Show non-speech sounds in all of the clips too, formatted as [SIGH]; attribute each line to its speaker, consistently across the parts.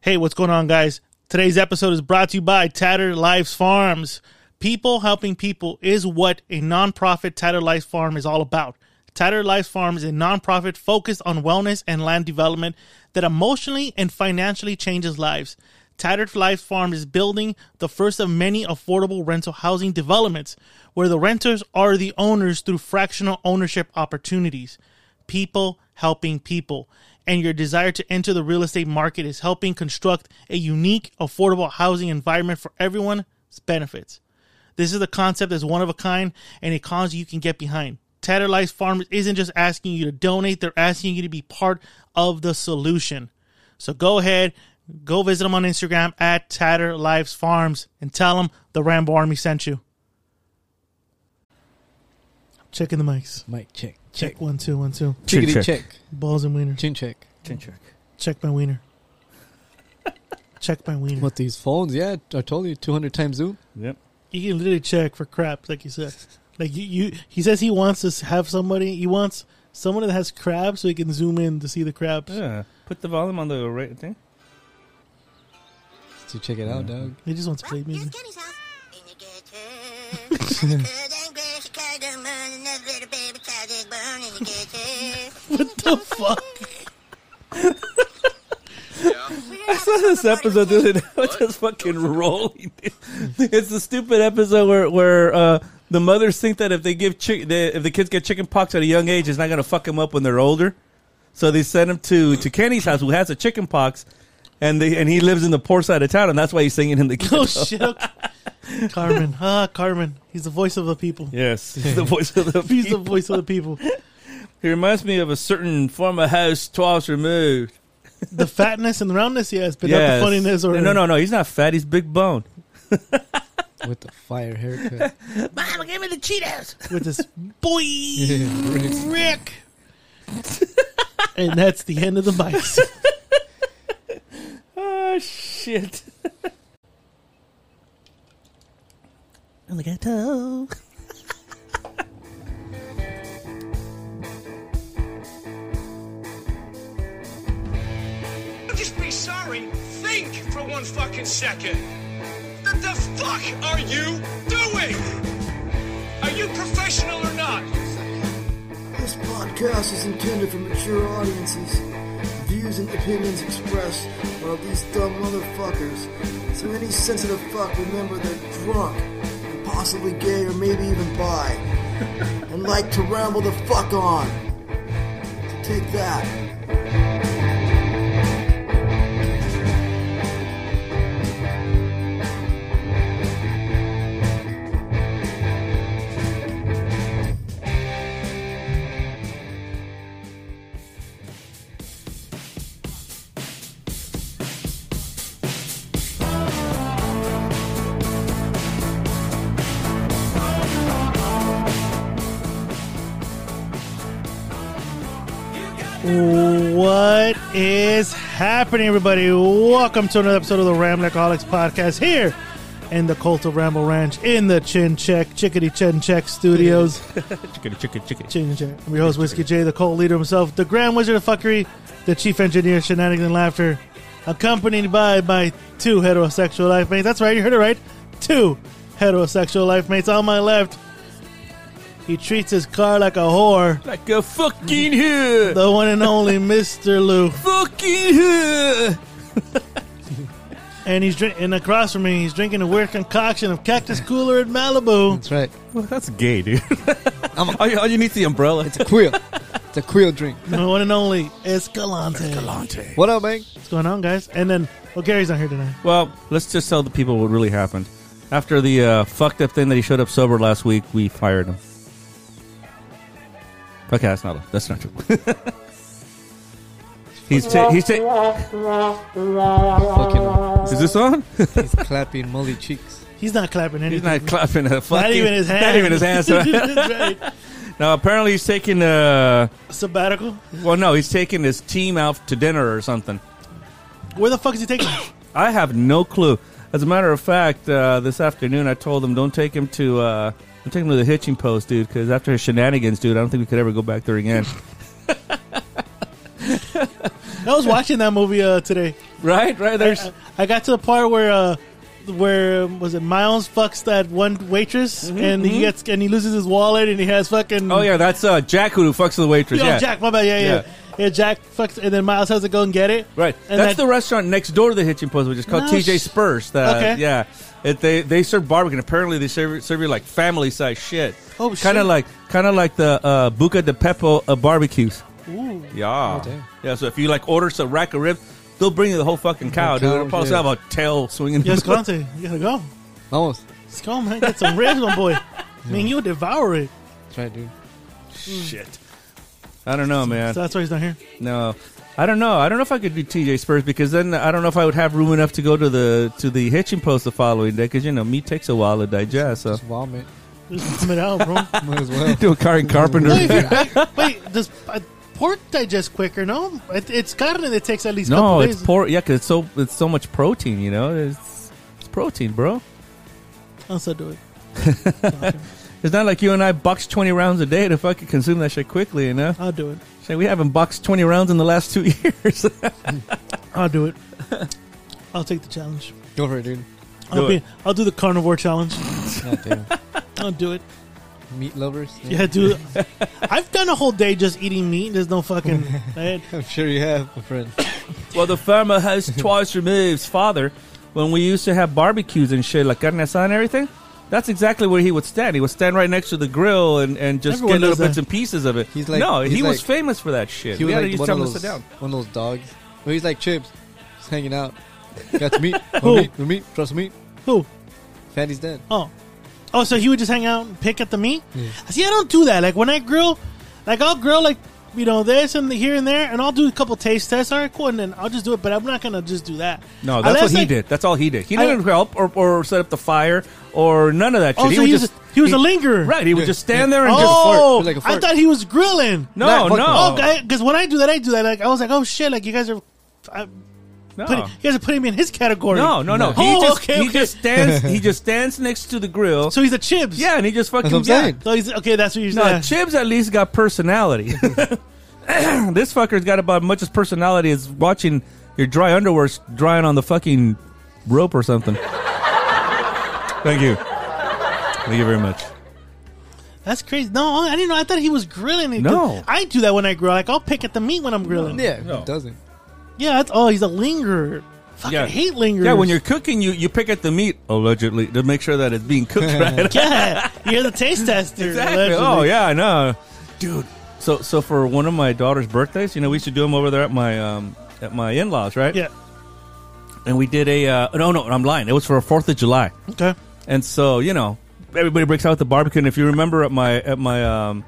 Speaker 1: Hey, what's going on, guys? Today's episode is brought to you by Tattered Lives Farms. People helping people is what a nonprofit Tattered Lives Farm is all about. Tattered Lives Farm is a nonprofit focused on wellness and land development that emotionally and financially changes lives. Tattered Lives Farm is building the first of many affordable rental housing developments where the renters are the owners through fractional ownership opportunities people helping people. And your desire to enter the real estate market is helping construct a unique, affordable housing environment for everyone's benefits. This is a concept that's one of a kind and a cause you can get behind. Tattered Life Farms isn't just asking you to donate, they're asking you to be part of the solution. So go ahead, go visit them on Instagram at Tatter Lives Farms and tell them the Rambo Army sent you. Checking the mics.
Speaker 2: Mic check.
Speaker 1: Check one, two, one, two.
Speaker 3: Chin
Speaker 2: Chickity
Speaker 3: check.
Speaker 2: check.
Speaker 1: Balls and wiener.
Speaker 2: Chin check.
Speaker 3: Chin check.
Speaker 1: Check my wiener. check my wiener.
Speaker 2: What these phones? Yeah, I told you, two hundred times zoom.
Speaker 3: Yep.
Speaker 1: You can literally check for crap, like you said. Like you, you, he says he wants to s- have somebody. He wants someone that has crabs so he can zoom in to see the crabs.
Speaker 3: Yeah. Put the volume on the right thing.
Speaker 2: So check it out, dog.
Speaker 1: He just wants to play
Speaker 4: Well, here's
Speaker 1: music.
Speaker 4: Kenny's house. In the good tub.
Speaker 3: [LAUGHS]
Speaker 4: And the good and great Chicago moon. And that little baby child is born in the
Speaker 3: [LAUGHS]
Speaker 4: good tub.
Speaker 1: What [LAUGHS] the fuck?
Speaker 3: I saw [LAUGHS] this episode the other day. I [LAUGHS] was just fucking rolling. It's the stupid episode where where uh, the mothers think that if they give chick, they, if the kids get chicken pox at a young age, it's not gonna fuck them up when they're older. So they send him to to Kenny's house, who has a chicken pox, and they and he lives in the poor side of town, and that's why he's singing
Speaker 1: [LAUGHS]
Speaker 3: in the
Speaker 1: Oh
Speaker 3: [LAUGHS] ghetto.
Speaker 1: shit! okay. Carmen, ah, Carmen. He's the voice of the people.
Speaker 3: Yes, he's the voice of
Speaker 1: [LAUGHS]
Speaker 3: the.
Speaker 1: He's the
Speaker 3: people.
Speaker 1: voice of the people.
Speaker 3: He reminds me of a certain former house twice removed.
Speaker 1: The fatness and the roundness, yes, but not the funniness or
Speaker 3: no, no, no. He's not fat. He's big bone.
Speaker 2: With the fire haircut. [LAUGHS]
Speaker 3: Mama, give me the Cheetos.
Speaker 1: with this
Speaker 3: [LAUGHS]
Speaker 1: boy.
Speaker 2: Rick.
Speaker 1: Rick. and that's the end of the [LAUGHS] mics.
Speaker 3: Oh shit. I'm the ghetto.
Speaker 5: Just be sorry. Think for one fucking second. What the fuck are you doing? Are you professional or not?
Speaker 6: This podcast is intended for mature audiences. The views and opinions expressed are of these dumb motherfuckers. So any sensitive fuck remember they're drunk and possibly gay or maybe even bi. [LAUGHS] and like to ramble the fuck on. So take that.
Speaker 1: What is happening, everybody? Welcome to another episode of the Rambleholics Podcast here in the Cult of Ramble Ranch in the Chin Check, Chickadee Chin Check Studios.
Speaker 3: Chicken, chicken, chicken.
Speaker 1: Chin Check. I'm your host, Whiskey J, the cult leader himself, the Grand Wizard of Fuckery, the Chief Engineer, of Shenanigans and Laughter, accompanied by my two heterosexual life mates. That's right, you heard it right. Two heterosexual life mates on my left. He treats his car like a whore.
Speaker 3: Like a fucking hood.
Speaker 1: The one and only Mr. Lou.
Speaker 3: fucking hood.
Speaker 1: and he's drink- and across from me, he's drinking a weird concoction of cactus cooler in Malibu.
Speaker 3: [LAUGHS]
Speaker 2: That's right.
Speaker 3: Well, that's gay, dude. [LAUGHS]
Speaker 2: I'm a
Speaker 3: all, you, all you need is the umbrella.
Speaker 2: it's a quill. it's a quill drink.
Speaker 1: The one and only Escalante.
Speaker 2: What up, man?
Speaker 1: What's going on, guys? And then, well, Gary's not here tonight.
Speaker 3: Well, let's just tell the people what really happened. After the uh, fucked up thing that he showed up sober last week, we fired him. Okay, that's not that's not true. [LAUGHS] he's ta- he's ta-
Speaker 2: Fucking
Speaker 3: is this on? [LAUGHS]
Speaker 2: he's clapping molly cheeks.
Speaker 1: He's not clapping anything.
Speaker 3: He's not clapping a fucking.
Speaker 1: Not even his hands.
Speaker 3: Not even his hands. [LAUGHS] right?
Speaker 1: [LAUGHS] That's right.
Speaker 3: now, apparently, he's taking. Uh,
Speaker 1: Sabbatical.
Speaker 3: well, no, he's taking his team out to dinner or something.
Speaker 1: Where the fuck is he taking?
Speaker 3: I have no clue. As a matter of fact, uh, this afternoon I told him don't take him to uh, don't take him to the hitching post, dude. Because after his shenanigans, dude, I don't think we could ever go back there again.
Speaker 1: I was watching that movie uh, today.
Speaker 3: [LAUGHS] Right, right. There's
Speaker 1: I got to the part where uh, where um, was it Miles fucks that one waitress and he gets and he loses his wallet and he has fucking
Speaker 3: Mm-hmm, oh yeah, that's uh, Jack who fucks the waitress.
Speaker 1: Yo,
Speaker 3: yeah,
Speaker 1: Jack my bad yeah yeah.
Speaker 3: Yeah.
Speaker 1: yeah Jack fucks and then Miles has to go and get it
Speaker 3: Right.
Speaker 1: and
Speaker 3: That's
Speaker 1: that-
Speaker 3: the restaurant next door to the Hitchin Post, which is called
Speaker 1: No,
Speaker 3: TJ
Speaker 1: sh-
Speaker 3: Spurs. The,
Speaker 1: Okay.
Speaker 3: Yeah. It, they they serve barbecue. and Apparently, they serve serve you like family size shit.
Speaker 1: Oh,
Speaker 3: kind
Speaker 1: shit.
Speaker 3: of like kind of like the uh, Buca de Pepo uh, barbecues.
Speaker 1: Ooh. Oh,
Speaker 3: Yeah.
Speaker 2: damn.
Speaker 3: yeah. So if you like order some rack of ribs, they'll bring you the whole fucking cow, dude.
Speaker 2: cow,
Speaker 3: It'll probably
Speaker 2: yeah.
Speaker 3: have a tail swinging. [LAUGHS]
Speaker 1: Yes, Conte, you gotta go.
Speaker 2: Almost.
Speaker 1: Let's go, man. Get some ribs, my boy. Man, you'll devour it.
Speaker 2: Try, dude.
Speaker 3: shit. I don't know, man.
Speaker 1: So that's why he's not here.
Speaker 3: No, I don't know. I don't know if I could do TJ Spurs because then I don't know if I would have room enough to go to the to the Hitching Post the following day because you know meat takes a while to digest. So
Speaker 2: Just vomit.
Speaker 1: Just come it out,
Speaker 3: [LAUGHS]
Speaker 1: bro.
Speaker 2: Might as well.
Speaker 3: do a Karen Carpenter.
Speaker 1: Wait, if you- wait, does uh, pork digest quicker? No, it, it's carne that takes at least a
Speaker 3: [LAUGHS] no,
Speaker 1: couple
Speaker 3: it's
Speaker 1: days.
Speaker 3: por Yeah, because it's so it's so much protein. You know, it's it's protein, bro.
Speaker 1: I'll still do it.
Speaker 3: [LAUGHS] It's not like you and I box twenty rounds a day to fucking consume that shit quickly. You know,
Speaker 1: I'll do it.
Speaker 3: Shit, we haven't boxed twenty rounds in the last two [LAUGHS] years.
Speaker 1: I'll do
Speaker 3: [LAUGHS]
Speaker 1: it. I'll take the challenge.
Speaker 2: Go for it, dude.
Speaker 1: I'll
Speaker 3: Do
Speaker 1: be.
Speaker 3: it.
Speaker 1: I'll do the carnivore challenge.
Speaker 2: God damn.
Speaker 1: I'll do it.
Speaker 2: Meat lovers?
Speaker 3: [LAUGHS]
Speaker 1: Yeah, dude. I've done a whole day just eating meat. There's no
Speaker 3: [LAUGHS]
Speaker 1: fucking. I-
Speaker 2: I'm sure you have, my friend.
Speaker 3: Well, the farmer [LAUGHS] has twice removed father. When we used to have barbecues and shit, like carne asada and everything, that's exactly where he would stand. He would stand right next to the grill and, and just
Speaker 1: Everyone
Speaker 3: get little
Speaker 1: does
Speaker 3: bits
Speaker 1: that.
Speaker 3: and pieces of it.
Speaker 2: He's like-
Speaker 3: no, he
Speaker 2: he's
Speaker 3: was
Speaker 2: like-
Speaker 3: famous for that shit.
Speaker 2: He
Speaker 3: we
Speaker 2: was
Speaker 3: had
Speaker 2: like
Speaker 3: to just
Speaker 2: one
Speaker 3: tell
Speaker 2: of
Speaker 3: him to
Speaker 2: those,
Speaker 3: sit down.
Speaker 2: one of those dogs. Well, he's like Chips, just hanging
Speaker 3: [LAUGHS]
Speaker 2: out. Got some meat. More meat. More meat. Trust meat.
Speaker 1: who?
Speaker 2: Fatty's dead.
Speaker 1: Oh. Oh, so he would just hang out and pick at the meat? See, I don't do that. Like, when I grill, like, I'll grill, like, you know, this and here and there, and I'll do a couple taste tests. All right, cool. And then I'll just do it, but I'm not going to just do that.
Speaker 3: No, that's
Speaker 1: Unless,
Speaker 3: what he
Speaker 1: like-
Speaker 3: did. That's all he did. He
Speaker 1: I-
Speaker 3: didn't help or, or set up the fire or none of that shit.
Speaker 1: Oh, so
Speaker 3: would
Speaker 1: he was a- he was a lingerer.
Speaker 3: Right, he would
Speaker 2: Yeah.
Speaker 3: just stand there and
Speaker 1: Oh,
Speaker 2: Like a
Speaker 1: I
Speaker 2: fork.
Speaker 1: thought he was grilling.
Speaker 3: No,
Speaker 2: Nah, fuck
Speaker 3: no.
Speaker 1: Oh, because when I do that, I do that. Like, I was like, oh, shit, like, you guys are. I,
Speaker 3: just no.
Speaker 1: putting, you guys are putting me in his category.
Speaker 3: no, no, no. He,
Speaker 1: Oh,
Speaker 3: just,
Speaker 1: okay,
Speaker 3: he
Speaker 1: okay.
Speaker 3: just stands.
Speaker 1: [LAUGHS]
Speaker 3: He just stands next to the grill.
Speaker 1: So he's a chibs.
Speaker 3: yeah, and he just fucking
Speaker 2: That's what I'm saying.
Speaker 3: yeah.
Speaker 1: So he's okay. That's what you're
Speaker 3: No,
Speaker 1: saying.
Speaker 3: Chibs at least got personality. [LAUGHS] [CLEARS THROAT] this fucker's got about as much as personality as watching your dry underwear s- drying on the fucking rope or something. Thank you. Thank you very much.
Speaker 1: That's crazy. No, I didn't know. I thought he was grilling. it.
Speaker 3: No.
Speaker 1: I do that when I grill. Like I'll pick at the meat when I'm grilling.
Speaker 2: Yeah,
Speaker 3: No.
Speaker 2: he doesn't.
Speaker 1: Yeah, that's, oh, he's a lingerer. Fucking
Speaker 3: Yeah.
Speaker 1: hate lingerers.
Speaker 3: Yeah, when you're cooking, you, you pick at the meat allegedly to make sure that it's being cooked
Speaker 1: [LAUGHS]
Speaker 3: right.
Speaker 1: yeah, you're the taste tester.
Speaker 3: [LAUGHS] exactly.
Speaker 1: allegedly.
Speaker 3: Oh yeah, I know, dude. So so for one of my daughter's birthdays, you know, we used to do them over there at my um at my in laws, right?
Speaker 1: yeah.
Speaker 3: And we did a uh, no no I'm lying. It was for Fourth of July.
Speaker 1: Okay.
Speaker 3: And so, you know, everybody breaks out the barbecue. And if you remember at my at my um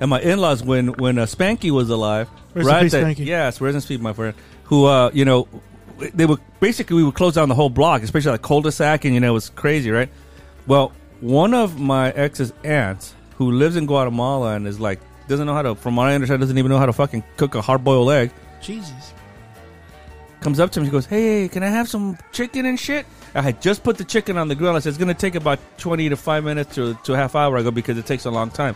Speaker 3: at my in laws when when uh, Spanky was alive,
Speaker 1: Rest in peace, Spanky.
Speaker 3: Yes, where's in peace, my friend? Who, uh, you know, w- they would basically we would close down the whole block, especially like cul-de-sac, and you know it was crazy, right? Well, one of my ex's aunts who lives in Guatemala and is like doesn't know how to, from what I understand, doesn't even know how to fucking cook a hard-boiled egg
Speaker 1: Jesus.
Speaker 3: comes up to me. She goes, "Hey, can I have some chicken and shit?" I had just put the chicken on the grill. I said it's gonna take about twenty to five minutes to to a half hour. I go because it takes a long time.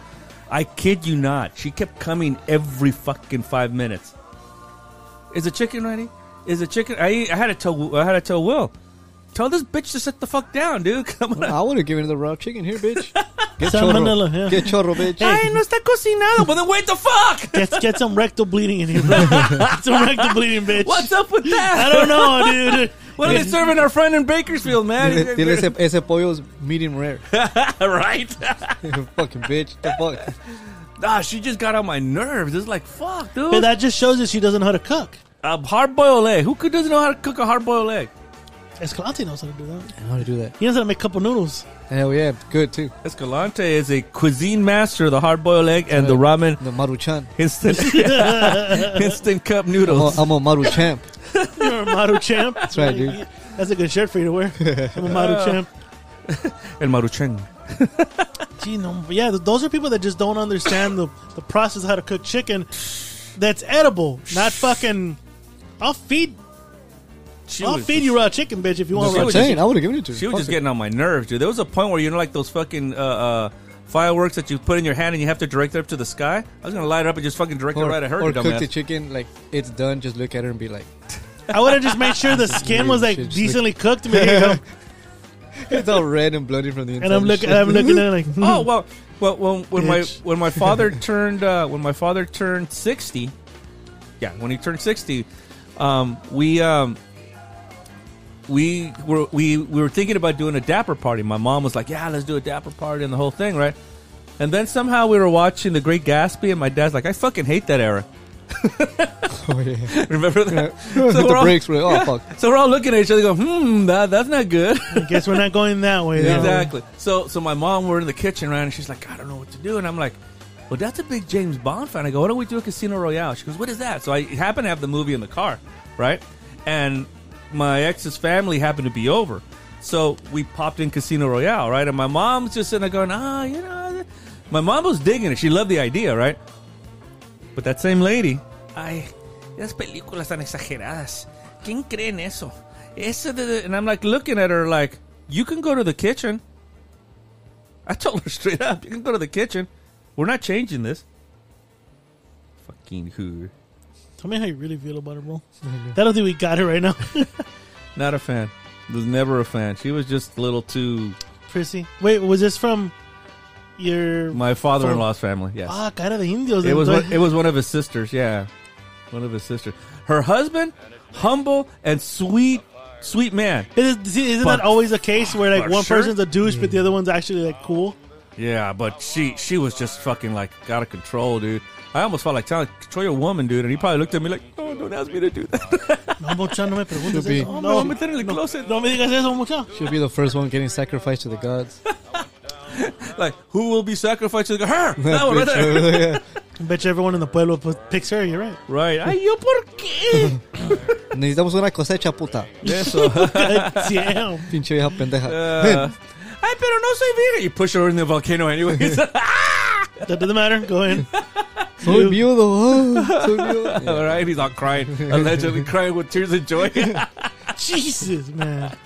Speaker 3: I kid you not. She kept coming every fucking five minutes. Is the chicken ready? Is the chicken? I I had to tell I had to tell Will. Tell this bitch to sit the fuck down, dude. [LAUGHS] Come on.
Speaker 2: I would have given her the raw chicken here,
Speaker 3: [LAUGHS]
Speaker 2: bitch. Get
Speaker 1: Salmonella,
Speaker 2: chorro.
Speaker 1: yeah.
Speaker 2: Get chorro, bitch.
Speaker 3: Ay, no está cocinado. Well, then wait
Speaker 1: [LAUGHS]
Speaker 3: the fuck.
Speaker 1: Get, get some rectal bleeding in here, bro.
Speaker 3: [LAUGHS]
Speaker 1: Get some rectal bleeding, bitch.
Speaker 3: What's up with that?
Speaker 1: I don't know, dude.
Speaker 3: [LAUGHS] What are they serving our friend in Bakersfield, man?
Speaker 1: [LAUGHS]
Speaker 2: Dile dile ese, ese pollo's medium rare.
Speaker 3: [LAUGHS]
Speaker 2: [LAUGHS]
Speaker 3: right?
Speaker 2: Fucking bitch. The fuck?
Speaker 3: Ah, she just got on my nerves. It's like, fuck, dude.
Speaker 1: But that just shows that she doesn't know how to cook.
Speaker 3: a hard boiled egg. Who could, doesn't know how to cook a hard boiled egg?
Speaker 1: Escalante knows how to do that.
Speaker 2: I know how to do that.
Speaker 1: He knows how to make a couple noodles.
Speaker 2: Hell yeah. Good, too.
Speaker 3: Escalante is a cuisine master of the hard boiled egg and the ramen
Speaker 2: The Maruchan.
Speaker 1: [LAUGHS]
Speaker 3: instant instant cup
Speaker 2: I'm a,
Speaker 3: noodles.
Speaker 2: I'm a Maru [LAUGHS] champ.
Speaker 1: You're a model champ. That's
Speaker 2: right, dude.
Speaker 1: That's a good shirt for you to wear. I'm a
Speaker 3: [LAUGHS]
Speaker 1: model champ. Uh-huh.
Speaker 3: El Maruchan.
Speaker 1: Gee, no, but um, yeah, th- those are people that just don't understand the, the process of how to cook chicken that's edible, not fucking. I'll feed.
Speaker 3: She
Speaker 1: I'll
Speaker 3: was
Speaker 1: feed
Speaker 3: just-
Speaker 1: you raw chicken, bitch, if you want
Speaker 2: That's what
Speaker 1: raw
Speaker 2: I'm
Speaker 3: Oh, was
Speaker 1: chicken.
Speaker 2: saying. I would have given it to her.
Speaker 3: She was
Speaker 2: Fuck
Speaker 3: just
Speaker 2: it.
Speaker 3: getting on my nerves, dude. There was a point where you know, like those fucking uh, uh, fireworks that you put in your hand and you have to direct it up to the sky. I was gonna light it up and just fucking direct it
Speaker 2: Or,
Speaker 3: right at her.
Speaker 2: or
Speaker 3: you
Speaker 2: cook
Speaker 3: dumbass.
Speaker 2: the chicken like it's done. Just look at her and be like,
Speaker 1: I would have just made
Speaker 3: [LAUGHS]
Speaker 1: sure the skin was like
Speaker 2: Shit, just
Speaker 1: decently cooked. I mean, here you go.
Speaker 2: it's all red and bloody from the inside.
Speaker 1: And I'm looking, I'm looking at it like, hmm,
Speaker 3: Oh well, well, well when my
Speaker 2: Mm-hmm. Bitch.
Speaker 3: when
Speaker 2: [LAUGHS]
Speaker 3: my father turned uh, when my father turned sixty, yeah, when he turned sixty, um, we um, we were we, we were thinking about doing a dapper party. My mom was like, "Yeah, let's do a dapper party and the whole thing, right?" And then somehow we were watching The Great Gatsby, and my dad's like, "I fucking hate that era."
Speaker 2: [LAUGHS]
Speaker 3: [LAUGHS]
Speaker 2: Oh yeah. [LAUGHS]
Speaker 3: Remember that?
Speaker 2: Hit
Speaker 3: we're
Speaker 2: the
Speaker 3: all-
Speaker 2: brakes. We're like, oh fuck.
Speaker 3: So we're all looking at each other, go, "Hmm, that, that's not good."
Speaker 1: I guess we're not going that way. though.
Speaker 3: Exactly. So so my mom we're in the kitchen right and she's like, I don't know what to do and I'm like, Well that's a big James Bond fan. I go, Why don't we do a casino royale? She goes, What is that? So I happen to have the movie in the car, right? And my ex's family happened to be over. So we popped in Casino Royale, right? And my mom's just sitting there going, Ah, you know my mom was digging it. She loved the idea, right? But that same lady, ay, esas películas tan exageradas. ¿Quién cree en eso? Eso de, de-" and I'm like looking at her like, you can go to the kitchen. I told her [LAUGHS] straight up, you can go to the kitchen. We're not changing this. Fucking who?
Speaker 1: Tell me how you really feel about it, bro.
Speaker 3: Mm-hmm.
Speaker 1: I don't think we got it right now. [LAUGHS]
Speaker 3: Not a fan. Was never a fan. She was just a little too
Speaker 1: Prissy. Wait, was this from your
Speaker 3: my father-in-law's family. Yes.
Speaker 1: Ah, cara de indios.
Speaker 3: It was
Speaker 1: Entonces-
Speaker 3: one, it was one of his sisters. Yeah, one of his sisters. Her husband, humble and sweet, sweet man.
Speaker 1: Is it- see, isn't
Speaker 3: But-
Speaker 1: that always a case where like
Speaker 3: but
Speaker 1: one
Speaker 3: sure. Mm.
Speaker 1: person's a douche, but the other one's actually like cool?
Speaker 3: Yeah, but she she was just fucking like out of control, dude. I almost felt like telling control your woman, dude, and he probably looked at me like, "No, don't ask me to do that."
Speaker 1: No, mucha, no me preguntes
Speaker 2: Should be.
Speaker 1: eso.
Speaker 3: No,
Speaker 1: No,
Speaker 3: me meter in the closet.
Speaker 1: no me digas eso, mucha.
Speaker 2: She'll be the first one getting sacrificed to the
Speaker 3: [LAUGHS]
Speaker 2: gods.
Speaker 3: Like, who will be sacrificed? to the- Her, that one right there.
Speaker 2: Yeah.
Speaker 1: I bet you everyone in the pueblo pu- picks her. You're right.
Speaker 3: Right? Ay, yo por qué?
Speaker 2: Necesitamos una cosecha puta.
Speaker 3: Eso.
Speaker 1: God [LAUGHS] damn.
Speaker 2: Pinche vieja pendeja.
Speaker 3: Uh, Ay, pero no soy virgen. You push her in the volcano, anyways. [LAUGHS]
Speaker 1: That doesn't matter. Go in.
Speaker 2: Soy
Speaker 1: [LAUGHS]
Speaker 2: viudo. oh, soy viudo.
Speaker 3: All right, he's not crying, allegedly crying with tears of joy. [LAUGHS]
Speaker 1: Jesus, man.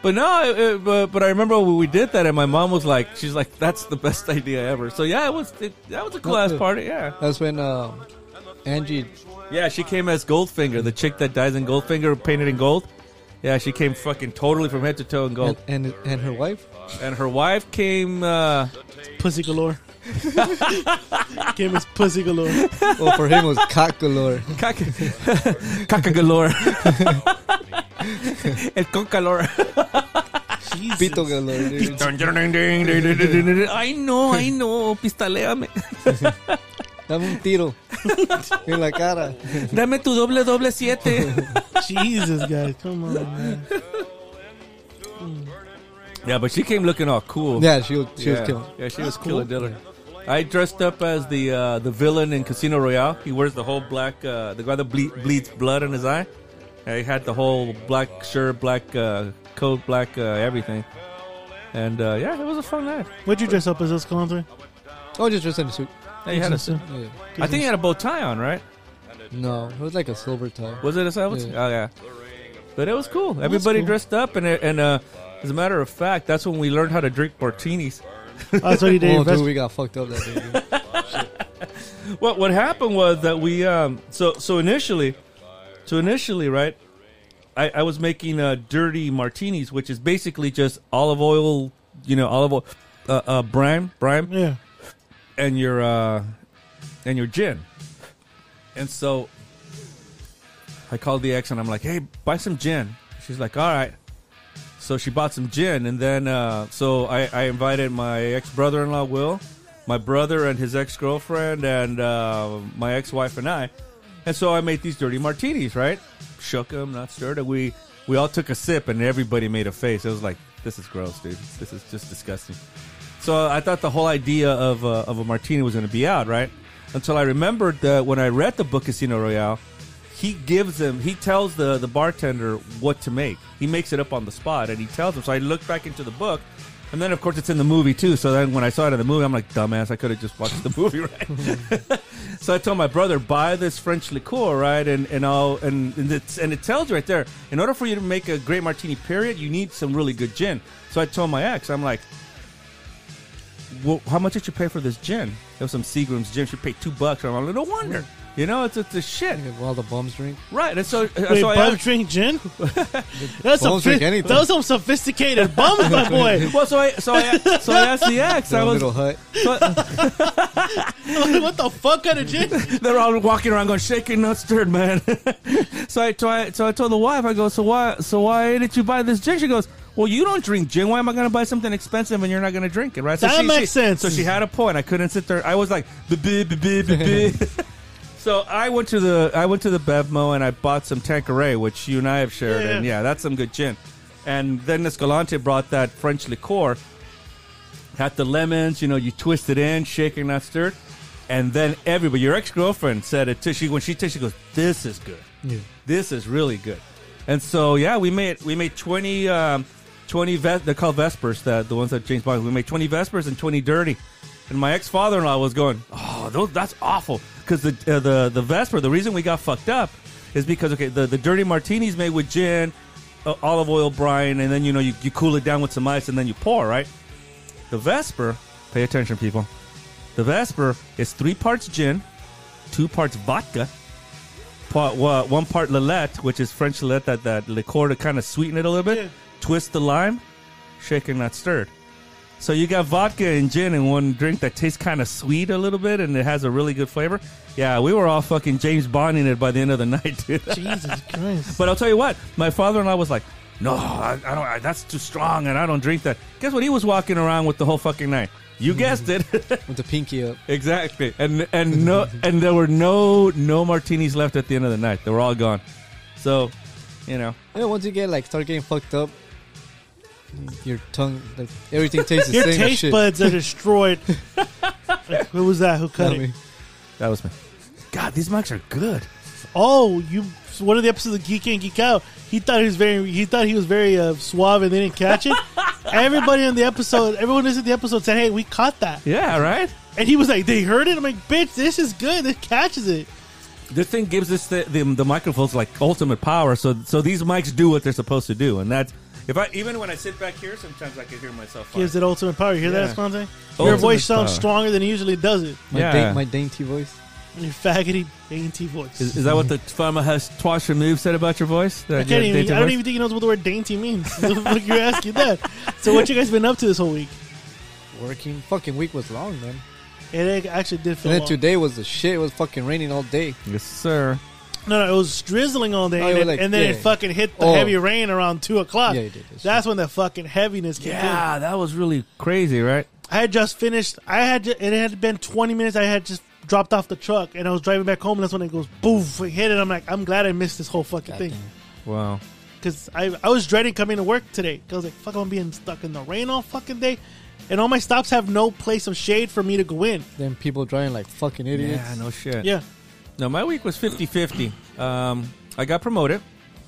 Speaker 3: But no, it, it- but, but I remember when we did that, and my mom was like, "She's like, that's the best idea ever." So yeah, it was it, that was a cool ass
Speaker 2: Okay.
Speaker 3: party. Yeah,
Speaker 2: That's when um, Angie.
Speaker 3: yeah, she came as Goldfinger, the chick that dies in Goldfinger, painted in gold. Yeah, she came fucking totally from head to toe in
Speaker 2: And,
Speaker 3: gold,
Speaker 2: and and her wife,
Speaker 3: and her wife came. Uh,
Speaker 1: Pussy [LAUGHS] galore. Game is pussy galore.
Speaker 2: well, for him it was cock galore. [LAUGHS]
Speaker 3: Caca, [LAUGHS] caca galore. El con calor.
Speaker 1: Jesus.
Speaker 2: Pito galore. Dude.
Speaker 3: I know, I know. Pistoleame.
Speaker 2: Dame un tiro [LAUGHS] en la cara.
Speaker 3: Dame tu doble doble siete.
Speaker 1: Jesus, guys. Come on, man.
Speaker 3: Yeah, but she came looking all cool.
Speaker 2: Yeah, she was she
Speaker 3: yeah.
Speaker 2: was killing.
Speaker 3: Yeah, she was killer Diller. I dressed up as the uh, the villain in Casino Royale. He wears the whole black, uh, the guy that ble- bleeds blood in his eye. Yeah, he had the whole black shirt, black uh, coat, black uh, everything. And uh, yeah, it was a fun night.
Speaker 1: What'd you dress up as, Escalante?
Speaker 2: Oh, just dressed in a suit.
Speaker 3: Yeah, he had a,
Speaker 1: Listen,
Speaker 2: Yeah.
Speaker 3: I think he had a bow tie on, right?
Speaker 2: No, it was like a silver tie.
Speaker 3: Was it a salvage?
Speaker 2: Yeah.
Speaker 3: Oh yeah. But it was cool. Everybody
Speaker 1: cool.
Speaker 3: dressed up, and and uh, as a matter of fact, that's when we learned how to drink martinis.
Speaker 1: That's
Speaker 3: [LAUGHS]
Speaker 1: what he did.
Speaker 2: Oh,
Speaker 1: That's-
Speaker 2: dude, we got fucked up that day. dude. [LAUGHS]
Speaker 3: What what happened was that we um so so initially, so initially right, I, I was making uh, dirty martinis, which is basically just olive oil, you know, olive oil, uh, uh, brine, brine,
Speaker 1: yeah.
Speaker 3: and your uh, and your gin. And so I called the ex and I'm like, "Hey, buy some gin." She's like, "All right." So she bought some gin, and then uh, so I, I invited my ex brother in law Will, my brother and his ex girlfriend, and uh, my ex wife and I, and so I made these dirty martinis, right? Shook them, not stirred. And we we all took a sip, and everybody made a face. It was like, "This is gross, dude. This is just disgusting." So I thought the whole idea of uh, of a martini was going to be out, right? Until I remembered that when I read the book Casino Royale, he gives them, he tells the the bartender what to make. He makes it up on the spot, and he tells him. So I looked back into the book, and then of course it's in the movie too. So then when I saw it in the movie, I'm like, dumbass, I could have just watched the movie, [LAUGHS] right? so I told my brother, buy this French liqueur, right? And and I'll and and, it's, and it tells you right there, in order for you to make a great martini, period, you need some really good gin. So I told my ex, I'm like well, how much did you pay for this gin? It was some Seagram's gin. She paid two bucks. I'm like, no wonder. You know, it's it's a shit,
Speaker 2: Like, All the bums
Speaker 1: [LAUGHS]
Speaker 2: drink.
Speaker 3: right? And so,
Speaker 1: Wait,
Speaker 3: so I
Speaker 1: bums
Speaker 3: asked-
Speaker 1: drink
Speaker 3: [LAUGHS]
Speaker 1: gin? That's
Speaker 2: Bums drink
Speaker 1: sophi-
Speaker 2: anything.
Speaker 1: Those are sophisticated bums,
Speaker 3: [LAUGHS]
Speaker 1: my boy. [LAUGHS]
Speaker 3: well, so I so I so I asked the
Speaker 2: [LAUGHS]
Speaker 3: ex. I
Speaker 2: That
Speaker 3: was
Speaker 2: little hut.
Speaker 3: so-
Speaker 1: what the fuck kind of gin?
Speaker 3: [LAUGHS] they're all walking around going shaking, not stirred, man. [LAUGHS] so I so I, so I told the wife, I go, so why so why did you buy this gin? She goes, well, you don't drink gin. Why am I going to buy something expensive and you're not going to drink it, right? So
Speaker 1: That
Speaker 3: she-
Speaker 1: makes
Speaker 3: she-
Speaker 1: sense.
Speaker 3: So she had a point. I couldn't sit there. I was like, the big, big, big, big. [LAUGHS] So I went to the I went to the Bevmo and I bought some Tanqueray, which you and I have shared,
Speaker 1: Yeah.
Speaker 3: and yeah, that's some good gin. And then Escalante brought that French liqueur, had the lemons, you know, you twist it in, shaking, not stirred. And then everybody, your ex girlfriend said it too. She when she tasted, she goes, "This is good. This is really good." And so yeah, we made we made twenty um, twenty ves- they're called vespers the the ones that James Bond. We made twenty vespers and twenty dirty. And my ex father in law was going, "Oh, those, that's awful." Because the uh, the the vesper, the reason we got fucked up is because okay, the the dirty martinis made with gin, uh, olive oil brine, and then you know you, you cool it down with some ice, and then you pour right. The Vesper, pay attention, people. The Vesper is three parts gin, two parts vodka, part, wa- one part Lillet, which is French Lillet, that, that liqueur to kind of sweeten it a little bit.
Speaker 1: Yeah.
Speaker 3: Twist the lime, shaken, not stirred. So you got vodka and gin in one drink that tastes kind of sweet a little bit, and it has a really good flavor. Yeah, we were all fucking James Bonding it by the end of the [LAUGHS] night, dude.
Speaker 1: Jesus Christ.
Speaker 3: But I'll tell you what, my father-in-law was like, "No, I, I don't. I, that's too strong, and I don't drink that." Guess what? He was walking around with the whole fucking night. You guessed it,
Speaker 2: With the pinky up.
Speaker 3: Mm-hmm. [LAUGHS] exactly. And and no, and there were no no martinis left at the end of the night. They were all gone. So, you know,
Speaker 2: You know, once you get like start getting fucked up, your tongue, like everything tastes the
Speaker 1: Your
Speaker 2: same. as
Speaker 1: taste
Speaker 2: shit.
Speaker 1: buds are
Speaker 3: [LAUGHS]
Speaker 1: destroyed. who was that? Who
Speaker 2: I
Speaker 1: cut it?
Speaker 2: mean,
Speaker 3: that was me. God, these mics are good.
Speaker 1: Oh, you. One of the episodes of Geek In Geek Out, he thought he was very, he thought he was very uh, suave, and they didn't catch
Speaker 3: [LAUGHS]
Speaker 1: it. Everybody on the episode, everyone is in the episode said, "Hey, we caught that,"
Speaker 3: Yeah, right.
Speaker 1: and he was like, "They heard it." I'm like, "Bitch, this is good. This catches it."
Speaker 3: This thing gives us the, the the microphones like ultimate power. So so these mics do what they're supposed to do, and that's if I even when I sit back here, sometimes I can hear myself. fine.
Speaker 1: Gives it ultimate power. You hear
Speaker 3: Yeah.
Speaker 1: that, Esponte? Your
Speaker 3: Ultimate
Speaker 1: voice sounds
Speaker 3: power.
Speaker 1: stronger than it usually does it.
Speaker 2: my,
Speaker 3: Yeah.
Speaker 2: dain- my dainty voice.
Speaker 1: Your faggoty, dainty voice.
Speaker 3: Is, is that what the farmhouse Twasher move said about your voice? That
Speaker 1: I can't
Speaker 3: your
Speaker 1: even.
Speaker 3: dainty
Speaker 1: I don't
Speaker 3: voice?
Speaker 1: even think he knows what the word dainty means. [LAUGHS] So the fuck you're asking that? So what you guys been up to this whole week?
Speaker 2: Working fucking week was long, man.
Speaker 1: It actually did feel.
Speaker 2: And then
Speaker 1: long.
Speaker 2: today was the shit. It was fucking raining all day.
Speaker 3: Yes, sir.
Speaker 1: No, no, it was drizzling all day, and,
Speaker 2: Oh, it
Speaker 1: it-
Speaker 2: was like-
Speaker 1: and then
Speaker 2: yeah.
Speaker 1: it fucking hit the
Speaker 2: Oh.
Speaker 1: heavy rain around two o'clock.
Speaker 2: Yeah, it did. That's
Speaker 1: That's when the fucking heaviness kicked in.
Speaker 3: Yeah, that was really crazy, right?
Speaker 1: I had just finished. I had ju- it had been twenty minutes. I had just dropped off the truck, and I was driving back home. And that's when it goes boof, it hit, and I'm like, I'm glad I missed this whole fucking thing
Speaker 3: Wow.
Speaker 1: because I I was dreading coming to work today. 'Cause I was like, fuck, I'm being stuck in the rain all fucking day, and all my stops have no place of shade for me to go in.
Speaker 2: Then people driving like fucking idiots.
Speaker 3: Yeah, no shit.
Speaker 1: Yeah.
Speaker 3: No, my week was 50-50. Um, I got promoted.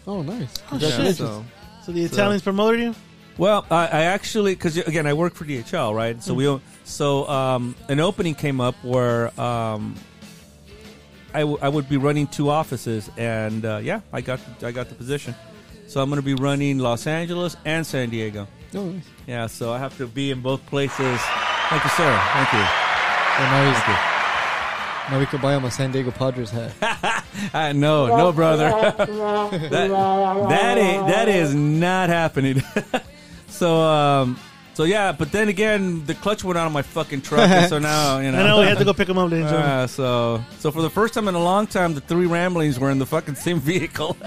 Speaker 2: Oh, nice.
Speaker 3: Yeah,
Speaker 1: shit.
Speaker 3: so-
Speaker 1: So the Italians promoted you.
Speaker 3: Well, I, I actually because again I work for DHL, right? So we
Speaker 1: Mm-hmm.
Speaker 3: we so um, an opening came up where um, I, w- I would be running two offices, and uh, yeah, I got I got the position. So I'm going to be running Los Angeles and San Diego.
Speaker 2: No, nice.
Speaker 3: Yeah, so I have to be in both places. Thank you, sir. Thank you.
Speaker 2: Oh, now, he's now we could buy him a San Diego Padres hat.
Speaker 3: Uh, no, no, brother. that, that, is, that is not happening. [LAUGHS] so, um, so yeah, but then again, the clutch went out of my fucking truck, and so now, you know.
Speaker 1: I know we had to go pick them up. Ladies and gentlemen.
Speaker 3: Yeah, so, so for the first time in a long time, the three ramblings were in the fucking same vehicle, [LAUGHS]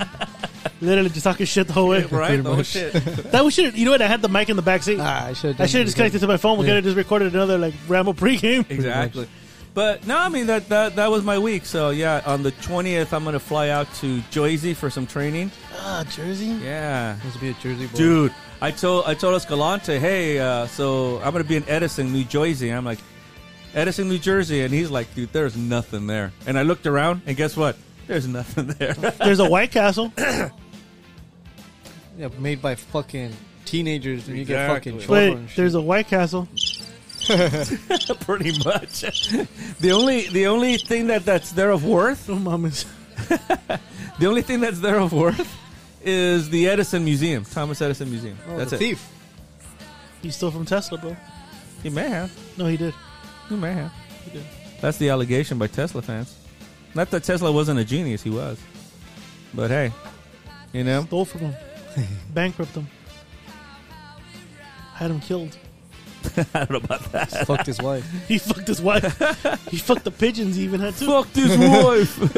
Speaker 1: Literally just talking shit the whole way.
Speaker 3: right? Oh shit!
Speaker 1: That we should. You know what? I had the mic in the back seat.
Speaker 2: ah, I should.
Speaker 1: I should have just connected to my phone. We
Speaker 2: Yeah.
Speaker 1: could have just recorded another like ramble pregame.
Speaker 3: [LAUGHS] exactly. But no, I mean that, that that was my week. So yeah, on the twentieth, I'm gonna fly out to Jersey for some training.
Speaker 1: Ah, Jersey.
Speaker 3: Yeah,
Speaker 2: Must be a Jersey boy.
Speaker 3: dude. I told I told Escalante, hey, uh, so I'm gonna be in Edison, New Jersey. And I'm like, Edison, New Jersey, and he's like, dude, there's nothing there. And I looked around, and guess what? There's nothing [LAUGHS] there.
Speaker 1: There's a White Castle.
Speaker 2: Yeah, made by fucking teenagers, and you get
Speaker 3: Exactly.
Speaker 2: fucking trouble.
Speaker 1: Wait,
Speaker 2: and shit.
Speaker 1: there's a White Castle.
Speaker 3: Pretty much. [LAUGHS] the only the only thing that that's there of worth,
Speaker 1: Oh, mamas.
Speaker 3: the only thing that's there of worth, is the Edison Museum, Thomas Edison Museum. [LAUGHS]
Speaker 2: Oh,
Speaker 3: that's
Speaker 2: the
Speaker 3: it.
Speaker 2: thief.
Speaker 1: You stole from Tesla, bro.
Speaker 3: He may have.
Speaker 1: No, he did.
Speaker 3: He may have. That's the allegation by Tesla fans. Not that Tesla wasn't a genius, he was. But hey, you know, [LAUGHS]
Speaker 1: Stole from
Speaker 2: [LAUGHS]
Speaker 1: him. Bankrupt him. Had him killed. [LAUGHS]
Speaker 3: I don't know about that.
Speaker 2: Fucked his wife.
Speaker 1: He fucked his wife. he fucked the pigeons he even had too.
Speaker 3: Fuck this
Speaker 2: [LAUGHS]
Speaker 3: wife.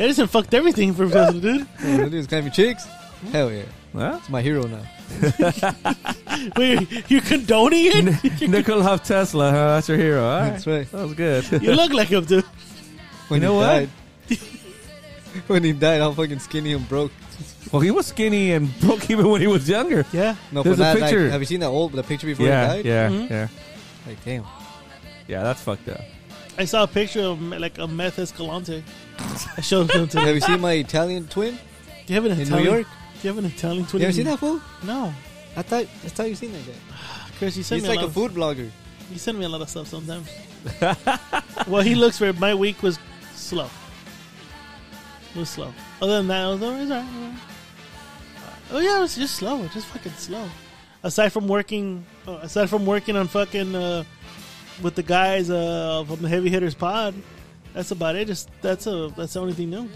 Speaker 1: Edison fucked everything for a president,
Speaker 3: [LAUGHS]
Speaker 1: dude.
Speaker 2: Oh, that dude's climbing chicks. Hell yeah,
Speaker 3: Huh?
Speaker 2: it's my hero now.
Speaker 1: Wait, you're condoning
Speaker 3: [LAUGHS]
Speaker 1: it?
Speaker 3: Nikola Tesla, huh? that's your hero. All right.
Speaker 2: That's right.
Speaker 3: That was good.
Speaker 1: you look like him, dude.
Speaker 2: When
Speaker 3: know
Speaker 2: he
Speaker 3: what?
Speaker 2: died, when he died, how fucking skinny and broke.
Speaker 3: well, he was skinny and broke [LAUGHS] even when he was younger.
Speaker 1: Yeah.
Speaker 2: No,
Speaker 3: There's
Speaker 2: but
Speaker 3: a
Speaker 2: not, like,
Speaker 3: picture.
Speaker 2: have you seen that old the picture before
Speaker 3: Yeah,
Speaker 2: he died? Mm-hmm.
Speaker 3: yeah,
Speaker 1: Mhm.
Speaker 3: yeah.
Speaker 2: Like damn.
Speaker 3: Yeah, that's fucked up.
Speaker 1: I saw a picture of like a meth Escalante. I showed him
Speaker 2: [LAUGHS]
Speaker 1: to.
Speaker 2: have you seen my Italian
Speaker 3: [LAUGHS]
Speaker 2: twin?
Speaker 1: Do you have an
Speaker 2: In New
Speaker 1: Italian?
Speaker 2: York?
Speaker 1: Do you have an Italian twin?
Speaker 2: You ever
Speaker 1: in-
Speaker 2: seen that fool?
Speaker 1: No,
Speaker 2: I thought I thought you seen that guy.
Speaker 1: Chris. You send
Speaker 2: He's
Speaker 1: me
Speaker 2: like
Speaker 1: a lot
Speaker 2: a
Speaker 1: of-
Speaker 2: food blogger.
Speaker 1: You send me a lot of stuff sometimes. well, he looks for my week was slow. It was slow. Other than that, I was always alright. yeah. Oh yeah, it was just slow. Just fucking slow. Aside from working, uh, aside from working on fucking uh, with the guys uh, from the Heavy Hitters Pod, that's about it. Just that's a that's the only thing new.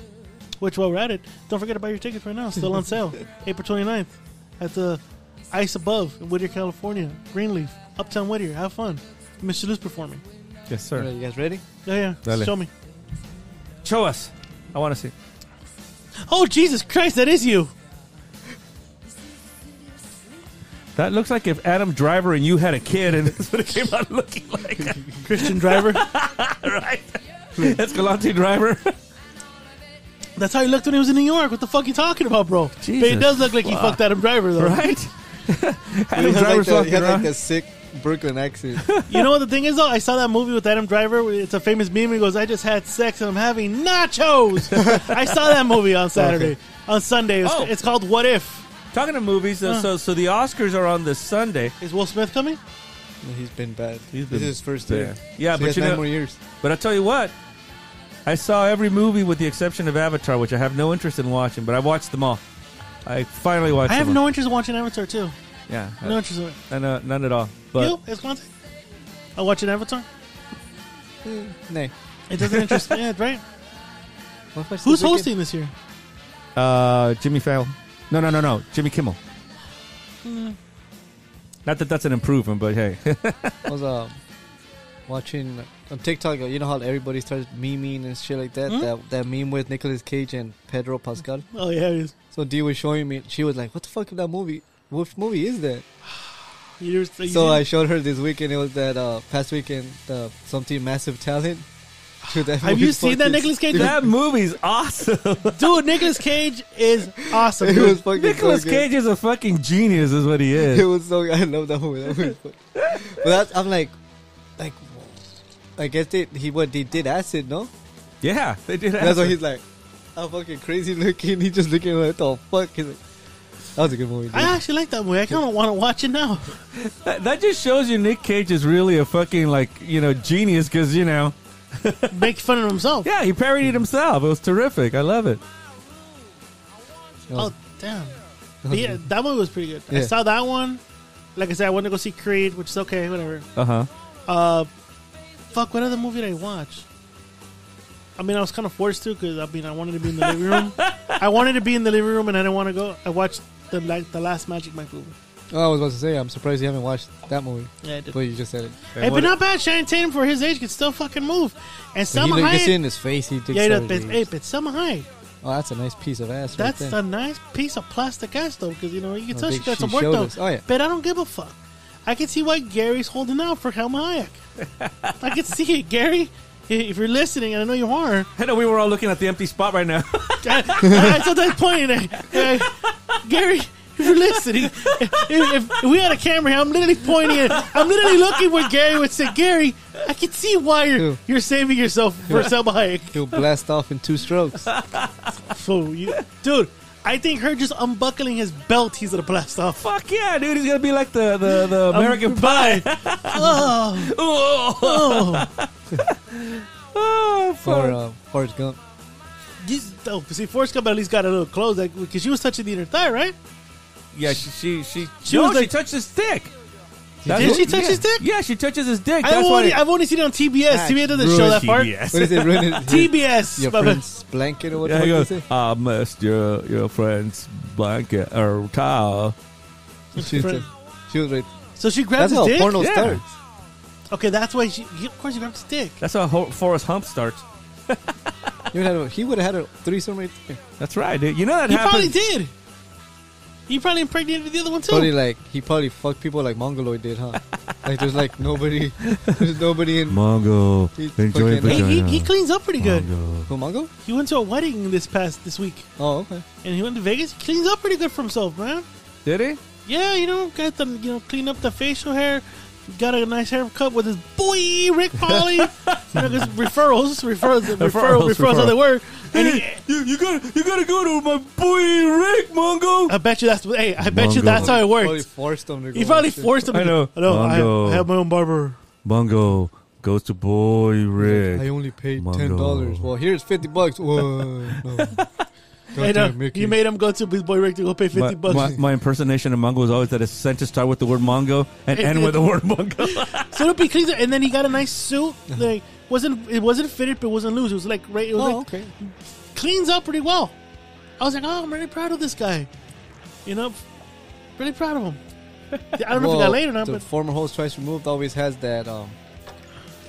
Speaker 1: Which while we're at it, don't forget to buy your tickets right now. Still on sale, April 29th at the Ice Above in Whittier, California. Greenleaf, Uptown Whittier. Have fun. Mr. Lou's performing.
Speaker 3: Yes,
Speaker 2: All
Speaker 3: sir.
Speaker 2: right, you guys
Speaker 3: [LAUGHS]
Speaker 2: ready?
Speaker 1: Yeah, yeah.
Speaker 3: Dale.
Speaker 1: Show me.
Speaker 3: Show us. I want to see.
Speaker 1: Oh Jesus Christ, that is you.
Speaker 3: That looks like if Adam Driver and you had a kid, and [LAUGHS] that's what it came out looking like. [LAUGHS]
Speaker 1: Christian Driver.
Speaker 3: right? Escalante Driver. [LAUGHS]
Speaker 1: That's how he looked when he was in New York. What the fuck you talking about, bro? but
Speaker 3: Jesus
Speaker 1: it does look like he
Speaker 3: fuck.
Speaker 1: fucked Adam Driver though.
Speaker 3: right? [LAUGHS]
Speaker 2: He
Speaker 3: Adam
Speaker 2: had like,
Speaker 3: Driver's
Speaker 2: the, he
Speaker 3: walking
Speaker 2: had like
Speaker 3: around.
Speaker 2: the sick Brooklyn accent.
Speaker 3: [LAUGHS]
Speaker 1: You know what the thing is though? I saw that movie with Adam Driver. where It's a famous meme. He goes, "I just had sex and I'm having
Speaker 3: [LAUGHS]
Speaker 1: nachos." I saw that movie on Saturday,
Speaker 2: Okay.
Speaker 1: on Sunday. It's,
Speaker 3: Oh.
Speaker 1: it's called What If.
Speaker 3: Talking to movies, so,
Speaker 1: Huh.
Speaker 3: so so the Oscars are on this Sunday.
Speaker 1: Is Will Smith coming?
Speaker 2: He's been bad. this
Speaker 3: He's been
Speaker 2: is his first
Speaker 3: bad.
Speaker 2: year.
Speaker 3: Yeah,
Speaker 2: So
Speaker 3: but
Speaker 2: he has
Speaker 3: you
Speaker 2: nine
Speaker 3: know-
Speaker 2: more years.
Speaker 3: But I tell you what, I saw every movie with the exception of Avatar, which I have no interest in watching. But I watched them all. I finally watched.
Speaker 1: I have
Speaker 3: them all.
Speaker 1: no interest in watching Avatar too.
Speaker 3: Yeah, I-
Speaker 1: No interest in it.
Speaker 3: I know none at all. But
Speaker 1: you, Escalante? I watch an Avatar.
Speaker 2: Eh, Nah.
Speaker 1: It doesn't interest me. Yeah, right?
Speaker 2: What if
Speaker 1: [LAUGHS]
Speaker 2: I
Speaker 1: Who's
Speaker 2: still like it?
Speaker 1: hosting this year?
Speaker 3: uh, Jimmy Fallon. No, no, no, no. Jimmy Kimmel.
Speaker 1: Mm.
Speaker 3: Not that that's an improvement,
Speaker 1: [LAUGHS]
Speaker 3: but hey,
Speaker 2: I was um, watching on TikTok. uh, You know how everybody starts memeing and shit like that.
Speaker 1: Hmm?
Speaker 2: That that meme with Nicolas Cage and Pedro Pascal.
Speaker 1: Oh yeah, it is.
Speaker 2: So Dee was showing me. She was like, "What the fuck is that movie? What movie is that?"
Speaker 1: You ever- you
Speaker 2: So
Speaker 1: seen-
Speaker 2: I showed her this weekend. It was that uh, past weekend. Uh, something
Speaker 1: [SIGHS]
Speaker 2: massive talent. Dude, that
Speaker 1: have you
Speaker 2: movie's
Speaker 1: seen that
Speaker 2: fucking-
Speaker 1: Nicolas Cage?
Speaker 3: that movie's awesome.
Speaker 1: [LAUGHS] Dude, Nicolas Cage is awesome.
Speaker 2: [LAUGHS] It
Speaker 1: dude.
Speaker 2: was fucking
Speaker 3: Nicolas
Speaker 2: so good.
Speaker 3: Cage is a fucking genius,
Speaker 1: [LAUGHS]
Speaker 3: is what he
Speaker 2: It
Speaker 3: is.
Speaker 2: was so. I love that movie. That movie was fucking- but that's, I'm like, like, I guess they he what they did acid no.
Speaker 3: Yeah, they did.
Speaker 2: That's why
Speaker 3: acid.
Speaker 2: he's like, I'm fucking crazy looking. He just looking like, what the fuck? He's like, that was a good movie. Dude.
Speaker 1: I actually like that movie. I kind of want to watch it now. [LAUGHS]
Speaker 3: That, that just shows you Nick Cage is really a fucking like you know genius because you know
Speaker 1: Make fun of himself.
Speaker 3: yeah he parodied himself. It was terrific. I love it.
Speaker 1: Oh damn. Yeah, that movie was pretty good. I
Speaker 2: Yeah.
Speaker 1: saw that one. Like I said, I wanted to go see Creed, which is okay, whatever.
Speaker 3: Uh huh.
Speaker 1: Uh, fuck, what other movie did I watch? I mean, I was kind of forced to because I mean, I wanted to be in the living
Speaker 2: [LAUGHS]
Speaker 1: room. I wanted to be in the living room, and I didn't want to go. I watched the like the last Magic Mike movie.
Speaker 2: Oh, I was about to say, I'm surprised you haven't watched that movie,
Speaker 1: Yeah, I did.
Speaker 2: but you just said it.
Speaker 1: hey, but not bad. Shannon Tatum for his age can still fucking move, and
Speaker 2: But he
Speaker 1: Selma
Speaker 2: look, you see
Speaker 1: Hayek.
Speaker 2: in his face, he thinks
Speaker 1: Yeah,
Speaker 2: yeah,
Speaker 1: no, but, hey, but Selma Hayek.
Speaker 2: Oh, that's a nice piece of ass.
Speaker 1: That's
Speaker 2: right
Speaker 1: a
Speaker 2: there.
Speaker 1: nice piece of plastic ass, though, because you know you can
Speaker 2: Oh,
Speaker 1: tell
Speaker 2: they-
Speaker 1: she got
Speaker 2: she
Speaker 1: some work
Speaker 2: showed
Speaker 1: done.
Speaker 2: us. Oh, yeah.
Speaker 1: But I don't give a fuck. I can see why Gary's holding out for Helma Hayek. I can see it, Gary. If you're listening, and I know you are,
Speaker 3: I know we were all looking at the empty spot right now. [LAUGHS]
Speaker 1: I, I sometimes point at uh, Gary. If you're listening, if, if, if we had a camera here, I'm literally pointing at. I'm literally looking where Gary would say, "Gary, I can see why you're
Speaker 2: Who?
Speaker 1: you're saving yourself for Selma Hayek."
Speaker 2: He'll blast off in two strokes.
Speaker 1: So you, dude, I think her just unbuckling his belt, he's gonna blast off.
Speaker 3: Fuck yeah, dude! He's gonna be like the the, the American Pie. [LAUGHS]
Speaker 1: Oh,
Speaker 3: oh,
Speaker 1: [LAUGHS] oh.
Speaker 3: oh, fuck.
Speaker 2: or uh, Forrest
Speaker 1: [LAUGHS]
Speaker 2: Gump.
Speaker 1: These- oh, see, Forrest Gump at least got a little close because she was touching the inner thigh, right?
Speaker 3: yeah, she she she,
Speaker 1: She
Speaker 3: no,
Speaker 1: was
Speaker 3: she
Speaker 1: like-
Speaker 3: touched his dick. That's
Speaker 1: Did
Speaker 3: what-
Speaker 1: she touch
Speaker 3: yeah.
Speaker 1: his dick?
Speaker 3: Yeah, she touches his dick.
Speaker 1: I've
Speaker 3: That's why.
Speaker 1: only, I've only seen it on TBS.
Speaker 2: Ah,
Speaker 1: TBS doesn't show that part.
Speaker 2: What
Speaker 3: [LAUGHS]
Speaker 2: is it? Ruin it-
Speaker 1: TBS.
Speaker 2: Your
Speaker 1: but-
Speaker 2: friend's blanket or what
Speaker 3: Yeah,
Speaker 2: the
Speaker 3: he
Speaker 2: fuck
Speaker 3: goes,
Speaker 2: you say?
Speaker 3: I missed your your friend's blanket or towel.
Speaker 2: She was, she was right.
Speaker 1: So she grabs
Speaker 2: That's
Speaker 1: his
Speaker 2: how
Speaker 1: dick.
Speaker 2: porno
Speaker 3: Yeah.
Speaker 2: starts.
Speaker 1: Okay, that's why she. he- Of course, she grabs his dick.
Speaker 3: That's how Ho- Forrest Hump starts.
Speaker 2: He would have, he would have had a threesome right there.
Speaker 3: That's right, dude. You know that
Speaker 1: He probably
Speaker 3: happened.
Speaker 1: did. He probably impregnated the other one too.
Speaker 2: Probably like he probably fucked people like Mongoloid
Speaker 1: [LAUGHS]
Speaker 2: did, huh? like there's like nobody, there's nobody in
Speaker 3: Mongo,
Speaker 2: He
Speaker 3: enjoy
Speaker 2: fucking-
Speaker 1: Hey, he,
Speaker 3: vagina.
Speaker 1: he cleans up pretty good.
Speaker 3: Mongo.
Speaker 2: who Mongo.
Speaker 1: He went to a wedding this past this week,
Speaker 2: Oh, okay.
Speaker 1: and he went to Vegas. He cleans up pretty good for himself, man.
Speaker 3: Did he?
Speaker 1: Yeah, you know, got them, you know, clean up the facial hair. Got a nice haircut with his boy Rick Polly. you know, 'cause referrals, referrals, referrals, referrals,
Speaker 3: Referrals,
Speaker 1: how they
Speaker 3: referrals.
Speaker 1: were. And he,
Speaker 3: You, you gotta you gotta go to my boy Rick Mongo.
Speaker 1: I bet you that's hey, I bet you
Speaker 3: Mongo.
Speaker 1: that's how it
Speaker 2: Probably
Speaker 1: works.
Speaker 2: forced him to go.
Speaker 1: He probably
Speaker 2: and shit.
Speaker 1: forced him. to-
Speaker 3: I know.
Speaker 1: I know. I,
Speaker 3: Mongo.
Speaker 1: I have my own barber.
Speaker 3: Mongo goes to boy Rick.
Speaker 2: I only paid
Speaker 3: Mongo.
Speaker 2: ten dollars. Well, here's fifty bucks. Whoa,
Speaker 1: [LAUGHS]
Speaker 2: no.
Speaker 1: I know.
Speaker 2: Goddamn, Mickey. Oh,
Speaker 1: You made him go to his boy Rick to go pay fifty
Speaker 3: my,
Speaker 1: bucks.
Speaker 3: my, my impersonation of Mongo was always that a sentence start with the word Mongo and end with the
Speaker 1: [LAUGHS]
Speaker 3: word Mongo.
Speaker 1: So it'll be clean, and then he got a nice suit. Like wasn't it wasn't fitted, but it wasn't loose. It was like right. It was
Speaker 2: Oh,
Speaker 1: like
Speaker 2: okay.
Speaker 1: cleans up pretty well. I was like, oh, I'm really proud of this guy. You know, really proud of him. I don't know if he got
Speaker 2: Well,
Speaker 1: laid or not,
Speaker 2: the
Speaker 1: but
Speaker 2: former host twice removed always has that um,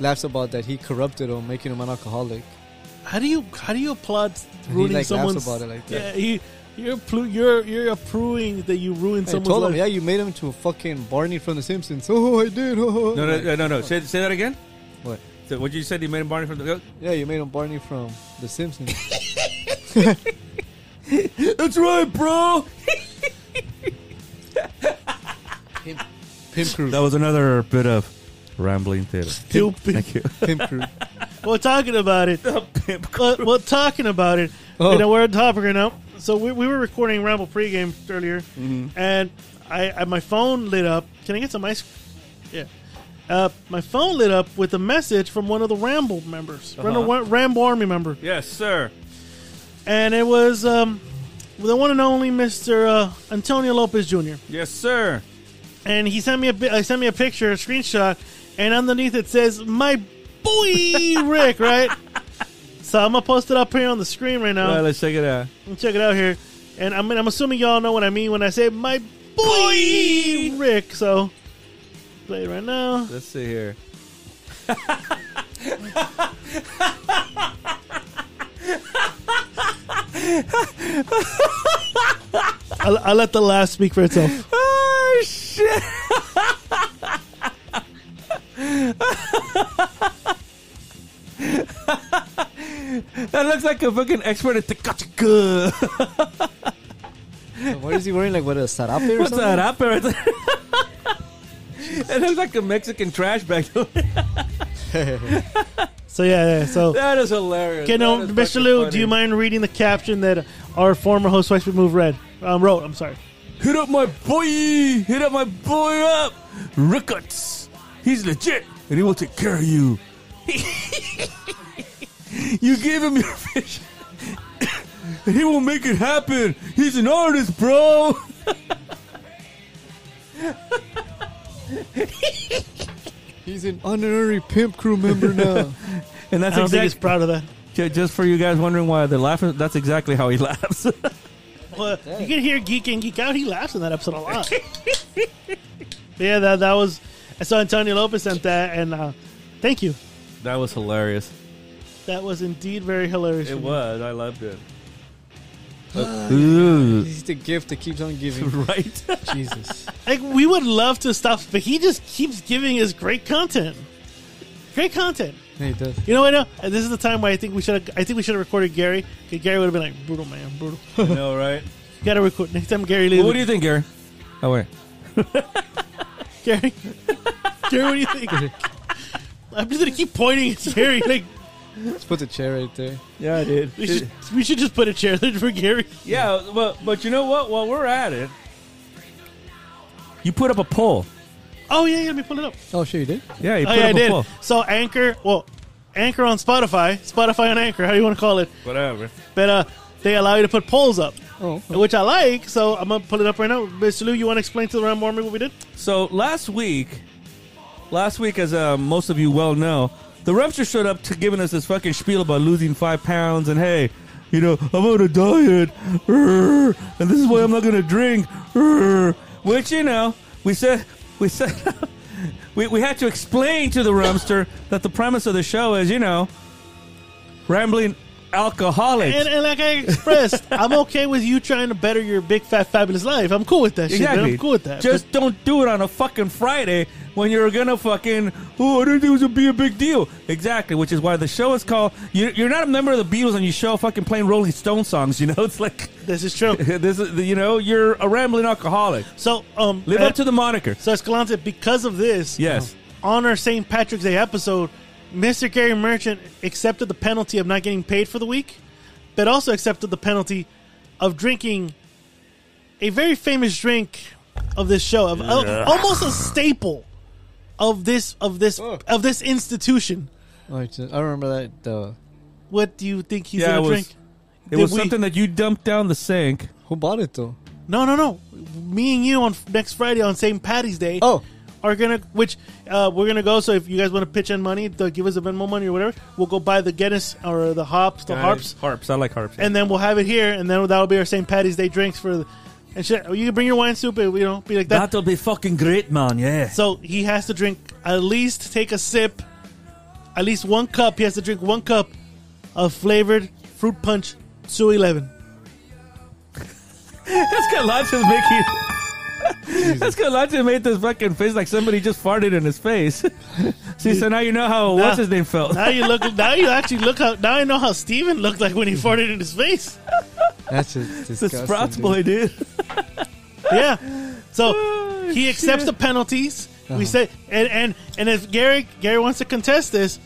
Speaker 2: laughs about that he corrupted him, making him an alcoholic.
Speaker 1: how do you how do you applaud
Speaker 2: And
Speaker 1: ruining
Speaker 2: he like
Speaker 1: someone's?
Speaker 2: laughs about it like that.
Speaker 1: yeah, he, you're plu- you're you're approving that you ruined
Speaker 2: I
Speaker 1: someone's
Speaker 2: told
Speaker 1: life.
Speaker 2: him, yeah, you made him to fucking Barney from The Simpsons. [LAUGHS] Oh, I did. Oh,
Speaker 3: no, no, no, no. Say, say that again.
Speaker 2: What?
Speaker 3: So what you said? You made him Barney from the.
Speaker 2: Yeah, you made him Barney from The
Speaker 1: [LAUGHS]
Speaker 2: Simpsons.
Speaker 3: That's right, bro.
Speaker 2: Pimp crew.
Speaker 3: That was another bit of rambling theater.
Speaker 1: Stupid. [LAUGHS]
Speaker 3: Thank you.
Speaker 2: Pimp crew.
Speaker 1: We're talking about it. Well, well, talking about it,
Speaker 2: Oh.
Speaker 1: you know, we're on topic right now. So we, we were recording Ramble pregame earlier, and I, I my phone lit up. Can I get some ice? Yeah, uh, my phone lit up with a message from one of the Ramble members, one of one- Ramble Army member,
Speaker 3: Yes, sir.
Speaker 1: and it was um, the one and only Mister uh, Antonio Lopez Jr.
Speaker 3: Yes, sir.
Speaker 1: And he sent me a bi- uh, sent me a picture, a screenshot, and underneath it says my boy Rick, right? So I'm gonna post it up here on the screen right now.
Speaker 3: All right, let's check it out.
Speaker 1: Check it out here. And I mean, I'm assuming y'all know what I mean when I say my boy Rick. So play it right now.
Speaker 3: Let's see here.
Speaker 1: I'll, I'll let the laugh speak for itself.
Speaker 3: Oh shit! that looks like a fucking expert at Takachika.
Speaker 2: [LAUGHS] What is he wearing? Like, what, a sarape or
Speaker 3: What's
Speaker 2: something? [LAUGHS]
Speaker 3: that up there? it looks like a Mexican trash bag. [LAUGHS]
Speaker 1: So yeah, yeah. So
Speaker 3: [LAUGHS] that is hilarious.
Speaker 1: okay, no,
Speaker 3: That is
Speaker 1: Mr.
Speaker 3: fucking
Speaker 1: Lou,
Speaker 3: funny.
Speaker 1: do you mind reading the caption that our former host Wife Move read? Um, wrote. I'm sorry.
Speaker 3: Hit up my boy! Hit up my boy up! Ricketts! He's legit and he will take care of you. [LAUGHS] you give him your vision [COUGHS] and he will make it happen. He's an artist, bro! [LAUGHS]
Speaker 2: He's an honorary pimp crew member now.
Speaker 3: And
Speaker 1: I
Speaker 3: that's
Speaker 1: don't think he's
Speaker 3: exactly
Speaker 1: proud of that.
Speaker 3: just for you guys wondering why they're laughing. That's exactly how he [LAUGHS] laughs.
Speaker 1: Well, you can hear Geek and Geek Out. He laughs in that episode a
Speaker 3: [LAUGHS]
Speaker 1: lot. yeah, that that was. I saw Antonio Lopez sent that, and uh, thank you.
Speaker 3: that was hilarious.
Speaker 1: That was indeed very hilarious. for me.
Speaker 3: was. I loved it.
Speaker 2: [LAUGHS]
Speaker 1: [LAUGHS]
Speaker 2: He's the gift that keeps on giving.
Speaker 3: right?
Speaker 2: [LAUGHS]
Speaker 3: [LAUGHS]
Speaker 2: Jesus.
Speaker 1: Like we would love to stop, but he just keeps giving us great content. Great content.
Speaker 2: Yeah, he does.
Speaker 1: You know what? I know? And this is the time where I think we should. I think we should have recorded Gary. 'cause Gary would have been like brutal, man, brutal.
Speaker 3: I know, right?
Speaker 1: Got to record next time. Gary leaves.
Speaker 3: Well,
Speaker 1: [LAUGHS]
Speaker 3: what do you think, Gary? Oh, wait.
Speaker 1: Gary? Gary, what do you think? I'm just gonna keep pointing at Gary. Like
Speaker 2: Let's put the chair right there.
Speaker 3: Yeah, I did.
Speaker 1: we should, we should just put a chair there for Gary.
Speaker 3: Yeah, but but you know what? While we're at it, you put up a poll.
Speaker 1: Oh yeah, yeah. Let me pull it up.
Speaker 2: Oh, sure, you did?
Speaker 3: Yeah, you
Speaker 1: Oh
Speaker 3: put
Speaker 1: yeah,
Speaker 3: up
Speaker 1: I
Speaker 3: a
Speaker 1: did.
Speaker 3: poll.
Speaker 1: So Anchor, well, Anchor on Spotify, Spotify on Anchor, how do you want to call it?
Speaker 3: Whatever.
Speaker 1: But uh, they allow you to put polls up.
Speaker 2: Oh, okay.
Speaker 1: which I like. So I'm gonna pull it up right now. Mr. Lou, you want to explain to the round more what we did?
Speaker 3: So last week last week, as uh, most of you well know, the Repster showed up to giving us this fucking spiel about losing five pounds and hey, you know, I'm on a diet, Urgh. and this is why I'm not gonna drink, Urgh. which you know, we said, [LAUGHS] we said, we, we had to explain to the Rumster that the premise of the show is, you know, rambling alcoholics.
Speaker 1: And, and like I
Speaker 3: [LAUGHS]
Speaker 1: expressed, I'm okay with you trying to better your big fat fabulous life. I'm cool with that shit. man. I'm cool with that.
Speaker 3: Just don't do it on a fucking Friday when you're gonna fucking oh I didn't think it was gonna be a big deal. Exactly, which is why the show is called. You're, you're not a member of the Beatles and you show up fucking playing Rolling Stone songs. You know, [LAUGHS] it's like
Speaker 1: But this is true.
Speaker 3: this is you know you're a rambling alcoholic.
Speaker 1: So um,
Speaker 3: Live
Speaker 1: uh,
Speaker 3: up to the moniker.
Speaker 1: So Escalante, because of this,
Speaker 3: Yes.
Speaker 1: uh, on our St. Patrick's Day episode, Mr. Gary Merchant accepted the penalty of not getting paid for the week, but also accepted the penalty of drinking a very famous drink of this show, of of- almost a staple of this of this
Speaker 2: Ugh.
Speaker 1: of this institution.
Speaker 2: Oh, it's- I remember that. The
Speaker 1: What do you think he's
Speaker 3: Yeah,
Speaker 1: gonna
Speaker 3: it was-
Speaker 1: drink?
Speaker 3: It
Speaker 1: Did
Speaker 3: was
Speaker 1: we-
Speaker 3: something that you dumped down the sink.
Speaker 2: who bought it though?
Speaker 1: No, no, no. Me and you on next Friday on St. Patty's Day.
Speaker 2: Oh.
Speaker 1: are gonna which uh, we're gonna go. So if you guys want to pitch in money, to give us a Venmo money or whatever, we'll go buy the Guinness or the hops, the harps,
Speaker 3: harps. I like harps.
Speaker 1: and then we'll have it here, and then that'll be our St. Patty's Day drinks for. The, and shit, you can bring your wine soup. You know, be like that.
Speaker 3: that'll be fucking great, man. Yeah.
Speaker 1: So he has to drink at least take a sip, at least one cup. He has to drink one cup of flavored fruit punch. Two eleven.
Speaker 3: Escalache's making. Escalache made this fucking face like somebody just farted in his face. [LAUGHS] See, so now you know how what's his name felt. [LAUGHS]
Speaker 1: Now you look. now you actually look how. Now I know how Steven looked like when he farted in his face.
Speaker 2: That's just
Speaker 3: the
Speaker 2: disgusting.
Speaker 3: Sprouts
Speaker 2: dude.
Speaker 3: boy, dude.
Speaker 1: yeah. So he accepts the penalties. We said, and and and if Gary Gary wants to contest this,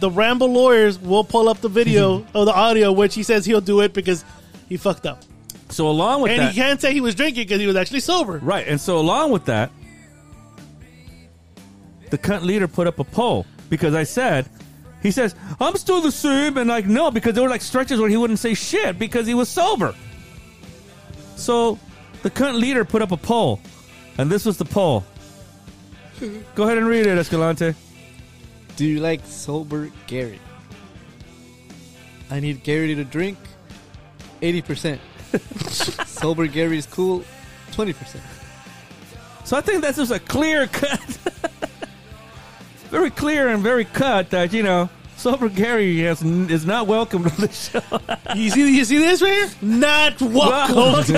Speaker 1: the Ramble lawyers will pull up the [LAUGHS] video or the audio, which he says he'll do it because he fucked up,
Speaker 3: So along with
Speaker 1: and
Speaker 3: that,
Speaker 1: he can't say he was drinking because he was actually sober.
Speaker 3: right? And so along with that, the cunt leader put up a poll because I said, he says I'm still the same, and like no, because there were like stretches where he wouldn't say shit because he was sober. So the cunt leader put up a poll, and this was the poll. Go ahead and read it, Escalante.
Speaker 2: Do you like sober Gary? I need Gary to drink 80%. sober Gary is cool 20%.
Speaker 3: So I think that's just a clear [LAUGHS] cut, very clear and very cut that you know sober Gary has, is not welcome to the [LAUGHS] show.
Speaker 1: [LAUGHS] You see, you see this right here? Not welcome.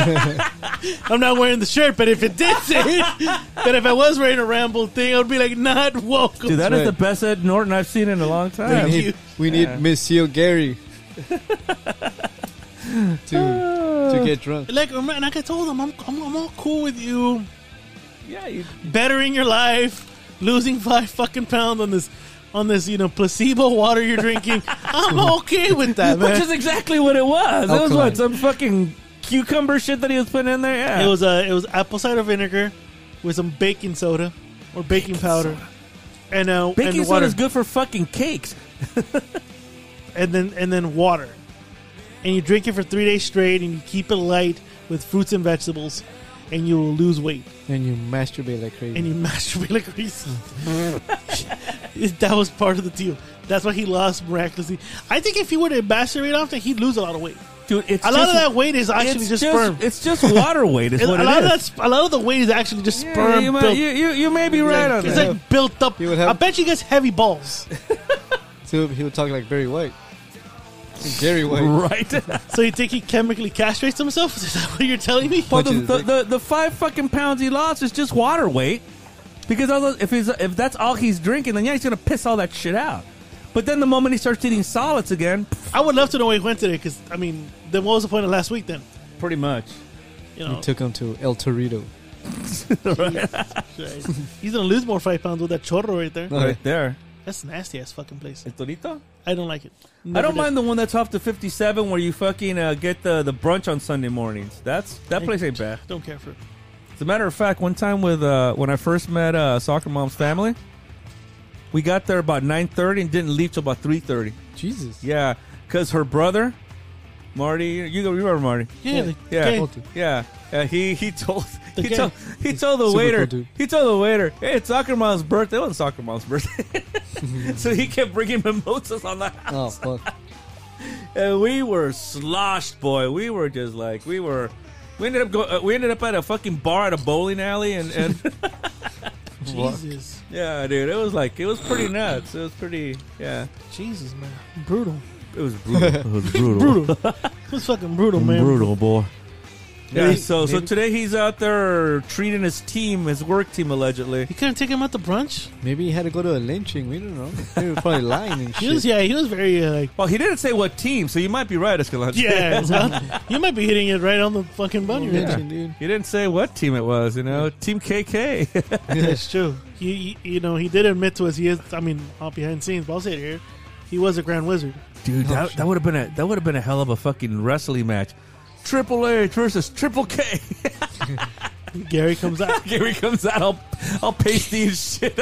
Speaker 1: [LAUGHS] I'm not wearing the shirt, but if it did say [LAUGHS] it, but if I was wearing a Ramble thing, I would be like, not welcome.
Speaker 3: Dude, that is
Speaker 2: right.
Speaker 3: the best Ed Norton I've seen in a long
Speaker 2: We
Speaker 3: time.
Speaker 1: Thank
Speaker 2: need,
Speaker 1: you.
Speaker 2: we need Monsieur Gary to, to get drunk.
Speaker 1: like, and like I told him, I'm, I'm, I'm all cool with you.
Speaker 3: yeah,
Speaker 2: [LAUGHS]
Speaker 3: you,
Speaker 1: bettering your life, losing five fucking pounds on this on this, you know, placebo water you're
Speaker 3: [LAUGHS]
Speaker 1: drinking. I'm okay with that,
Speaker 3: which
Speaker 1: man.
Speaker 3: is exactly what it was. It was
Speaker 2: Alkaline.
Speaker 3: what some fucking cucumber shit that he was putting in there. Yeah,
Speaker 1: [LAUGHS] It was uh, it was apple cider vinegar with some baking soda or baking, powder. And uh,
Speaker 3: baking
Speaker 1: and
Speaker 3: soda
Speaker 1: water.
Speaker 3: is good for fucking cakes.
Speaker 1: and then and then water. And you drink it for three days straight and you keep it light with fruits and vegetables and you will lose weight.
Speaker 2: And you masturbate like crazy.
Speaker 1: [LAUGHS] and you masturbate like crazy. [LAUGHS] that was part of the deal. That's why he lost miraculously. I think if he were to masturbate often, he'd lose a lot of weight.
Speaker 3: Dude, it's
Speaker 1: A lot
Speaker 3: just-
Speaker 1: of that weight is actually
Speaker 3: it's
Speaker 1: just, sperm.
Speaker 3: It's just water weight.
Speaker 1: [LAUGHS]
Speaker 3: Is
Speaker 1: a
Speaker 3: what it
Speaker 1: lot of
Speaker 3: is.
Speaker 1: that, sp- a lot of the weight is actually just
Speaker 3: Yeah,
Speaker 1: sperm.
Speaker 3: you, might,
Speaker 1: built,
Speaker 3: you, you, you may be right on
Speaker 1: it's
Speaker 3: [LAUGHS] that.
Speaker 1: like built up.
Speaker 2: You would have-
Speaker 1: I bet you gets heavy
Speaker 3: [LAUGHS]
Speaker 1: balls.
Speaker 2: so he would talk like Barry White. Gary White.
Speaker 3: right.
Speaker 1: so you think he chemically castrates himself? [LAUGHS] Is that what you're telling me?
Speaker 3: Well, the,
Speaker 2: Punches
Speaker 3: the,
Speaker 2: his
Speaker 3: the, the five fucking pounds he lost is just water weight. Because other- if he's if that's all he's drinking, then yeah, he's gonna piss all that shit out. But then the moment he starts eating solids again,
Speaker 1: I would love to know where he went today because I mean, then what was the point of last week then?
Speaker 3: pretty much.
Speaker 1: You know,
Speaker 2: Took him to El Torito.
Speaker 1: he's gonna lose more five pounds with that chorro right there.
Speaker 2: Right
Speaker 3: there.
Speaker 1: That's a nasty ass fucking place.
Speaker 3: El Torito?
Speaker 1: I don't like it.
Speaker 3: I
Speaker 1: Never
Speaker 3: don't
Speaker 1: did.
Speaker 3: mind the one that's off to 57 where you fucking uh, get the, the brunch on Sunday mornings. That's That place ain't bad.
Speaker 1: Don't care for it.
Speaker 3: As a matter of fact, one time with uh, when I first met uh, Soccer Mom's family, we got there about 9.30 and didn't leave till about 3.30.
Speaker 2: Jesus.
Speaker 3: Yeah, because her brother, Marty, you, you remember Marty.
Speaker 1: Yeah,
Speaker 2: Yeah.
Speaker 1: the-
Speaker 3: Yeah,
Speaker 1: okay.
Speaker 2: Multi.
Speaker 3: yeah. Uh, he he told
Speaker 1: the
Speaker 3: he
Speaker 1: game.
Speaker 3: told, he told the
Speaker 2: super
Speaker 3: waiter.
Speaker 2: cool dude.
Speaker 3: he told the waiter, "Hey, it's Soccer Mom's birthday." It wasn't Soccer Mom's birthday, [LAUGHS] so he kept bringing mimosas on the house,
Speaker 2: Oh fuck!
Speaker 3: and we were sloshed, boy. We were just like we were. We ended up go, uh, we ended up at a fucking bar at a bowling alley, and, and
Speaker 1: Jesus,
Speaker 3: yeah, dude, it was like it was pretty nuts. It was pretty, yeah,
Speaker 1: Jesus, man, brutal,
Speaker 3: it was brutal. It was [LAUGHS] brutal.
Speaker 1: brutal. it was fucking brutal, man.
Speaker 3: boy. Yeah,
Speaker 2: Maybe-
Speaker 3: so so
Speaker 2: maybe-
Speaker 3: today he's out there treating his team, his work team, allegedly.
Speaker 1: You couldn't take him out to brunch.
Speaker 2: Maybe he had to go to a lynching. We don't know. They were probably lying and
Speaker 1: He was,
Speaker 2: shit.
Speaker 1: yeah, he was very uh, like,
Speaker 3: Well, he didn't say what team, so you might be right, Escalante.
Speaker 1: yeah. well, you might be hitting it right on the fucking bunny.
Speaker 2: Yeah.
Speaker 1: right there.
Speaker 2: Lynching, dude.
Speaker 3: He didn't say what team it was, you know, Team KK.
Speaker 1: That's true. He, he- you know, he did admit to us. He is. I mean, all behind the scenes, but I'll say it here. He was a grand wizard.
Speaker 3: [LAUGHS] Dude, that, that would have been a that would have been a hell of a fucking wrestling match. Triple H versus Triple K. [LAUGHS]
Speaker 1: Gary comes out,
Speaker 3: Here he comes out, all, all pasty and shit.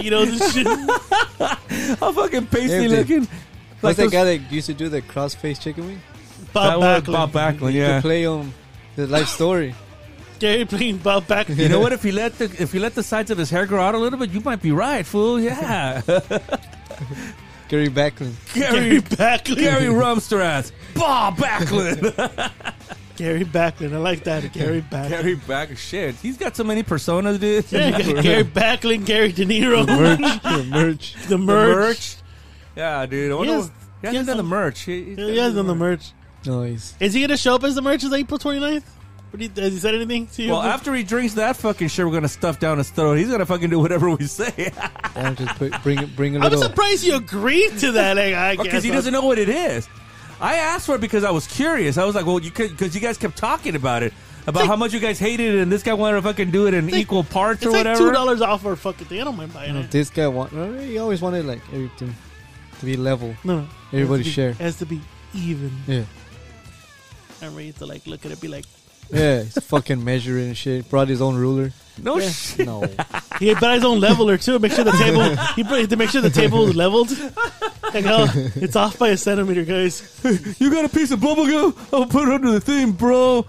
Speaker 1: you know, this shit.
Speaker 3: all fucking pasty
Speaker 2: Everything.
Speaker 3: looking.
Speaker 2: Like that
Speaker 3: those-
Speaker 2: guy that used to do the cross-face chicken wing.
Speaker 3: that
Speaker 1: Bob
Speaker 3: was
Speaker 1: Backlund.
Speaker 3: Bob Backlund, yeah.
Speaker 2: To play um the life story.
Speaker 1: Gary playing Bob Backlund.
Speaker 3: You know what? If you let the if you let the sides of his hair grow out a little bit, you might be right,
Speaker 1: [LAUGHS]
Speaker 3: fool. Yeah,
Speaker 2: Gary
Speaker 3: [LAUGHS]
Speaker 2: Backlund.
Speaker 1: Gary
Speaker 3: Gary
Speaker 1: Backlund.
Speaker 3: Gary Rumstrath, Bob Backlund,
Speaker 1: Gary Backlund. I like that. [LAUGHS] Gary Backlund.
Speaker 3: Gary Back. Shit, he's got so many personas, dude.
Speaker 1: yeah, you got [LAUGHS] Gary Backlund, Gary De Niro,
Speaker 2: Merch. the merch.
Speaker 1: the
Speaker 3: The
Speaker 1: merch.
Speaker 3: Yeah, dude. I wonder
Speaker 1: He
Speaker 3: what-
Speaker 1: has-
Speaker 3: he
Speaker 1: he has
Speaker 3: hasn't done the
Speaker 1: some-
Speaker 3: merch. He, he's
Speaker 1: He has on the merch.
Speaker 2: Noise.
Speaker 1: Is he gonna show up as the merch as April 29th? What do you, has he said anything? To you?
Speaker 3: Well, after he drinks that fucking shit, we're gonna stuff down his throat. He's gonna fucking do whatever we say
Speaker 2: Or just put, bring it- bring a
Speaker 1: I'm
Speaker 2: little.
Speaker 1: surprised you agreed to that. Like, I guess
Speaker 3: because he doesn't know what it is. I asked for it because I was curious. I was like, well, you could because you guys kept talking about it about
Speaker 1: like-
Speaker 3: how much you guys hated it, and this guy wanted to fucking do it in
Speaker 1: like-
Speaker 3: equal parts
Speaker 1: It's
Speaker 3: or
Speaker 1: like two
Speaker 3: whatever.
Speaker 1: dollars off or fucking thing. I don't mind buying
Speaker 2: You know,
Speaker 1: it.
Speaker 2: this guy want. no, He always wanted like everything to be level.
Speaker 1: No, no.
Speaker 2: Everybody
Speaker 1: It has to be-
Speaker 2: share.
Speaker 1: It has to be even.
Speaker 2: Yeah.
Speaker 1: I'm ready to like look at it, be like,
Speaker 2: Yeah, he's fucking measuring and shit. Brought his own ruler.
Speaker 3: no
Speaker 1: Yeah.
Speaker 3: shit. [LAUGHS]
Speaker 2: No.
Speaker 1: he brought his own leveler too. Make sure the table. He brought- to make sure the table is leveled. Like,
Speaker 2: [LAUGHS]
Speaker 1: oh, it's off by a centimeter, guys.
Speaker 3: You got a piece of bubblegum? I'll put it under the thing, bro.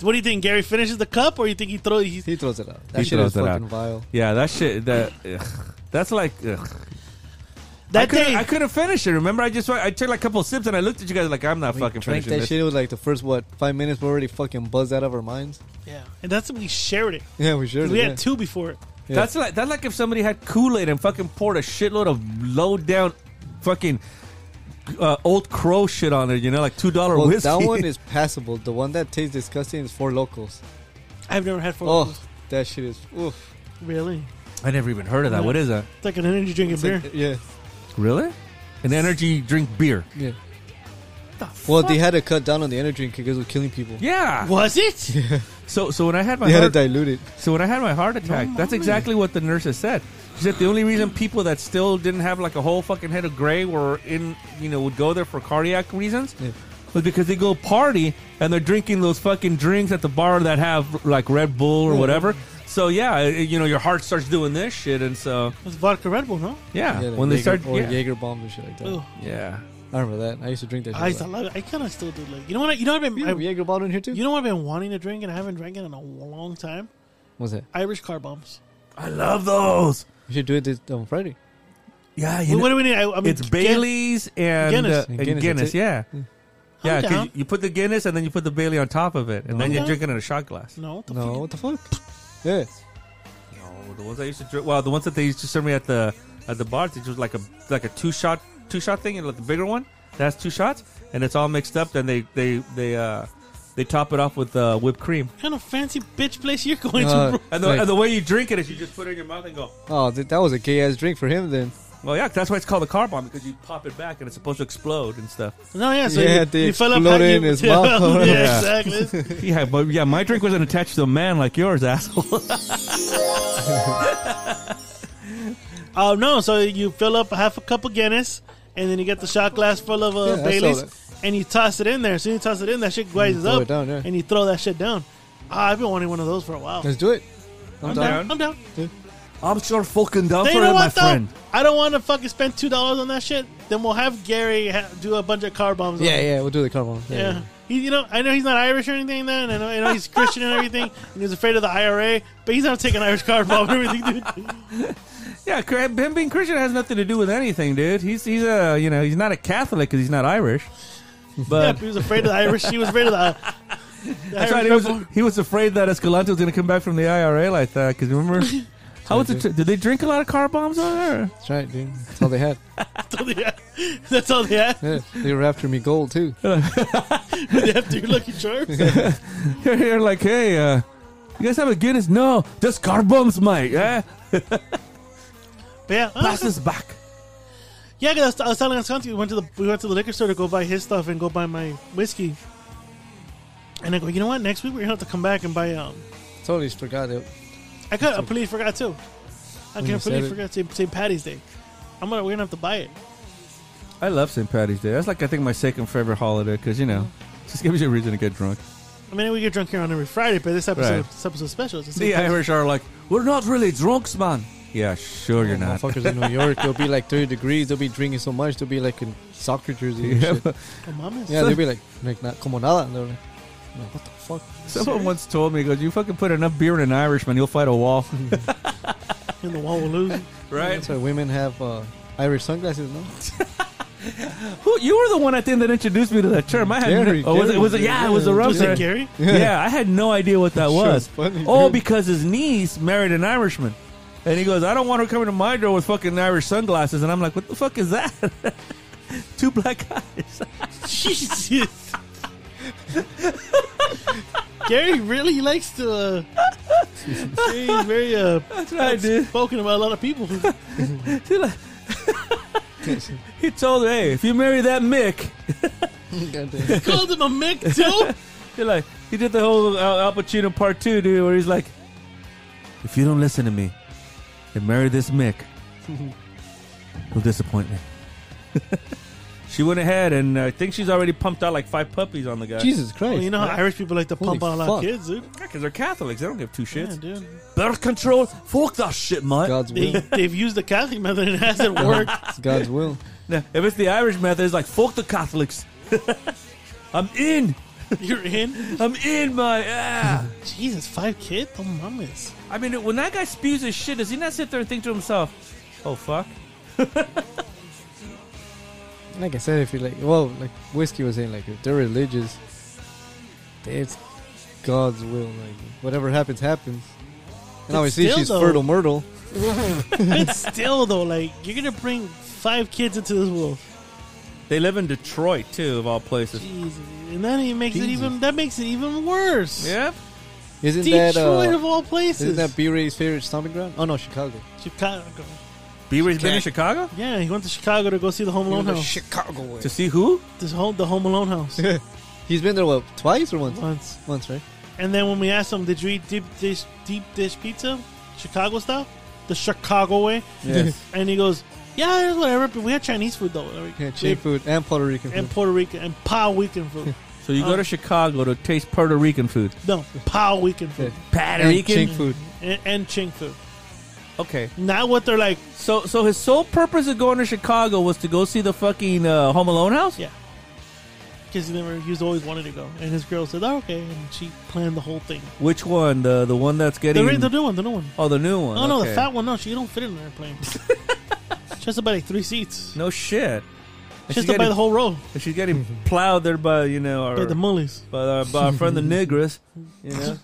Speaker 1: What do you think? Gary finishes the cup, or you think he throws? He's,
Speaker 2: He throws it out. That
Speaker 3: He
Speaker 2: shit
Speaker 3: throws
Speaker 2: is
Speaker 3: it
Speaker 2: fucking
Speaker 3: out.
Speaker 2: vile.
Speaker 3: Yeah, that shit. That ugh, that's like ugh. I
Speaker 1: that
Speaker 3: couldn't-
Speaker 1: day,
Speaker 3: I couldn't finish it. Remember, I just I took like a couple sips and I looked at you guys like I'm not fucking
Speaker 2: Drank
Speaker 3: finishing
Speaker 2: that
Speaker 3: this.
Speaker 2: shit. It was like the first what five minutes. We're already fucking buzzed out of our minds. [LAUGHS]
Speaker 1: yeah, and that's when we shared it.
Speaker 2: Yeah, we sure.
Speaker 1: We
Speaker 2: did,
Speaker 1: had two before it.
Speaker 2: Yeah.
Speaker 3: That's like that's like if somebody had Kool Aid and fucking poured a shitload of low down, fucking uh, old crow shit on there. You know, like two dollar
Speaker 2: Well,
Speaker 3: whiskey.
Speaker 2: that one is passable. The one that tastes disgusting is for locals.
Speaker 1: I've never had four.
Speaker 2: Oh, that shit is oof.
Speaker 1: Really?
Speaker 3: [LAUGHS] I never even heard of that. What is that?
Speaker 1: It's like an energy drink and
Speaker 2: It's
Speaker 1: beer.
Speaker 2: like- yeah,
Speaker 3: Really? An energy drink beer.
Speaker 2: yeah. Well, they had to cut down on the energy drink because it was killing people.
Speaker 3: Yeah.
Speaker 1: Was it? [LAUGHS]
Speaker 3: So so when I had my
Speaker 2: They had to
Speaker 3: heart,
Speaker 2: dilute it.
Speaker 3: so when I had my heart attack, that's exactly what the nurses said. She said the only reason people that still didn't have like a whole fucking head of gray were in you know would go there for cardiac reasons.
Speaker 2: Yeah.
Speaker 3: was because they go party and they're drinking those fucking drinks at the bar that have like Red Bull or whatever. So yeah, i- you know your heart starts doing this shit, and so
Speaker 1: It's vodka Red Bull, no?
Speaker 3: yeah,
Speaker 2: Yeah,
Speaker 3: when they
Speaker 2: Jaeger-
Speaker 3: start,
Speaker 2: or
Speaker 3: yeah,
Speaker 2: Jaeger bombs and shit like that.
Speaker 1: Ugh.
Speaker 3: yeah.
Speaker 2: I remember that. Oh, I used to drink that. Shit
Speaker 1: I, used to
Speaker 2: a lot.
Speaker 1: love it. I kind of still do. Like, you know what? I, you know what I've been.
Speaker 2: You
Speaker 1: I,
Speaker 2: have Jaeger bottle in here too.
Speaker 1: you know what I've been wanting to drink and I haven't drank it in a long time.
Speaker 2: What's that?
Speaker 1: Irish car bombs.
Speaker 3: I love those.
Speaker 2: You should do it this, on Friday.
Speaker 3: Yeah,
Speaker 1: What,
Speaker 3: you
Speaker 1: what
Speaker 3: know,
Speaker 1: do we need? I, I mean,
Speaker 3: it's
Speaker 1: get-
Speaker 3: Bailey's and
Speaker 1: Guinness.
Speaker 3: uh,
Speaker 2: And
Speaker 3: and Guinness,
Speaker 2: Guinness, that's it.
Speaker 3: yeah, yeah. 'cause
Speaker 1: down.
Speaker 3: you- you put the Guinness and then you put the Bailey on top of it, and then
Speaker 1: I'm
Speaker 3: you're
Speaker 1: down.
Speaker 3: drinking it in a shot glass.
Speaker 1: No, what the
Speaker 2: No,
Speaker 1: fuck?
Speaker 2: what the fuck?
Speaker 1: [LAUGHS]
Speaker 2: Yeah,
Speaker 3: No, the ones I used to drink. Well, the ones that they used to serve me at the at the bar, it was like a like a two shot two shot thing, and like the bigger one that has two shots, and it's all mixed up. Then they they they uh they top it off with uh, whipped cream.
Speaker 1: What kind of fancy bitch place you're going
Speaker 2: Uh,
Speaker 1: to, bro?
Speaker 3: And the,
Speaker 2: Right.
Speaker 3: and the way you drink it is you just put it in your mouth and go.
Speaker 2: Oh, th- that was a gay ass drink for him then.
Speaker 3: Well, yeah, that's why it's called a car bomb because you pop it back and it's supposed to explode and stuff.
Speaker 1: No, yeah, so
Speaker 2: Yeah,
Speaker 1: you,
Speaker 2: they
Speaker 1: you fell up
Speaker 2: exploded
Speaker 1: how you-
Speaker 2: in his
Speaker 1: [LAUGHS]
Speaker 2: mouth.
Speaker 1: yeah,
Speaker 3: Yeah.
Speaker 2: [LAUGHS]
Speaker 1: exactly.
Speaker 3: [LAUGHS] yeah, but yeah, my drink wasn't attached to a man like yours, [LAUGHS] asshole.
Speaker 1: Oh no! So you fill up half a cup of Guinness, and then you get the shot glass full of
Speaker 2: Yeah,
Speaker 1: uh,
Speaker 2: I saw
Speaker 1: Bailey's,
Speaker 2: that. Mm,
Speaker 1: and you toss it in there. As soon as you toss it in, that shit rises
Speaker 2: throw
Speaker 1: up,
Speaker 2: it down, yeah.
Speaker 1: and you throw that shit down. Ah, I've been wanting one of those for a while.
Speaker 2: Let's do it. I'm,
Speaker 3: I'm
Speaker 2: down.
Speaker 3: down.
Speaker 1: I'm down.
Speaker 3: I'm sure fucking down
Speaker 1: They
Speaker 3: for
Speaker 1: you know
Speaker 3: it, my
Speaker 1: what though?
Speaker 3: friend.
Speaker 1: I don't want to fucking spend two dollars on that shit. Then we'll have Gary ha- do a bunch of car bombs. on
Speaker 2: Yeah,
Speaker 1: it.
Speaker 2: yeah, we'll do the car bomb.
Speaker 1: yeah. He, you know, I know he's not Irish or anything. Then I know, I know he's Christian and everything, [LAUGHS] and he's afraid of the IRA. But he's not taking Irish card bomb and everything, dude.
Speaker 3: [LAUGHS] Yeah, cr- him being Christian has nothing to do with anything, dude. He's he's a you know he's not a Catholic because he's not [LAUGHS] Irish.
Speaker 1: Yeah,
Speaker 3: But
Speaker 1: he was afraid of the Irish. He was afraid of the. the
Speaker 3: [LAUGHS] that's
Speaker 1: Irish
Speaker 3: right. He was,
Speaker 1: people.
Speaker 3: he was afraid that Escalante was going to come back from the IRA like that. Because remember, how was it? Did they drink a lot of car bombs on [LAUGHS] there?
Speaker 2: That's right, dude. That's all they had.
Speaker 1: That's all they had. That's all they had. [LAUGHS]
Speaker 2: Yeah, they were after me gold too.
Speaker 1: They have three lucky
Speaker 3: [LAUGHS]
Speaker 1: charms.
Speaker 3: They're like, hey, uh, you guys have a Guinness? No, just car bombs, mate. Yeah,
Speaker 1: But yeah, uh,
Speaker 3: pass us back.
Speaker 1: yeah. 'cause I was, I was telling Asante, we went to the we went to the liquor store to go buy his stuff and go buy my whiskey. And I go, you know what? Next week we're gonna have to come back and buy. Um,
Speaker 2: Totally forgot it.
Speaker 1: I could. I completely forgot too. I
Speaker 2: When you said
Speaker 1: completely
Speaker 2: it.
Speaker 1: forgot St. St. Patty's Day. I'm gonna we're gonna have to buy it.
Speaker 3: I love St. Patty's Day. That's like I think my second favorite holiday because you know, just gives you a reason to get drunk.
Speaker 1: I mean, we get drunk here on every Friday, but this episode
Speaker 3: Right.
Speaker 1: this episode is special. It's a St.
Speaker 3: The
Speaker 1: Patty's-
Speaker 3: Irish are like, we're not really drunks, man. Oh, Yeah, sure you're not.
Speaker 2: Motherfuckers in New York, they'll be like 30 degrees. They'll be drinking so much, they'll be like in soccer jerseys. and
Speaker 3: Yeah,
Speaker 2: shit.
Speaker 3: but
Speaker 1: Oh, mamas.
Speaker 2: yeah they'll be like, like not como nada. And they're like, "No, what the fuck?
Speaker 3: Someone once told me, he "Goes, you fucking put enough beer in an Irishman, you'll fight a wall."
Speaker 1: And the wall will lose.
Speaker 3: [LAUGHS] right?
Speaker 2: That's why women have uh, Irish sunglasses,
Speaker 1: [LAUGHS]
Speaker 2: no? [LAUGHS]
Speaker 3: Who, you were the one I think that introduced me to that term. I had
Speaker 2: Gary,
Speaker 3: no, oh, was it?
Speaker 2: Gary,
Speaker 3: Was it? Yeah, it was a
Speaker 1: Was
Speaker 3: Russian.
Speaker 1: it Gary?
Speaker 3: Yeah, I had no idea what that
Speaker 2: Sure, it's
Speaker 3: was.
Speaker 2: funny,
Speaker 3: All
Speaker 2: dude.
Speaker 3: because his niece married an Irishman, and he goes, "I don't want her coming to my door with fucking Irish sunglasses." And I'm like, "What the fuck is that?" [LAUGHS] Two black [LAUGHS] eyes.
Speaker 1: Jesus. Gary really likes to. Uh, say he's very
Speaker 2: [LAUGHS]
Speaker 1: uh,
Speaker 3: That's right, dude.
Speaker 1: spoken about a lot of people.
Speaker 3: He like- [LAUGHS] he told her, "Hey, if you marry that Mick,
Speaker 2: Goddamn.
Speaker 1: Called him a Mick
Speaker 2: [LAUGHS]
Speaker 1: too.
Speaker 3: He like he did the whole Al, Al Pacino part two, dude, where he's like, "If you don't listen to me and marry this [LAUGHS] Mick, you'll disappoint me." [LAUGHS] she went ahead, and uh, I think she's already pumped out like five puppies on the guy.
Speaker 2: Jesus Christ.
Speaker 1: Well, you know how Irish people like to pump
Speaker 2: Holy
Speaker 1: out a lot of
Speaker 2: fuck.
Speaker 1: kids, dude.
Speaker 3: because they're Catholics; they don't give two shits.
Speaker 1: Yeah, dude.
Speaker 3: Birth control, fuck that shit, mate.
Speaker 2: God's
Speaker 1: They,
Speaker 2: will.
Speaker 1: they've used the Catholic method and it hasn't worked.
Speaker 2: It's God's will.
Speaker 3: Now, if it's the Irish method, it's like fuck the Catholics. [LAUGHS] I'm in.
Speaker 1: You're in.
Speaker 3: I'm in my [LAUGHS] ah.
Speaker 1: Jesus, five kids? Oh, mamas.
Speaker 3: I mean, when that guy spews his shit, does he not sit there and think to himself, "Oh fuck"?
Speaker 2: Like I said, if you like, well, like Whiskey was saying, like, if they're religious, it's God's will. Like, whatever happens, happens. And obviously,
Speaker 1: still,
Speaker 2: she's
Speaker 1: though-
Speaker 2: fertile myrtle.
Speaker 1: But
Speaker 2: [LAUGHS]
Speaker 1: still, though, like, you're going to bring five kids into this world.
Speaker 3: They live in Detroit too, of all places.
Speaker 1: Jesus. And that even makes it
Speaker 2: Jesus.
Speaker 1: even that makes it even worse.
Speaker 3: Yep.
Speaker 2: Isn't
Speaker 1: Detroit
Speaker 2: that uh,
Speaker 1: of all places.
Speaker 2: isn't that B-Ray's favorite stomping ground? Oh no, Chicago.
Speaker 1: Chicago.
Speaker 3: B Ray's been in Chicago
Speaker 1: Yeah, he went to Chicago to go see the Home Alone house.
Speaker 2: Chicago way.
Speaker 3: to see who?
Speaker 1: this home, the Home Alone
Speaker 2: [LAUGHS]
Speaker 1: house
Speaker 2: He's been there what twice or once?
Speaker 1: once.
Speaker 2: Once, right?
Speaker 1: And then when we asked him, did you eat deep dish deep dish pizza, Chicago style, the Chicago way?
Speaker 3: Yes.
Speaker 1: And he goes, yeah, it was whatever. But we had Chinese food though. Like,
Speaker 2: Yeah, cheap
Speaker 1: we-
Speaker 2: food and Puerto Rican
Speaker 1: and
Speaker 2: food.
Speaker 1: Puerto Rican and Pow Weekend
Speaker 2: [LAUGHS]
Speaker 1: food.
Speaker 3: [LAUGHS] so you go to Chicago to taste Puerto Rican food.
Speaker 1: no, Pow Weekend food
Speaker 3: Puerto
Speaker 2: And Chink food.
Speaker 1: and, and Chink food.
Speaker 3: Okay.
Speaker 1: Not what they're like.
Speaker 3: So so his sole purpose of going to Chicago was to go see the fucking uh, Home Alone house.
Speaker 1: Yeah. Because he never, he's always wanted to go, and his girl said, "Oh, "Okay," and she planned the whole thing.
Speaker 3: Which one? The the one that's
Speaker 1: The,
Speaker 3: getting
Speaker 1: re- the new one, the new one.
Speaker 3: oh the new one.
Speaker 1: Oh no,
Speaker 3: Okay.
Speaker 1: the fat one. No, she don't fit in an
Speaker 3: [LAUGHS]
Speaker 1: airplane. Just about like three seats.
Speaker 3: No shit. And
Speaker 1: Just
Speaker 3: she's
Speaker 1: about
Speaker 3: getting,
Speaker 1: the whole row.
Speaker 3: and she's getting plowed there by you know our,
Speaker 1: By the Mullies.
Speaker 3: by, our, by our friend the Negras.
Speaker 1: [LAUGHS]
Speaker 3: You know.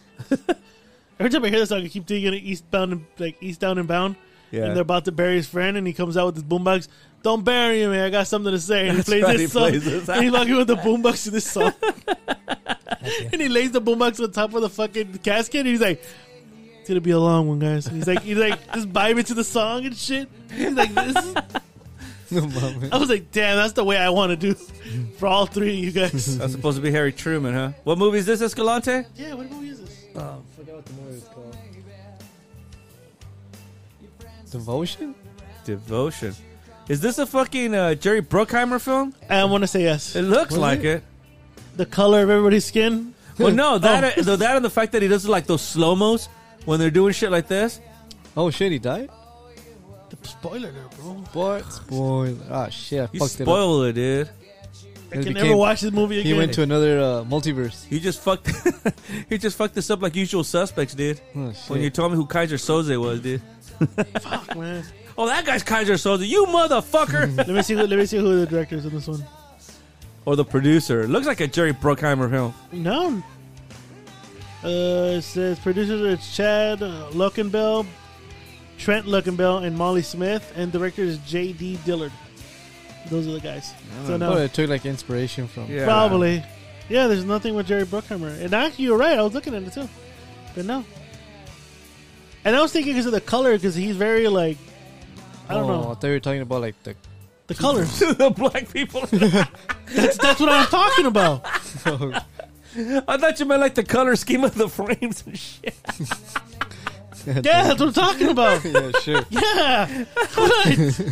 Speaker 1: Every time I hear this song, I keep thinking of Eastbound and like Eastbound and Bound.
Speaker 3: Yeah.
Speaker 1: And they're about to bury his friend, and he comes out with his boombox. Don't bury him, man. I got something to say. And he
Speaker 3: That's
Speaker 1: plays
Speaker 3: right,
Speaker 1: this
Speaker 3: he
Speaker 1: song.
Speaker 3: plays this.
Speaker 1: and he's walking with the boombox to this song. and he lays the boombox on top of the fucking casket, and he's like, it's gonna be a long one, guys. And he's like, he's like, just vibing to the song and shit. He's like, this. is-
Speaker 2: [LAUGHS] No, mama.
Speaker 1: I was like, damn, that's the way I want to do for all three of you
Speaker 2: [LAUGHS]
Speaker 1: guys.
Speaker 3: That's supposed to be Harry Truman, huh? What movie is this, Escalante?
Speaker 1: yeah, what movie is this?
Speaker 2: Devotion?
Speaker 3: Devotion. Is this a fucking uh, Jerry Bruckheimer film?
Speaker 1: I want to say yes.
Speaker 3: It looks
Speaker 2: Was
Speaker 3: like
Speaker 2: [LAUGHS]
Speaker 3: it.
Speaker 1: The color of everybody's skin.
Speaker 3: Well, no,
Speaker 2: Oh.
Speaker 3: that though that and the fact that he does like those slow mos when they're doing shit like this.
Speaker 2: Oh shit, he died.
Speaker 1: The spoiler there, bro.
Speaker 2: What? Spoiler. Ah shit, I
Speaker 3: You
Speaker 2: fucked it up.
Speaker 3: spoil it, dude.
Speaker 1: I can
Speaker 2: It
Speaker 1: never
Speaker 2: became-
Speaker 1: watch this movie again.
Speaker 2: He went to another uh, multiverse.
Speaker 3: He just fucked. [LAUGHS] he just fucked this up like usual suspects did.
Speaker 2: Oh,
Speaker 3: When you
Speaker 2: shit.
Speaker 3: told me who Kaiser Soze was, dude.
Speaker 1: Fuck, man.
Speaker 3: Oh, that guy's Kaiser Soze. You
Speaker 2: [LAUGHS]
Speaker 3: motherfucker.
Speaker 1: Let me see. Who, let me see who the director is in this one.
Speaker 3: or the producer. Looks like a Jerry Bruckheimer film.
Speaker 1: No. Uh, it says producers are Chad Luckenbell, Trent Luckenbell, and Molly Smith, and director is J.D. Dillard. Those are the guys. so no,
Speaker 2: Oh, it took like inspiration from.
Speaker 3: Yeah. [LAUGHS]
Speaker 1: probably. Yeah, there's nothing with Jerry Bruckheimer. And actually, you're right. I was looking at it too, but no. And I was thinking because of the color, because he's very like, I don't
Speaker 2: Oh, I
Speaker 1: know,
Speaker 2: thought you were talking about like the. [LAUGHS]
Speaker 1: the colors.
Speaker 3: the black people. [LAUGHS]
Speaker 1: that's, that's what I'm talking about.
Speaker 3: I thought you meant like the color scheme of the [LAUGHS] frames and shit.
Speaker 1: Yeah, that's what I'm talking about.
Speaker 2: [LAUGHS] yeah, sure.
Speaker 1: Yeah. [LAUGHS] Right.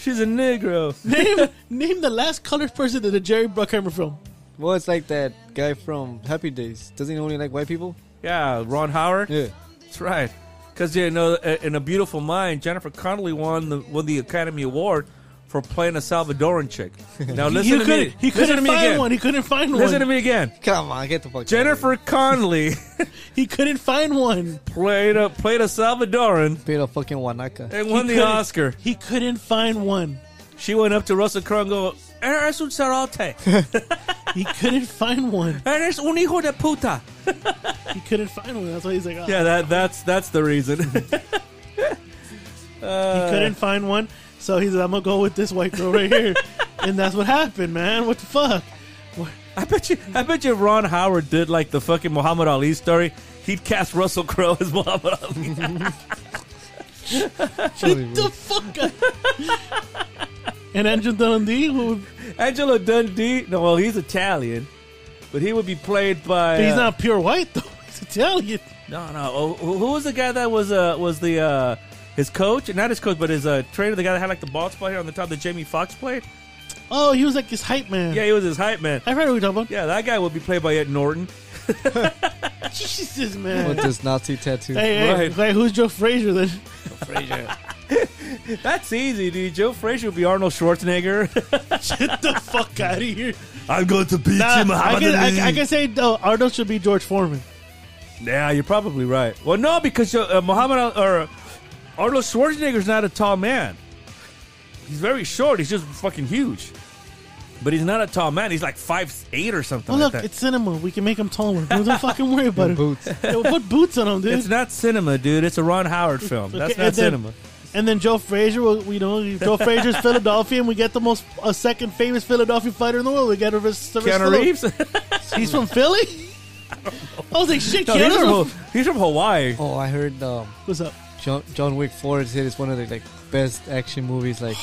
Speaker 3: She's a Negro.
Speaker 1: name name the last colored person in the Jerry Bruckheimer film.
Speaker 2: Well, it's like that guy from Happy Days. Doesn't he only like white people?
Speaker 3: Yeah, Ron Howard.
Speaker 2: Yeah.
Speaker 3: That's right. Because you know, uh, in A Beautiful Mind, Jennifer Connelly won the won the Academy Award for playing a
Speaker 1: [LAUGHS]
Speaker 3: Salvadoran chick. Now listen
Speaker 1: he
Speaker 3: to me.
Speaker 1: couldn't, he
Speaker 3: listen to
Speaker 1: couldn't
Speaker 3: me
Speaker 1: find
Speaker 3: again.
Speaker 1: one. He couldn't find
Speaker 3: Listen to
Speaker 1: one.
Speaker 3: me again.
Speaker 2: Come on, get the fuck.
Speaker 3: Jennifer Connelly [LAUGHS]
Speaker 1: He couldn't find one.
Speaker 3: played a played a Salvadoran
Speaker 2: Paid a fucking Wanaka.
Speaker 3: and won
Speaker 1: He
Speaker 3: the
Speaker 1: couldn't-
Speaker 3: Oscar.
Speaker 1: He couldn't find one.
Speaker 3: She went up to Russell Crowe and go, "Eres
Speaker 1: [LAUGHS]
Speaker 3: un cerote.
Speaker 1: He couldn't find one.
Speaker 3: Eres un hijo de puta."
Speaker 1: He couldn't find one. That's why he's like, oh,
Speaker 3: Yeah, that that's that's the reason. [LAUGHS]
Speaker 1: he couldn't find one. So he's like, I'm gonna go with this white girl right
Speaker 3: [LAUGHS]
Speaker 1: here, and that's what happened, man. What the fuck?
Speaker 3: I bet you. I bet you. if Ron Howard did like the fucking Muhammad Ali story. He'd cast Russell Crowe as Muhammad Ali.
Speaker 1: the fuck? up. and Andrew Dundee, who
Speaker 3: Angelo Dundee. No, well, he's Italian, but he would be played by.
Speaker 1: he's
Speaker 3: uh,
Speaker 1: not pure white though. [LAUGHS] He's Italian.
Speaker 3: No, no. Oh, who who was the guy that was uh was the uh his coach? Not his coach, but his uh trainer. The guy that had like the bald spot here on the top that Jamie
Speaker 1: [LAUGHS]
Speaker 3: Foxx played.
Speaker 1: Oh, he was like his hype man.
Speaker 3: Yeah, he was his hype man.
Speaker 1: I've heard who you're talking about.
Speaker 3: Yeah, that guy would be played by Ed Norton.
Speaker 1: [LAUGHS] Jesus, man.
Speaker 2: With this Nazi tattoo.
Speaker 1: Hey, hey,
Speaker 3: Right.
Speaker 1: like, who's Joe Frazier then? [LAUGHS]
Speaker 3: That's easy, dude. Joe Frazier would be Arnold Schwarzenegger. [LAUGHS]
Speaker 1: Get the fuck out of here.
Speaker 3: I'm going to beat
Speaker 1: Nah, I, can, I, I can say uh, Arnold should be George Foreman.
Speaker 3: Yeah, you're probably right. Well, no, because uh, Muhammad Al- or Arnold Schwarzenegger's not a tall man. He's very short. He's just fucking huge. But he's not a tall man. He's like five eight or something
Speaker 1: Well,
Speaker 3: like
Speaker 1: look,
Speaker 3: that.
Speaker 1: it's cinema. We can make him
Speaker 3: [LAUGHS]
Speaker 1: taller. Don't fucking worry about it.
Speaker 2: Boots.
Speaker 1: Yeah, we'll put boots on him, dude.
Speaker 3: It's not cinema, dude. It's a Ron Howard film. That's
Speaker 1: Okay,
Speaker 3: not
Speaker 1: and then-
Speaker 3: cinema.
Speaker 1: and then Joe Frazier, will, you know, Joe
Speaker 3: [LAUGHS]
Speaker 1: Frazier's Philadelphia, and we get the most uh, second famous Philadelphia fighter in the world. We get him versus versus
Speaker 3: Keanu
Speaker 1: Philly.
Speaker 3: Reeves? [LAUGHS]
Speaker 1: He's from Philly. I was like, shit,
Speaker 3: no, he's,
Speaker 1: Keanu's
Speaker 3: from,
Speaker 1: from-
Speaker 3: Ho- he's from Hawaii.
Speaker 2: Oh, I heard um,
Speaker 1: What's up?
Speaker 2: John, John Wick 4 said it's one of the like best action movies. Like,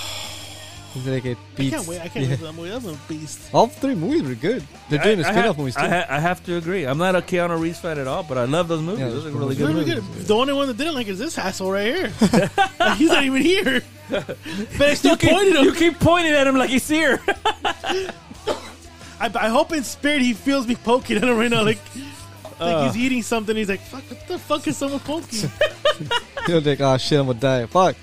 Speaker 2: it's like it beats.
Speaker 1: I can't wait. I can't wait for that movie. That's a beast.
Speaker 2: All three movies were good. They're doing a
Speaker 3: I, I,
Speaker 2: spin off
Speaker 3: have,
Speaker 2: movies too.
Speaker 3: I, ha- I have to agree. I'm not a Keanu Reeves fan at all, but I love those movies.
Speaker 2: Yeah,
Speaker 3: those are
Speaker 2: those movies
Speaker 3: really good.
Speaker 2: are
Speaker 1: Really good. The only one that didn't like it is this asshole right here. Like, he's not even here. But I still pointed
Speaker 3: You
Speaker 1: him.
Speaker 3: keep pointing at him like he's here.
Speaker 1: I, I hope in spirit he feels me poking at him right now. Like, like he's eating something. He's like, fuck, what the fuck is someone poking?
Speaker 2: You're like, oh shit, I'm gonna die. Fuck.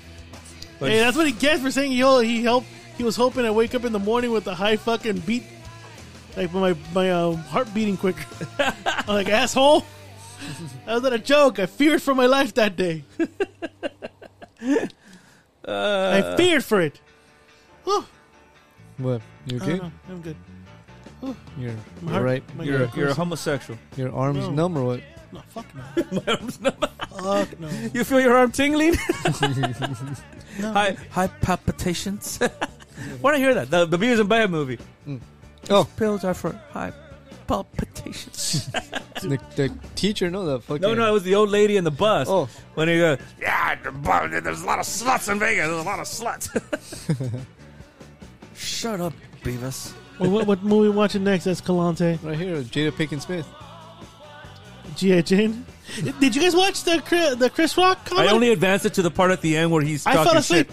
Speaker 1: hey,
Speaker 3: [LAUGHS]
Speaker 1: that's what he gets for saying yo. He helped. He was hoping I wake up in the morning with a high fucking beat, like my my um, heart beating quicker. [LAUGHS] I'm like asshole. That was not a joke. I feared for my life that day.
Speaker 3: uh,
Speaker 1: I feared for it. Whew.
Speaker 2: What? You
Speaker 1: I don't
Speaker 2: okay?
Speaker 1: know. I'm good.
Speaker 2: You're,
Speaker 1: My
Speaker 2: you're
Speaker 1: heart-
Speaker 2: right.
Speaker 1: my
Speaker 3: You're,
Speaker 1: heart
Speaker 3: you're a
Speaker 1: goes-
Speaker 3: homosexual.
Speaker 2: Your arm's
Speaker 1: No.
Speaker 2: numb or what?
Speaker 1: No, fuck no.
Speaker 3: [LAUGHS]
Speaker 1: Fuck no.
Speaker 3: You feel your arm tingling? [LAUGHS] High, high palpitations. Why did I hear that? The, the Beavis and Bad movie.
Speaker 2: Oh,
Speaker 3: Pills are for high palpitations.
Speaker 2: the, the teacher, no, the fucking.
Speaker 3: no, no, it was the old lady in the bus.
Speaker 2: Oh.
Speaker 3: When he goes, yeah, the bu- there's a lot of sluts in Vegas. There's a lot of sluts. [LAUGHS] Shut up, Beavis.
Speaker 1: Well, what, what movie watching next? Escalante.
Speaker 2: Right here, Jada Pinkett Smith.
Speaker 1: G.I. Jane. Did you guys watch the Chri- the Chris Rock
Speaker 3: I
Speaker 1: comedy?
Speaker 3: only advanced it to the part at the end where he's
Speaker 1: I
Speaker 3: talking
Speaker 1: fell asleep.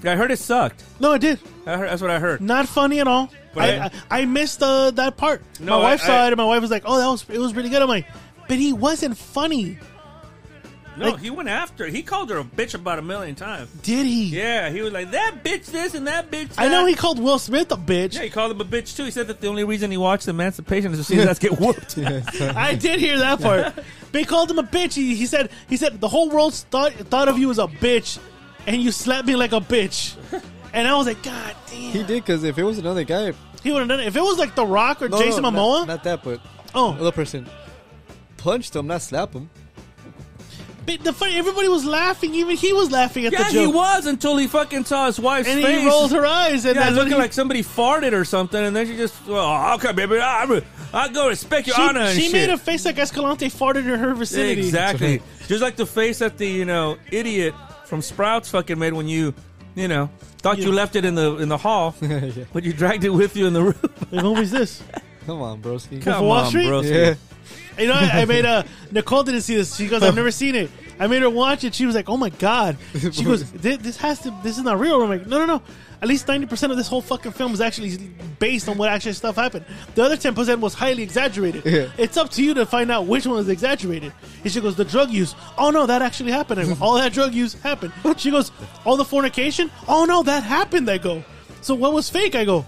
Speaker 3: shit. I heard it sucked.
Speaker 1: No, I did.
Speaker 3: I heard, that's what I heard.
Speaker 1: Not funny at all.
Speaker 3: But
Speaker 1: I,
Speaker 3: I-
Speaker 1: I, I missed uh, that part.
Speaker 3: No,
Speaker 1: my wife
Speaker 3: I-
Speaker 1: saw
Speaker 3: I-
Speaker 1: it, and my wife was like, "Oh, that was it was pretty good." I'm like, "But he wasn't funny."
Speaker 3: No, he went after. He called her a bitch about a million times.
Speaker 1: Did he?
Speaker 3: Yeah, he was like that bitch this and that bitch. That.
Speaker 1: I know he called Will Smith a bitch.
Speaker 3: Yeah, he called him a bitch too. He said that the only reason he watched Emancipation is to see [LAUGHS] his ass get whooped.
Speaker 1: I did hear that
Speaker 3: [LAUGHS]
Speaker 1: part. They called him a bitch. He, he said he said the whole world thought thought of you as a bitch, and you slapped me like a bitch. And I was like, God damn.
Speaker 2: He
Speaker 1: He,
Speaker 2: did because if it was another guy,
Speaker 1: would have done it if it was like The Rock or
Speaker 2: No,
Speaker 1: Jason
Speaker 2: no,
Speaker 1: Momoa.
Speaker 2: not, not that, but
Speaker 1: oh,
Speaker 2: other person punched him, not slap him.
Speaker 1: but the funny, everybody was laughing. Even he was laughing at
Speaker 3: yeah,
Speaker 1: the
Speaker 3: he
Speaker 1: joke.
Speaker 3: was until he fucking saw his wife's
Speaker 1: and
Speaker 3: face.
Speaker 1: he rolled her eyes, and
Speaker 3: yeah,
Speaker 1: that's
Speaker 3: looking
Speaker 1: when he-
Speaker 3: like somebody farted or something, and then she just, oh, okay, baby, I, re- I go respect your honor and
Speaker 1: she, she
Speaker 3: shit.
Speaker 1: made a face like Escalante farted in her vicinity.
Speaker 3: Exactly. Just like the face that the you know idiot from Sprouts fucking made when you you know thought you
Speaker 1: Yeah.
Speaker 3: left it in the in
Speaker 1: [LAUGHS]
Speaker 3: the hall,
Speaker 2: Yeah.
Speaker 3: but you dragged it with you in the room.
Speaker 1: Like, Who was this?
Speaker 2: Come on, broski.
Speaker 1: Come Wall Street?
Speaker 3: broski.
Speaker 2: [LAUGHS]
Speaker 3: [LAUGHS]
Speaker 2: Yeah.
Speaker 1: You know, I, I made a Nicole didn't see this. She goes, "I've never seen it." I made her watch it. She was like, "Oh my god!" She goes, "This, this has to. This is not real." I'm like, "No, no, no. At least ninety percent of this whole fucking film is actually based on what actual stuff happened. The other ten percent was highly exaggerated.
Speaker 2: Yeah.
Speaker 1: It's up to you to find out which one was exaggerated." And she goes, "The drug use. Oh no, that actually happened. I go, All that drug use happened." She goes, "All the fornication. Oh no, that happened." I go, "So what was fake?" I go,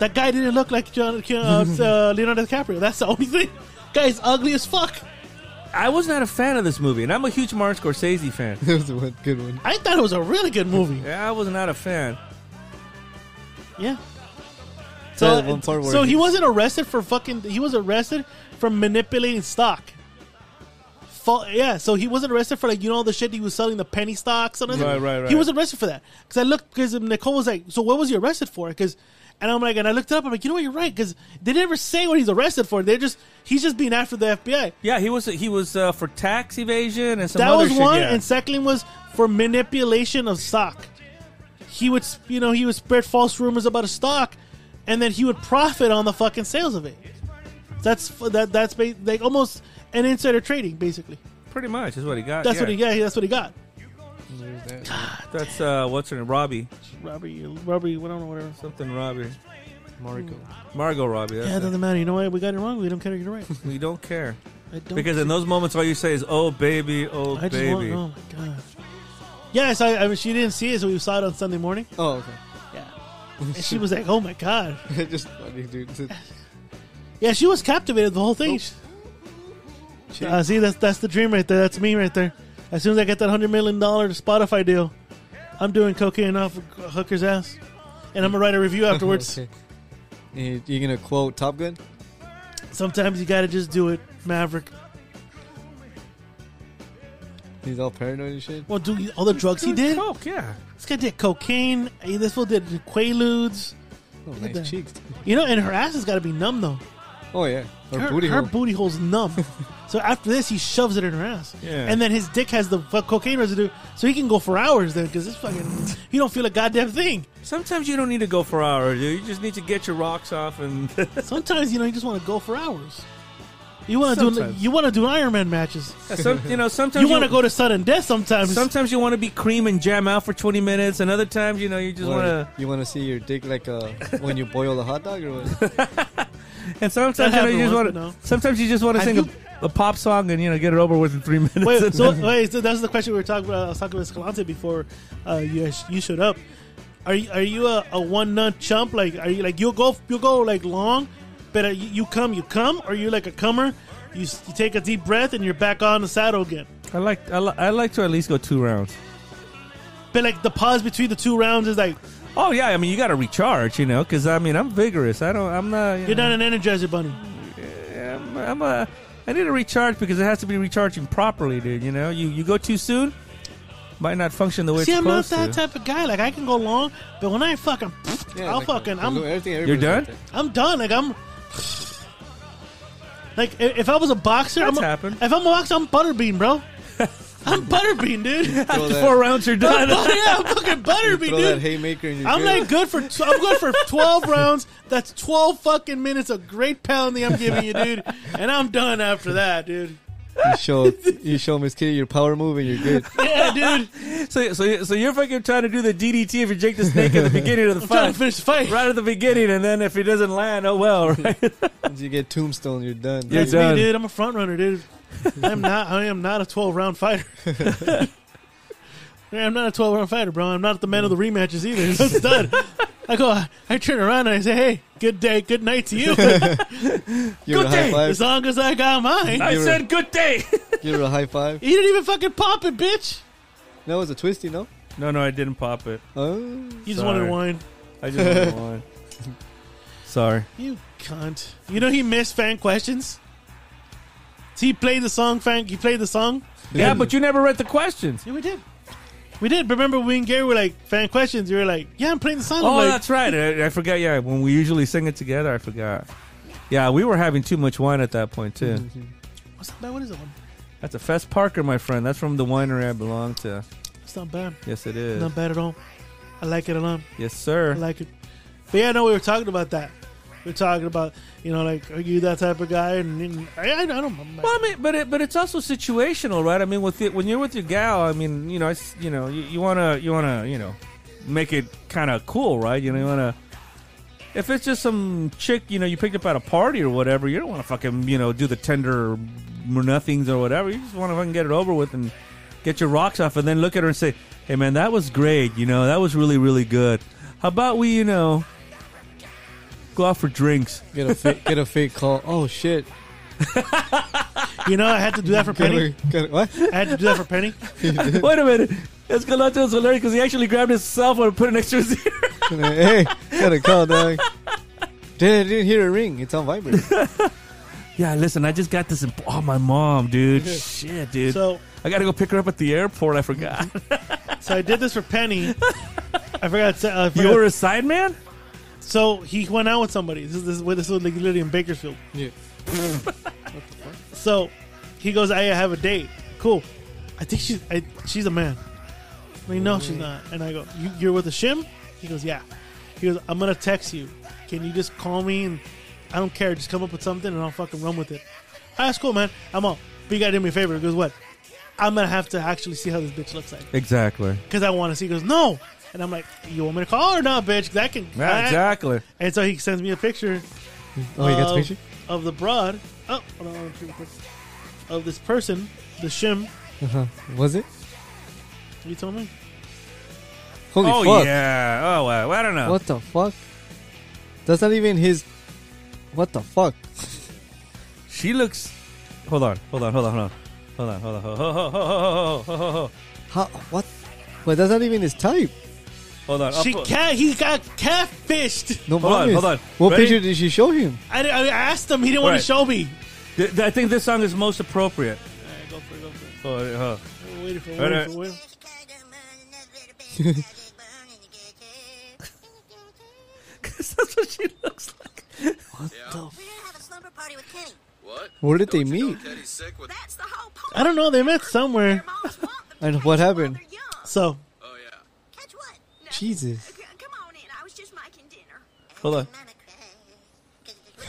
Speaker 1: that guy didn't look like John, uh, uh, Leonardo DiCaprio. That's the only thing. Guy's ugly as fuck.
Speaker 3: I was not a fan of this movie, and I'm a huge Martin
Speaker 1: [LAUGHS]
Speaker 3: Scorsese fan.
Speaker 2: That was one good
Speaker 1: [SIGHS]
Speaker 2: one.
Speaker 1: I thought it was a really good movie.
Speaker 3: Yeah, I was not a fan.
Speaker 1: Yeah.
Speaker 2: So,
Speaker 1: So,
Speaker 2: that one part where
Speaker 1: so he wasn't arrested for fucking. He was arrested for manipulating stock. Fa- yeah, so he wasn't arrested for like you know the shit he was selling the penny stocks and everything.
Speaker 3: Right, right, right.
Speaker 1: He was arrested for that because I looked because Nicole was like, so what was he arrested for? Because and I'm like, and I looked it up. I'm like, you know what, you're right because they never say what he's arrested for. They're just he's just being after the FBI.
Speaker 3: Yeah, he was he was uh, for tax evasion and some
Speaker 1: that
Speaker 3: other
Speaker 1: was
Speaker 3: shit,
Speaker 1: one,
Speaker 3: yeah.
Speaker 1: and second was for manipulation of stock. He would, sp- you know, he would spread false rumors about a stock, and then he would profit on the fucking sales of it. That's f- that. That's ba- like almost an insider trading, basically.
Speaker 3: Pretty much is what he got.
Speaker 1: That's
Speaker 3: Uh, yeah.
Speaker 1: what he got. That's what he got.
Speaker 3: That's uh, what's her name, Robbie
Speaker 1: Robbery, robbery, whatever, whatever.
Speaker 3: something Robbie,
Speaker 2: Marco.
Speaker 3: Margot Robbie. That's
Speaker 1: Yeah, it
Speaker 3: it.
Speaker 1: doesn't matter. You know what? We got it wrong. We don't care. You're right.
Speaker 3: we don't care
Speaker 1: I don't
Speaker 3: because in those moments all you say is "oh baby, oh
Speaker 1: I just want.
Speaker 3: baby."
Speaker 1: Oh my god. Yes, I, I mean, she didn't see it, so we saw it on Sunday morning.
Speaker 2: Oh,
Speaker 1: Yeah, and she was like, "Oh my god."
Speaker 2: okay. [LAUGHS] Just funny, dude.
Speaker 1: Yeah, she was captivated the whole thing.
Speaker 2: She-
Speaker 1: Uh, see, that's that's the dream right there. That's me right there. As soon as I get that hundred million dollar Spotify deal, I'm doing cocaine off a hooker's ass, and I'm gonna write a review [LAUGHS] afterwards.
Speaker 2: [LAUGHS] Okay. You, you gonna quote Top Gun?
Speaker 1: Sometimes you gotta just do it, Maverick.
Speaker 2: He's all paranoid and shit.
Speaker 1: Well, do you, all the drugs oh. he did?
Speaker 3: Coke, yeah.
Speaker 1: This guy did cocaine. Hey, This fool did quaaludes.
Speaker 2: Oh,
Speaker 1: at
Speaker 2: nice
Speaker 1: that.
Speaker 2: cheeks.
Speaker 1: You know, and her ass has got to be numb though.
Speaker 2: Oh yeah, her,
Speaker 1: Her,
Speaker 2: booty
Speaker 1: her
Speaker 2: hole.
Speaker 1: booty hole's
Speaker 2: [LAUGHS]
Speaker 1: numb. so after this, he shoves it in her ass.
Speaker 3: Yeah.
Speaker 1: And then his dick has the fu- cocaine residue, so he can go for hours there because it's fucking. you don't feel a goddamn thing.
Speaker 3: Sometimes you don't need to go for hours. dude. You just need to get your rocks off and [LAUGHS]
Speaker 1: Sometimes you know you just want to go for hours. You want to do
Speaker 3: Sometimes.
Speaker 1: you want to do Ironman matches.
Speaker 3: some, you know sometimes
Speaker 1: You want to go to sudden death sometimes.
Speaker 3: Sometimes you want to be cream and jam out for 20 minutes, and other times you know you just
Speaker 2: What,
Speaker 3: want to.
Speaker 2: You want to see your dick like uh, when you boil a hot dog or what?
Speaker 3: And sometimes you,
Speaker 1: That
Speaker 3: know, you just want
Speaker 1: happened
Speaker 3: to.
Speaker 1: once,
Speaker 3: Sometimes you just want to
Speaker 1: Have
Speaker 3: sing
Speaker 1: you-
Speaker 3: a, a pop song and you know get it over with in three [LAUGHS] minutes.
Speaker 1: wait,
Speaker 3: And
Speaker 1: so
Speaker 3: then-
Speaker 1: wait, so that's the question we were talking about. I was talking with Escalante before uh, you you showed up. Are you are you a, a one nut chump? Like are you like you go you go like long, but uh, you, you come you come, or you like a comer? You, s- you take a deep breath and you're back on the saddle again.
Speaker 3: I like I, li- I like to at least go two rounds.
Speaker 1: But like the pause between the two rounds is like
Speaker 3: Oh yeah, I mean you got to recharge, you know, because I mean I'm vigorous. I don't. I'm not. You
Speaker 1: you're
Speaker 3: know,
Speaker 1: not an energizer bunny.
Speaker 3: I'm, I'm a. I need to recharge because it has to be recharging properly, dude. You know, you you go too soon, might not function the way
Speaker 1: See,
Speaker 3: it's
Speaker 1: I'm not
Speaker 3: supposed
Speaker 1: that
Speaker 3: to.
Speaker 1: type of guy. Like I can go long, but when I fucking, I'll
Speaker 2: like,
Speaker 1: fucking,
Speaker 2: uh,
Speaker 1: I'm,
Speaker 2: everything,
Speaker 3: You're done.
Speaker 2: everybody's like
Speaker 1: I'm done. Like I'm, like i- if I was a boxer,
Speaker 3: That's
Speaker 1: I'm a,
Speaker 3: happened.
Speaker 1: If I'm a boxer, I'm butterbean, bro. I'm butterbean, dude. [LAUGHS]
Speaker 3: [LAUGHS]
Speaker 2: that. Throw
Speaker 3: After
Speaker 2: that-
Speaker 3: four rounds, you're
Speaker 1: I'm,
Speaker 3: done.
Speaker 1: butter- yeah, I'm
Speaker 2: [LAUGHS]
Speaker 1: fucking
Speaker 2: Throw that
Speaker 1: butterbean, dude.
Speaker 2: haymaker in your
Speaker 1: I'm
Speaker 2: jail.
Speaker 1: like good for tw- I'm good
Speaker 2: [LAUGHS]
Speaker 1: for 12 rounds. That's 12 fucking minutes of great pounding I'm giving you, dude. And I'm done after that, dude.
Speaker 2: you
Speaker 3: [LAUGHS]
Speaker 2: show you show Miss Kitty your power move and you're good.
Speaker 1: Yeah, dude.
Speaker 3: [LAUGHS] So, so, so you're fucking trying to do the DDT if you Jake the Snake at the beginning of
Speaker 1: [LAUGHS]
Speaker 3: the
Speaker 1: I'm trying
Speaker 3: fight,
Speaker 1: to finish the fight.
Speaker 3: right at the beginning, and then if he doesn't land, oh well, [LAUGHS] right?
Speaker 2: Once you get tombstone, you're done.
Speaker 3: You're
Speaker 1: That's
Speaker 3: done.
Speaker 1: me, dude. I'm a front runner, dude. I'm not. I am not a 12 round fighter. [LAUGHS] Yeah, I'm not a 12 round fighter, bro. I'm not the man of the rematches either. [LAUGHS] It's done. I go. I turn around and I say, "Hey, good day, good night to
Speaker 3: [LAUGHS]
Speaker 1: you."
Speaker 2: Give it a
Speaker 3: Good
Speaker 2: high
Speaker 3: day.
Speaker 2: five.
Speaker 1: as long as I got mine,
Speaker 3: I
Speaker 2: You're-
Speaker 3: said good day.
Speaker 2: Give it a high five.
Speaker 1: you didn't even fucking pop it, bitch.
Speaker 2: That was a twisty, no?
Speaker 3: [LAUGHS] no, no, I didn't pop it.
Speaker 2: Oh,
Speaker 1: You just
Speaker 3: Sorry.
Speaker 1: wanted wine.
Speaker 3: I just [LAUGHS] wanted one. Sorry.
Speaker 1: You cunt. You know he missed fan questions. So he played the song, Frank. He played the song.
Speaker 3: Yeah, but you never read the questions.
Speaker 1: Yeah, we did. We did. Remember when Gary were like fan questions? You were like, "Yeah, I'm playing the song."
Speaker 3: Oh,
Speaker 1: I'm like,
Speaker 3: that's right. I, I forgot. Yeah, when we usually sing it together, I forgot. Yeah, we were having too much wine at that point too.
Speaker 1: "What's not bad? What is that one?
Speaker 3: That's a Fest Parker, my friend. That's from the winery I belong to.
Speaker 1: It's not bad.
Speaker 3: Yes, it is.
Speaker 1: Not bad at all. I like it a lot.
Speaker 3: Yes,
Speaker 1: I
Speaker 3: sir.
Speaker 1: like it. But yeah, no, we were talking about that. We were talking about, you know, like, are you that type of guy? And, and I, I, I don't. I'm
Speaker 3: Well, I mean, but it, but it's also situational, right? I mean, with it, when you're with your gal, I mean, you know, it's, you know, you, you wanna you wanna you know make it kind of cool, right? You know, you wanna. If it's just some chick, you know, you picked up at a party or whatever, you don't want to fucking, you know, do the tender or nothings or whatever. You just want to fucking get it over with and get your rocks off, and then look at her and say, "Hey, man, that was great. You know, that was really, really good. How about we, you know, go out for drinks?"
Speaker 2: get a fake, get a fake call. Oh shit!
Speaker 1: you know, I had to do that for
Speaker 2: Get
Speaker 1: Penny.
Speaker 2: a- get a- what?
Speaker 1: I had to do that for
Speaker 3: [LAUGHS]
Speaker 1: Penny.
Speaker 3: Wait a minute. Escalante was hilarious because he actually grabbed his cell phone and put an extra [LAUGHS] zero.
Speaker 2: hey, got a call, dog. Did I didn't hear a ring? It's on
Speaker 3: [LAUGHS]
Speaker 2: vibrate.
Speaker 3: Yeah, listen, I just got this. Imp- oh, my mom, dude. Shit, dude.
Speaker 1: So,
Speaker 3: I got to go pick her up at the airport. I [LAUGHS] forgot.
Speaker 1: so I did this for Penny. I forgot. To, uh, I
Speaker 3: you
Speaker 1: forgot-
Speaker 3: were a side man?
Speaker 1: so he went out with somebody. This is this, is- this was like literally in Bakersfield.
Speaker 2: Yeah.
Speaker 1: So he goes, I have a date. Cool. I think she's I, she's a man. I mean, no, she's not. And I go, you, you're with a shim? He goes, yeah. He goes, I'm gonna text you. Can you just call me and I don't care. Just come up with something and I'll fucking run with it. Ah, That's cool, man. I'm up. But you gotta do me a favor. He goes, what? I'm gonna have to actually see how this bitch looks like
Speaker 3: Exactly.
Speaker 1: because I want to see. He goes, no. And I'm like, you want me to call her or not, bitch? 'Cause That can. I-
Speaker 3: exactly.
Speaker 1: And so he sends me a picture
Speaker 2: Oh, you got
Speaker 3: Uh,
Speaker 2: the
Speaker 1: of,
Speaker 2: picture?
Speaker 1: of the broad. Oh, hold on, hold on, real quick. Of this person, the shim.
Speaker 2: Uh-huh. Was it?
Speaker 1: You told me.
Speaker 2: Holy
Speaker 3: Oh,
Speaker 2: fuck!
Speaker 3: yeah. Oh, wow. I don't know.
Speaker 2: What the fuck? That's not even his. What the fuck?
Speaker 3: She looks. Hold on. Hold on. Hold on. Hold on. Hold on. Hold on. Ho, ho, ho, ho, ho, ho, ho, ho.
Speaker 2: How? What? But that's not even his type.
Speaker 3: Hold on. I'll
Speaker 1: She
Speaker 3: put-
Speaker 1: cat. He got catfished.
Speaker 2: No
Speaker 3: Hold on,
Speaker 2: mames.
Speaker 3: hold on.
Speaker 2: What
Speaker 3: Ready?
Speaker 2: picture did she show him?
Speaker 1: I, di- I asked him. He didn't want
Speaker 3: Right.
Speaker 1: to show me.
Speaker 3: Th- th- I think this song is most appropriate.
Speaker 1: All right, go for it. Go for it.
Speaker 3: Oh, yeah, huh.
Speaker 1: We're waiting for. Waiting
Speaker 3: All
Speaker 1: for,
Speaker 3: right.
Speaker 1: waiting [LAUGHS] for-
Speaker 3: that's what she looks like.
Speaker 7: What?
Speaker 2: Where did they meet?
Speaker 7: Teddy's sick with.
Speaker 8: That's the whole point.
Speaker 1: I don't know. They met somewhere.
Speaker 8: Their moms want them to
Speaker 2: And
Speaker 8: catch
Speaker 2: what
Speaker 8: them while
Speaker 2: happened?
Speaker 8: they're young.
Speaker 1: So [LAUGHS]
Speaker 7: Oh yeah.
Speaker 8: Catch what? No.
Speaker 2: Jesus.
Speaker 8: C- Come on in. I was just making dinner.
Speaker 3: Hold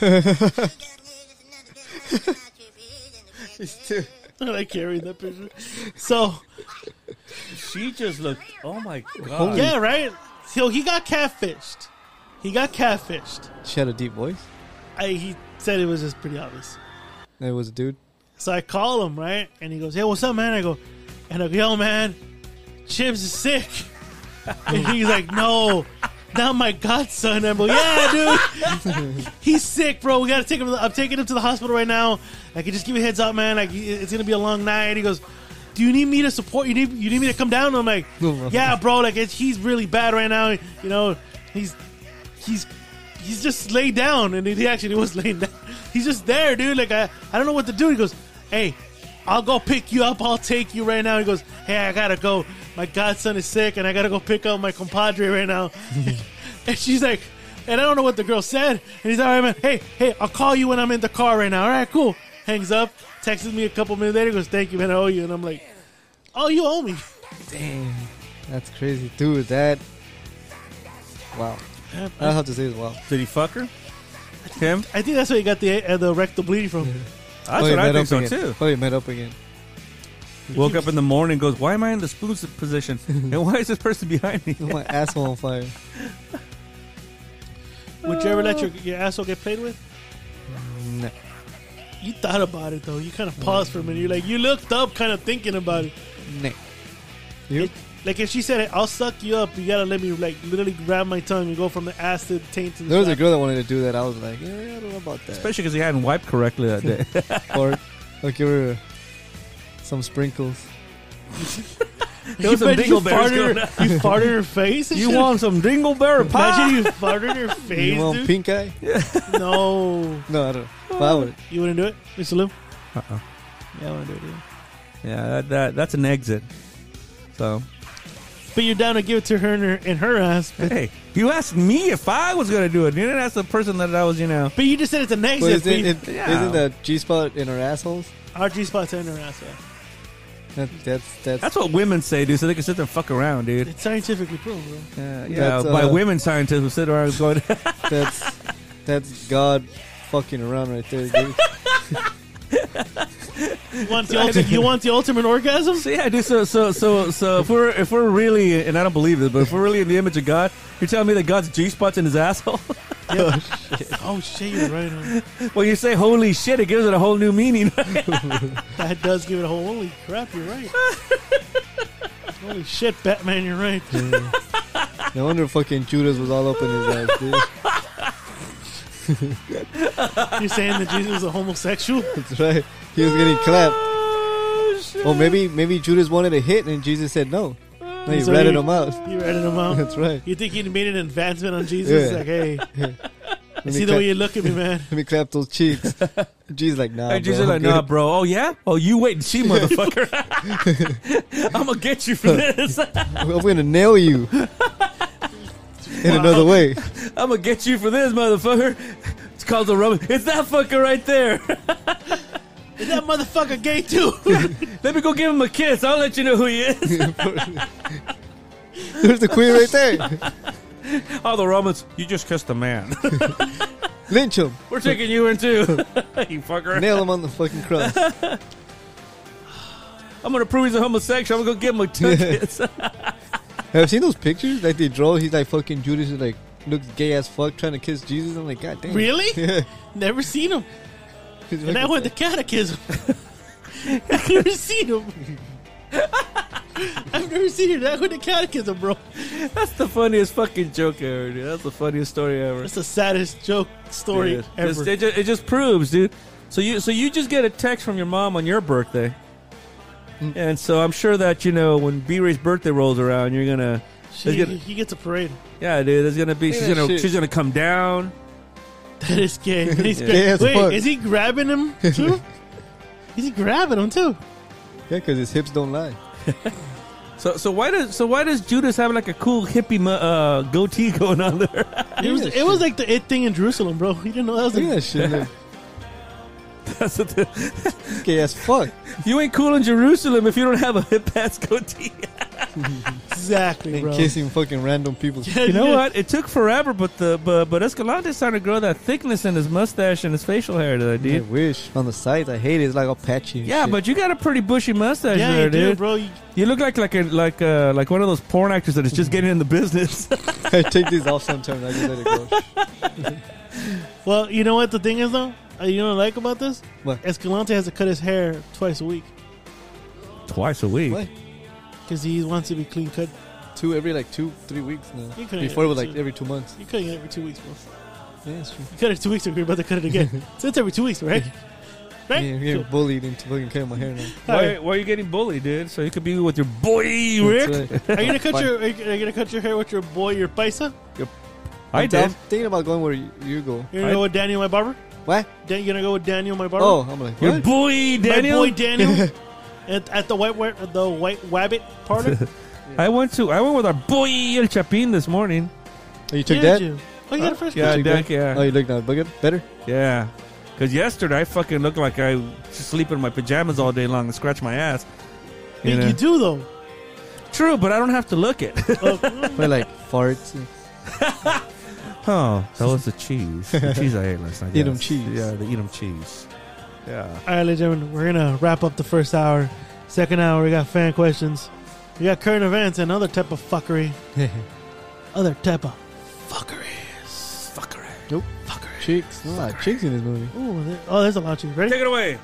Speaker 3: on. [LAUGHS]
Speaker 1: I carried that picture. So
Speaker 3: She just looked. Oh my god.
Speaker 2: Holy-
Speaker 1: yeah, right. So he got catfished. He got catfished.
Speaker 2: She had a deep voice.
Speaker 1: I, he said it was just pretty obvious.
Speaker 2: It was a dude.
Speaker 1: So I call him, right? And he goes, Hey, what's up, man? I go, and I go, Yo, man, Chips is sick. [LAUGHS] and he's like, No, not my godson. I'm like, Yeah, dude. [LAUGHS] he's sick, bro. We got to take him. To the, I'm taking him to the hospital right now. I can just give you a heads up, man. Like, it's going to be a long night. He goes, do you need me to support you? Need, you need me to come down? And I'm like, yeah, bro. Like, it's, he's really bad right now. You know, he's he's he's just laid down, and he actually was [LAUGHS] laying down. He's just there, dude. Like I, I don't know what to do. He goes, hey, I'll go pick you up. I'll take you right now. He goes, hey, I gotta go. My godson is sick, and I gotta go pick up my compadre right now. and she's like, and I don't know what the girl said. And he's like, all right, man. Hey, hey, I'll call you when I'm in the car right now. All right, cool. Hangs up. Texts me a couple minutes later. Goes, thank you, man. I owe you. And I'm like, oh, you owe me.
Speaker 2: Damn, that's crazy, dude. That. Wow. I don't have to say it. Wow.
Speaker 3: Did he fuck her? Him?
Speaker 1: I think that's where you got the uh, the rectal bleeding from.
Speaker 3: That's
Speaker 2: Oh, he
Speaker 3: what I
Speaker 2: met
Speaker 3: think
Speaker 2: up
Speaker 3: so
Speaker 2: again.
Speaker 3: too.
Speaker 2: Oh, he met up again. [LAUGHS]
Speaker 3: Woke up in the morning, goes, "Why am I in the spoon position? [LAUGHS] And why is this person behind me?"
Speaker 2: Put my asshole on fire.
Speaker 1: Would you ever let your, your asshole get played with?
Speaker 2: No.
Speaker 1: you thought about it though. You kind of paused for a minute. You're like, you looked up, kind of thinking about it.
Speaker 2: Nah. You?
Speaker 1: Like if she said, "I'll suck you up," you gotta let me like literally grab my tongue and go from the ass to the taint to the.
Speaker 2: There was a
Speaker 1: back.
Speaker 2: girl that wanted to do that. I was like, yeah, I don't know about that.
Speaker 3: Especially because he hadn't wiped correctly that day.
Speaker 2: or I'll give her some sprinkles.
Speaker 3: There was
Speaker 1: you
Speaker 3: some
Speaker 1: bet you
Speaker 3: dingleberries
Speaker 1: farted,
Speaker 3: going
Speaker 1: her, you farted her face. and
Speaker 3: you
Speaker 1: shit?
Speaker 3: want some [LAUGHS] dingleberry pie?
Speaker 1: Imagine you farted her face,
Speaker 2: you want
Speaker 1: dude.
Speaker 2: pink eye?
Speaker 1: No,
Speaker 2: No, I don't.
Speaker 3: Oh,
Speaker 2: But I would.
Speaker 1: you wouldn't do it, Mr. Lou.
Speaker 3: Uh-uh.
Speaker 2: Yeah, I want to do it. Yeah.
Speaker 3: Yeah, that, that that's an exit. So
Speaker 1: But you're down to give it to her and her, and her ass. But,
Speaker 3: hey, you asked me if I was gonna do it. You didn't ask the person that I was. You know,
Speaker 1: but you just said it's an
Speaker 2: But
Speaker 1: exit.
Speaker 2: isn't,
Speaker 1: But you-
Speaker 2: it,
Speaker 3: yeah.
Speaker 2: isn't the G spot in our assholes?
Speaker 1: RG spots in her ass. Yeah.
Speaker 2: That, that's that's.
Speaker 3: that's what women say, dude. So they can sit there and fuck around, dude.
Speaker 1: It's scientifically proven. Bro.
Speaker 3: Yeah, yeah.
Speaker 2: That's,
Speaker 3: By
Speaker 2: uh,
Speaker 3: women scientists who sit around going,
Speaker 2: [LAUGHS] That's that's God fucking around right there. Dude.
Speaker 1: You want the ultimate, you want the ultimate orgasm?
Speaker 3: so yeah, dude. So so so so if we're if we're really and I don't believe this, but if we're really in the image of God, you're telling me that God's G spots in his asshole. [LAUGHS]
Speaker 1: Oh shit, you're right. On.
Speaker 3: well, you say holy shit, it gives it a whole new meaning. [LAUGHS]
Speaker 1: That does give it a whole. Holy crap, you're right. holy shit, Batman, you're right.
Speaker 2: No wonder fucking Judas was all up in his ass, dude. [LAUGHS]
Speaker 1: You're saying that Jesus was a homosexual?
Speaker 2: That's right. He was getting clapped.
Speaker 3: oh, shit. Uh,
Speaker 2: Well, maybe maybe Judas wanted a hit, and Jesus said no. No, he
Speaker 1: So
Speaker 2: ratted
Speaker 1: you-
Speaker 2: him
Speaker 3: [LAUGHS]
Speaker 2: out.
Speaker 1: You ratted him out.
Speaker 2: [LAUGHS] That's right.
Speaker 1: You think he made an advancement on Jesus?
Speaker 2: Yeah.
Speaker 1: Like, hey,
Speaker 2: Let
Speaker 1: I
Speaker 2: me,
Speaker 1: see the
Speaker 2: clap,
Speaker 1: way you look at me, man.
Speaker 2: let me clap those
Speaker 3: [LAUGHS]
Speaker 2: cheeks. Jesus like nah.
Speaker 3: And
Speaker 2: bro,
Speaker 3: Jesus
Speaker 2: I'm
Speaker 3: like, nah,
Speaker 2: good."
Speaker 3: bro. Oh yeah. Oh, you wait and see, [LAUGHS] motherfucker. I'm gonna get you for this.
Speaker 2: I'm gonna nail
Speaker 3: [LAUGHS]
Speaker 2: you in another way.
Speaker 3: I'm gonna get you for this, motherfucker. It's called the rubber. It's that fucker right there.
Speaker 1: Is that motherfucker gay too?
Speaker 3: Let me go give him a kiss. I'll let you know who he [LAUGHS] is.
Speaker 2: There's the queen right there.
Speaker 3: [LAUGHS] All the Romans, you just kissed a man. [LAUGHS]
Speaker 2: Lynch him.
Speaker 3: We're taking you in too, you fucker.
Speaker 2: Nail him on the fucking cross.
Speaker 3: I'm gonna prove he's a homosexual. I'm gonna go give him
Speaker 1: [LAUGHS]
Speaker 3: a two kiss.
Speaker 2: Have you seen those pictures? Like they draw, he's like fucking Judas is like looks gay as fuck trying to kiss Jesus. I'm like, god damn.
Speaker 1: really?
Speaker 2: Yeah.
Speaker 1: Never seen him.
Speaker 2: He's
Speaker 1: And I
Speaker 2: fucking-
Speaker 1: went to catechism. [LAUGHS] I've never seen him. I've never seen him. I went to catechism, bro.
Speaker 3: That's the funniest fucking joke ever, dude. That's the funniest story ever.
Speaker 1: That's the saddest joke story
Speaker 3: Dude,
Speaker 1: ever.
Speaker 3: just- it, just, it just proves, dude. So you so you just get a text from your mom on your birthday,
Speaker 1: Mm.
Speaker 3: and so I'm sure that you know when B Ray's birthday rolls around, you're gonna
Speaker 1: She-
Speaker 3: it's gonna-
Speaker 1: he gets a parade.
Speaker 3: yeah, dude. There's gonna be she's
Speaker 2: that
Speaker 3: gonna
Speaker 2: shit.
Speaker 3: she's gonna come down.
Speaker 1: That is
Speaker 2: [LAUGHS]
Speaker 1: gay. And he's
Speaker 2: Gay as
Speaker 1: Wait,
Speaker 2: fuck.
Speaker 1: is he grabbing him
Speaker 2: [LAUGHS]
Speaker 1: too? is he grabbing him too?
Speaker 2: Yeah, because his hips don't lie.
Speaker 3: So so why does so why does Judas have like a cool hippie mu- uh, goatee [LAUGHS] going on there?
Speaker 1: It was
Speaker 2: that
Speaker 1: it was like the it thing in Jerusalem, bro. He didn't know that was
Speaker 2: Look at
Speaker 1: a,
Speaker 2: that shit. Look.
Speaker 1: [LAUGHS]
Speaker 3: That's what the-
Speaker 2: He's gay as fuck.
Speaker 3: you ain't cool in Jerusalem if you don't have a hip ass goatee.
Speaker 1: exactly,
Speaker 2: And
Speaker 1: bro. [LAUGHS]
Speaker 2: kissing fucking random people.
Speaker 3: You know what? It took forever, but the but but Escalante's starting to grow that thickness in his mustache and his facial hair, though,
Speaker 2: I
Speaker 3: dude.
Speaker 2: wish. On the sides, I hate it. It's like all patchy. and
Speaker 3: Yeah,
Speaker 2: shit.
Speaker 3: but you got a pretty bushy mustache
Speaker 1: Yeah,
Speaker 3: there,
Speaker 1: you do,
Speaker 3: dude.
Speaker 1: bro. You-
Speaker 3: You look like like a like uh like one of those porn actors that is just getting in the business. [LAUGHS]
Speaker 2: [LAUGHS] I take these off sometimes. I just let it go.
Speaker 1: Well, you know what the thing is though. Uh, You know what I like about this?
Speaker 2: What?
Speaker 1: Escalante has to cut his hair twice a week
Speaker 3: Twice a week.
Speaker 2: What?
Speaker 1: because he wants to be clean cut.
Speaker 2: Two every like two, three weeks now.
Speaker 1: You couldn't
Speaker 2: Before it was
Speaker 1: get it,
Speaker 2: like
Speaker 1: too.
Speaker 2: every two months.
Speaker 1: You're cutting it every two weeks, bro.
Speaker 2: Yeah, it's true.
Speaker 1: You cut it two weeks ago. You're about to cut it again.
Speaker 2: [LAUGHS]
Speaker 1: so it's every two weeks, right?
Speaker 2: Yeah,
Speaker 1: Right?
Speaker 2: I'm getting bullied into fucking cutting my hair now.
Speaker 1: All
Speaker 3: Why,
Speaker 1: right.
Speaker 3: why are you getting bullied, dude? So you could be with your boy Rick.
Speaker 2: That's
Speaker 1: [LAUGHS]
Speaker 2: right.
Speaker 1: Are you gonna cut
Speaker 2: Fine.
Speaker 1: your Are you are you gonna cut your hair with your boy, your paisa?
Speaker 3: I
Speaker 2: I'm, I'm
Speaker 3: did.
Speaker 2: thinking about going where you, you go.
Speaker 1: You're gonna
Speaker 3: I-
Speaker 1: go with Daniel, my barber.
Speaker 2: What?
Speaker 1: Dan, you gonna go with Daniel, my barber?
Speaker 2: Oh, I'm like,
Speaker 3: Your
Speaker 2: what?
Speaker 3: boy Daniel.
Speaker 1: My boy Daniel at, at the white Wa- the white wabbit party.
Speaker 3: I went to I went with our boy El Chapin this morning.
Speaker 2: Oh, you took
Speaker 1: Did
Speaker 2: that?
Speaker 1: you? Oh, you got a fresh
Speaker 3: Yeah,
Speaker 1: cut?
Speaker 3: I
Speaker 2: Took that?
Speaker 3: did, yeah.
Speaker 2: Oh, you look now bigger, better.
Speaker 3: Yeah. Because yesterday I fucking looked like I sleep in my pajamas all day long and scratch my ass. You
Speaker 1: You,
Speaker 3: know?
Speaker 1: you do though.
Speaker 3: True, but I don't have to look [LAUGHS] it.
Speaker 2: But like farts.
Speaker 3: oh, that was the cheese. The cheese I ate last [LAUGHS] night.
Speaker 2: Eat 'em
Speaker 3: yes.
Speaker 2: cheese.
Speaker 3: Yeah, the eat 'em cheese. Yeah.
Speaker 1: All right, ladies and gentlemen, we're gonna wrap up the first hour. Second hour, we got fan questions. We got current events and other type of fuckery. other type of fuckeries. Fuckery.
Speaker 2: Nope.
Speaker 1: Fuckery.
Speaker 2: chicks. There's a lot of chicks in this movie.
Speaker 1: Ooh, there- oh, there's a lot of chicks. Ready?
Speaker 3: Take it away.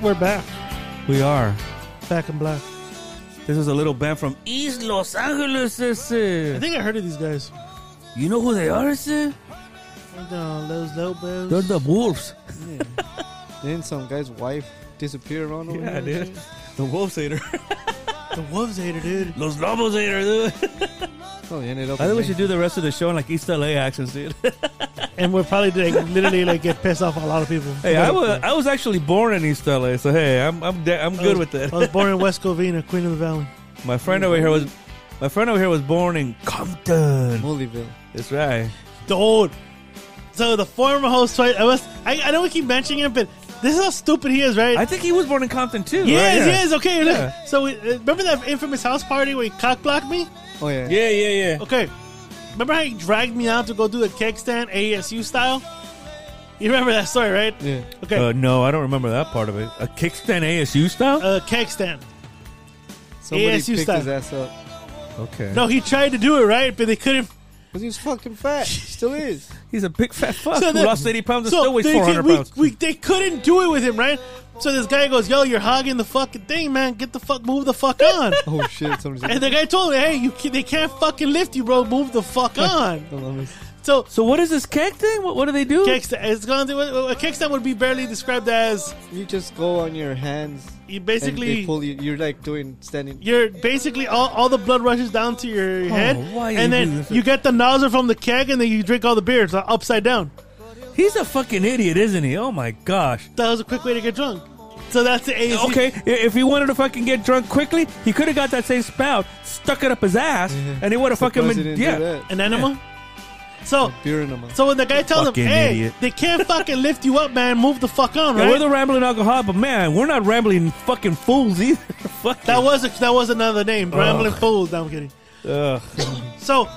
Speaker 1: We're back.
Speaker 3: We are.
Speaker 1: Back in black.
Speaker 3: This is a little band from East Los Angeles,
Speaker 1: I
Speaker 3: sir.
Speaker 1: think I heard of these guys.
Speaker 3: You know who they are, sir?
Speaker 1: No, uh, those Lobos.
Speaker 3: They're the Wolves.
Speaker 2: Then some guy's wife disappeared around over here and shit.
Speaker 3: The Wolves hater.
Speaker 1: The Wolves hater, dude.
Speaker 3: [LAUGHS] Los Lobos hater, dude.
Speaker 2: Oh, he ended up.
Speaker 3: I think
Speaker 2: in
Speaker 3: we should do the rest of the show in like East LA accents, dude.
Speaker 1: And we're probably like, literally like get pissed off a lot of people.
Speaker 3: [LAUGHS] hey, I was I was actually born in East LA, so hey, I'm I'm da- I'm
Speaker 1: I
Speaker 3: good
Speaker 1: was-
Speaker 3: with that.
Speaker 1: I was born in West Covina, Queen of the Valley.
Speaker 3: My friend over here was my friend over here was born in Compton.
Speaker 2: Mullyville.
Speaker 3: That's right.
Speaker 1: Dude. So the former host, twice, I was. I, I know we keep mentioning him, but this is how stupid he is, right?
Speaker 3: I think he was born in Compton too.
Speaker 1: yes,
Speaker 3: right?
Speaker 1: yes, okay. look.
Speaker 3: Yeah.
Speaker 1: So we, uh, remember that infamous house party where he cock blocked me?
Speaker 2: Oh yeah.
Speaker 3: Yeah, yeah, yeah.
Speaker 1: Okay. Remember how he dragged me out to go do the keg stand ASU style? You remember that story, right?
Speaker 2: Yeah.
Speaker 1: Okay.
Speaker 3: Uh, no, I don't remember that part of it. A kickstand ASU style?
Speaker 1: uh, keg stand.
Speaker 2: Somebody
Speaker 1: ASU
Speaker 2: picked
Speaker 1: style.
Speaker 2: his ass up.
Speaker 3: okay.
Speaker 1: No, he tried to do it right, but they couldn't.
Speaker 2: Cause he was fucking fat. Still is.
Speaker 3: he's a big fat fuck
Speaker 1: So
Speaker 3: [LAUGHS] who
Speaker 1: then-
Speaker 3: lost 80 pounds and
Speaker 1: So
Speaker 3: still weighs
Speaker 1: they, could,
Speaker 3: 400
Speaker 1: we,
Speaker 3: pounds.
Speaker 1: we, they couldn't do it with him, right? So this guy goes, "Yo, you're hogging the fucking thing, man. Get the fuck, move the
Speaker 3: [LAUGHS]
Speaker 1: fuck on."
Speaker 2: Oh shit! Somebody's.
Speaker 1: and the guy told him, "Hey, you can, they can't fucking lift you, bro. Move the
Speaker 3: [LAUGHS]
Speaker 1: fuck on."
Speaker 2: [LAUGHS] I love it.
Speaker 1: So
Speaker 3: so what is this keg thing? What, what do they do?
Speaker 1: kickstand, it's going to, a kickstand would be barely described as
Speaker 2: You just go on your hands.
Speaker 1: you
Speaker 2: and they
Speaker 1: basically
Speaker 2: pull you. You're like doing standing.
Speaker 1: you're basically all, all the blood rushes down to your head,
Speaker 3: Oh, why
Speaker 1: and
Speaker 3: you do
Speaker 1: then
Speaker 3: this?
Speaker 1: you get the nozzle from the keg, and then you drink all the beer. It's upside down.
Speaker 3: He's a fucking idiot, isn't he? Oh my gosh.
Speaker 1: That was a quick way to get drunk. So that's the ASU.
Speaker 3: Okay, i- if he wanted to fucking get drunk quickly, he could have got that same spout, stuck it up his ass, and he would have fucking
Speaker 2: Surprised they
Speaker 3: been
Speaker 2: didn't
Speaker 3: yeah.
Speaker 2: do that.
Speaker 1: an enema. So,
Speaker 2: Beer in
Speaker 1: [LAUGHS]
Speaker 2: a mouth.
Speaker 1: so when the guy tells him,
Speaker 3: Fucking
Speaker 1: "Hey,
Speaker 3: idiot.
Speaker 1: they can't fucking lift you up, man. Move the fuck on,
Speaker 3: Yeah,
Speaker 1: right?"
Speaker 3: we're the rambling alcoholic, but man, we're not rambling fucking fools either. [LAUGHS] Fuck
Speaker 1: that was a, that was another name, rambling fools. No, I'm kidding.
Speaker 3: Ugh.
Speaker 1: So,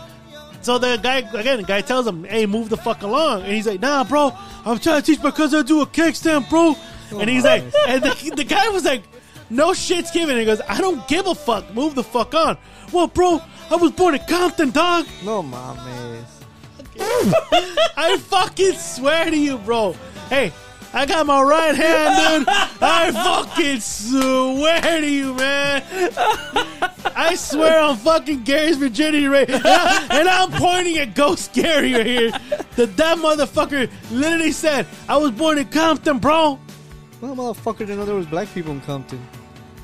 Speaker 1: so the guy again, the guy tells him, "Hey, move the fuck along," and he's like, "Nah, bro, I'm trying to teach my cousin how to do a kickstand, bro." and he's like,
Speaker 3: Oh,
Speaker 1: and the, the guy was like, "No shit's given." He goes, "I don't give a fuck. Move the fuck on." Well, bro, I was born in Compton, dog.
Speaker 2: No mames.
Speaker 1: I fucking swear to you, bro. Hey, I got my right hand, dude. I fucking swear to you, man. I swear on fucking Gary's virginity right and, I, and I'm pointing at Ghost Gary right here. That that motherfucker literally said, I was born in Compton, bro.
Speaker 2: Well, motherfucker didn't know there was black people in Compton.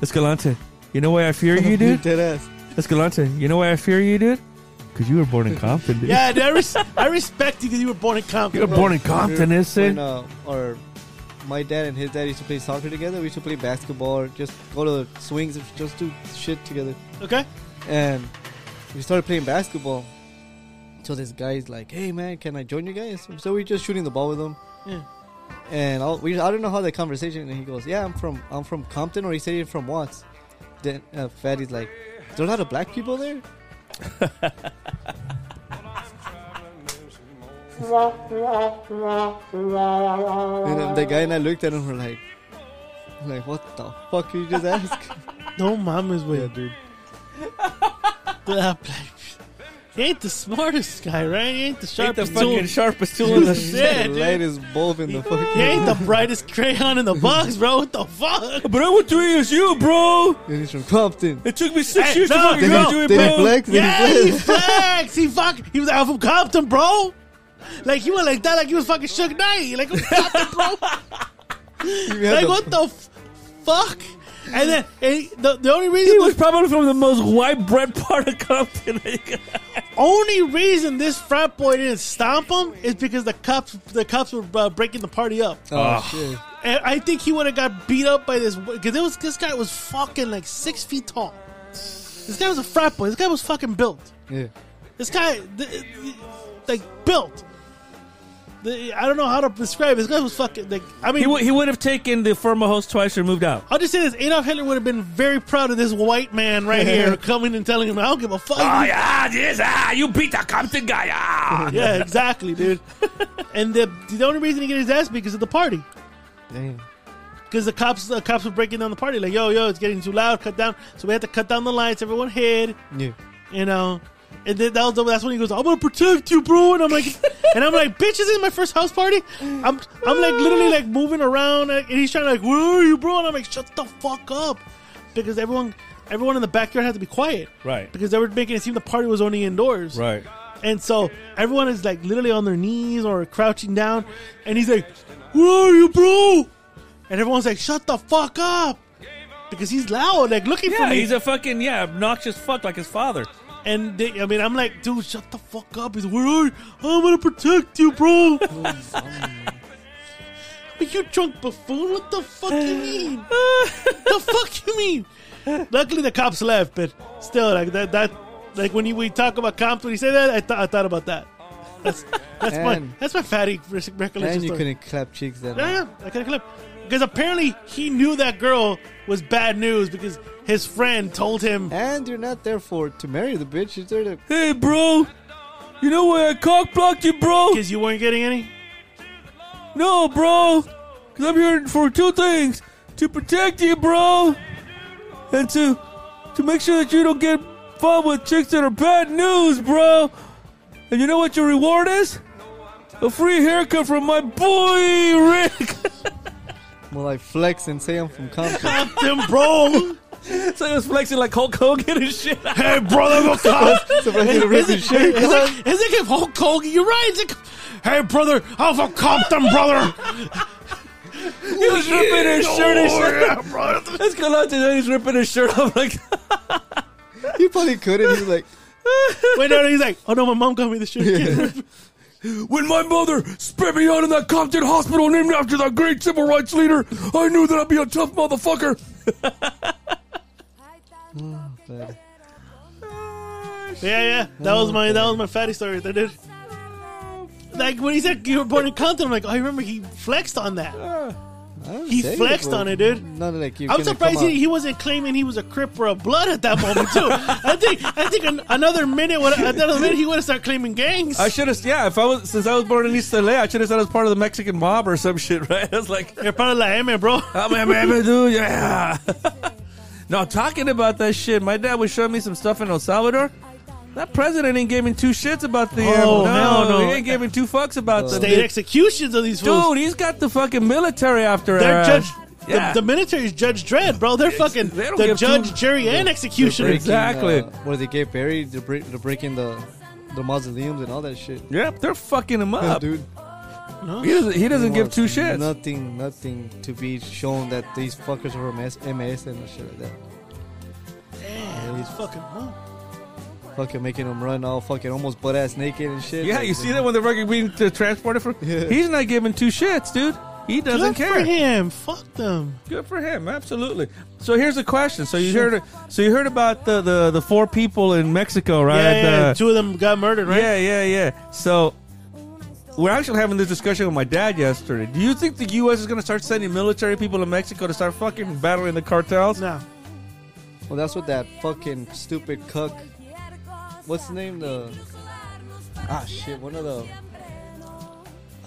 Speaker 3: Escalante, you know why I fear
Speaker 2: [LAUGHS]
Speaker 3: [LAUGHS] you, dude?
Speaker 2: Dead ass.
Speaker 3: Escalante, you know why I fear you, dude? Because you were born in Compton, dude.
Speaker 1: Yeah, dude, I, res- I respect you because you were born in
Speaker 3: You were
Speaker 1: Compton.
Speaker 3: born in Compton, is
Speaker 2: When,
Speaker 3: it?
Speaker 2: uh, or my dad and his dad used to play soccer together. We used to play basketball or just go to the swings and just do shit together.
Speaker 1: Okay?
Speaker 2: And we started playing basketball. So this guy's like, "Hey man, can I join you guys?" So we're just shooting the ball with him.
Speaker 1: Yeah.
Speaker 2: And I'll, we, I don't know how that conversation. And he goes, "Yeah, I'm from I'm from Compton," or he said he's from Watts. Then uh, Fatty's like, "There's a lot of black people there." and then the guy and I looked at him. We're like, "Like what the fuck you
Speaker 1: [LAUGHS]
Speaker 2: just ask?"
Speaker 1: No mames,
Speaker 2: yeah,
Speaker 1: güey.
Speaker 2: dude.
Speaker 1: Blah, blah. He ain't the smartest guy, right? He ain't the
Speaker 3: Ain't the
Speaker 1: sharpest
Speaker 3: fucking
Speaker 1: tool.
Speaker 3: sharpest tool in the shit.
Speaker 1: [LAUGHS] Yeah, dude.
Speaker 2: Lightest bulb in the fucking.
Speaker 1: He ain't the brightest crayon in the box, bro. What the fuck?
Speaker 3: But I went three years, you, bro.
Speaker 2: And he's from Compton.
Speaker 3: It took me six
Speaker 1: Hey,
Speaker 3: years
Speaker 1: no,
Speaker 3: to fucking
Speaker 1: no.
Speaker 3: go do it,
Speaker 2: Did he
Speaker 3: bro.
Speaker 2: flex? Did
Speaker 1: Yeah,
Speaker 2: he
Speaker 1: he
Speaker 2: flex?
Speaker 1: flexed. He fuck. He was out from Compton, bro. Like he went like that, like he was fucking shook night. Like I'm Compton, bro.
Speaker 2: [LAUGHS] You had
Speaker 1: Like
Speaker 2: the-
Speaker 1: what the f- fuck? And then and he- the the only reason
Speaker 3: He was probably from the most white bread part of [LAUGHS] Compton.
Speaker 1: only reason this frat boy didn't stomp him is because the cops the cops were uh, breaking the party up.
Speaker 2: Oh, shit.
Speaker 1: And I think he would have got beat up by this because was this guy was fucking like six feet tall. This guy was a frat boy. This guy was fucking built.
Speaker 2: Yeah.
Speaker 1: This guy, th- th- like built. The- I don't know how to describe. it. This guy was fucking. Like, I mean,
Speaker 3: he would he would have taken the former host twice or moved out.
Speaker 1: I'll just say this: Adolf Hitler would have been very proud of this white man right
Speaker 3: [LAUGHS]
Speaker 1: here coming and telling him, "I don't give a fuck."
Speaker 3: Oh yeah, yes, ah, you beat the Compton guy. Ah.
Speaker 1: [LAUGHS] yeah, exactly,
Speaker 3: [LAUGHS]
Speaker 1: dude. and the the only reason he get his ass beat because of the party.
Speaker 2: Damn.
Speaker 1: Because the cops, the cops were breaking down the party, like, "Yo, yo, it's getting too loud. Cut down." So we had to cut down the lights. Everyone hid.
Speaker 2: Yeah.
Speaker 1: you know. And then that was the, that's when he goes, "I'm gonna protect you, bro." And I'm
Speaker 3: [LAUGHS]
Speaker 1: like, and I'm like, "Bitch, this is my first house party." I'm I'm like literally like moving around, like, and he's trying to like, "Where are you, bro?" And I'm like, "Shut the fuck up," because everyone everyone in the backyard had to be quiet,
Speaker 3: Right.
Speaker 1: Because they were making it seem the party was only indoors,
Speaker 3: Right.
Speaker 1: And so everyone is like literally on their knees or crouching down, and he's like, "Where are you, bro?" And everyone's like, "Shut the fuck up," because he's loud, like looking for
Speaker 3: Yeah,
Speaker 1: me
Speaker 3: he's a fucking yeah obnoxious fuck like his father.
Speaker 1: and they, I mean, I'm like, dude, shut the fuck up. He's, where are you? I'm gonna protect you, bro. I mean, you drunk buffoon. What the fuck you mean? the fuck you mean? Luckily, the cops left, but still, like that, that, like when you, we talk about cops, when you say that, I, th- I thought about that. That's that's my
Speaker 2: Man.
Speaker 1: that's my fatty rec- recollection.
Speaker 2: And you
Speaker 1: story.
Speaker 2: couldn't clap cheeks then.
Speaker 1: Yeah, yeah, I could have clipped. Because apparently he knew that girl was bad news because his friend told him.
Speaker 2: And you're not there for to marry the bitch. You're there to.
Speaker 3: Hey, bro, you know where I cock blocked you, bro?
Speaker 1: Because you weren't getting any?
Speaker 3: No, bro, because I'm here for two things: to protect you, bro, and to to make sure that you don't get fun with chicks that are bad news, bro. And you know what your reward is? A free haircut from my boy Rick.
Speaker 2: Well, I flex and say I'm from Compton.
Speaker 1: Them, bro.
Speaker 3: so he was flexing like Hulk Hogan and shit.
Speaker 1: Hey, brother,
Speaker 3: [LAUGHS]
Speaker 1: look up.
Speaker 2: so if I get
Speaker 1: Is
Speaker 2: a rip
Speaker 1: it,
Speaker 2: and
Speaker 1: is,
Speaker 2: shake,
Speaker 1: it, is it if Hulk Hogan? You're right. It's like, hey, brother, I'm from Compton, brother.
Speaker 3: He was ripping his shirt and shit.
Speaker 1: Oh, yeah, brother.
Speaker 3: Let's go out today. He's ripping his shirt off like
Speaker 2: he probably couldn't. He's like,
Speaker 1: Wait, no, no, he's like, oh no, my mom got me the shirt.
Speaker 3: When my mother spit me out in that Compton hospital named after that great civil rights leader, I knew that I'd be a tough motherfucker.
Speaker 2: but
Speaker 1: Yeah, yeah, that was my that was my fatty story right there, dude. Like when he said you were born in Compton, I'm like, oh, I remember he flexed on that.
Speaker 2: I don't
Speaker 1: He
Speaker 2: say
Speaker 1: flexed
Speaker 2: bro.
Speaker 1: on it, dude.
Speaker 2: Not like you.
Speaker 1: I'm surprised he,
Speaker 2: uh,
Speaker 1: he wasn't claiming he was a crip or a blood at that moment too. I think I think an, another minute, would- another minute, he would have started claiming gangs.
Speaker 3: I should have, yeah. If I was, since I was born in East LA, I should have said I was part of the Mexican mob or some shit, right? [LAUGHS] I was like,
Speaker 1: You're probably like, hey man,
Speaker 3: [LAUGHS]
Speaker 1: bro.
Speaker 3: I'm a man, dude, yeah. [LAUGHS] now talking about that shit, my dad was showing me some stuff in El Salvador. That president ain't giving two shits about the. uh,
Speaker 1: Oh, hell no. Uh,
Speaker 3: he ain't giving two fucks about the.
Speaker 1: State executions of these fools.
Speaker 3: Dude, he's got the fucking military after.
Speaker 1: They're
Speaker 3: uh,
Speaker 1: judge.
Speaker 3: Yeah.
Speaker 1: The, the military is Judge Dredd, bro. They're fucking
Speaker 3: they don't
Speaker 1: the
Speaker 3: give two-
Speaker 1: judge, jury, and
Speaker 2: Breaking,
Speaker 1: executioner.
Speaker 3: Exactly.
Speaker 2: Uh, where they get buried, they're, break, they're breaking the the mausoleums and all that shit.
Speaker 3: Yep, they're fucking him
Speaker 2: Yeah,
Speaker 3: up.
Speaker 2: dude.
Speaker 3: He doesn't, he doesn't give
Speaker 2: wants
Speaker 3: two shits.
Speaker 2: Nothing, nothing to be shown that these fuckers were MS, MS and shit like that.
Speaker 1: Damn, he's fucking. huh?
Speaker 2: Fucking making them run all fucking almost butt ass naked and shit.
Speaker 3: Yeah,
Speaker 2: Like,
Speaker 3: you see that when they're fucking being uh, transported for.
Speaker 2: Yeah.
Speaker 3: He's not giving two shits, dude. He
Speaker 1: Good
Speaker 3: doesn't care.
Speaker 1: for him. Fuck them.
Speaker 3: Good for him. Absolutely. So here's a question. So you heard. So you heard about the the, the four people in Mexico, right?
Speaker 1: yeah, yeah,
Speaker 3: Uh,
Speaker 1: two of them got murdered, right?
Speaker 3: yeah, yeah, yeah. So we're actually having this discussion with my dad yesterday. Do you think the U.S. is going to start sending military people to Mexico to start fucking battling the cartels?
Speaker 1: No.
Speaker 2: Well, that's what that fucking stupid cuck. What's the name? The ah shit. One of the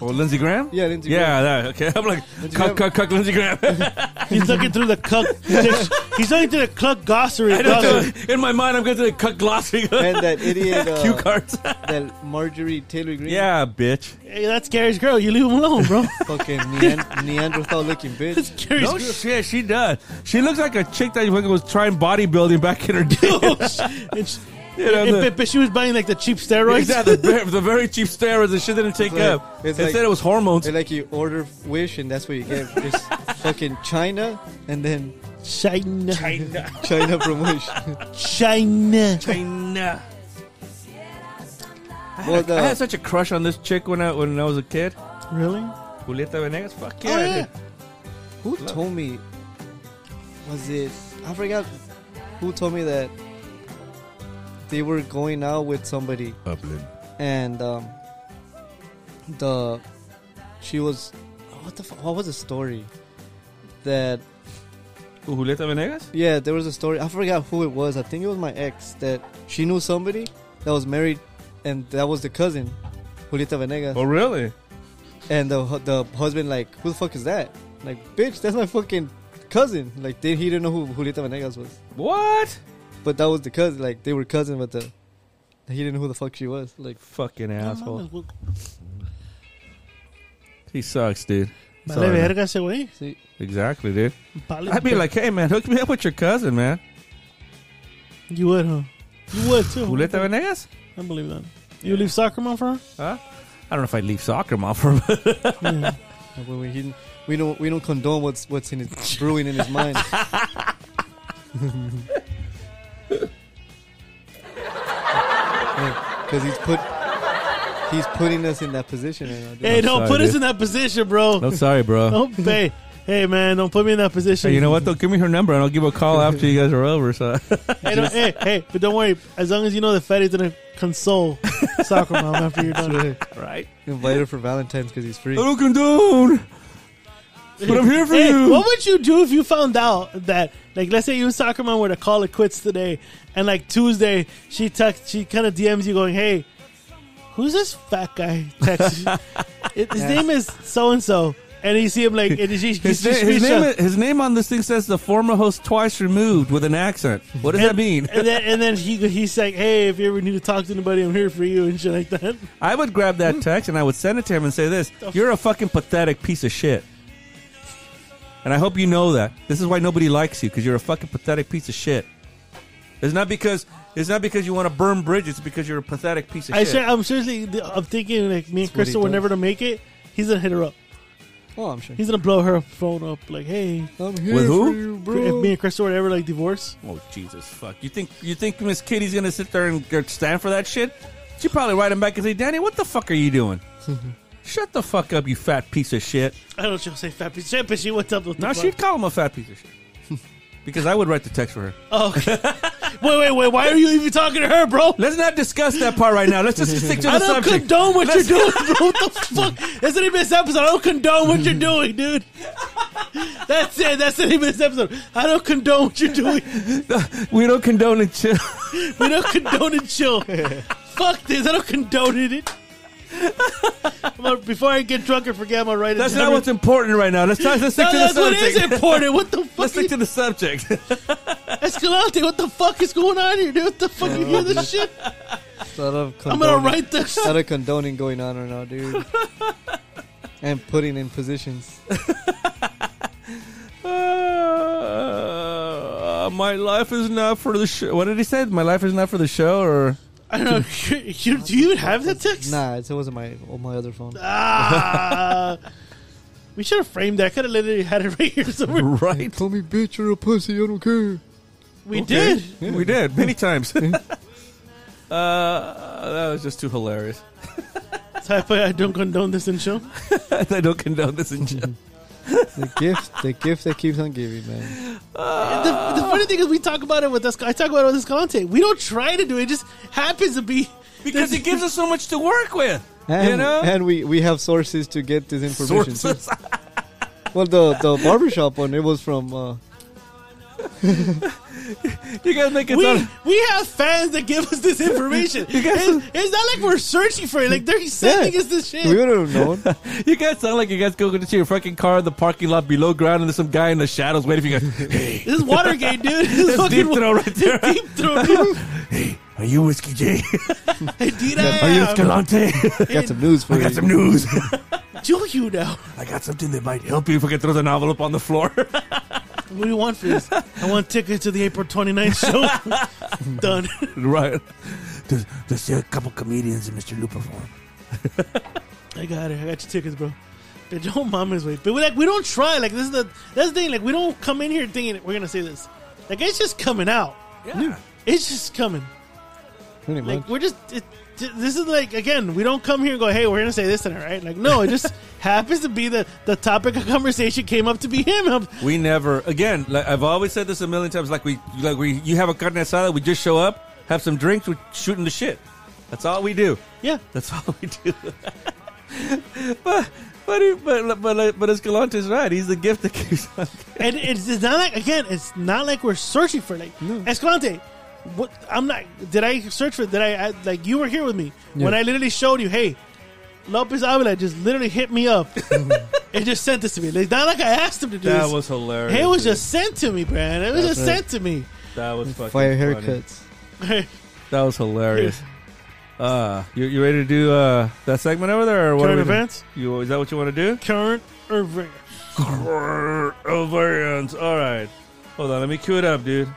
Speaker 3: Well, Oh, Lindsey Graham.
Speaker 2: yeah. Lindsey
Speaker 3: Yeah, that, okay. [LAUGHS] I'm like, cuck, cuck, cuck, Lindsey Graham.
Speaker 1: He's looking through the
Speaker 3: [LAUGHS]
Speaker 1: cuck. he's looking through the cluck glossary.
Speaker 3: I
Speaker 1: glossary.
Speaker 3: don't know. In my mind, I'm going to cuck glossy.
Speaker 2: Graham. and
Speaker 3: [LAUGHS]
Speaker 2: that idiot. Uh,
Speaker 3: Cue cards. [LAUGHS]
Speaker 2: That Marjorie Taylor Greene.
Speaker 3: yeah, bitch.
Speaker 1: Hey, that's Gary's girl. You leave him alone, bro. [LAUGHS]
Speaker 3: [LAUGHS]
Speaker 2: Fucking Neand- Neanderthal looking
Speaker 1: That's
Speaker 2: bitch.
Speaker 1: Gary's
Speaker 3: No shit, she does. She looks like a chick that was trying bodybuilding back in her [LAUGHS] day.
Speaker 1: girl. [LAUGHS] And she-
Speaker 3: You know,
Speaker 1: and-
Speaker 3: [LAUGHS] the-
Speaker 1: but- but she was buying like the cheap steroids.
Speaker 3: Yeah, the, ver- the very cheap steroids that she didn't take
Speaker 2: like-
Speaker 3: up.
Speaker 2: it's
Speaker 3: Instead,
Speaker 2: like-
Speaker 3: it was hormones.
Speaker 2: They're like you order wish and that's what you get. Just
Speaker 3: [LAUGHS]
Speaker 2: fucking China and then
Speaker 1: China.
Speaker 2: China from Wish.
Speaker 1: China.
Speaker 3: China.
Speaker 2: [LAUGHS] Well,
Speaker 3: I
Speaker 2: the,
Speaker 3: had such a crush on this chick when I when I was a kid.
Speaker 1: Really?
Speaker 3: Julieta Venegas. Fuck yeah.
Speaker 1: Oh,
Speaker 3: I
Speaker 1: yeah.
Speaker 3: did.
Speaker 2: who told me? Was it? I forgot. Who told me that they were going out with somebody and um, the she was what the fu- what was the story that
Speaker 3: Who, Julieta Venegas?
Speaker 2: Yeah, there was a story. I forgot who it was. I think it was my ex that she knew somebody that was married, and that was the cousin, Julita Venegas.
Speaker 3: Oh, really?
Speaker 2: And the hu- the husband like, who the fuck is that? Like, bitch, that's my fucking cousin. Like, they, he didn't know who Julita Venegas was,
Speaker 3: What?
Speaker 2: but that was the cousin. Like, they were cousin, but the he didn't know who the fuck she was. Like,
Speaker 3: Fucking asshole. He sucks, dude.
Speaker 1: Vale
Speaker 3: Sorry, man.
Speaker 1: verga ese güey.
Speaker 2: see,
Speaker 3: Exactly, dude.
Speaker 1: Vale
Speaker 3: I'd be
Speaker 1: ver-
Speaker 3: like, hey, man, hook me up with your cousin, man.
Speaker 1: you would, huh? You would too.
Speaker 3: Julieta Venegas?
Speaker 1: I believe that. You leave soccer mom for her?
Speaker 3: Huh? I don't know if I'd leave soccer mom for
Speaker 2: like,
Speaker 3: but
Speaker 2: when we he, we don't we don't condone what's what's in his brewing in his mind. Because he's put he's putting us in that position right now. dude.
Speaker 1: Hey, don't
Speaker 3: sorry,
Speaker 1: put us
Speaker 3: dude.
Speaker 1: in that position, bro.
Speaker 3: No, sorry, bro.
Speaker 1: Don't hey, hey man, don't put me in that position.
Speaker 3: Hey, you know what, though? Give me her number and I'll give her a call after you guys are over. So.
Speaker 1: Hey, don't- hey, hey, but don't worry. As long as you know the fatty's gonna console soccer mom after you're
Speaker 2: [LAUGHS]
Speaker 1: done.
Speaker 3: right?
Speaker 2: Invite her for Valentine's because he's free.
Speaker 3: I don't condone, but I'm here for
Speaker 1: Hey,
Speaker 3: you.
Speaker 1: what would you do if you found out that, like, let's say you and soccer mom were to call it quits today, and like Tuesday she text, she kind of DMs you going, "Hey, who's this fat guy?" Text.
Speaker 3: [LAUGHS]
Speaker 1: His name is so and so, and you see him like, and she, she
Speaker 3: His, na- his name,
Speaker 1: screenshots-
Speaker 3: is- his name on this thing says the former host twice removed with an accent. What does that mean? [LAUGHS]
Speaker 1: and then and then he he's like, "Hey, if you ever need to talk to anybody, I'm here for you," and shit like that.
Speaker 3: I would grab
Speaker 1: Hmm.
Speaker 3: that text and I would send it to him and say this You're a fucking pathetic piece of shit. And I hope you know that. This is why nobody likes you, because you're a fucking pathetic piece of shit. It's not because it's not because you want to burn bridges, it's because you're a pathetic piece of
Speaker 1: I
Speaker 3: shit.
Speaker 1: ser- I'm seriously, I'm thinking like me and
Speaker 2: what he
Speaker 1: Crystal were
Speaker 2: does.
Speaker 1: never to make it. He's gonna hit her up.
Speaker 2: Oh, I'm sure.
Speaker 1: He's gonna blow her phone up. Like, hey,
Speaker 2: I'm here
Speaker 3: With who?
Speaker 2: for you,
Speaker 1: if
Speaker 2: bro.
Speaker 1: me and Crystal were to ever like divorce,
Speaker 3: Oh Jesus fuck! You think you think Miss Kitty's gonna sit there and g- stand for that shit? She probably write him back and say, "Danny, what the fuck are
Speaker 1: [LAUGHS]
Speaker 3: you doing? Shut the fuck up, you fat piece of shit!"
Speaker 1: I don't know if she'll say fat piece of shit, but she what's up with
Speaker 3: No,
Speaker 1: the
Speaker 3: she'd call him a fat piece of shit [LAUGHS] because I would write the text for her.
Speaker 1: Oh,
Speaker 3: [LAUGHS]
Speaker 1: okay. wait, wait, wait. Why are you even talking to her, bro?
Speaker 3: Let's not discuss that part right now. Let's just stick to
Speaker 1: I
Speaker 3: the
Speaker 1: don't
Speaker 3: subject.
Speaker 1: condone what you're doing,
Speaker 3: [LAUGHS]
Speaker 1: bro. What the fuck? That's the name of this episode. I don't condone what you're doing, dude. That's it. That's the name of this episode. I don't condone what you're doing.
Speaker 3: we don't condone and chill.
Speaker 1: We don't condone it, chill. Fuck this. I don't condone it. I'm gonna- Before I get drunk and forget, I'm gonna write it
Speaker 3: That's
Speaker 1: down.
Speaker 3: not what's important right now. Let's not, let's stick
Speaker 1: No,
Speaker 3: to the
Speaker 1: that's what
Speaker 3: subject.
Speaker 1: is important. What the fuck?
Speaker 3: [LAUGHS] Let's stick
Speaker 1: is-
Speaker 3: to the subject. [LAUGHS]
Speaker 1: Escalante, what the fuck is going on here, dude? What the fuck? You hear this shit?
Speaker 2: A lot of
Speaker 1: I'm gonna
Speaker 2: condoning-
Speaker 1: write
Speaker 2: a
Speaker 1: this.
Speaker 2: lot of condoning going on right now, dude. [LAUGHS] and putting in positions.
Speaker 3: Uh, my life is not for the show. What did he say? My life is not for the show, [LAUGHS] or
Speaker 1: I don't know. [LAUGHS] You, do you even have that text?
Speaker 2: Nah, it wasn't my on my other phone.
Speaker 3: [LAUGHS]
Speaker 1: Ah. we should have framed that. Could have literally had it right here somewhere.
Speaker 3: right?
Speaker 2: Call me bitch or a pussy. I don't care.
Speaker 1: We
Speaker 3: Okay.
Speaker 1: did.
Speaker 3: We [LAUGHS] did many times. uh, that was just too hilarious.
Speaker 1: Type of I don't condone this in show.
Speaker 3: [LAUGHS] I don't condone this in jail.
Speaker 2: The gift, the gift that keeps on giving, man.
Speaker 1: the, the funny thing is, we talk about it with this. I talk about it with this content. We don't try to do it; it just happens to be
Speaker 3: Because it gives us so much to work with.
Speaker 2: And,
Speaker 3: you know?
Speaker 2: and we, we have sources to get this information. too.
Speaker 3: Sources.
Speaker 2: Well, the the barbershop one, it was from. Uh,
Speaker 3: You gotta make it
Speaker 1: We,
Speaker 3: sound-
Speaker 1: we have fans that give us this
Speaker 3: [LAUGHS]
Speaker 1: information. it's, it's not like we're searching for it; like they're sending us this shit.
Speaker 2: We would have [LAUGHS] known.
Speaker 3: You guys sound like you guys go into your fucking car in the parking lot below ground, and there's some guy in the shadows waiting for you. Guys. [LAUGHS] Hey,
Speaker 1: this is Watergate, dude. This is
Speaker 3: that's
Speaker 1: fucking
Speaker 3: deep throw right there.
Speaker 1: [LAUGHS] deep throat,
Speaker 3: [LAUGHS]
Speaker 1: dude.
Speaker 3: Are you Whiskey J?
Speaker 1: Indeed,
Speaker 3: Are you
Speaker 1: I am.
Speaker 3: Escalante?
Speaker 2: Got some news for
Speaker 3: [LAUGHS] I got
Speaker 2: you.
Speaker 3: some [LAUGHS] news.
Speaker 1: Do you know?
Speaker 3: I got something that might help you if I can throw the envelope on the floor. [LAUGHS]
Speaker 1: What do you want for this? I want tickets to the April 29th show. [LAUGHS] Done.
Speaker 3: right. There's, there's still a couple comedians in Mr. Looper form.
Speaker 1: I got it. I got your tickets, bro. Bitch, don't mama's way. But we like we don't try. Like this is the that's the thing. Like we don't come in here thinking we're gonna say this. Like it's just coming out.
Speaker 3: Yeah.
Speaker 1: It's just coming.
Speaker 2: Pretty much.
Speaker 1: Like we're just. It, th- this is like again. We don't come here and go. Hey, we're gonna say this tonight, right? Like no, it just happens to be that the topic of conversation came up to be him. I'm-
Speaker 3: We never again. Like I've always said this a million times. Like we, like we, you have a carne asada. We just show up, have some drinks, we're shooting the shit. That's all we do.
Speaker 1: yeah,
Speaker 3: That's [LAUGHS] all we do. but, but, but, but, but Escalante's right. He's the gift that keeps [LAUGHS] on.
Speaker 1: and it's, it's not like again. It's not like we're searching for like Escalante. What I'm not. Did I search for? Did I, I like you were here with me when I literally showed you? Hey, Lopez Avila just literally hit me up
Speaker 3: Mm-hmm.
Speaker 1: [LAUGHS] and just sent this to me. Like not like I asked him to do this.
Speaker 3: hilarious.
Speaker 1: it was just sent to me, Brad. It was
Speaker 3: That's
Speaker 1: just
Speaker 3: right.
Speaker 1: sent to me. [LAUGHS]
Speaker 3: that was fucking
Speaker 2: Fire
Speaker 3: funny.
Speaker 2: haircuts.
Speaker 3: That was hilarious. Uh, you, you ready to do uh, that segment over there, or what? are
Speaker 1: Current
Speaker 3: we doing?
Speaker 1: events?
Speaker 3: You is that what you want to do?
Speaker 1: Current or rare?
Speaker 3: Ovarians. All right, hold on. Let me cue it up, dude.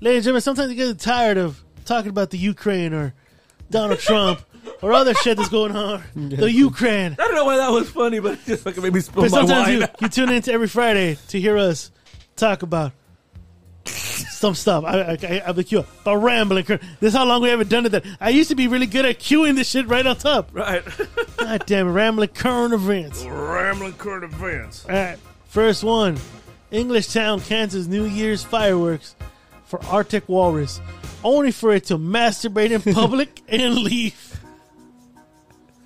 Speaker 1: Ladies and gentlemen, sometimes you get tired of talking about the Ukraine or
Speaker 3: [LAUGHS]
Speaker 1: Donald Trump or other shit that's going on. The Ukraine.
Speaker 3: I don't know why that was funny, but it just fucking made me spill
Speaker 1: But
Speaker 3: my
Speaker 1: sometimes you,
Speaker 3: wine.
Speaker 1: you tune in to every Friday to hear us talk about some stuff. I, I, I, I'm like, you about rambling. This is how long we haven't done it. That I used to be really good at cueing this shit right on top.
Speaker 3: [LAUGHS] Right,
Speaker 1: God damn it, rambling current events.
Speaker 3: rambling current events.
Speaker 1: All right, first one English Town, Kansas, New Year's fireworks for Arctic Walrus, only for it to masturbate in [LAUGHS] public and leave.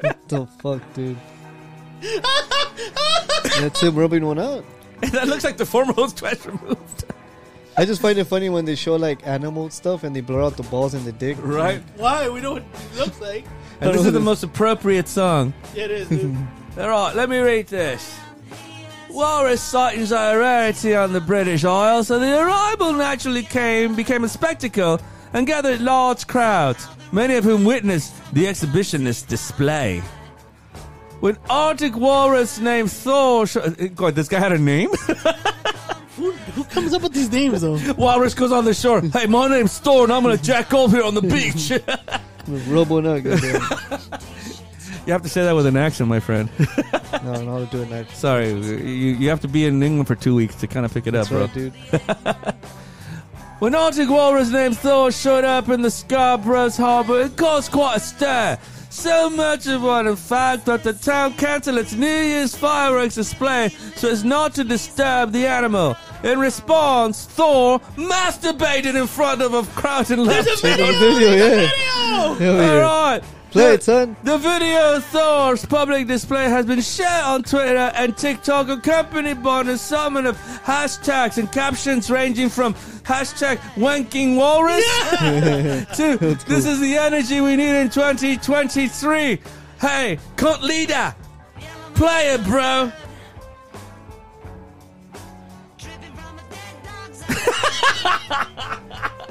Speaker 2: What the fuck, [LAUGHS] dude? That's him rubbing one out.
Speaker 3: [LAUGHS] that looks like the hormones twice removed.
Speaker 2: I just find it funny when they show like animal stuff and they blur out the balls and the dick.
Speaker 3: Right,
Speaker 1: Why? We know what it looks like.
Speaker 3: and this is the most appropriate song.
Speaker 1: It is, dude.
Speaker 3: All right, let me read this. Walrus sightings are a rarity on the British Isles, so the arrival naturally came became a spectacle and gathered large crowds, many of whom witnessed the exhibitionist display. When Arctic walrus named Thor, sh- uh, God, this guy had a name. [LAUGHS]
Speaker 1: who, who comes up with these names, though?
Speaker 3: walrus goes on the shore. Hey, my name's Thor, and I'm gonna jack off here on the beach. [LAUGHS]
Speaker 2: Rub one out. Goddamn.
Speaker 3: you have to say that with an accent, my friend.
Speaker 2: [LAUGHS] no, I don't know how to do it now.
Speaker 3: Sorry, you, you have to be in England for two weeks to kind of pick it
Speaker 2: That's
Speaker 3: up, bro.
Speaker 2: right, dude.
Speaker 3: When Arctic Walrus named Thor showed up in the Scarborough's harbour, it caused quite a stir. So much of one, in fact, that the town cancelled its New Year's fireworks display so as not to disturb the animal. In response, Thor masturbated in front of a crowd and left.
Speaker 1: There's a video!
Speaker 2: video,
Speaker 1: There's a video!
Speaker 2: Hell
Speaker 3: All
Speaker 2: yeah.
Speaker 3: right.
Speaker 2: Play it, son.
Speaker 3: The video of Thor's public display has been shared on Twitter and TikTok, accompanied by an assortment of hashtags and captions ranging from hashtag wanking walrus [LAUGHS] to this is the energy we need in 2023. Hey, cut leader, play it, bro.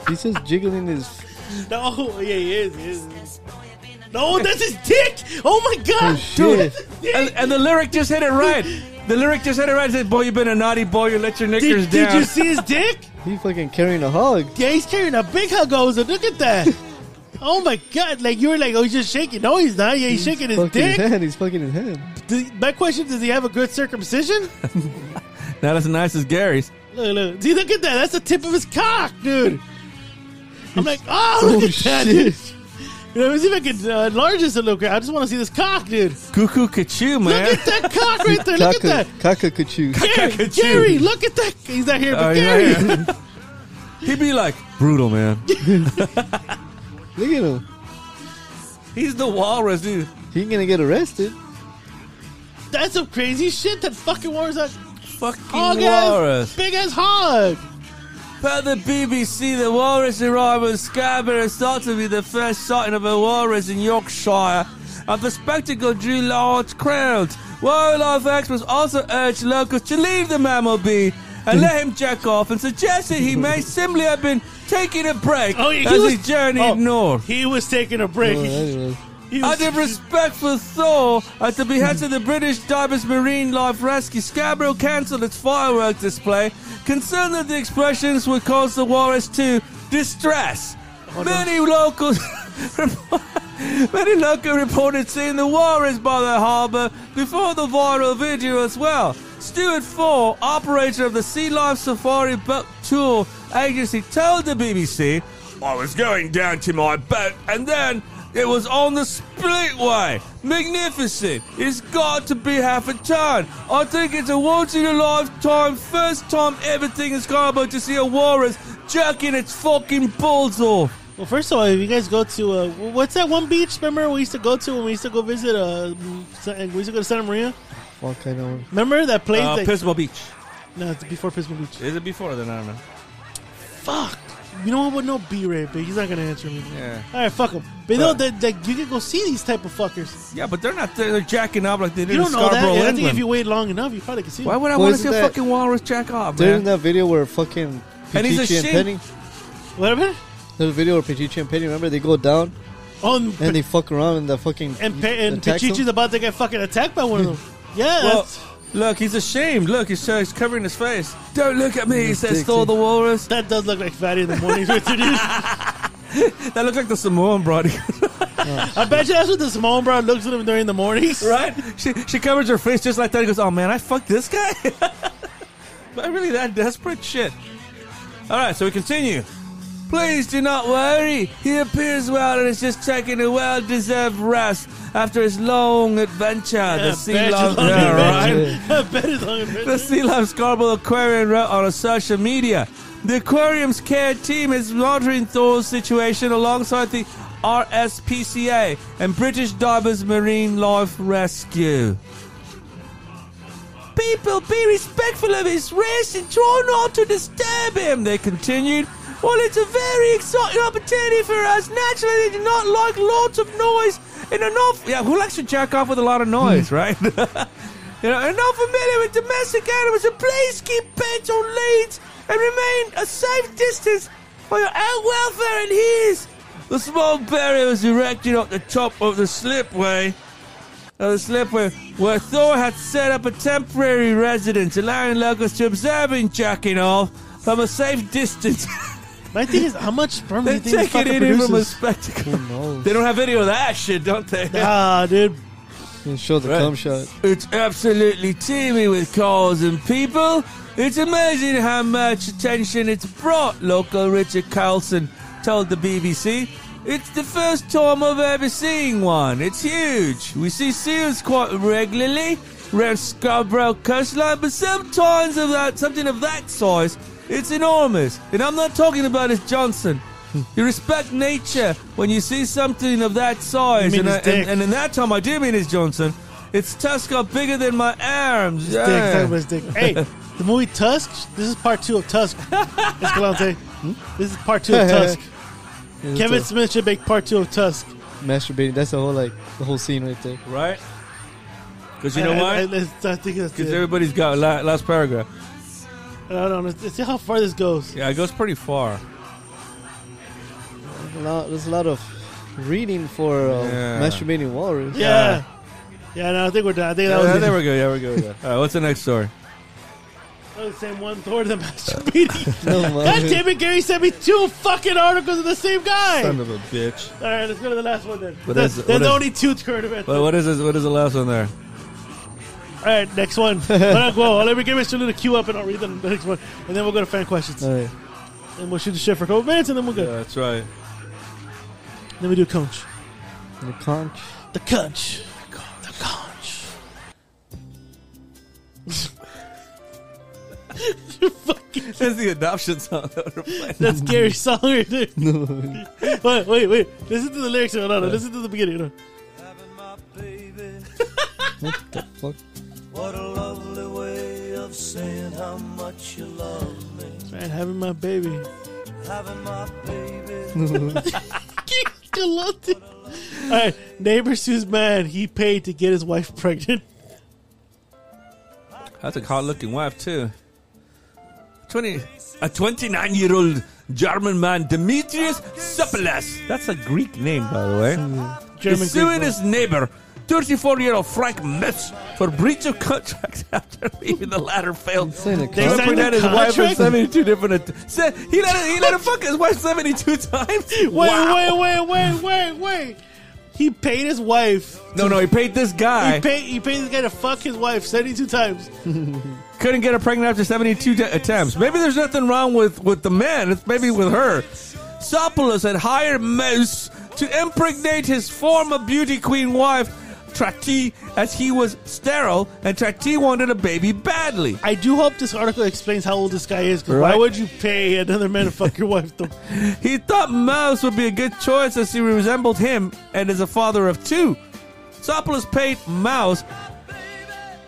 Speaker 2: He's just jiggling his.
Speaker 1: No, yeah, he is, he is. No, that's his dick! Oh my god!
Speaker 2: Dude.
Speaker 1: That's his dick!
Speaker 3: And, and the lyric just hit it right. The lyric just hit it right. It says, Boy, you've been a naughty boy, you let your knickers
Speaker 1: Did, did
Speaker 3: down.
Speaker 1: you see his dick?
Speaker 2: He fucking carrying a hog.
Speaker 1: Yeah, he's carrying a big huggozer. Look at [LAUGHS] that. Oh my god! Like you were like, oh, he's just shaking. No, he's not. Yeah, he's, shaking his
Speaker 2: fucking
Speaker 1: dick.
Speaker 2: his hand. He's fucking his hand.
Speaker 1: Does- my question: Does he have a good [LAUGHS] circumcision?
Speaker 3: Not as nice as Gary's.
Speaker 1: [LAUGHS] Look, look. See, look at that. That's the tip of his cock, dude. I'm like, oh, look at that. Dude. You know, let me see if I can uh, enlarge this a little bit. I just want to see this cock, dude.
Speaker 3: Cuckoo Kachu, man.
Speaker 1: Look at that cock right there. Look at that.
Speaker 2: Kaka Kuchu.
Speaker 1: Gary,
Speaker 3: Cockatoo.
Speaker 1: Gary, look at that. He's not here, but
Speaker 3: Oh, he's
Speaker 1: Gary.
Speaker 3: [LAUGHS] right here. He'd be like brutal, man.
Speaker 2: Look at him.
Speaker 3: He's the walrus, dude.
Speaker 2: He gonna get arrested.
Speaker 1: [LAUGHS] That's some crazy shit that fucking war's that
Speaker 3: Fucking
Speaker 1: hog ass,
Speaker 3: walrus.
Speaker 1: big ass hog.
Speaker 3: By the BBC, the walrus arrived on Scarborough thought to be the first sighting of a walrus in Yorkshire, and the spectacle drew large crowds. Wildlife experts also urged locals to leave the mammal be and let him jack off, and suggested he may simply have been taking a break
Speaker 1: Oh, he
Speaker 3: as
Speaker 1: was-
Speaker 3: he journeyed
Speaker 1: oh.
Speaker 3: north.
Speaker 1: He was taking a
Speaker 2: Oh,
Speaker 1: break. He-
Speaker 2: anyway.
Speaker 1: he was-
Speaker 3: [LAUGHS] Out
Speaker 1: [LAUGHS]
Speaker 3: of respect for Thor, uh, at the behest of the British Divers Marine Life Rescue, Scarborough cancelled its fireworks display, concerned that the expressions would cause the walrus to distress. many locals, [LAUGHS] many locals reported seeing the walrus by the harbour before the viral video as well. Stuart Four, operator of the Sea Life Safari Boat Tour Agency, told the BBC I was going down to my boat and then it was on the splitway. Magnificent. It's got to be half a ton. I think it's a once in a lifetime, first time ever thing in Scarborough to see a walrus jerking its fucking balls off.
Speaker 1: well, first of all, if you guys go to uh, what's that one beach? Remember we used to go to when we used to go visit. Uh, Sa- we used to go to Santa Maria.
Speaker 2: Fuck, I know.
Speaker 1: Remember that place? that,
Speaker 3: Pismo Uh, Beach.
Speaker 1: no, it's before Pismo Beach.
Speaker 3: Is it before then? I don't know.
Speaker 1: Fuck. You know what? No B rate, but he's not gonna answer me.
Speaker 3: Yeah.
Speaker 1: All right, fuck him. But you know that, that you can go see these type of fuckers.
Speaker 3: Yeah, but they're not there. They're jacking up like they did
Speaker 1: You don't
Speaker 3: in
Speaker 1: know that.
Speaker 3: Scarborough,
Speaker 1: and I think if
Speaker 3: England.
Speaker 1: you wait long enough, you probably can see.
Speaker 3: Why
Speaker 1: them.
Speaker 3: would I
Speaker 2: Well,
Speaker 3: want to
Speaker 2: isn't
Speaker 3: see a
Speaker 2: that-
Speaker 3: fucking walrus jack off,
Speaker 2: There's
Speaker 3: man?
Speaker 2: that video where fucking
Speaker 3: And he's a
Speaker 2: Pichichi and
Speaker 3: shin.
Speaker 2: Penny.
Speaker 1: What happened?
Speaker 2: There's a video where Pichichi and Penny. Remember they go down
Speaker 1: Oh,
Speaker 2: and they fuck around and the fucking
Speaker 1: and pa- and
Speaker 2: attacks them?
Speaker 1: Pichichi's about to get fucking attacked by one
Speaker 3: [LAUGHS]
Speaker 1: of them. Yeah,
Speaker 3: Well,
Speaker 1: that's,
Speaker 3: look, he's ashamed. Look, he's, uh, he's covering his face. Don't look at me, he says
Speaker 2: dick,
Speaker 3: Thor
Speaker 2: dude.
Speaker 3: the walrus.
Speaker 1: that does look like fatty in the mornings with you, [LAUGHS] dude.
Speaker 3: That looked like the Samoan broad,
Speaker 1: I bet you that's what the Samoan bro looks at him during the mornings.
Speaker 3: right? She she covers her face just like that. And goes, "Oh man, I fucked this guy." [LAUGHS] Am I really that desperate? Shit. All right, so we continue. Please do not worry. He appears well and is just taking a well-deserved rest after his long adventure. the sea
Speaker 1: [LAUGHS] I bet [LAUGHS] it's
Speaker 3: lion-
Speaker 1: on
Speaker 3: Yeah, right?
Speaker 1: adventure. [LAUGHS] I bet it's on
Speaker 3: [LAUGHS] The
Speaker 1: adventure.
Speaker 3: Sea Life Scarborough Aquarium wrote on a social media. The aquarium's care team is monitoring Thor's situation alongside the RSPCA and British Divers Marine Life Rescue. People, be respectful of his rest and try not to disturb him, they continued. Well, it's a very exciting opportunity for us. Naturally, they do not like lots of noise and are not. Yeah, who likes to jack off with a lot of noise, right? [LAUGHS] you know, are not familiar with domestic animals, so please keep pets on leads and remain a safe distance for your own welfare and his. The small barrier was erected at the top of the slipway of the slipway where Thor had set up a temporary residence, allowing locals to observe him jacking off from a safe distance. [LAUGHS]
Speaker 1: My thing is, how much sperm do
Speaker 3: they
Speaker 1: you think this
Speaker 3: take it
Speaker 1: fucking
Speaker 3: in him from a
Speaker 1: produces?
Speaker 3: spectacle.
Speaker 2: Who knows?
Speaker 3: They don't have video of that shit, don't they?
Speaker 1: Ah, dude.
Speaker 2: And show the
Speaker 3: Right.
Speaker 2: cum shot.
Speaker 3: It's absolutely teeming with cars and people. It's amazing how much attention it's brought, local Richard Carlson told the BBC. It's the first time I've ever seen one. It's huge. We see seals quite regularly around Scarborough coastline, but sometimes of that something of that size, it's enormous. And I'm not talking about it's Johnson. [LAUGHS] You respect nature when you see something of that size,
Speaker 1: mean
Speaker 3: and, I,
Speaker 1: his dick.
Speaker 3: and, and in that time I do mean it's Johnson. It's tusk got bigger than my arms.
Speaker 1: Dick, talking
Speaker 3: Yeah.
Speaker 1: about his dick. Hey, the movie Tusk, this is part two of
Speaker 3: [LAUGHS]
Speaker 1: Tusk. Escalante.
Speaker 3: Hmm?
Speaker 1: This is part two of Tusk.
Speaker 2: And it's
Speaker 1: Kevin
Speaker 2: a
Speaker 1: Smith should make part two of Tusk.
Speaker 2: masturbating. That's the whole like the whole scene right there.
Speaker 3: Right? Because you know
Speaker 1: I, I,
Speaker 3: why?
Speaker 1: I, I think that's
Speaker 3: Because
Speaker 1: it.
Speaker 3: everybody's got la- last paragraph.
Speaker 1: I don't know. Let's see how far this goes.
Speaker 3: Yeah, it goes pretty far.
Speaker 2: A lot- there's a lot of reading for uh,
Speaker 3: Yeah.
Speaker 2: masturbating walrus. [LAUGHS]
Speaker 1: Yeah. Yeah, no, I think we're done. I think that was
Speaker 3: yeah,
Speaker 1: it.
Speaker 3: there we go. Yeah, we go. Yeah. All right, what's the next story?
Speaker 1: That was the same one Thor the [LAUGHS] masturbating.
Speaker 2: No,
Speaker 1: God
Speaker 2: man.
Speaker 1: damn it, Gary sent me two fucking articles of the same guy.
Speaker 3: of a bitch.
Speaker 1: All right, let's go to the last one then.
Speaker 3: What
Speaker 1: That's,
Speaker 3: is-
Speaker 1: there's
Speaker 3: what is-
Speaker 1: only two current events.
Speaker 3: Well, what is this? What is the last one there?
Speaker 1: All right, next
Speaker 3: [LAUGHS]
Speaker 1: one. Let me go. Let me get Mr. Luna queue up and I'll read the next one, and then we'll go to fan questions.
Speaker 2: All right.
Speaker 1: and we'll shoot the shit for a couple minutes, and then we're good.
Speaker 3: that's right. [LAUGHS]
Speaker 1: Then we do conch.
Speaker 2: The conch.
Speaker 1: The conch. The conch. [LAUGHS] You're fucking.
Speaker 3: That's the adoption song. [LAUGHS] that we're playing.
Speaker 2: [LAUGHS]
Speaker 1: That's Gary song right there.
Speaker 2: No.
Speaker 1: [LAUGHS] Wait, wait, wait. Listen to the lyrics. No, no, no. Listen to the beginning. No.
Speaker 2: what the fuck?
Speaker 1: Man, having my baby.
Speaker 2: [LAUGHS]
Speaker 1: [LAUGHS] Having my baby. All right, neighbor sues man. He paid to get his wife pregnant.
Speaker 3: That's a hot looking wife, too. 20, a 29 year old German man, Demetrius Sopolas. That's a Greek name, by the way.
Speaker 1: German
Speaker 3: is suing
Speaker 1: Greek
Speaker 3: his neighbor, 34 year old Frank Metz, for breach of contract [LAUGHS] after leaving the latter failed.
Speaker 2: Sign a
Speaker 1: They
Speaker 2: con-
Speaker 1: signed a
Speaker 3: his wife
Speaker 1: contract?
Speaker 3: at 72 different. Att- said he let her, he let her fuck his wife 72 [LAUGHS] times.
Speaker 1: Wait,
Speaker 3: Wait,
Speaker 1: wait, wait, wait, wait, wait. He paid his wife.
Speaker 3: No, no, he paid this guy.
Speaker 1: He paid. He paid this guy to fuck his wife seventy-two times.
Speaker 3: couldn't get her pregnant after 72 de- attempts. Maybe there's nothing wrong with, with the man. It's maybe with her. Sopolis had hired Mouse to impregnate his former beauty queen wife, Trati, as he was sterile, and Trati wanted a baby badly.
Speaker 1: I do hope this article explains how old this guy is. 'cause Why
Speaker 3: Right.
Speaker 1: would you pay another man to fuck your wife?
Speaker 3: [LAUGHS]
Speaker 1: Though?
Speaker 3: He thought Mouse would be a good choice as he resembled him and is a father of two. Sopolis paid Mouse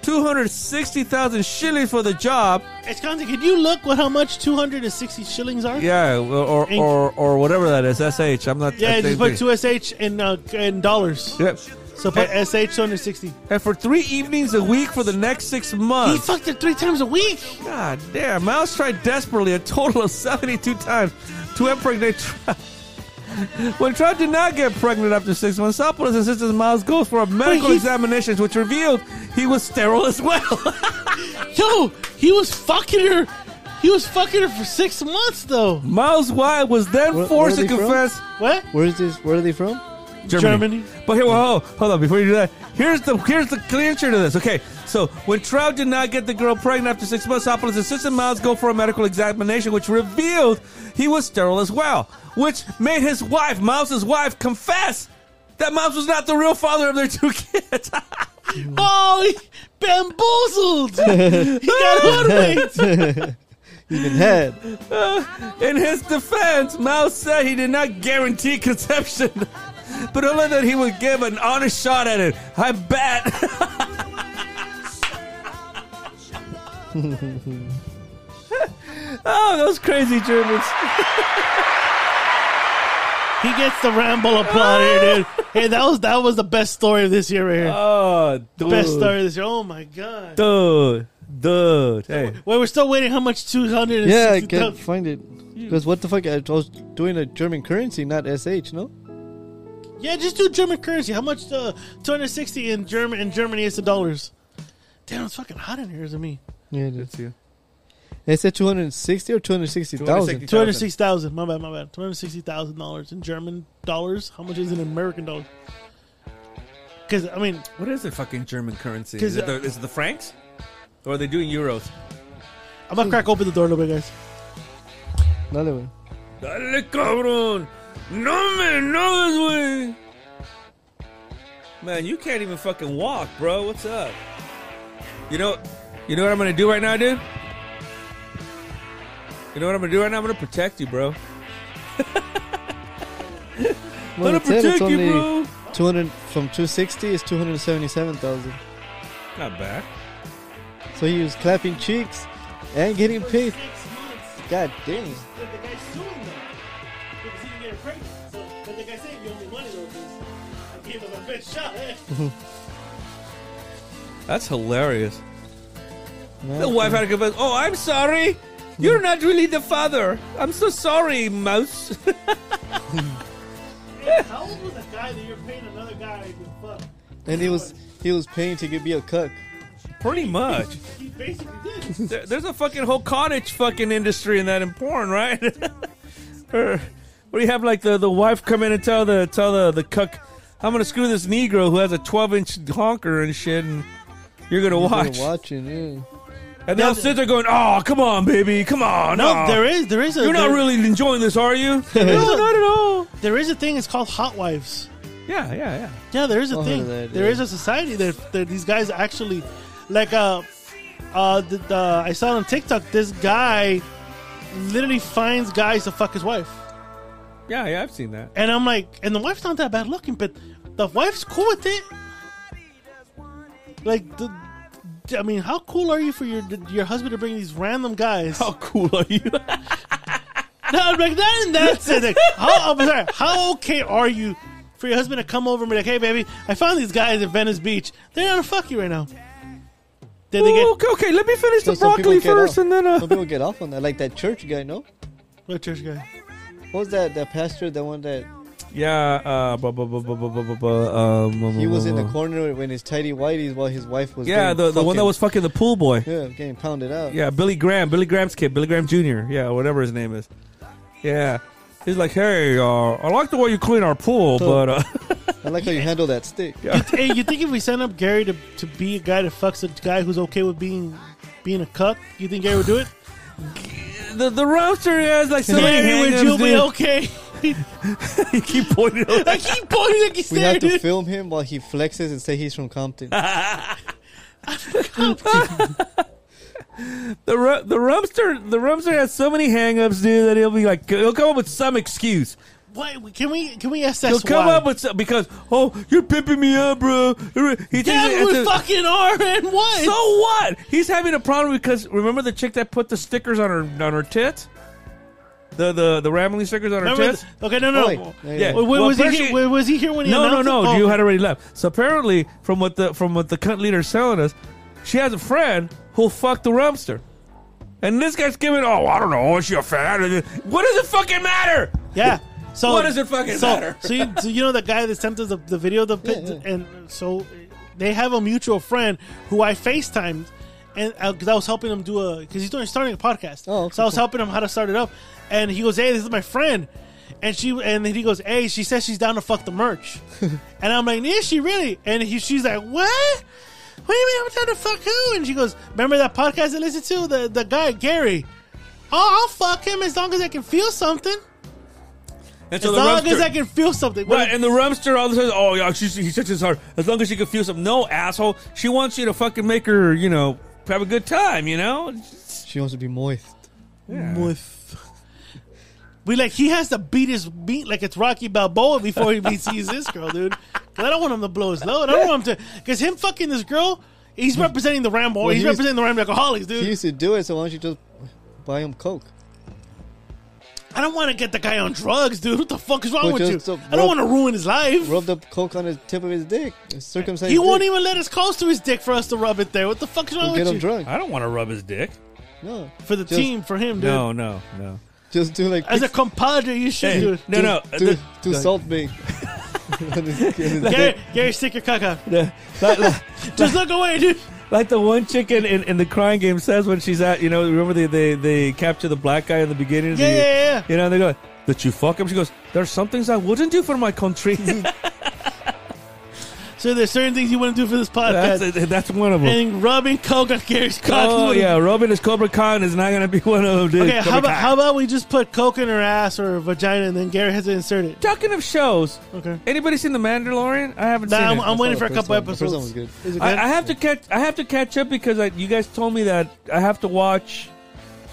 Speaker 3: 260,000 shillings for the job.
Speaker 1: Esconde, can you look what how much two hundred and sixty shillings are?
Speaker 3: Yeah, or,
Speaker 1: Inc.
Speaker 3: or, or whatever that is, SH. I'm not.
Speaker 1: Yeah,
Speaker 3: I
Speaker 1: just
Speaker 3: think-
Speaker 1: put two sh in uh, in dollars.
Speaker 3: Yep.
Speaker 1: So put sh two hundred sixty.
Speaker 3: And for three evenings a week for the next six
Speaker 1: He
Speaker 3: months.
Speaker 1: fucked it three times a week.
Speaker 3: God damn. Mouse tried desperately a total of 72 times to impregnate Trout. [LAUGHS] When Trout did not get pregnant after six months, Sopolis insisted Miles goes for a medical
Speaker 1: he-
Speaker 3: examination, which revealed he was sterile as well. [LAUGHS]
Speaker 1: Yo, he was fucking her. He was fucking her for six months though.
Speaker 3: Miles' wife was then
Speaker 2: Where-
Speaker 3: forced
Speaker 2: where
Speaker 3: to
Speaker 2: are they from?
Speaker 3: confess
Speaker 1: What?
Speaker 2: Where is this? Where are they from?
Speaker 1: Germany.
Speaker 3: But here, well, hold, hold on. Before you do that, here's the here's the clincher to this. Okay, so when Trout did not get the girl pregnant after six months, Hopper's assistant Miles go for a medical examination, which revealed he was sterile as well, which made his wife, Miles' wife, confess that Miles was not the real father of their two [LAUGHS] kids.
Speaker 1: Oh, he
Speaker 3: [LAUGHS]
Speaker 1: bamboozled. he got hoodwinked.
Speaker 2: Even head.
Speaker 3: [LAUGHS] In his defense, Miles said he did not guarantee conception, [LAUGHS] but only that he would give an honest shot at it. I bet. [LAUGHS] oh, those crazy Germans.
Speaker 1: He gets the ramble applaud here, dude. Hey, that was that was the best story of this year right here.
Speaker 3: Oh, dude.
Speaker 1: best story of this year. Oh my god.
Speaker 3: Dude. Dude. Hey.
Speaker 1: Wait, we're still waiting. How much two hundred?
Speaker 2: Yeah, I can't find it. Because what the fuck? I was doing a German currency, not SH, no?
Speaker 1: Yeah, just do German currency. How much? Uh, two hundred sixty in German in Germany is the dollars. Damn, it's fucking hot in here, isn't it? me?
Speaker 2: Yeah, it is. It said 260 or 260,000?
Speaker 1: Two hundred six thousand. My bad, my bad. Two hundred sixty thousand dollars in German dollars. How much is it in American dollars? Because I mean,
Speaker 3: What is the fucking German currency?
Speaker 1: 'Cause,
Speaker 3: Is it,
Speaker 1: uh,
Speaker 3: the, is it the francs? Or are they doing euros?
Speaker 1: I'm gonna crack open the door a little bit, guys.
Speaker 2: Another one.
Speaker 3: Dale, cabrón. No me enojes, güey. Man, you can't even fucking walk, bro. What's up? You know, you know what I'm gonna do right now, dude. You know what I'm gonna do right now? I'm gonna protect you, bro.
Speaker 2: Well,
Speaker 3: I'm
Speaker 2: it
Speaker 3: gonna
Speaker 2: said it's
Speaker 3: protect you,
Speaker 2: only
Speaker 3: bro.
Speaker 2: 200 from 260 is 277,000.
Speaker 3: Not bad.
Speaker 2: So he was clapping cheeks and getting paid. God damn.
Speaker 1: that the guy's suing them because he didn't get her pregnant. So, but the guy said you only wanted over this. I gave him a best shot. [LAUGHS]
Speaker 3: That's hilarious.
Speaker 2: Man,
Speaker 3: The wife had to confess. Oh, I'm sorry. You're not really the father. I'm so sorry, mouse. [LAUGHS]
Speaker 1: How old was the guy that you're paying another guy to fuck?
Speaker 2: And he was he was paying to get be a cuck.
Speaker 3: Pretty much.
Speaker 1: He basically did.
Speaker 3: There, there's a fucking whole cottage fucking industry in that in porn, right? [LAUGHS] or what do you have like the, the wife come in and tell the tell the the cuck, I'm gonna screw this negro who has a 12 inch honker and shit, and you're gonna
Speaker 2: He's
Speaker 3: watch.
Speaker 2: been Watching, yeah.
Speaker 3: And they'll sit there going, "Oh, come on, baby, come on."
Speaker 1: No,
Speaker 3: aw.
Speaker 1: there is there is a
Speaker 3: You're not
Speaker 1: there-
Speaker 3: really enjoying this, are you?
Speaker 1: No, not
Speaker 3: at all.
Speaker 1: there is a thing. It's called hot wives.
Speaker 3: Yeah, yeah, yeah.
Speaker 1: Yeah, there is a
Speaker 2: Oh,
Speaker 1: thing. There
Speaker 2: there
Speaker 1: is
Speaker 2: it
Speaker 1: a society that, that these guys actually, like, uh, uh, the, the, I saw on TikTok this guy literally finds guys to fuck his wife,
Speaker 3: Yeah, yeah, I've seen that.
Speaker 1: and I'm like, and the wife's not that bad looking, but the wife's cool with it. Like, the, I mean, how cool are you for your your husband to bring these random
Speaker 3: [LAUGHS]
Speaker 1: guys?
Speaker 3: How cool are you?
Speaker 1: No, I'm like that and that's it. Like, how I'm sorry, how okay are you for your husband to come over and be like, hey baby, I found these guys at Venice Beach. They're gonna fuck you right now. Then they
Speaker 3: Ooh,
Speaker 1: get
Speaker 3: okay, okay, let me finish
Speaker 2: So
Speaker 3: the
Speaker 2: some people
Speaker 3: broccoli
Speaker 2: get
Speaker 3: first,
Speaker 2: off-
Speaker 3: and then uh,
Speaker 2: some people get off on that. Like that church guy, no?
Speaker 1: what church guy?
Speaker 2: What was that? That pastor, the one that
Speaker 3: yeah, uh, bu- bu- bu- bu- bu- bu- bu- bu- um, bu- bu-
Speaker 2: he was
Speaker 3: bu-
Speaker 2: in the
Speaker 3: bu-
Speaker 2: corner when his tidy whities while his wife was
Speaker 3: Yeah,
Speaker 2: getting
Speaker 3: the, the one that was
Speaker 2: fucking-
Speaker 3: fucking the pool boy.
Speaker 2: yeah getting pounded out.
Speaker 3: Yeah, Billy Graham, Billy Graham's kid, Billy Graham Jr. Yeah, whatever his name is. Yeah, he's like, hey, uh, I like the way you clean our pool,
Speaker 2: So-
Speaker 3: but uh, [LAUGHS]
Speaker 2: I like how you handle that stick.
Speaker 3: Yeah.
Speaker 1: hey, you think if we send up Gary to, to be a guy that fucks a guy who's okay with being being a cuck, you think Gary would
Speaker 3: [LAUGHS]
Speaker 1: do it?
Speaker 3: the the roaster has like so many
Speaker 1: Gary, would you
Speaker 3: hang-ups,
Speaker 1: be [LAUGHS]
Speaker 3: dude.
Speaker 1: okay?
Speaker 3: You keep pointing. at-
Speaker 1: I keep pointing like he's
Speaker 2: We have
Speaker 1: there,
Speaker 2: to
Speaker 1: dude.
Speaker 2: film him while he flexes and say he's from
Speaker 3: [LAUGHS]
Speaker 2: Compton.
Speaker 3: The ru- the rumster the rumster has so many hangups, dude, that he'll be like he'll come up with some excuse.
Speaker 1: Why can we can we
Speaker 3: He'll
Speaker 1: assess
Speaker 3: come
Speaker 1: why?
Speaker 3: up with some, because oh you're pimping me up, bro. He thinks
Speaker 1: yeah,
Speaker 3: it's
Speaker 1: we
Speaker 3: a-
Speaker 1: fucking are, and what?
Speaker 3: so what? He's having a problem because remember the chick that put the stickers on her on her tit, the the the rambling stickers on her
Speaker 1: Remember
Speaker 3: tits.
Speaker 1: the- okay, no, no.
Speaker 2: Oi.
Speaker 1: Wait,
Speaker 2: Yeah.
Speaker 1: wait,
Speaker 3: Well,
Speaker 1: was, he
Speaker 3: Percy-
Speaker 1: here, wait, was he here when he
Speaker 3: No, no,
Speaker 1: announced it?
Speaker 3: no.
Speaker 1: Oh,
Speaker 3: You had already left. So apparently, from what the from what the cunt leader's telling us, she has a friend who'll fuck the rumster. And this guy's giving, oh, I don't know, is she a fan? What does it fucking matter?
Speaker 1: Yeah. So
Speaker 3: What does it fucking
Speaker 1: so,
Speaker 3: matter?
Speaker 1: So you, so you know the guy that sent us the, the video, the pic-
Speaker 2: Yeah,
Speaker 1: and so they have a mutual friend who I Facetimed, and because I was helping him do a because he's doing starting a podcast.
Speaker 2: Oh, okay,
Speaker 1: so I was
Speaker 2: cool.
Speaker 1: helping him how to start it up, and he goes, "Hey, this is my friend." And she and then he goes, "Hey, she says she's down to fuck the merch," and I'm like, "Is she really?" And he, she's like, "What? What do you mean I'm down to fuck who?" And she goes, "Remember that podcast I listened to? The the guy Gary. Oh, I'll fuck him as long as I can feel something."
Speaker 3: And
Speaker 1: As
Speaker 3: the
Speaker 1: long
Speaker 3: rumster-
Speaker 1: as I can feel something.
Speaker 3: Right, and the rumster all of a sudden, oh, yeah, she's, he's such a hard. As long as she can feel something. No, asshole. She wants you to fucking make her, you know, have a good time, you know?
Speaker 2: She wants to be moist.
Speaker 1: With- we like he has to beat his meat like it's Rocky Balboa before he meets sees this girl, dude. 'Cause I don't want him to blow his load. I don't want him to because him fucking this girl, he's representing the Rambo.
Speaker 2: Hmm. Well,
Speaker 1: he's
Speaker 2: he was-
Speaker 1: representing the Rambo alcoholics,
Speaker 2: He
Speaker 1: dude.
Speaker 2: used to do it, so why don't you just buy him Coke?
Speaker 1: I don't want to get the guy on drugs, dude. What the fuck is wrong
Speaker 2: Well,
Speaker 1: with
Speaker 2: just,
Speaker 1: you?
Speaker 2: uh,
Speaker 1: I don't
Speaker 2: rub-
Speaker 1: want to ruin his life.
Speaker 2: Rub the Coke on the tip of his dick. Circumcised.
Speaker 1: he won't
Speaker 2: dick.
Speaker 1: even let us close to his dick for us to rub it there. What the fuck is wrong
Speaker 2: We'll get
Speaker 1: with
Speaker 2: him
Speaker 1: you?
Speaker 2: drunk.
Speaker 3: I don't want to rub his dick.
Speaker 2: No,
Speaker 1: for the
Speaker 2: Just-
Speaker 1: team, for him, dude.
Speaker 3: No, no, no.
Speaker 2: just do like
Speaker 1: As a compadre, you should,
Speaker 2: [LAUGHS]
Speaker 3: Hey,
Speaker 1: dude.
Speaker 3: no, no.
Speaker 2: do,
Speaker 3: the-
Speaker 2: do salt [LAUGHS]
Speaker 3: [LAUGHS]
Speaker 2: me. On his- on his dick.
Speaker 1: Gary, Gary, stick your cock out.
Speaker 3: the- like,
Speaker 1: [LAUGHS]
Speaker 3: like-
Speaker 1: Just look away, dude.
Speaker 3: like the one chicken in, in the crying game says when she's at, you know, remember they, they, they capture the black guy in the beginning? of
Speaker 1: Yeah,
Speaker 3: the,
Speaker 1: yeah, yeah.
Speaker 3: You know, and they go, that you fuck him? She goes, there's some things I wouldn't do for my [LAUGHS] country.
Speaker 1: So there's certain things you wouldn't do for this podcast.
Speaker 3: that's, that's one of them.
Speaker 1: And rubbing coke on Gary's cock.
Speaker 3: [LAUGHS] Oh yeah, Robin is Cobra Khan is not gonna be [LAUGHS] one of them. Dude.
Speaker 1: Okay, how
Speaker 3: Cobra
Speaker 1: about
Speaker 3: Kai.
Speaker 1: how about we just put coke in her ass or her vagina, and then Gary has to insert it.
Speaker 3: talking of shows?
Speaker 1: Okay.
Speaker 3: Anybody seen the Mandalorian? I haven't
Speaker 1: Nah,
Speaker 3: seen
Speaker 1: I'm,
Speaker 3: it.
Speaker 1: I'm waiting
Speaker 2: Oh,
Speaker 1: for a
Speaker 2: first
Speaker 1: couple
Speaker 2: one- the
Speaker 1: episodes.
Speaker 2: First one was good.
Speaker 1: Is it
Speaker 3: I,
Speaker 1: good?
Speaker 3: I have to catch. I have to catch up because I, you guys told me that I have to watch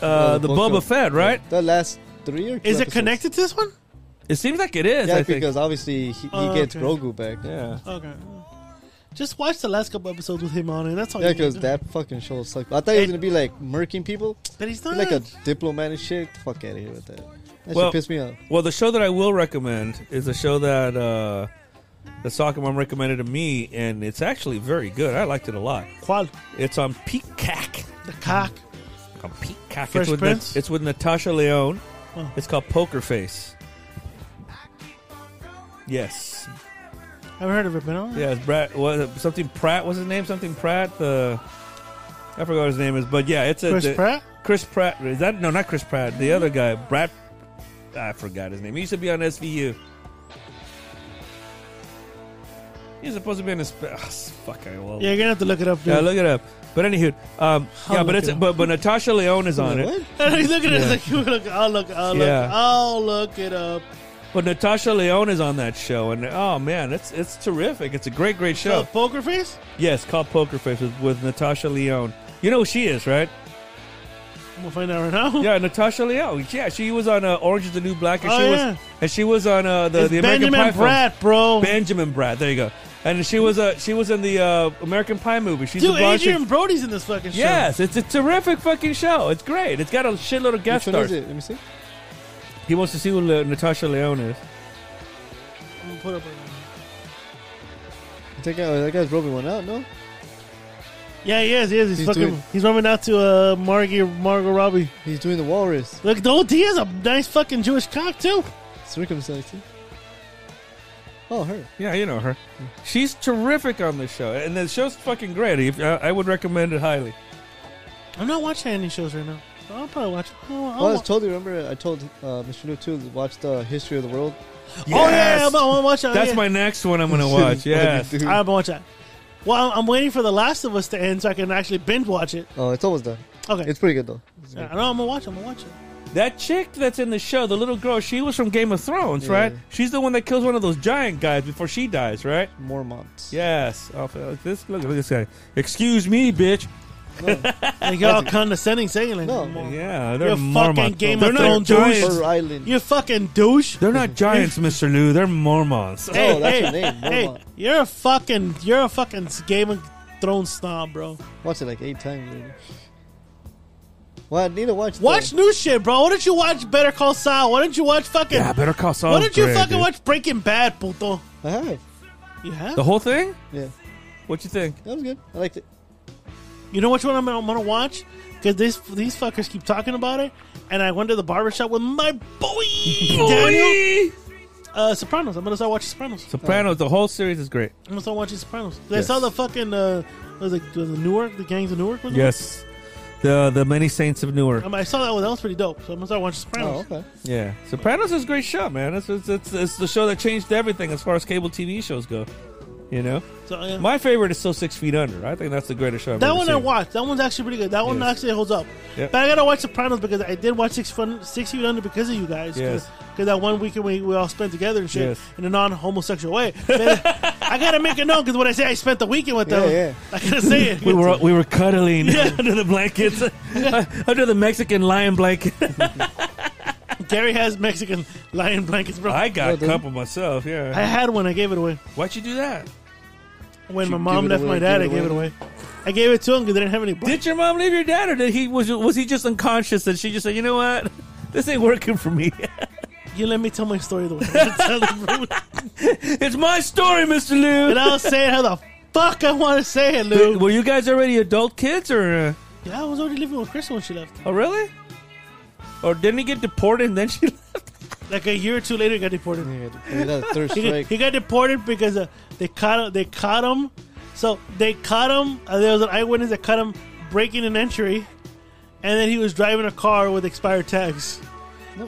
Speaker 3: uh,
Speaker 2: Uh,
Speaker 3: the
Speaker 2: book
Speaker 3: Boba
Speaker 2: of-
Speaker 3: Fett. Right?
Speaker 2: The last three or two
Speaker 1: Is it
Speaker 2: episodes.
Speaker 1: connected to this one?
Speaker 3: It seems like it is.
Speaker 2: Yeah,
Speaker 3: I think.
Speaker 2: because obviously he, he
Speaker 1: Oh,
Speaker 2: gets
Speaker 1: okay.
Speaker 2: Grogu back. Yeah,
Speaker 3: yeah.
Speaker 1: Okay. Just watch the last couple episodes with him on it. That's all. you need
Speaker 2: because
Speaker 1: to do.
Speaker 2: that fucking show sucked. I thought he
Speaker 1: It-
Speaker 2: was gonna be like murking people,
Speaker 1: But he's
Speaker 2: Be
Speaker 1: not. [LAUGHS]
Speaker 2: like a diplomat and shit. Fuck out of here with that. That
Speaker 3: Well-
Speaker 2: should piss me off.
Speaker 3: Well, the show that I will recommend is a show that uh, the soccer mom recommended to me, and it's actually very good. I liked it a lot.
Speaker 1: Qual
Speaker 3: It's on Peacock.
Speaker 1: the cock.
Speaker 3: Compete cock.
Speaker 1: Fresh
Speaker 3: it's, with
Speaker 1: Prince?
Speaker 3: Na- it's with Natasha Leone.
Speaker 1: Oh.
Speaker 3: It's called Poker Face. Yes.
Speaker 1: I've heard of it, but oh,
Speaker 3: Yeah, it's Brad. Was it something Pratt? Was his name something Pratt? The I forgot what his name is, but yeah, it's a
Speaker 1: Chris
Speaker 3: the-
Speaker 1: Pratt?
Speaker 3: Chris Pratt is that? No, not Chris Pratt. The other guy, Brad. I forgot his name. He used to be on SVU. He's supposed to be in his. Sp- ah, s- fuck, I will.
Speaker 1: Yeah, you're gonna have to look it up, dude.
Speaker 3: Yeah, look it up. But anywho, um, yeah,
Speaker 1: I'll
Speaker 3: but
Speaker 1: look
Speaker 3: it's
Speaker 1: it up.
Speaker 3: but, but Natasha Leone is on
Speaker 2: What?
Speaker 3: it.
Speaker 1: [LAUGHS] He's looking at it like, look, I'll look, I'll
Speaker 3: Yeah.
Speaker 1: look, I'll look it up.
Speaker 3: But Natasha Leone is on that show, and oh man, it's it's terrific. It's a great, great
Speaker 1: Uh,
Speaker 3: show.
Speaker 1: poker face?
Speaker 3: Yes, called Poker Face with, with Natasha Leone. You know who she is, right?
Speaker 1: I'm gonna find out right now.
Speaker 3: [LAUGHS] Yeah, Natasha Leone. Yeah, she was on uh, Orange Is the New Black, and
Speaker 1: Oh,
Speaker 3: she
Speaker 1: yeah.
Speaker 3: was and she was on uh, the
Speaker 1: It's
Speaker 3: the American
Speaker 1: Benjamin
Speaker 3: Pie film.
Speaker 1: Pratt, bro.
Speaker 3: Benjamin Brad. There you go. And she was uh, she was in the uh, American Pie movie. She's
Speaker 1: Dude,
Speaker 3: the blonde chick-
Speaker 1: Adrian Brody's in this fucking show.
Speaker 3: Yes, it's a terrific fucking show. It's great. It's got a shitload of guest
Speaker 2: Which one is
Speaker 3: stars.
Speaker 2: it? Let me see.
Speaker 3: He wants to see who Le- Natasha Leone is.
Speaker 1: I'm gonna put up right now.
Speaker 2: I think I, that guy's rubbing one out. No,
Speaker 1: Yeah, he is. He is. He's,
Speaker 2: He's
Speaker 1: fucking.
Speaker 2: doing-
Speaker 1: He's rubbing out to uh, Margie, Margot Robbie.
Speaker 2: he's doing the walrus
Speaker 1: Look, the old T has a nice fucking Jewish cock too.
Speaker 2: circumcised. see? Oh, her.
Speaker 3: Yeah, you know her. She's terrific on this show, and the show's fucking great. If, I, I would recommend it highly.
Speaker 1: I'm not watching any shows right now. I'll probably watch. Oh, I'll
Speaker 2: Oh, I
Speaker 1: wa-
Speaker 2: was totally remember. I told uh, Mr. New too. to Watch the history of the world.
Speaker 1: oh yeah, yeah, I'm gonna watch that.
Speaker 3: that's
Speaker 1: yeah.
Speaker 3: my next one. I'm
Speaker 2: [LAUGHS]
Speaker 3: gonna watch. Yeah,
Speaker 2: Dude.
Speaker 1: I'm gonna watch that. Well, I'm- I'm waiting for The Last of Us to end so I can actually binge watch it.
Speaker 2: Oh, it's almost done.
Speaker 1: Okay,
Speaker 2: It's pretty good though. It's
Speaker 1: I
Speaker 2: good.
Speaker 1: know I'm gonna watch. it. I'm gonna
Speaker 2: [LAUGHS]
Speaker 1: watch it.
Speaker 3: that chick that's in the show, the little girl, she was from Game of Thrones,
Speaker 2: Yeah.
Speaker 3: right? She's the one that kills one of those giant guys before she dies, right?
Speaker 2: Mormont.
Speaker 3: Yes. Oh, look, this look, look at this guy. Excuse me, bitch.
Speaker 1: Like you're all condescending, saying like,
Speaker 2: No.
Speaker 1: "Come on."
Speaker 3: Yeah, they're
Speaker 1: You fucking
Speaker 3: Mormons.
Speaker 1: Game
Speaker 3: they're
Speaker 1: of
Speaker 3: not
Speaker 1: Thrones douche.
Speaker 3: giants.
Speaker 2: Her island.
Speaker 1: you fucking douche.
Speaker 3: They're not [LAUGHS] giants, Mister Lou. They're Mormons.
Speaker 2: Oh, that's her name,
Speaker 1: hey,
Speaker 2: Mormont.
Speaker 1: you're a fucking, you're a fucking Game of Thrones snob, bro.
Speaker 2: Watched it like eight times. Already. Well, I need to watch.
Speaker 1: Watch
Speaker 2: The,
Speaker 1: new shit, bro. Why don't you watch Better Call Saul? Why don't you watch fucking?
Speaker 3: [LAUGHS] Yeah, Better Call Saul.
Speaker 1: why
Speaker 3: is
Speaker 1: don't you
Speaker 3: great,
Speaker 1: fucking
Speaker 3: dude.
Speaker 1: watch Breaking Bad, puto?
Speaker 2: I have.
Speaker 1: You have?
Speaker 3: the whole thing?
Speaker 2: Yeah,
Speaker 3: What you think?
Speaker 2: that was good. I liked it.
Speaker 1: You know which one I'm, I'm gonna watch? Because these these fuckers keep talking about it, and I went to the barbershop with my boy, Daniel. Uh, Sopranos. I'm gonna start watching Sopranos.
Speaker 3: Sopranos. The whole series is great.
Speaker 1: I'm gonna start watching Sopranos. I saw the fucking uh, was it was it Newark? The gangs of Newark. Was it?
Speaker 3: Yes, the the many saints of Newark.
Speaker 1: Um, I saw that one. That was pretty dope. So I'm gonna start watching
Speaker 2: Oh,
Speaker 1: Sopranos.
Speaker 2: okay.
Speaker 3: Yeah, Sopranos is a great show, man. It's it's, it's it's the show that changed everything as far as cable TV shows go. You know,
Speaker 1: So yeah.
Speaker 3: my favorite is still Six Feet Under. I think that's the greatest show. I've
Speaker 1: that
Speaker 3: ever
Speaker 1: one
Speaker 3: seen.
Speaker 1: I watched. That one's actually pretty good. That one
Speaker 3: Yes.
Speaker 1: actually holds up.
Speaker 3: Yep.
Speaker 1: But I gotta watch Sopranos because I did watch Six Fun Six Feet Under because of you guys.
Speaker 3: Yes.
Speaker 1: Because that one weekend we, we all spent together and shit
Speaker 3: Yes.
Speaker 1: in a non-homosexual way. [LAUGHS] I gotta make it known because when I say I spent the weekend with them,
Speaker 2: Yeah, yeah.
Speaker 1: I gotta say
Speaker 2: [LAUGHS]
Speaker 1: it.
Speaker 3: We were we were cuddling [LAUGHS] under the
Speaker 1: [LAUGHS]
Speaker 3: blankets, Uh, under the Mexican lion blanket.
Speaker 1: Gary has Mexican lion blankets, bro.
Speaker 3: [LAUGHS] I
Speaker 1: I,
Speaker 3: got a
Speaker 2: dude.
Speaker 3: couple myself. Yeah,
Speaker 1: had one. I gave it away
Speaker 3: why'd you do that?
Speaker 1: when
Speaker 2: You
Speaker 1: my
Speaker 2: give
Speaker 1: mom
Speaker 2: it
Speaker 1: left
Speaker 2: away,
Speaker 1: my dad.
Speaker 2: give
Speaker 1: I
Speaker 2: it
Speaker 1: gave it
Speaker 2: away.
Speaker 1: away. I gave it to him because they didn't have any. blankets.
Speaker 3: Did your mom leave your dad, or did he was was he just unconscious and she just said, you know what, [LAUGHS] this ain't working for me. [LAUGHS]
Speaker 1: You let me tell my story the [LAUGHS] way I tell it, bro.
Speaker 3: it's my story, Mister Lou.
Speaker 1: and I'll say it how the fuck I want to say it, Lou.
Speaker 3: Were you guys already adult kids, or? Uh,
Speaker 1: Yeah, I was already living with Crystal when she left.
Speaker 3: Oh, really? Or didn't he get deported and then she [LAUGHS] left?
Speaker 1: Like a year or two later, he got deported.
Speaker 2: Yeah, they got
Speaker 3: [LAUGHS]
Speaker 2: a third
Speaker 1: He, got,
Speaker 2: strike.
Speaker 1: he got deported because uh, they caught they caught him. So they caught him. Uh, there was an eyewitness that caught him breaking an entry, and then he was driving a car with expired tags,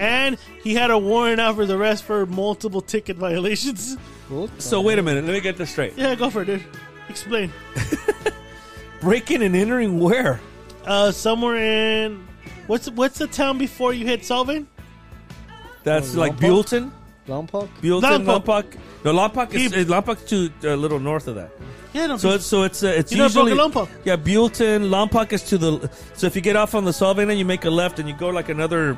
Speaker 1: and he had a warrant out for his arrest for multiple ticket [LAUGHS] violations.
Speaker 2: What the-
Speaker 3: So wait a minute, let me get this straight.
Speaker 1: Yeah, go for it, dude. Explain.
Speaker 3: Breaking and entering where?
Speaker 1: Uh, somewhere in what's what's the town before you hit Solvin?
Speaker 3: That's
Speaker 2: Oh,
Speaker 3: like Buellton?
Speaker 2: Lompoc? Lompoc?
Speaker 3: Buellton,
Speaker 1: Lompoc.
Speaker 3: Lompoc. No, Lompoc is
Speaker 1: He-
Speaker 3: eh, Lompoc's too uh, a little north of that.
Speaker 1: Yeah, no,
Speaker 3: So it's so it's uh, it's
Speaker 1: You know
Speaker 3: usually
Speaker 1: Lompoc?
Speaker 3: yeah Buellton. Lompoc is to the so if you get off on the Solvang and you make a left and you go like another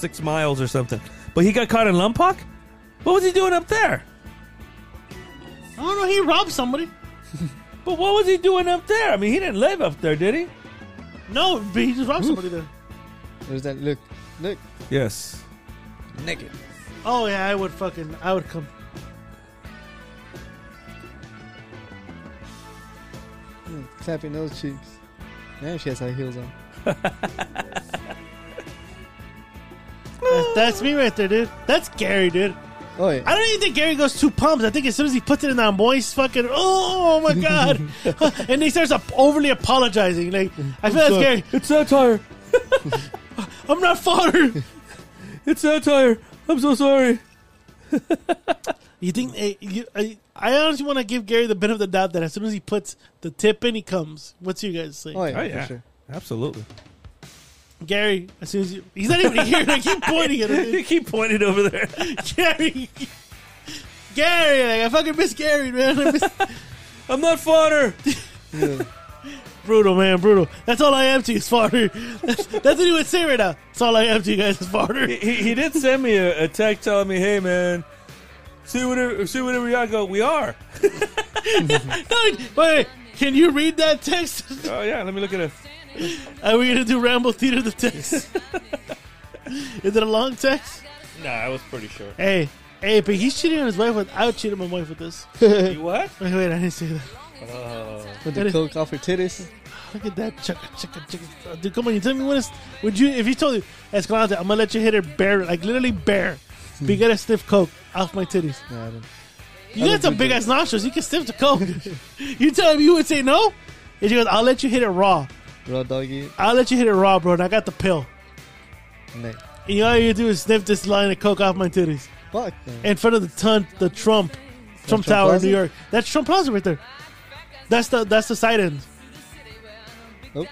Speaker 3: six miles or something. But he got caught in Lompoc. What was he doing up there?
Speaker 1: I don't know. Oh, He robbed somebody.
Speaker 3: But what was he doing up there? I mean, he didn't live up there, did he?
Speaker 1: No, but he just robbed somebody there.
Speaker 2: There's that look. Look.
Speaker 3: Yes.
Speaker 2: Naked.
Speaker 1: Oh yeah, I would fucking, I would come.
Speaker 2: Hmm. Clapping those cheeks. Now she has high heels on.
Speaker 1: That- That's me right there, dude. That's Gary, dude.
Speaker 2: Oh, yeah.
Speaker 1: I don't even think Gary goes two pumps. I think as soon as he puts it in that moist fucking, oh my god, [LAUGHS] and he starts up overly apologizing. Like I feel that's Gary.
Speaker 3: It's satire.
Speaker 1: I'm not fodder.
Speaker 3: It's satire. I'm so sorry.
Speaker 1: You think eh, you, I, I honestly want to give Gary the benefit of the doubt that as soon as he puts the tip in, he comes. What's you guys think,
Speaker 2: Oh yeah,
Speaker 3: Oh yeah,
Speaker 2: for sure.
Speaker 3: absolutely.
Speaker 1: Gary? As soon as you, he's not even here, and I keep pointing at him.
Speaker 3: [LAUGHS] [LAUGHS] You keep pointing over there.
Speaker 1: Gary, Gary, like, I fucking miss Gary, man. I miss,
Speaker 3: I'm not fodder.
Speaker 2: Yeah.
Speaker 1: brutal, man, brutal. That's all I am to you, is farter. That's, that's what he would say right now. That's all I am to you guys, is farter.
Speaker 3: he, he did send me a, a text telling me, "Hey man, see whatever, see whatever y'all go. We are.
Speaker 1: No, wait, wait, can you read that text? [LAUGHS]
Speaker 3: Oh yeah, let me look at it.
Speaker 1: Are we gonna do Ramble Theater the text? [LAUGHS] Is it a long text?
Speaker 3: Nah, I was pretty sure.
Speaker 1: Hey, hey, but he's cheating on his wife with. I would cheat on my wife with this.
Speaker 3: You what?
Speaker 1: Wait, wait, I didn't say that.
Speaker 2: With
Speaker 1: That
Speaker 2: the
Speaker 1: is-
Speaker 2: coke off her titties.
Speaker 1: Look at that, chicka, chicka, chicka. Uh, Dude, come on, you tell me what is. Would you, if you told you, Escalante, I'm gonna let you hit her bare, like literally bare, but you gotta stiff coke off my titties.
Speaker 2: Nah, I don't-
Speaker 1: You got some big ass nostrils. You can stiff the coke. [LAUGHS] you tell him you would say no, and she goes, I'll let you hit it raw.
Speaker 2: raw doggy.
Speaker 1: I'll let you hit it raw, bro. And I got the pill.
Speaker 2: Nah.
Speaker 1: And all you do is sniff this line of coke off my titties.
Speaker 2: Fuck. Man.
Speaker 1: in front of the ton, the Trump, Trump
Speaker 2: Trump
Speaker 1: Tower in
Speaker 2: Plaza?
Speaker 1: New York. That's Trump Plaza right there. That's the that's the side end.
Speaker 2: Nope.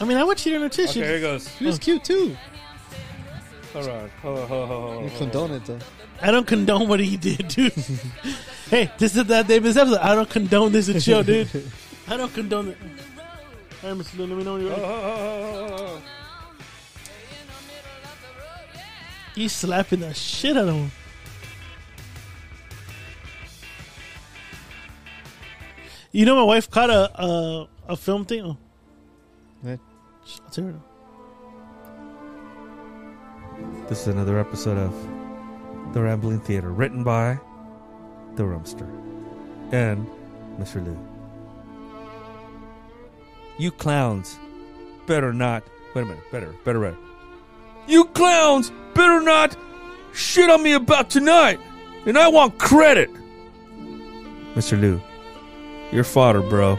Speaker 1: I mean, I would cheat on her too. She-
Speaker 3: Okay, here goes.
Speaker 2: She was cute too.
Speaker 3: Hold on. Hold on, hold on, hold on,
Speaker 2: You
Speaker 3: hold on.
Speaker 2: condone it though.
Speaker 1: I don't condone what he did, [LAUGHS] dude. hey, this is that Davis episode. I don't condone this in show,
Speaker 3: [LAUGHS]
Speaker 1: dude. I don't condone it. All right, Mr. Lou, let me know when you're ready.
Speaker 3: Oh, oh, oh, oh, oh,
Speaker 1: He's slapping the shit out of him. You know, my wife caught a a, a film thing. Oh.
Speaker 2: What?
Speaker 1: Sh- I'll tear it up.
Speaker 3: oh. This is another episode of The Rambling Theater, written by The Rumster and Mr. Lou. You clowns better not. Wait a minute. Better, better, better. You clowns better not shit on me about tonight. And I want credit. Mr. Lou, you're fodder, bro.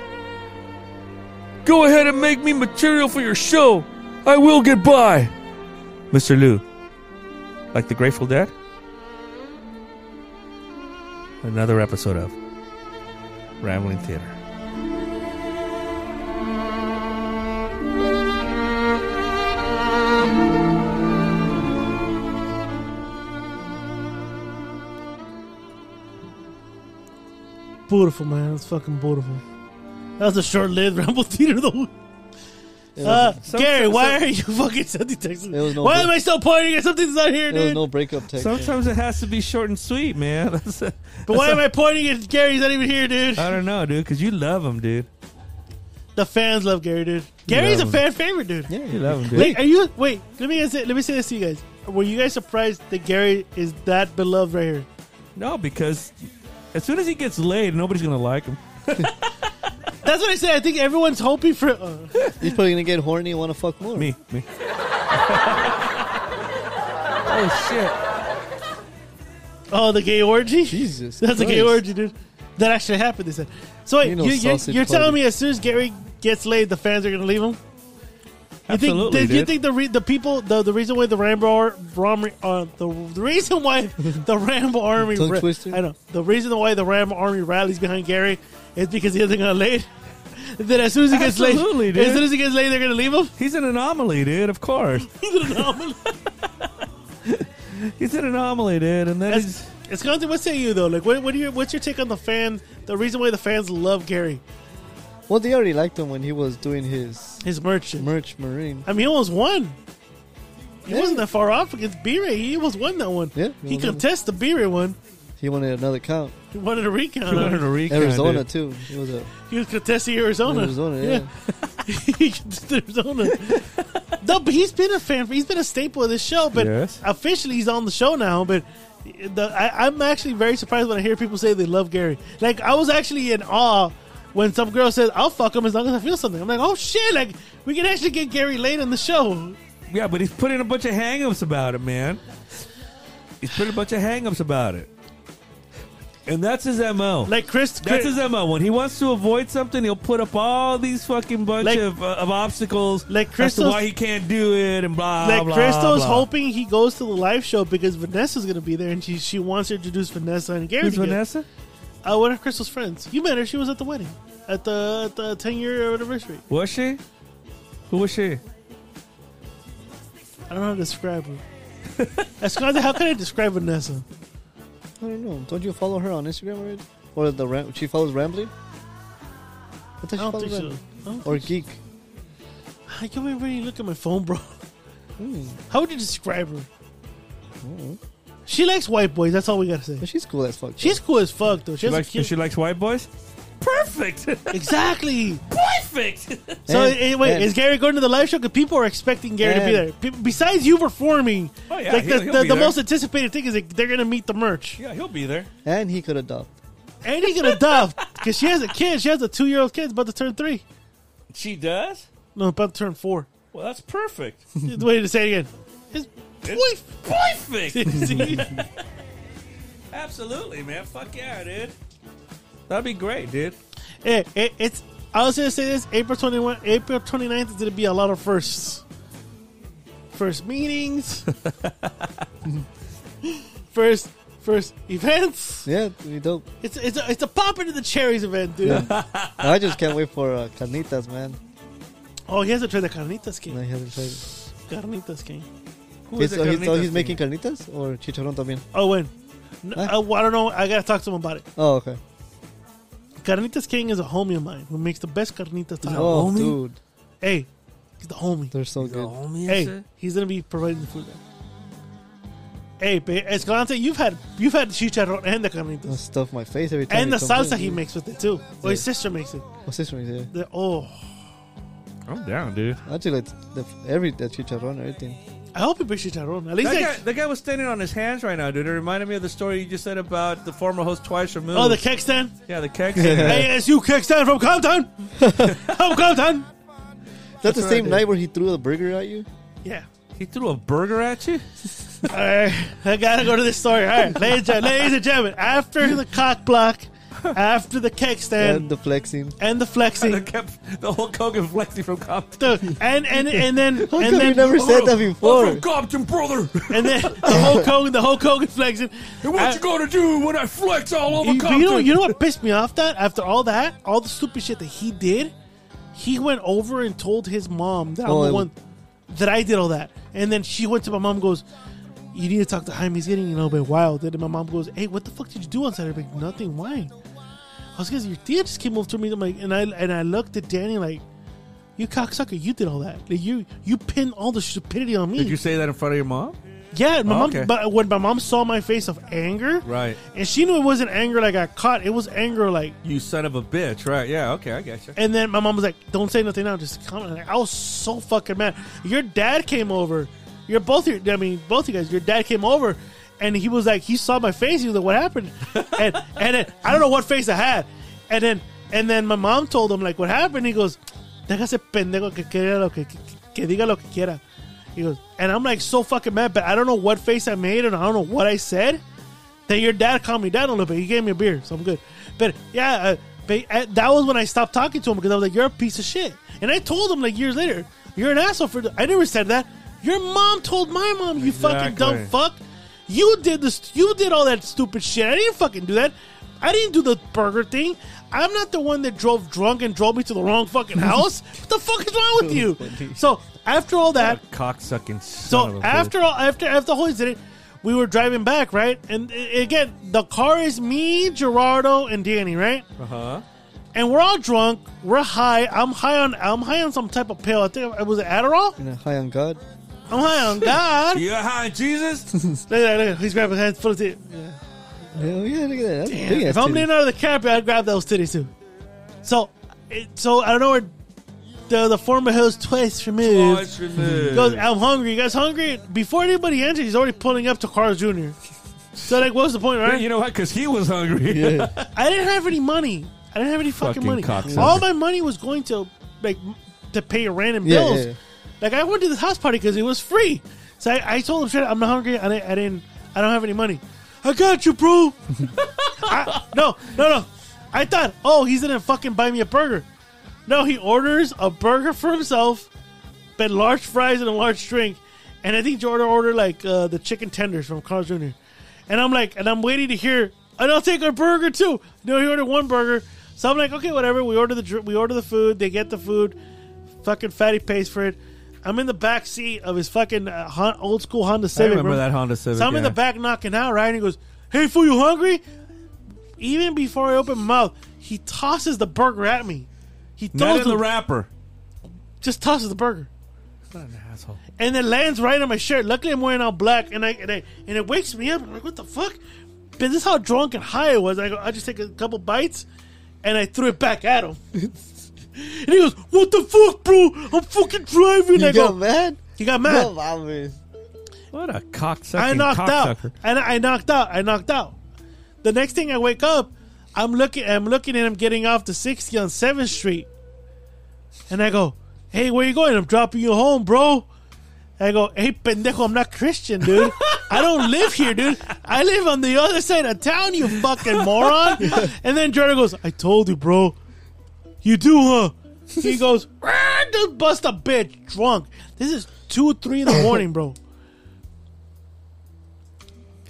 Speaker 3: Go ahead and make me material for your show. I will get by. Mr. Lou, like the Grateful Dead? Another episode of Rambling Theater.
Speaker 1: Beautiful, man. It's fucking beautiful. That was a short-lived [LAUGHS] Ramble Theater, though. Uh,
Speaker 3: some-
Speaker 1: Gary,
Speaker 3: some-
Speaker 1: why are you [LAUGHS] fucking sending texts?
Speaker 2: It was no
Speaker 1: why
Speaker 2: good.
Speaker 1: am I still pointing at something that's not here,
Speaker 2: There was
Speaker 1: dude?
Speaker 2: no breakup text.
Speaker 3: Sometimes it has to be short and sweet, man. [LAUGHS] That's a,
Speaker 1: but
Speaker 2: [LAUGHS]
Speaker 1: why am I pointing at Gary? He's not even here, dude.
Speaker 3: I don't know, dude, because you love him, dude.
Speaker 1: The fans love Gary, dude. Gary's a
Speaker 3: him.
Speaker 1: fan favorite, dude.
Speaker 2: Yeah.
Speaker 3: You love him, dude.
Speaker 1: Wait, are you? Wait, let me say, let me say this to you guys. Were you guys surprised that Gary is that beloved right here?
Speaker 3: No, because as soon as he gets laid, nobody's gonna like him.
Speaker 1: That's what I say. I think everyone's hoping for. Uh,
Speaker 2: He's probably gonna get horny and wanna fuck more.
Speaker 3: Me, me. [LAUGHS] oh shit!
Speaker 1: oh, the gay orgy.
Speaker 2: Jesus.
Speaker 1: That's a gay
Speaker 2: Christ.
Speaker 1: orgy, dude. That actually happened. They said. So wait,
Speaker 2: Ain't no
Speaker 1: you, you're,
Speaker 2: sausage
Speaker 1: you're telling
Speaker 2: party.
Speaker 1: me as soon as Gary gets laid, the fans are gonna leave him? You think?
Speaker 3: Absolutely,
Speaker 1: did, you
Speaker 3: dude.
Speaker 1: think the re- the people the, the reason why the Rambo Ar- Ram, uh, the, the reason why
Speaker 2: [LAUGHS]
Speaker 1: the Rambo Army
Speaker 2: Tongue
Speaker 1: ra-
Speaker 2: twister?
Speaker 1: I know the reason why the Rambo Army rallies behind Gary is because he isn't gonna laid. [LAUGHS] Then as soon as he gets
Speaker 3: Absolutely,
Speaker 1: laid,
Speaker 3: dude.
Speaker 1: as soon as he gets laid, they're gonna leave
Speaker 2: [LAUGHS]
Speaker 1: him. [LAUGHS]
Speaker 3: He's an anomaly, dude. Of course,
Speaker 1: He's an anomaly.
Speaker 3: he's an anomaly, dude. And then he's,
Speaker 1: That's, it's Conte, what say you though? Like, what, what do you? What's your take on the fan? The reason why the fans love Gary,
Speaker 2: Well, they already liked him when he was doing his
Speaker 1: his merch.
Speaker 2: merch marine.
Speaker 1: I mean, he almost won. He
Speaker 2: Yeah.
Speaker 1: wasn't that far off against B-Ray. He almost won that one.
Speaker 2: Yeah,
Speaker 1: he
Speaker 2: he almost won.
Speaker 1: contested the B-Ray one.
Speaker 2: He wanted another count.
Speaker 1: He wanted a recount.
Speaker 2: [LAUGHS]
Speaker 3: he wanted a recount,
Speaker 2: Arizona
Speaker 3: dude.
Speaker 2: too. He was a
Speaker 1: He was contesting Arizona.
Speaker 2: Arizona. Yeah.
Speaker 1: [LAUGHS] he contested
Speaker 2: [LAUGHS]
Speaker 1: Arizona. no, but he's been a fan. He's been a staple of this show. But
Speaker 3: Yes.
Speaker 1: officially, he's on the show now. But the, I, I'm actually very surprised when I hear people say they love Gary. Like I was actually in awe when some girl said, "I'll fuck him as long as I feel something." I'm like, "Oh shit! Like we can actually get Gary late on the show."
Speaker 3: Yeah, but he's putting a bunch of hang-ups about it, man. He's putting a bunch of hang-ups about it. And that's his mo.
Speaker 1: Like Chris,
Speaker 3: That's
Speaker 1: Chris-
Speaker 3: his mo. When he wants to avoid something, he'll put up all these fucking bunch
Speaker 1: Like-
Speaker 3: of, uh, of obstacles.
Speaker 1: Like
Speaker 3: as to
Speaker 1: Crystal's-
Speaker 3: why he can't do it and blah
Speaker 1: like
Speaker 3: blah.
Speaker 1: Crystal's
Speaker 3: blah.
Speaker 1: hoping he goes to the live show because Vanessa's gonna be there, and she she wants to introduce Vanessa and Gary.
Speaker 3: Who's
Speaker 1: together.
Speaker 3: Vanessa?
Speaker 1: Uh, one of Crystal's friends. You met her. She was at the wedding, at the at the ten year anniversary.
Speaker 3: Was she? Who was she?
Speaker 1: I don't know how to describe her.
Speaker 3: [LAUGHS]
Speaker 1: Esconda, how can I describe Vanessa?
Speaker 2: I don't know. Don't you follow her on Instagram already? Or the ram- she follows Rambling? I thought she
Speaker 1: I don't
Speaker 2: follows
Speaker 1: think so.
Speaker 2: Rambling.
Speaker 1: I don't
Speaker 2: Or
Speaker 1: think
Speaker 2: Geek.
Speaker 1: so. I can't even look at my phone, bro.
Speaker 3: Hmm.
Speaker 1: How would you describe her? She likes white boys. That's all we gotta say.
Speaker 2: But she's cool as fuck. though.
Speaker 1: She's cool as fuck, though. She,
Speaker 3: She
Speaker 1: has a
Speaker 3: likes,
Speaker 1: cute-
Speaker 3: she likes white boys.
Speaker 1: [LAUGHS]
Speaker 3: Perfect,
Speaker 1: exactly.
Speaker 3: perfect.
Speaker 1: So
Speaker 2: And-
Speaker 1: eh, wait,
Speaker 2: and-
Speaker 1: is Gary going to the live show? Because people are expecting Gary to be
Speaker 2: And-
Speaker 1: there. Pe- besides you performing,
Speaker 3: Oh, yeah,
Speaker 1: like
Speaker 3: he'll-
Speaker 1: the,
Speaker 3: he'll
Speaker 1: the,
Speaker 3: be
Speaker 1: the
Speaker 3: there.
Speaker 1: most anticipated thing is that they're gonna meet the merch,
Speaker 3: yeah, he'll be there.
Speaker 2: and he could adopt.
Speaker 1: and he's gonna adopt because she has a kid. She has a two year old kid, about to turn three.
Speaker 3: She does.
Speaker 1: No, about to turn
Speaker 2: [LAUGHS]
Speaker 1: four.
Speaker 3: Well, that's perfect.
Speaker 1: Wait to say it again. It's
Speaker 3: It's perfect.
Speaker 2: [LAUGHS]
Speaker 1: See?
Speaker 3: Absolutely, man. Fuck yeah, dude. That'd be great, dude.
Speaker 1: Eh, eh, it's. I was gonna say this. April twenty one, April 29th is gonna be a lot of firsts. First
Speaker 2: [LAUGHS]
Speaker 1: meetings. first, first events.
Speaker 2: Yeah, we dope.
Speaker 1: It's it's a, it's a pop into the cherries event, dude.
Speaker 2: I just can't wait for uh, carnitas, man.
Speaker 1: Oh, he has to try the carnitas
Speaker 2: No,
Speaker 1: king.
Speaker 2: he hasn't tried it.
Speaker 1: Carnitas king.
Speaker 3: Who
Speaker 2: He's,
Speaker 3: the
Speaker 2: oh, he's, oh,
Speaker 3: carnitas
Speaker 2: he's
Speaker 3: thing?
Speaker 2: making carnitas or chicharrón también.
Speaker 1: Oh, when? N-
Speaker 2: Huh?
Speaker 1: uh, I don't know. I gotta talk to him about it.
Speaker 2: Oh, okay.
Speaker 1: Carnitas King is a homie of mine who makes the best carnitas. tacos.
Speaker 2: Oh,
Speaker 3: homie?
Speaker 2: dude,
Speaker 1: Hey, he's the homie.
Speaker 2: they're so good.
Speaker 1: Hey, he's gonna be providing the food. Hey, ba- Escalante, you've had you've had chicharrón and the
Speaker 2: I
Speaker 1: carnitas
Speaker 2: stuff my face every time.
Speaker 1: and
Speaker 2: he
Speaker 1: the
Speaker 2: comes
Speaker 1: salsa
Speaker 2: in,
Speaker 1: he
Speaker 2: dude.
Speaker 1: makes with it too. Or his sister makes it.
Speaker 2: What's this one? uh, Yeah.
Speaker 1: The, oh,
Speaker 3: I'm down, dude.
Speaker 2: I Actually, like the, every the chicharrón, everything.
Speaker 1: I hope he makes chicharrón. At least
Speaker 3: That
Speaker 1: like,
Speaker 3: guy, that guy was standing on his hands right now, dude. It reminded me of the story you just said about the former host twice removed.
Speaker 1: oh the keg stand.
Speaker 3: yeah, the keg.
Speaker 1: Hey, it's you keg stand from
Speaker 3: [LAUGHS]
Speaker 1: Compton. from Compton.
Speaker 2: That's, the
Speaker 1: what I
Speaker 2: same
Speaker 1: did.
Speaker 2: night where he threw the burger at you.
Speaker 1: Yeah.
Speaker 3: He threw a burger at you.
Speaker 1: All right, [LAUGHS] I gotta go to this story. All right, ladies, and gen- ladies and gentlemen, after the cock block, after the keg
Speaker 2: And,
Speaker 1: stand,
Speaker 2: the flexing.
Speaker 1: and the
Speaker 2: [LAUGHS]
Speaker 3: the,
Speaker 1: flexing,
Speaker 3: kept, the Hulk Hogan flexing from Compton.
Speaker 1: the, and and and then
Speaker 2: How
Speaker 1: Oh, and
Speaker 2: come you
Speaker 1: then Oh,
Speaker 2: never said that
Speaker 3: I'm
Speaker 2: before?
Speaker 3: from Compton, brother.
Speaker 1: And then
Speaker 2: [LAUGHS]
Speaker 1: the Hulk Hogan, the Hulk Hogan flexing. Uh,
Speaker 3: And what you gonna do when I flex all over
Speaker 1: you,
Speaker 3: Compton?
Speaker 1: you know, you know what pissed me off? That after all that, all the stupid shit that he did, he went over and told his mom that
Speaker 2: Oh,
Speaker 1: I'm
Speaker 2: it-
Speaker 1: the one that I did all that. And then she went to my mom, and goes, "You need to talk to Jaime. He's getting a little bit wild." And then my mom goes, "Hey, what the fuck did you do on Saturday?" I'm like, Nothing. Why? I was because your dad just came over to me. I'm like, and I and I looked at Danny like, "You cocksucker, you did all that. Like, you you pinned all the stupidity on me."
Speaker 3: Did you say that in front of your mom?
Speaker 1: Yeah, my
Speaker 3: Oh,
Speaker 1: mom.
Speaker 3: okay.
Speaker 1: But when my mom saw my face of anger,
Speaker 3: Right.
Speaker 1: and she knew it wasn't anger like I caught. It was anger like,
Speaker 3: You son of a bitch. Right? Yeah. Okay, I got you.
Speaker 1: and then my mom was like, "Don't say nothing now, just comment." Like, I was so fucking mad. Your dad came over. You're both. Your, I mean, both you guys. Your dad came over, and he was like, he saw my face. He was like, "What happened?" and and then, I don't know what face I had, and then and then my mom told him like, "What happened?" He goes, "Déjase pendejo que quiera lo que, que que diga lo que quiera." He goes, and I'm like so fucking mad, but I don't know what face I made, and I don't know what I said. Then your dad calmed me down a little bit. He gave me a beer, so I'm good. But yeah, uh, but, uh, that was when I stopped talking to him because I was like, "You're a piece of shit," and I told him like years later, "You're an asshole for." th- I never said that. Your mom told my mom, "You fucking dumb
Speaker 3: Exactly.
Speaker 1: fuck, you did this, you did all that stupid shit." I didn't fucking do that. I didn't do the burger thing. I'm not the one that drove drunk and drove me to the wrong fucking house. what the fuck is wrong with you? So after all that,
Speaker 3: Cock sucking. son of
Speaker 1: so
Speaker 3: a bitch.
Speaker 1: after all, after after the whole incident, we were driving back, right? And uh, again, the car is me, Gerardo, and Danny, right? Uh huh.
Speaker 3: Uh-huh.
Speaker 1: And we're all drunk. We're high. I'm high on. I'm high on some type of pill. I think it was it Adderall.
Speaker 2: You know, high on God.
Speaker 1: I'm high
Speaker 3: [LAUGHS]
Speaker 1: on God. look
Speaker 3: You hi, Jesus.
Speaker 1: [LAUGHS] at that, look at that. He's grabbing his hands full of titties.
Speaker 2: Hell yeah, look at that. That's big ass
Speaker 1: If I'm
Speaker 2: titty.
Speaker 1: Leonardo DiCaprio, I'd grab those titties too. So, it, so I don't know where the the former host twice removed.
Speaker 3: Watch your move.
Speaker 1: goes, I'm hungry. You guys hungry? Before anybody enters, he's already pulling up to Carl Jr. So like, what's the point, right?
Speaker 3: You know what? Because he was hungry. [LAUGHS]
Speaker 2: yeah.
Speaker 1: I didn't have any money. I didn't have any fucking,
Speaker 3: Fucking
Speaker 1: money.
Speaker 3: cocksucker.
Speaker 1: All my money was going to like m- to pay random
Speaker 2: Yeah,
Speaker 1: bills.
Speaker 2: yeah, yeah.
Speaker 1: Like I went to this house party because it was free. So I, I told him, "Shit, I'm not hungry. I didn't, I didn't. I don't have any money. I got you, bro. [LAUGHS] I, no, no, no. I thought, oh, he's gonna fucking buy me a burger. No, he orders a burger for himself, but large fries and a large drink. And I think Jordan ordered like uh, the chicken tenders from Carl's Jr. And I'm like, and I'm waiting to hear, and I'll take a burger too. No, he ordered one burger. So I'm like, okay, whatever. We order the dr- we order the food. They get the food. Fucking fatty pays for it. I'm in the back seat of his fucking uh, Hon- old school Honda Civic.
Speaker 3: remember
Speaker 1: bro.
Speaker 3: that Honda Civic,
Speaker 1: So I'm in
Speaker 3: yeah.
Speaker 1: the back knocking out, right? And he goes, "Hey, fool, you hungry?" Even before I open my mouth, he tosses the burger at me. He
Speaker 3: Not
Speaker 1: throws
Speaker 3: in
Speaker 1: the,
Speaker 3: the rapper.
Speaker 1: just tosses the burger,
Speaker 3: What an asshole.
Speaker 1: and it lands right on my shirt. Luckily, I'm wearing all black, and I and, I, and it wakes me up. I'm like, "What the fuck?" But this is how drunk and high I was. I go, I just take a couple bites, and I threw it back at him. and he goes, "What the fuck, bro? I'm fucking driving."
Speaker 2: You
Speaker 1: I go,
Speaker 2: got mad?
Speaker 1: "He got mad."
Speaker 2: No, mames.
Speaker 3: What a cocksucker.
Speaker 1: I knocked out. And I I knocked out. I knocked out. The next thing I wake up, I'm looking. I'm looking at him getting off the 60 on Seventh Street, and I go, "Hey, where you going? I'm dropping you home, bro." I go, "Hey, pendejo, I'm not Christian, dude. I don't live here, dude. I live on the other side of town. You fucking moron." And then Jordan goes, "I told you, bro. You do, huh?" He goes, "Ah, "Just bust a bitch, drunk. This is two, three in the morning, bro."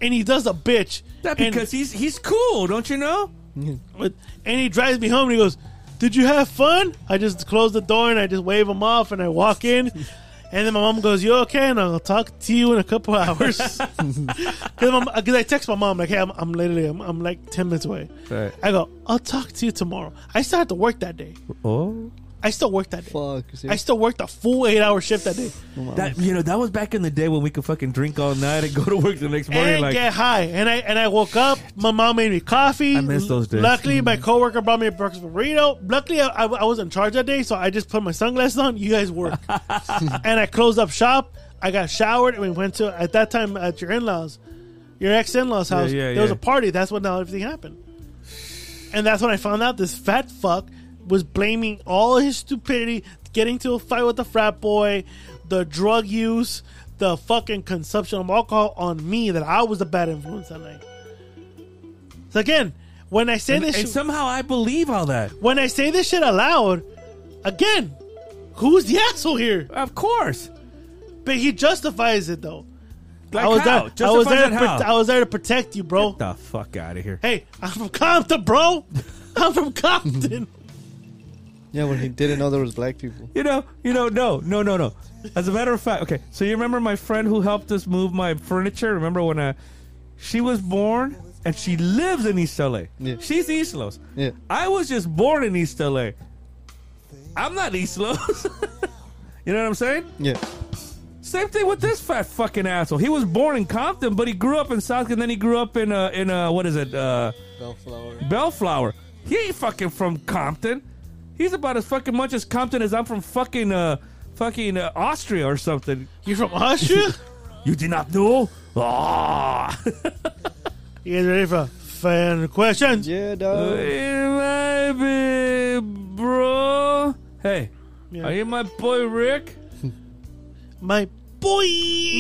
Speaker 1: and he does a bitch.
Speaker 3: That
Speaker 1: and,
Speaker 3: because he's he's cool, don't you know?
Speaker 1: and he drives me home and he goes, "Did you have fun?" I just close the door and I just wave him off and I walk in, and then my mom goes, "You okay?" And I'll talk to you in a couple [LAUGHS] hours because I text my mom like, "Hey, I'm, I'm literally I'm, I'm like ten minutes away."
Speaker 3: Right.
Speaker 1: I go, "I'll talk to you tomorrow." I still had to work that day.
Speaker 3: Oh.
Speaker 1: I still worked that day.
Speaker 2: Fuck. you see?
Speaker 1: I still worked a full eight hour shift that day
Speaker 3: That you know, that was back in the day when we could fucking drink all night and go to work the next morning
Speaker 1: and
Speaker 3: like
Speaker 1: get high. And I and I woke up. My mom made me coffee.
Speaker 3: I miss those days. Mm-hmm.
Speaker 1: Luckily, my coworker brought me a breakfast burrito. Luckily, I, I, I was in charge that day, so I just put my sunglasses on. You guys
Speaker 3: [LAUGHS]
Speaker 1: work, and I closed up shop. I got showered, and we went to at that time at your in laws, your ex in laws house.
Speaker 3: yeah,
Speaker 1: there was
Speaker 3: yeah.
Speaker 1: a party. That's when now everything happened, and that's when I found out this fat fuck was blaming all his stupidity, getting to a fight with the frat boy, the drug use. The fucking consumption of alcohol on me that I was the bad influence that night. So again, when I say
Speaker 3: and,
Speaker 1: this,
Speaker 3: and
Speaker 1: shit-
Speaker 3: somehow I believe all that.
Speaker 1: when I say this shit aloud, again, who's the asshole here?
Speaker 3: Of course.
Speaker 1: But he justifies it though.
Speaker 3: Like
Speaker 1: I was
Speaker 3: how?
Speaker 1: there. I was
Speaker 3: Justifies
Speaker 1: there.
Speaker 3: it
Speaker 1: To prote-
Speaker 3: how?
Speaker 1: I was there to protect you, bro.
Speaker 3: Get the fuck out of here.
Speaker 1: Hey, I'm from Compton,
Speaker 3: [LAUGHS]
Speaker 1: bro. I'm from Compton.
Speaker 2: Yeah, when he didn't know there was black people.
Speaker 3: You know, you know, no, no, no, no. As a matter of fact, okay. So you remember my friend who helped us move my furniture? Remember when uh, she was born and she lives in East LA.
Speaker 2: Yeah.
Speaker 3: She's East Los.
Speaker 2: Yeah.
Speaker 3: I was just born in East LA. I'm not East Los. [LAUGHS] you know what I'm saying?
Speaker 2: Yeah.
Speaker 3: Same thing with this fat fucking asshole. He was born in Compton, but he grew up in South, and then he grew up in uh, in uh, what is it? Uh,
Speaker 2: Bellflower.
Speaker 3: Bellflower. He ain't fucking from Compton. He's about as fucking much as Compton as I'm from fucking uh fucking uh, Austria or something.
Speaker 1: You from [LAUGHS] Austria?
Speaker 3: You did not know? Ah.
Speaker 1: you guys ready for fan questions?
Speaker 2: Yeah, dog.
Speaker 3: [LAUGHS] Hey, my big bro. Hey,
Speaker 1: Yeah.
Speaker 3: are you my boy Rick?
Speaker 1: My boy.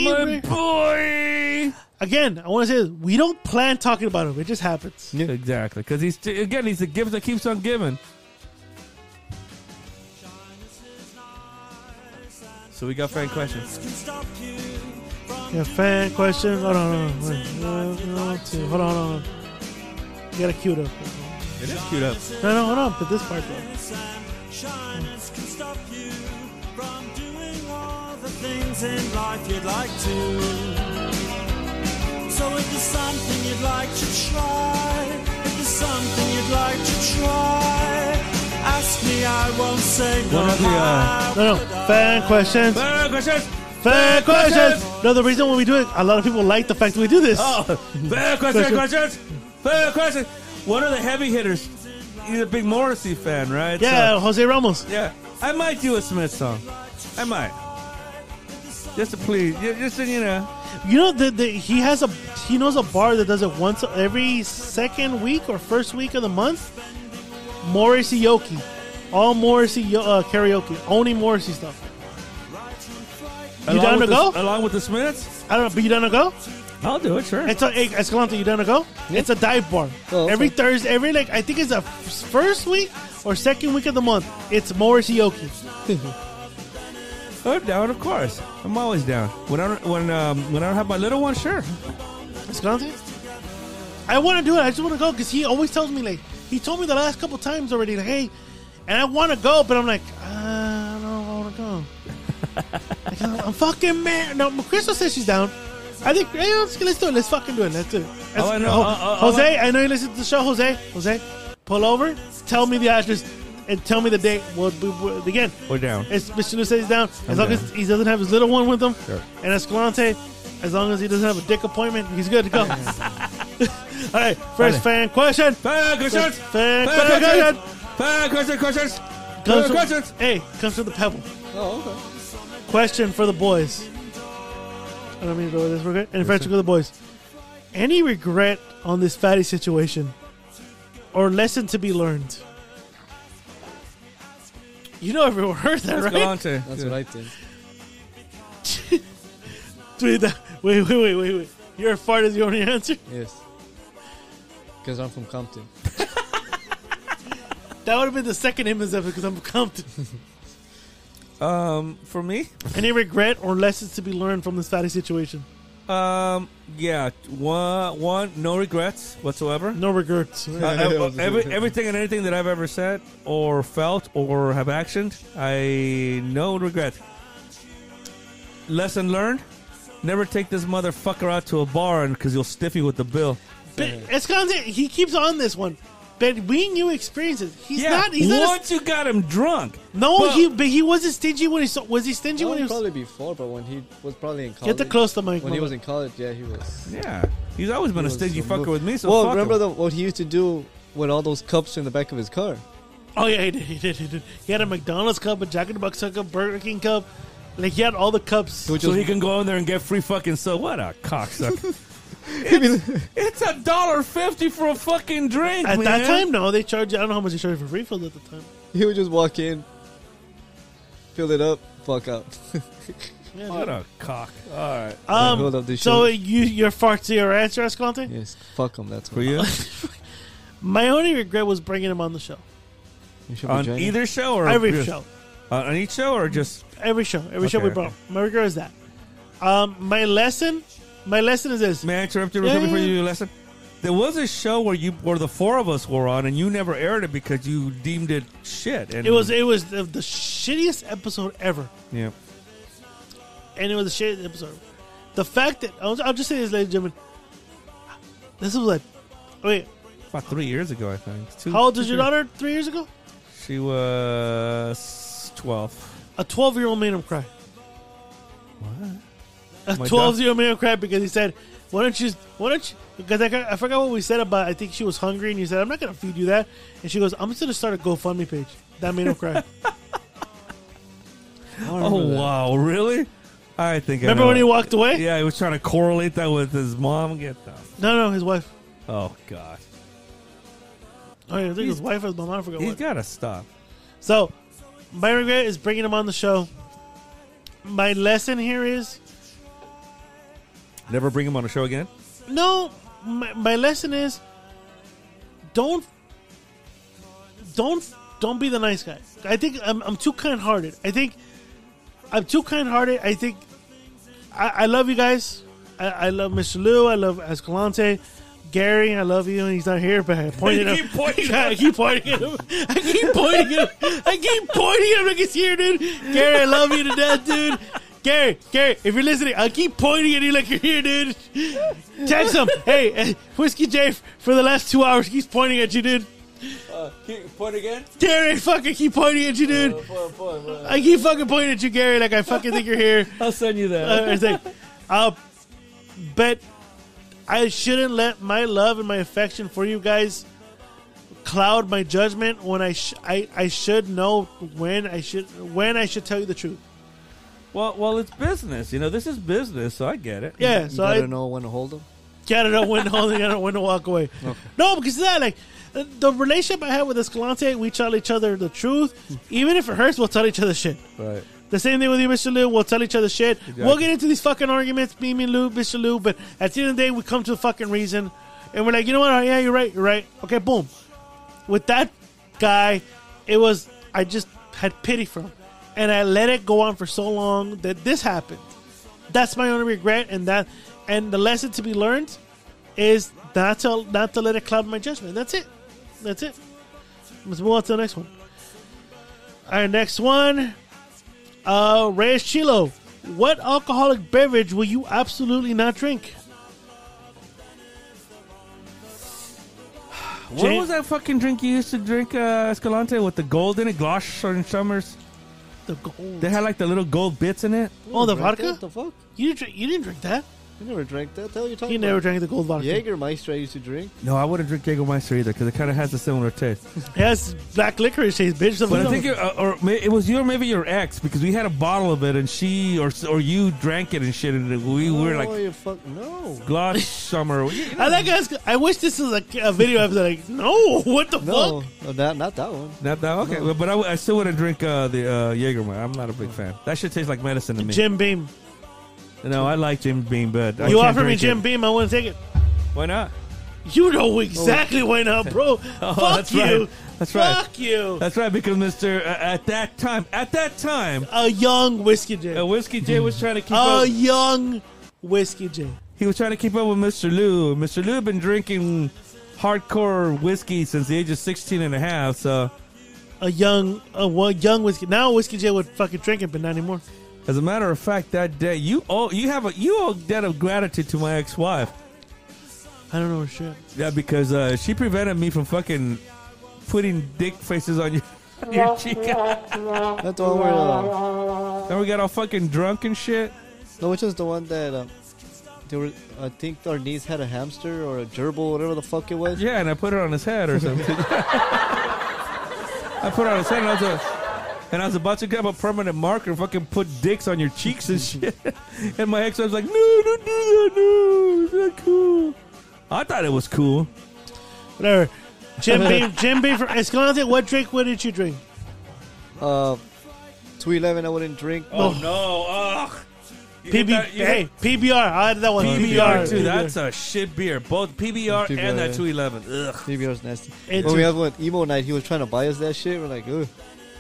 Speaker 3: My boy.
Speaker 1: Again, I want to say this. we don't plan talking about him. It just happens.
Speaker 3: Exactly, because he's again he's the gift that keeps on giving. So we got fan questions.
Speaker 1: Yeah, fan question. Hold on, hold on, hold on, hold on. Hold on. You gotta cue it up.
Speaker 3: It is queued up.
Speaker 1: No, no, hold on. Put this part though.
Speaker 7: Shyness can stop you from doing all the things in life you'd like to. So if there's something you'd like to try, if there's something you'd like to try, ask me, I won't say no.
Speaker 3: One of the, uh,
Speaker 7: How
Speaker 1: No, no.
Speaker 7: could I?
Speaker 1: Fan questions.
Speaker 3: Fan questions.
Speaker 1: Fan questions. No, the reason why we do it, a lot of people like the fact that we do this.
Speaker 3: Oh, fan questions. questions. Fan questions. One of the heavy hitters. He's a big Morrissey fan, right?
Speaker 1: yeah,
Speaker 3: So,
Speaker 1: Jose Ramos.
Speaker 3: yeah. I might do a Smith song. I might. Just to please, ju- just to, you know.
Speaker 1: You know that the, he has a he knows a bar that does it once every second week or first week of the month. Morrissey Yoki, all Morrissey yo- uh, karaoke, only Morrissey stuff. You
Speaker 3: Along
Speaker 1: down to
Speaker 3: with the-
Speaker 1: go?
Speaker 3: Along with the Smiths?
Speaker 2: uh,
Speaker 1: I don't know, but you down to go?
Speaker 3: I'll do it, sure.
Speaker 1: It's a hey, Escalante. You down to go? It's a dive bar.
Speaker 2: Oh, okay.
Speaker 1: Every Thursday, every like I think it's the f- first week or second week of the month. It's Morishioki.
Speaker 3: I'm down, of course. I'm always down. When I don't- when um, when I don't have my little one, sure.
Speaker 1: Escalante. I want to do it. I just want to go because he always tells me like he told me the last couple times already. Like, hey, and I want to go, but I'm like, uh, I don't want to go. [LAUGHS] Like, I'm- I'm fucking mad. No, Crystal says she's down. I think hey, let's, let's do it. Let's fucking do it. Let's do it.
Speaker 3: All I know- Uh,
Speaker 1: Oh,
Speaker 3: all- all- all
Speaker 1: Jose, I know you listen to the show. Jose, Jose, pull over. Tell me the address and tell me the date. Well, we, we, again,
Speaker 3: We're down.
Speaker 1: it's Mr. Luce is down. As
Speaker 3: I'm
Speaker 1: long
Speaker 3: down.
Speaker 1: as he doesn't have his little one with him,
Speaker 3: Sure.
Speaker 1: and Escalante, as long as he doesn't have a dick appointment, he's good to
Speaker 3: [LAUGHS]
Speaker 1: go. All right, first fan
Speaker 3: Vale.
Speaker 1: question.
Speaker 3: Fan questions.
Speaker 1: Fan
Speaker 3: Fan
Speaker 1: question.
Speaker 3: questions. Fan questions. Questions.
Speaker 1: Comes from-
Speaker 3: Questions.
Speaker 1: Hey, comes from the pebble.
Speaker 2: Oh, okay.
Speaker 1: Question for the boys. I don't mean to go with this. We're good. And friendship with the boys. Any regret on this fatty situation, or lesson to be learned? You know, everyone [LAUGHS] heard that, right?
Speaker 3: Escalante.
Speaker 2: That's what I think.
Speaker 1: [LAUGHS] Tweet that. Wait, wait, wait, wait, wait. Your fart is your only answer.
Speaker 2: Yes. Because I'm from Compton.
Speaker 1: That would have been the second image of it because I'm
Speaker 2: [LAUGHS]
Speaker 1: Compton.
Speaker 3: Um, for me,
Speaker 1: Any regret or lessons to be learned from this fatty situation?
Speaker 3: um, yeah, one, one, no regrets whatsoever.
Speaker 1: No regrets.
Speaker 3: [LAUGHS] Uh, ev- every, everything and anything that I've ever said or felt or have actioned, I no regret. Lesson learned: never take this motherfucker out to a bar because you'll stiff you with the bill.
Speaker 1: But Escalante, he keeps on this one. Between you experiences, he's
Speaker 3: yeah,
Speaker 1: not. He's not.
Speaker 3: once you got him drunk,
Speaker 1: A, no,
Speaker 3: Well-
Speaker 1: he. But he wasn't stingy when he saw, was he stingy
Speaker 2: That
Speaker 1: when he
Speaker 2: was
Speaker 1: was.
Speaker 2: probably before, but when he was probably in
Speaker 1: Get
Speaker 2: college.
Speaker 1: the close the mic.
Speaker 2: When he
Speaker 1: mother-
Speaker 2: was in college, yeah, he was.
Speaker 3: yeah, he's always been
Speaker 2: he
Speaker 3: a
Speaker 2: was
Speaker 3: stingy
Speaker 2: so
Speaker 3: fucker
Speaker 2: moved.
Speaker 3: with me. So
Speaker 2: well,
Speaker 3: fuck
Speaker 2: remember
Speaker 3: him.
Speaker 2: the, what he used to do with all those cups in the back of his car?
Speaker 1: oh yeah, he did, he did. He did. He had a McDonald's cup, a Jack in the Box cup, a Burger King cup. Like he had all the cups.
Speaker 2: would
Speaker 3: so
Speaker 2: just- [LAUGHS]
Speaker 3: he can go in there and get free fucking so what a [LAUGHS] cocksucker. it's a dollar fifty for a fucking drink
Speaker 1: At
Speaker 3: man.
Speaker 1: that time, no, they charged. I don't know how much they charged for refills at the time.
Speaker 2: [LAUGHS] He would just walk in, fill it up, fuck up. [LAUGHS]
Speaker 3: What a cock! All right,
Speaker 1: Um,
Speaker 2: Hold up, this
Speaker 1: so
Speaker 2: shit.
Speaker 1: you your farts are your answer, Escalante.
Speaker 2: yes, fuck him. That's
Speaker 3: for
Speaker 2: what
Speaker 3: you
Speaker 1: My only regret was bringing him on the show.
Speaker 2: You should be
Speaker 3: on
Speaker 2: drinking.
Speaker 3: either show or
Speaker 1: Every
Speaker 3: just-
Speaker 1: show,
Speaker 3: on on each show or just
Speaker 1: every show, every show
Speaker 3: Okay,
Speaker 1: we brought.
Speaker 3: okay.
Speaker 1: My regret is that. Um, my lesson, my lesson is this.
Speaker 3: may I interrupt you real
Speaker 1: Yeah,
Speaker 3: quick
Speaker 1: yeah,
Speaker 3: before you
Speaker 1: yeah.
Speaker 3: do your lesson? There was a show where you where the four of us were on and you never aired it because you deemed it shit. And
Speaker 1: It was it was the, the shittiest episode ever,
Speaker 3: yeah.
Speaker 1: and it was the shittiest episode. The fact that I'll, I'll just say this, ladies and gentlemen, this was like, wait,
Speaker 3: About three years ago, I think. Two,
Speaker 1: how old
Speaker 3: two
Speaker 1: was your
Speaker 3: years-
Speaker 1: daughter? Three years ago,
Speaker 3: She was twelve.
Speaker 1: a twelve year old made him cry. What?
Speaker 3: Oh My
Speaker 1: A twelve year old made him cry because he said, "Why don't you? Why don't you?" Because I, got- I forgot what we said about. I think she was hungry, and you said, "I'm not going to feed you that," and she goes, "I'm just going to start a GoFundMe page." That made him
Speaker 3: [LAUGHS]
Speaker 1: cry.
Speaker 3: Oh wow, really? I think I
Speaker 1: Remember
Speaker 3: know
Speaker 1: when he
Speaker 3: it.
Speaker 1: walked away?
Speaker 3: Yeah, he was trying to correlate that with his mom. Get the
Speaker 1: No, no, his wife.
Speaker 3: oh god,
Speaker 1: Oh, yeah, I think his wife was my mom. I forgot.
Speaker 3: he's
Speaker 1: what.
Speaker 3: got to stop.
Speaker 1: So, my regret is bringing him on the show. My lesson here is
Speaker 3: Never bring him on a show again.
Speaker 1: no. My, my lesson is don't, don't, don't be the nice guy. I think I'm, I'm too kind-hearted. I think I'm too kind-hearted. I think I, I love you guys. I, I love Mr. Lou. I love Escalante. Gary, I love you. He's not here, but I pointed
Speaker 3: You
Speaker 1: him.
Speaker 3: keep pointing
Speaker 1: [LAUGHS] Yeah, I keep pointing at him.
Speaker 7: [LAUGHS]
Speaker 1: I keep pointing at him. I keep pointing at him like he's here, dude. Gary, I love you to death, dude. Gary, Gary, if you're listening, I keep pointing at you like you're here, dude. Text him. Hey, eh, Whiskey J, f- for the last two hours, he's pointing at you, dude.
Speaker 3: Uh, Point again. Uh,
Speaker 1: Gary, I fucking keep pointing at you, dude. I keep fucking pointing at you, Gary, like I fucking think you're here.
Speaker 3: I'll send you that.
Speaker 1: [LAUGHS] Uh, it's like, uh, but I shouldn't let my love and my affection for you guys cloud my judgment when I sh- I, I should know when I should when I should tell you the truth.
Speaker 3: well, well, it's business. You know, this is business, so I get it.
Speaker 1: Yeah,
Speaker 2: You
Speaker 1: so
Speaker 2: gotta
Speaker 1: I
Speaker 2: know when to hold him.
Speaker 1: [LAUGHS] gotta know when to hold it, gotta know when to walk
Speaker 2: [LAUGHS]
Speaker 1: away. No, because of that like uh, the
Speaker 2: Hmm.
Speaker 1: relationship I had with Escalante, we tell each other the truth. Even if it hurts, we'll tell each other shit.
Speaker 3: Right.
Speaker 1: The same thing with you, Mr. Lou. We'll tell each other shit. We'll
Speaker 3: Exactly.
Speaker 1: get into these fucking arguments, me, me, Lou, Mr. Lou. But at the end of the day, we come to a fucking reason, and we're like, you know what? Oh, yeah, you're right. You're right. Okay, boom. With that guy, it was I just had pity for him, and I let it go on for so long that this happened. That's my only regret, and that, and the lesson to be learned is not to not to let it cloud my judgment. That's it. That's it. Let's move on to the next one. Our next one, uh, Reyes Chilo. What alcoholic beverage will you absolutely not drink?
Speaker 3: What
Speaker 1: Jane-
Speaker 3: was that fucking drink you used to drink, uh, Escalante, with the gold in it? Glosh or in Summers?
Speaker 1: The gold.
Speaker 3: They had like the little gold bits in it.
Speaker 1: oh, the
Speaker 2: You drank that?
Speaker 1: vodka.
Speaker 2: the fuck?
Speaker 1: You didn't drink, you didn't drink that.
Speaker 2: You never drank that. Tell you talking
Speaker 1: You never
Speaker 2: about.
Speaker 1: drank the gold vodka.
Speaker 2: Jägermeister I used to drink.
Speaker 3: No, I wouldn't drink Jägermeister either because it kind of has a similar taste.
Speaker 1: Yes, black licorice taste, bitch.
Speaker 3: But I think it, uh, or may, it was you or maybe your ex because we had a bottle of it and she or or you drank it and shit and we were
Speaker 2: oh,
Speaker 3: like
Speaker 2: you fuck no.
Speaker 3: Glosh Summer.
Speaker 1: [LAUGHS] I like. us- I wish this was a, a video episode. Like, no, [LAUGHS] what the
Speaker 2: No,
Speaker 1: fuck?
Speaker 2: no, that, not that one.
Speaker 3: Not that okay, well, but I, would- I still wouldn't drink uh, the uh, Jägermeister. I'm not a big fan. That shit tastes like medicine to me.
Speaker 1: Jim Beam.
Speaker 3: No, I like Jim Beam, but I
Speaker 1: you
Speaker 3: can't
Speaker 1: offer me
Speaker 3: drink
Speaker 1: Jim
Speaker 3: it.
Speaker 1: Beam, I wouldn't take it.
Speaker 3: Why not?
Speaker 1: You know exactly why not,
Speaker 3: [LAUGHS]
Speaker 1: bro. Fuck
Speaker 3: Oh, that's
Speaker 1: you.
Speaker 3: right. That's right.
Speaker 1: Fuck you.
Speaker 3: That's right, because Mister, uh, at that time, at that time,
Speaker 1: A young whiskey J.
Speaker 3: uh, Whiskey J was trying to keep
Speaker 1: A
Speaker 3: up.
Speaker 1: young whiskey J.
Speaker 3: He was trying to keep up with Mister Lou. Mister Lou had been drinking hardcore whiskey since the age of 16 and a half. So,
Speaker 1: A young, a wa- young whiskey. Now whiskey J would fucking drink it, but not anymore.
Speaker 3: as a matter of fact, that day you owe you have a you owe debt of gratitude to my ex-wife.
Speaker 1: I don't know what shit.
Speaker 3: Yeah, because uh, she prevented me from fucking putting dick faces on your, [LAUGHS] on your cheek.
Speaker 2: That's the one where. Uh,
Speaker 3: Then we got all fucking drunk and shit.
Speaker 2: no, which was the one that. Um, they were, I think our niece had a hamster or a gerbil, whatever the fuck it was.
Speaker 3: Yeah, and I put it on his head or something. I put it on his head and I was, a, and I was about to grab a permanent marker and fucking put dicks on your cheeks and shit. [LAUGHS] and my ex was like, no, don't do that, no, it's not cool. I thought it was cool.
Speaker 1: Whatever. Jim Beam. Jim Beam from Escalante. What drink? What did you drink?
Speaker 2: Uh, 211, I wouldn't drink.
Speaker 1: Oh,
Speaker 3: no, ugh.
Speaker 1: PB. hey, PBR. I had that one.
Speaker 3: PBR, too.
Speaker 1: PBR.
Speaker 3: That's a shit beer. Both PBR,
Speaker 2: PBR,
Speaker 3: and that
Speaker 2: yeah.
Speaker 3: 211. Ugh.
Speaker 2: TBR's nasty.
Speaker 1: It
Speaker 2: when
Speaker 1: took-
Speaker 2: we had one emo night, he was trying to buy us that shit. We're like, ugh.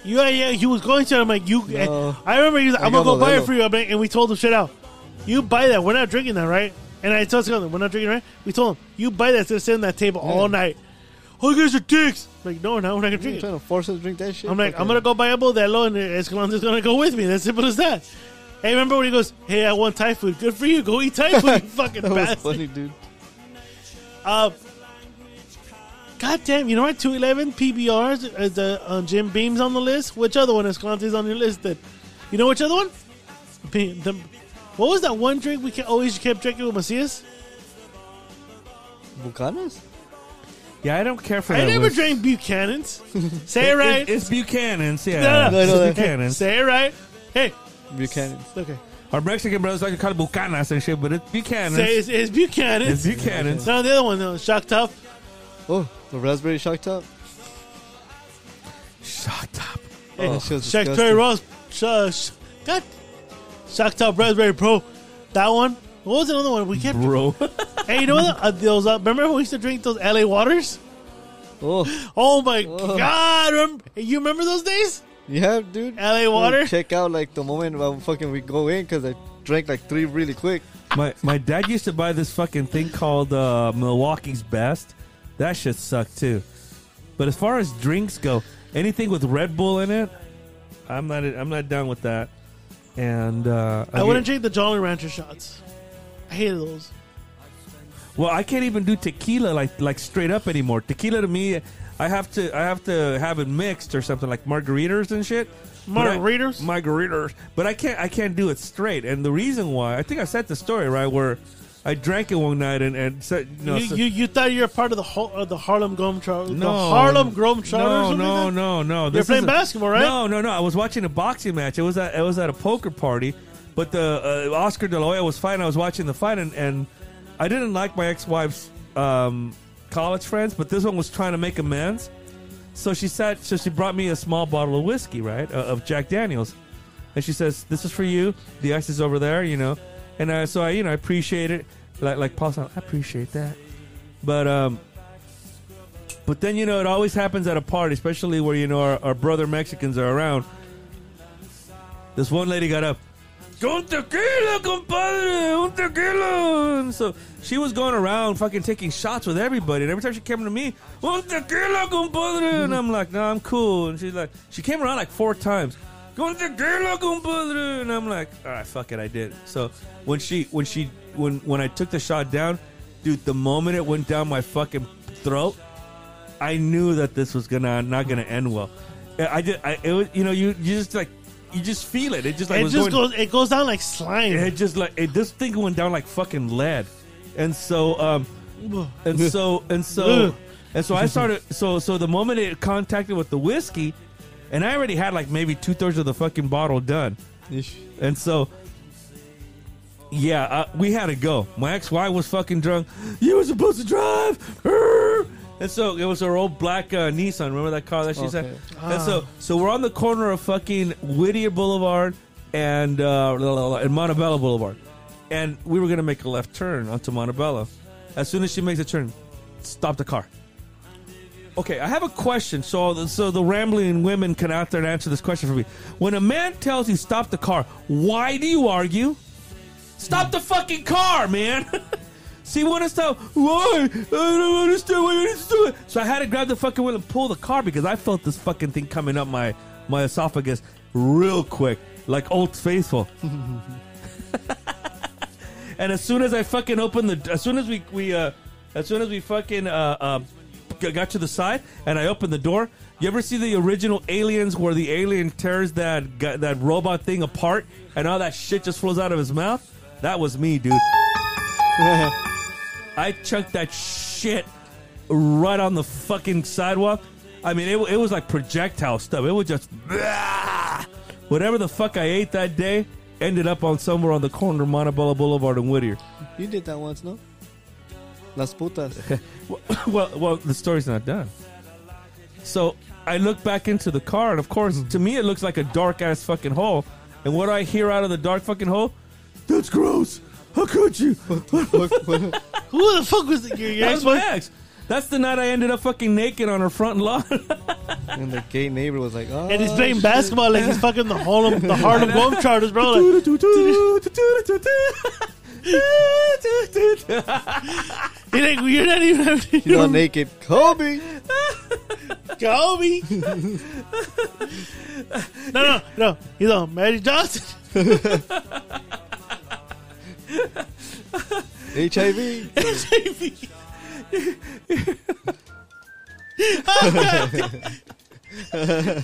Speaker 1: You, yeah, yeah, he was going to. I'm like, you. eh,
Speaker 2: No.
Speaker 1: I remember he was. Like,
Speaker 2: I
Speaker 1: I'm gonna
Speaker 2: got
Speaker 1: go buy it
Speaker 2: Modelo.
Speaker 1: for you. I'm like, and we told him straight out, you buy that. We're not drinking that, right? And I told him, we're not drinking, right? We told him, you buy that. So sitting on that table all night. Oh, you guys are dicks. like, no, no, we're not gonna
Speaker 2: You're
Speaker 1: drink it.
Speaker 2: tryone to force us to drink that shit.
Speaker 1: I'm like, I'm
Speaker 2: Fucking-
Speaker 1: gonna go buy a Modelo, and Escalante's gonna go with me. That's simple as that. Hey, remember when he goes, "Hey, I want Thai food. Good for you. Go eat Thai food, you [LAUGHS] fucking
Speaker 2: [LAUGHS] That was
Speaker 1: bastard."
Speaker 2: funny, dude.
Speaker 1: Uh, God damn, you know what? 211 PBRs is the uh, Jim Beam's on the list. Which other one is Conte's on your list? That you know which other one? P- the, what was that one drink we ca- always kept drinking with Macias?
Speaker 2: Bucanas?
Speaker 3: Yeah, I don't care for that.
Speaker 1: I never
Speaker 3: whiskey.
Speaker 1: drank Buchanan's. Say it right.
Speaker 3: It's, it's Buchanan's,
Speaker 1: No,
Speaker 3: yeah.
Speaker 1: no.
Speaker 2: No, no, no.
Speaker 3: It's Buchanan's.
Speaker 1: Say it right. Hey,
Speaker 2: Bucanans.
Speaker 1: okay.
Speaker 3: Our Mexican brothers like to call it Bucanas and shit, but it's Buchanan's.
Speaker 1: Say it's, it's
Speaker 3: it's
Speaker 1: Buchanan's.
Speaker 3: Buchanan's.
Speaker 1: No, the other one though, Shock Top.
Speaker 2: Oh, the raspberry shock top?
Speaker 3: Shut up.
Speaker 1: Hey,
Speaker 2: Oh, that shit's
Speaker 1: Shock
Speaker 2: disgusting.
Speaker 1: Terry Ross. Shush. uh, God. Shock Top Raspberry Pro. That one. What was another one we kept? [LAUGHS]
Speaker 3: Bro.
Speaker 1: Hey, you know what? Uh, those, uh, remember when we used to drink those LA waters?
Speaker 2: Oh,
Speaker 1: Oh my
Speaker 2: Ugh.
Speaker 1: god! Rem- hey, you remember those days?
Speaker 2: yeah,
Speaker 1: [LAUGHS]
Speaker 2: dude.
Speaker 1: LA water.
Speaker 2: Check out like the moment when fucking we go in because I drank like three really quick.
Speaker 3: my, my dad used to buy this fucking thing called uh, Milwaukee's Best. That shit sucked too. But as far as drinks go, anything with Red Bull in it, I'm not I'm not down with that. And uh,
Speaker 1: I wouldn't drink the Jolly Rancher shots. I hated those.
Speaker 3: Well, I can't even do tequila like like straight up anymore. Tequila to me, I have to I have to have it mixed or something like margaritas and shit. But I-
Speaker 1: Margaritas?
Speaker 3: margaritas. But I can't I can't do it straight. And the reason why I think I said the story right where I drank it one night and and said you know,
Speaker 1: you,
Speaker 3: so-
Speaker 1: you you thought you were part of the whole, uh, the Harlem Globetrotters?
Speaker 3: no
Speaker 1: the Harlem Globetrotters.
Speaker 3: No,
Speaker 1: or something
Speaker 3: no,
Speaker 1: like
Speaker 3: no, no.
Speaker 1: You're playing
Speaker 3: isn't-
Speaker 1: basketball, right?
Speaker 3: No, no, no. I was watching a boxing match. It was at, it was at a poker party, but the uh, Oscar De La Hoya was fighting. I was watching the fight, and, and I didn't like my ex wife's um, college friends, but this one was trying to make amends. So she said, so she brought me a small bottle of whiskey, right, uh, of Jack Daniels. and she says, "This is for you. The ice is over there," you know. And I, so I, you know, I appreciate it. Like like Paul said, I appreciate that. But um, but then you know, it always happens at a party, especially where you know our, our brother Mexicans are around. This one lady got up. Con tequila, compadre, un tequila. And so she was going around fucking taking shots with everybody. And every time she came to me, un tequila, compadre. And I'm like, no, I'm cool. And she's like, she came around like four times. Con tequila, compadre. And I'm like, all right, fuck it, I did. it." So when she, when she, when, when I took the shot down, dude, the moment it went down my fucking throat, I knew that this was gonna not gonna end well. I did. I, it was, you know, you, you just like, you just feel it. It just like
Speaker 1: it
Speaker 3: was
Speaker 1: just
Speaker 3: going-
Speaker 1: goes. It goes down like slime.
Speaker 3: it had just like it, this thing went down like fucking lead, and so um, and so and so and so I started. So so the moment it contacted with the whiskey, and I already had like maybe two thirds of the fucking bottle done,
Speaker 2: Ish.
Speaker 3: and so. Yeah, uh, we had to go. My ex-wife was fucking drunk. You were supposed to drive, Err. and so it was her old black uh, Nissan. Remember that car that she said?
Speaker 2: Okay.
Speaker 3: And so, so we're on the corner of fucking Whittier Boulevard and uh, la, la, la, and Montebello Boulevard, and we were gonna make a left turn onto Montebello. As soon as she makes a turn, stop the car. Okay, I have a question. So, so the rambling women can out there and answer this question for me. When a man tells you stop the car, why do you argue? Stop the fucking car, man. [LAUGHS] See, when it's tough, why? I don't understand why you didn't do it. So I had to grab the fucking wheel and pull the car because I felt this fucking thing coming up my my esophagus real quick, like Old Faithful. and as soon as I fucking opened the, as soon as we we uh, as soon as we fucking uh, uh, g- got to the side and I opened the door, you ever see the original Aliens where the alien tears that gu- that robot thing apart and all that shit just flows out of his mouth? That was me, dude. I chucked that shit right on the fucking sidewalk. I mean, it, wa- it was like projectile stuff. It was just [LAUGHS] whatever the fuck I ate that day ended up on somewhere on the corner of Montebello Boulevard and Whittier.
Speaker 2: You did that once, no? Las putas.
Speaker 1: [LAUGHS]
Speaker 2: [LAUGHS]
Speaker 3: Well, [LAUGHS] well, well, the story's not done. So I look back into the car, and of course, to me, it looks like a dark ass fucking hole. And what do I hear out of the dark fucking hole? That's gross. How could you?
Speaker 1: Who the fuck was the, your,
Speaker 3: [LAUGHS]
Speaker 1: your
Speaker 3: That's
Speaker 1: ex
Speaker 3: my
Speaker 1: wife?
Speaker 3: ex. That's the night I ended up fucking naked on her front [LAUGHS] lawn.
Speaker 2: and the gay neighbor was like, oh.
Speaker 1: And he's playing basketball like he's fucking the Harlem, the
Speaker 3: [LAUGHS]
Speaker 1: Harlem Globetrotters, bro. Like,
Speaker 3: [LAUGHS]
Speaker 1: it ain't, you're not even having [LAUGHS]
Speaker 2: He's all naked. Kobe!
Speaker 3: [LAUGHS]
Speaker 1: Kobe. no, no, no. He's on Magic
Speaker 3: [LAUGHS]
Speaker 1: Johnson.
Speaker 2: HIV!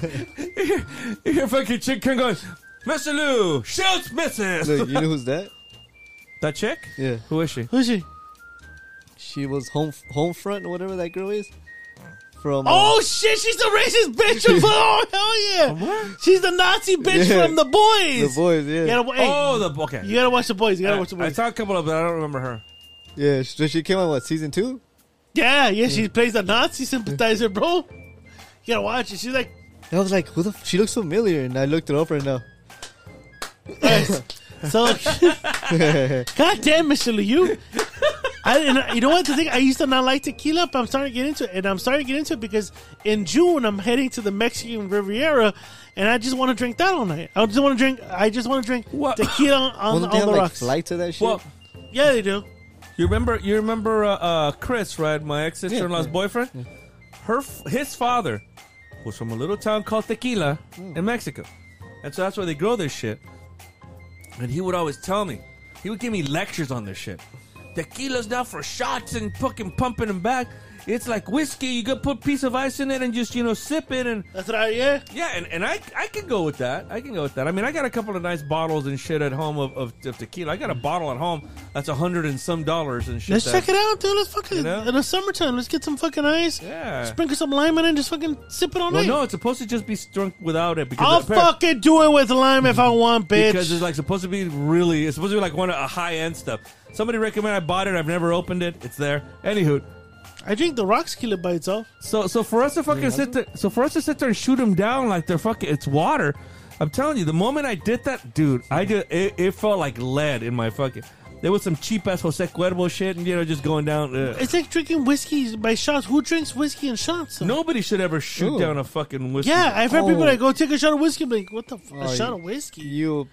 Speaker 3: You hear fucking chick come going, Mr. Lou, shouts misses.
Speaker 2: Look, you know who's that?
Speaker 3: That chick?
Speaker 2: Yeah.
Speaker 3: Who is she?
Speaker 1: Who's she?
Speaker 2: She was home home front or whatever that girl is. From. uh,
Speaker 1: Oh shit, she's the racist bitch
Speaker 2: [LAUGHS]
Speaker 1: from oh hell yeah. She's the Nazi bitch
Speaker 2: Yeah.
Speaker 1: from the boys.
Speaker 2: the boys,
Speaker 1: You
Speaker 2: yeah.
Speaker 1: gotta, wa- hey,
Speaker 3: oh, the okay.
Speaker 1: you gotta watch the boys. You gotta watch the
Speaker 3: I, I
Speaker 1: boys.
Speaker 3: saw a couple of, but I don't remember her.
Speaker 2: Yeah, so she came out, what, season two?
Speaker 1: yeah, yeah, she plays the Nazi sympathizer, bro. You gotta watch it. She's like,
Speaker 2: And I was like, who the f- she looks familiar. And I looked it up right [LAUGHS] now.
Speaker 1: so.
Speaker 2: [LAUGHS]
Speaker 1: God damn, Mister Liu. I and you know what the thing I used to not like tequila, but I'm starting to get into it, and I'm starting to get into it because in June I'm heading to the Mexican Riviera, and I just want to drink that all night. I just want to drink. I just want to drink
Speaker 3: What?
Speaker 1: tequila on,
Speaker 2: Wasn't they
Speaker 1: on
Speaker 2: have
Speaker 1: the
Speaker 2: like
Speaker 1: rocks.
Speaker 2: flights of that shit?
Speaker 3: Well,
Speaker 1: Yeah, they do.
Speaker 3: you remember you remember uh, uh, Chris, right? My ex sister in law's boyfriend. Her f- his father was from a little town called Tequila in Mexico, and so that's where they grow this shit. And he would always tell me, he would give me lectures on this shit. Tequila's not for shots and fucking pumping them back. It's like whiskey. You could put a piece of ice in it and just you know sip it and
Speaker 1: That's right. Yeah.
Speaker 3: yeah, and, and I I can go with that. I can go with that. I mean, I got a couple of nice bottles and shit at home of, of, of tequila. I got a bottle at home that's a hundred and some dollars and shit.
Speaker 1: Let's
Speaker 3: that-
Speaker 1: check it out, dude. Let's fucking
Speaker 3: You know?
Speaker 1: in the summertime. Let's get some fucking ice.
Speaker 3: Yeah.
Speaker 1: Sprinkle some lime in it and just fucking sip it all
Speaker 3: Well,
Speaker 1: night.
Speaker 3: no, it's supposed to just be drunk without it because
Speaker 1: I'll
Speaker 3: apparent-
Speaker 1: fucking do it with lime if I want, bitch.
Speaker 3: because it's like supposed to be really. It's supposed to be like one of a high end stuff. Somebody recommended I bought it. I've never opened it. It's there. Anywho,
Speaker 1: I drink the rocks tequila by itself.
Speaker 3: So so for us to fucking sit there, so for us to sit there and shoot them down like they're fucking it's water. I'm telling you, the moment I did that, dude, I just it, it felt like lead in my fucking. There was some cheap ass Jose Cuervo shit, and you know, just going down. Uh,
Speaker 1: It's like drinking whiskey by shots. Who drinks whiskey and shots? though?
Speaker 3: nobody should ever shoot
Speaker 2: Ooh.
Speaker 3: down a fucking whiskey.
Speaker 1: Yeah, I've heard people
Speaker 2: Oh.
Speaker 1: that go take a shot of whiskey. I'm like, what the f-
Speaker 2: Oh,
Speaker 1: a shot
Speaker 2: you-
Speaker 1: of whiskey?
Speaker 2: You,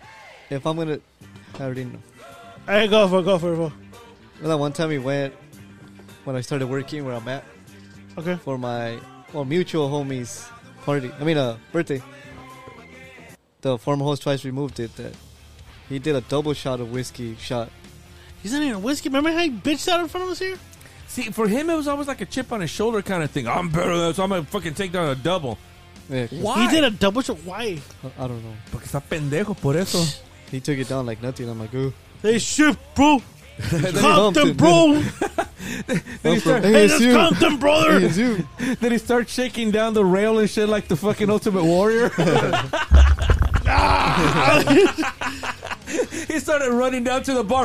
Speaker 2: if I'm gonna, I already know.
Speaker 1: All right, go for it, go for it, bro.
Speaker 2: Well, that one time we went when I started working where I'm at
Speaker 1: Okay.
Speaker 2: for my well mutual homies party. I mean, uh, birthday. The former host twice removed it. That he did a double shot of whiskey shot.
Speaker 1: He's not even whiskey. Remember how he bitched out in front of us here?
Speaker 3: See, for him, it was always like a chip on his shoulder kind of thing. I'm better than this. I'm gonna fucking take down a double.
Speaker 2: Yeah, 'cause-
Speaker 3: Why?
Speaker 1: He did a double shot. Why?
Speaker 2: I- I don't know.
Speaker 3: Porque está pendejo por eso.
Speaker 2: He took it down like nothing. I'm like, ooh.
Speaker 1: They shit, bro. Compton,
Speaker 2: Compton. [LAUGHS]
Speaker 1: bro.
Speaker 2: I'm from
Speaker 1: hey, that's
Speaker 2: ASU. [LAUGHS]
Speaker 1: Compton, brother.
Speaker 2: ASU.
Speaker 3: [LAUGHS] Then he starts shaking down the rail and shit like the fucking Ultimate Warrior. [LAUGHS] he started running down to the [LAUGHS]
Speaker 1: [LAUGHS]
Speaker 3: bar.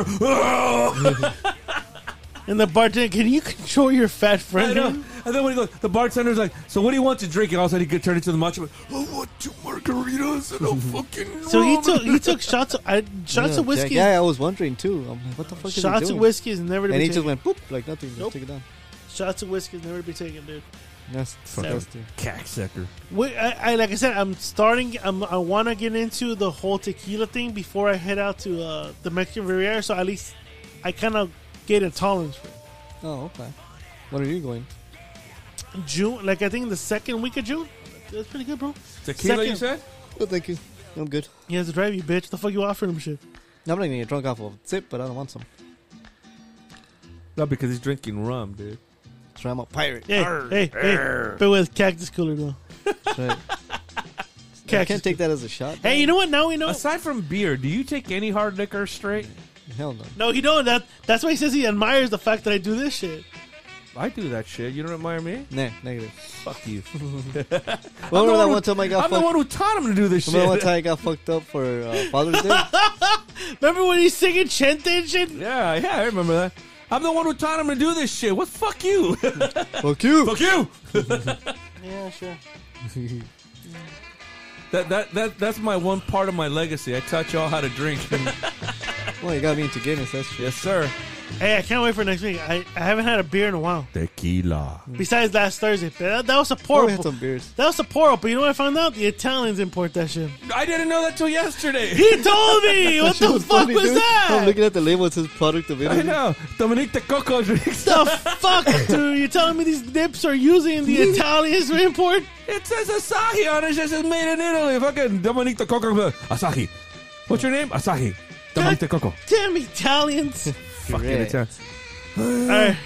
Speaker 1: and the bartender, can you control your fat
Speaker 3: I
Speaker 1: friend?
Speaker 3: know.
Speaker 1: dude?
Speaker 3: And then when he goes, the bartender's like, "So what do you want to drink?" And all of a sudden he could turn into the macho. I want two margaritas and a fucking.
Speaker 1: So he
Speaker 3: rum."
Speaker 1: took he took shots of, I, shots
Speaker 2: Yeah,
Speaker 1: of whiskey.
Speaker 2: Yeah, I was wondering too. I'm like, what the fuck is he
Speaker 1: Shots of
Speaker 2: doing?
Speaker 1: whiskey is never to
Speaker 2: And
Speaker 1: be
Speaker 2: he
Speaker 1: taken.
Speaker 2: just went boop like nothing. Just
Speaker 1: Nope.
Speaker 2: took it down.
Speaker 1: shots of whiskey is never to be taken, dude.
Speaker 2: That's disgusting.
Speaker 3: Cacksucker.
Speaker 1: Wait, I, I like I said, I'm starting. I'm, I want to get into the whole tequila thing before I head out to uh, the Mexican Riviera. So at least I kind of get a tolerance for it.
Speaker 2: Oh, okay. What are you going?
Speaker 1: June. Like I think the second week of June. That's pretty good, bro.
Speaker 3: Tequila,
Speaker 1: Second-
Speaker 3: you said?
Speaker 2: Well, thank you. I'm good.
Speaker 1: He has to drive you, bitch. The fuck you offering him shit?
Speaker 2: I'm not gonna get drunk off of sip, but I don't want some.
Speaker 3: No, because he's drinking rum, dude.
Speaker 2: So I'm
Speaker 1: [LAUGHS]
Speaker 2: a pirate.
Speaker 1: Hey, hey, hey. But with cactus cooler though.
Speaker 2: That's right. I
Speaker 1: Cactus.
Speaker 2: [LAUGHS] can't take that as a shot.
Speaker 1: hey, you know what? Now we know.
Speaker 3: Aside from beer, do you take any hard liquor straight?
Speaker 2: Hell no.
Speaker 1: No, he don't. That that's why he says he admires the fact that I do this shit.
Speaker 3: I do that shit. You don't admire me?
Speaker 2: Nah, negative.
Speaker 3: Fuck you.
Speaker 2: Remember
Speaker 3: the
Speaker 2: that
Speaker 3: one
Speaker 2: one time I got
Speaker 3: I'm the
Speaker 2: fucked.
Speaker 3: one who taught him to do this
Speaker 2: Remember one
Speaker 3: shit.
Speaker 2: time I got fucked up for uh, Father's Day?
Speaker 1: Remember when he's singing Chente and shit?
Speaker 3: [LAUGHS] Yeah, yeah, I remember that. I'm the one who taught him to do this shit. What? Fuck you.
Speaker 2: Fuck you.
Speaker 3: Fuck you.
Speaker 1: [LAUGHS] Yeah, sure.
Speaker 3: [LAUGHS] That, that that that's my one part of my legacy. I taught y'all how to
Speaker 1: [LAUGHS]
Speaker 3: drink.
Speaker 2: well, you got me into Guinness. That's true.
Speaker 3: yes, sir.
Speaker 1: Hey, I can't wait for next week. I, I haven't had a beer in a while.
Speaker 3: Tequila.
Speaker 1: Besides last Thursday, but that, that was a
Speaker 2: Oh,
Speaker 1: pour.
Speaker 2: we had some beers.
Speaker 1: That was a pour up, but you know what I found out? The Italians import that
Speaker 2: [LAUGHS]
Speaker 1: shit.
Speaker 3: I didn't know that till yesterday.
Speaker 1: He told me! What
Speaker 2: Shit
Speaker 1: the
Speaker 2: was
Speaker 1: fuck
Speaker 2: funny,
Speaker 1: was
Speaker 2: dude. I'm
Speaker 1: that?
Speaker 2: looking at the label. It says product of
Speaker 3: [LAUGHS] I
Speaker 1: [LAUGHS]
Speaker 2: Italy.
Speaker 3: know. Dominique the Coco drinks.
Speaker 1: The fuck, dude? You're telling me these dips are using
Speaker 2: [LAUGHS]
Speaker 1: the Italians to import?
Speaker 3: [LAUGHS] It says Asahi on it. It says made in Italy. Fucking Dominique the Coco. Asahi. What's your name? Asahi. Dominique
Speaker 1: [LAUGHS]
Speaker 3: the Coco.
Speaker 1: Damn
Speaker 2: [LAUGHS]
Speaker 1: Italians!
Speaker 3: Fucking
Speaker 2: Correct.
Speaker 3: Italian.
Speaker 1: Alright,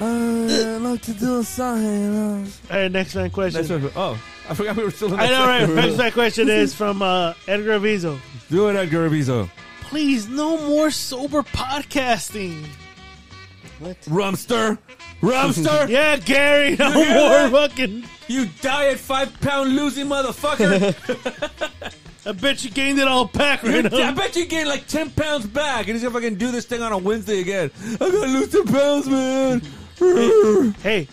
Speaker 3: I like to do Asahi.
Speaker 1: alright, next man question.
Speaker 3: That's what, oh, I forgot we were still in
Speaker 1: I know, right?
Speaker 3: segment.
Speaker 1: Next man
Speaker 2: [LAUGHS]
Speaker 1: question is from uh, Edgar Avizo.
Speaker 3: Do it, Edgar Avizo.
Speaker 1: Please, no more sober podcasting.
Speaker 3: [LAUGHS] Rumster. Rumster.
Speaker 1: Yeah, Gary,
Speaker 2: [LAUGHS]
Speaker 1: no
Speaker 3: hear that?
Speaker 1: more fucking.
Speaker 3: You diet five pound
Speaker 1: [LAUGHS]
Speaker 3: losing motherfucker.
Speaker 1: I bet you gained it all back
Speaker 3: You-
Speaker 1: right now.
Speaker 3: I bet you gained like 10 pounds back. And he's gonna fucking do this thing on a Wednesday again. I'm gonna lose 10 pounds, man.
Speaker 1: Hey,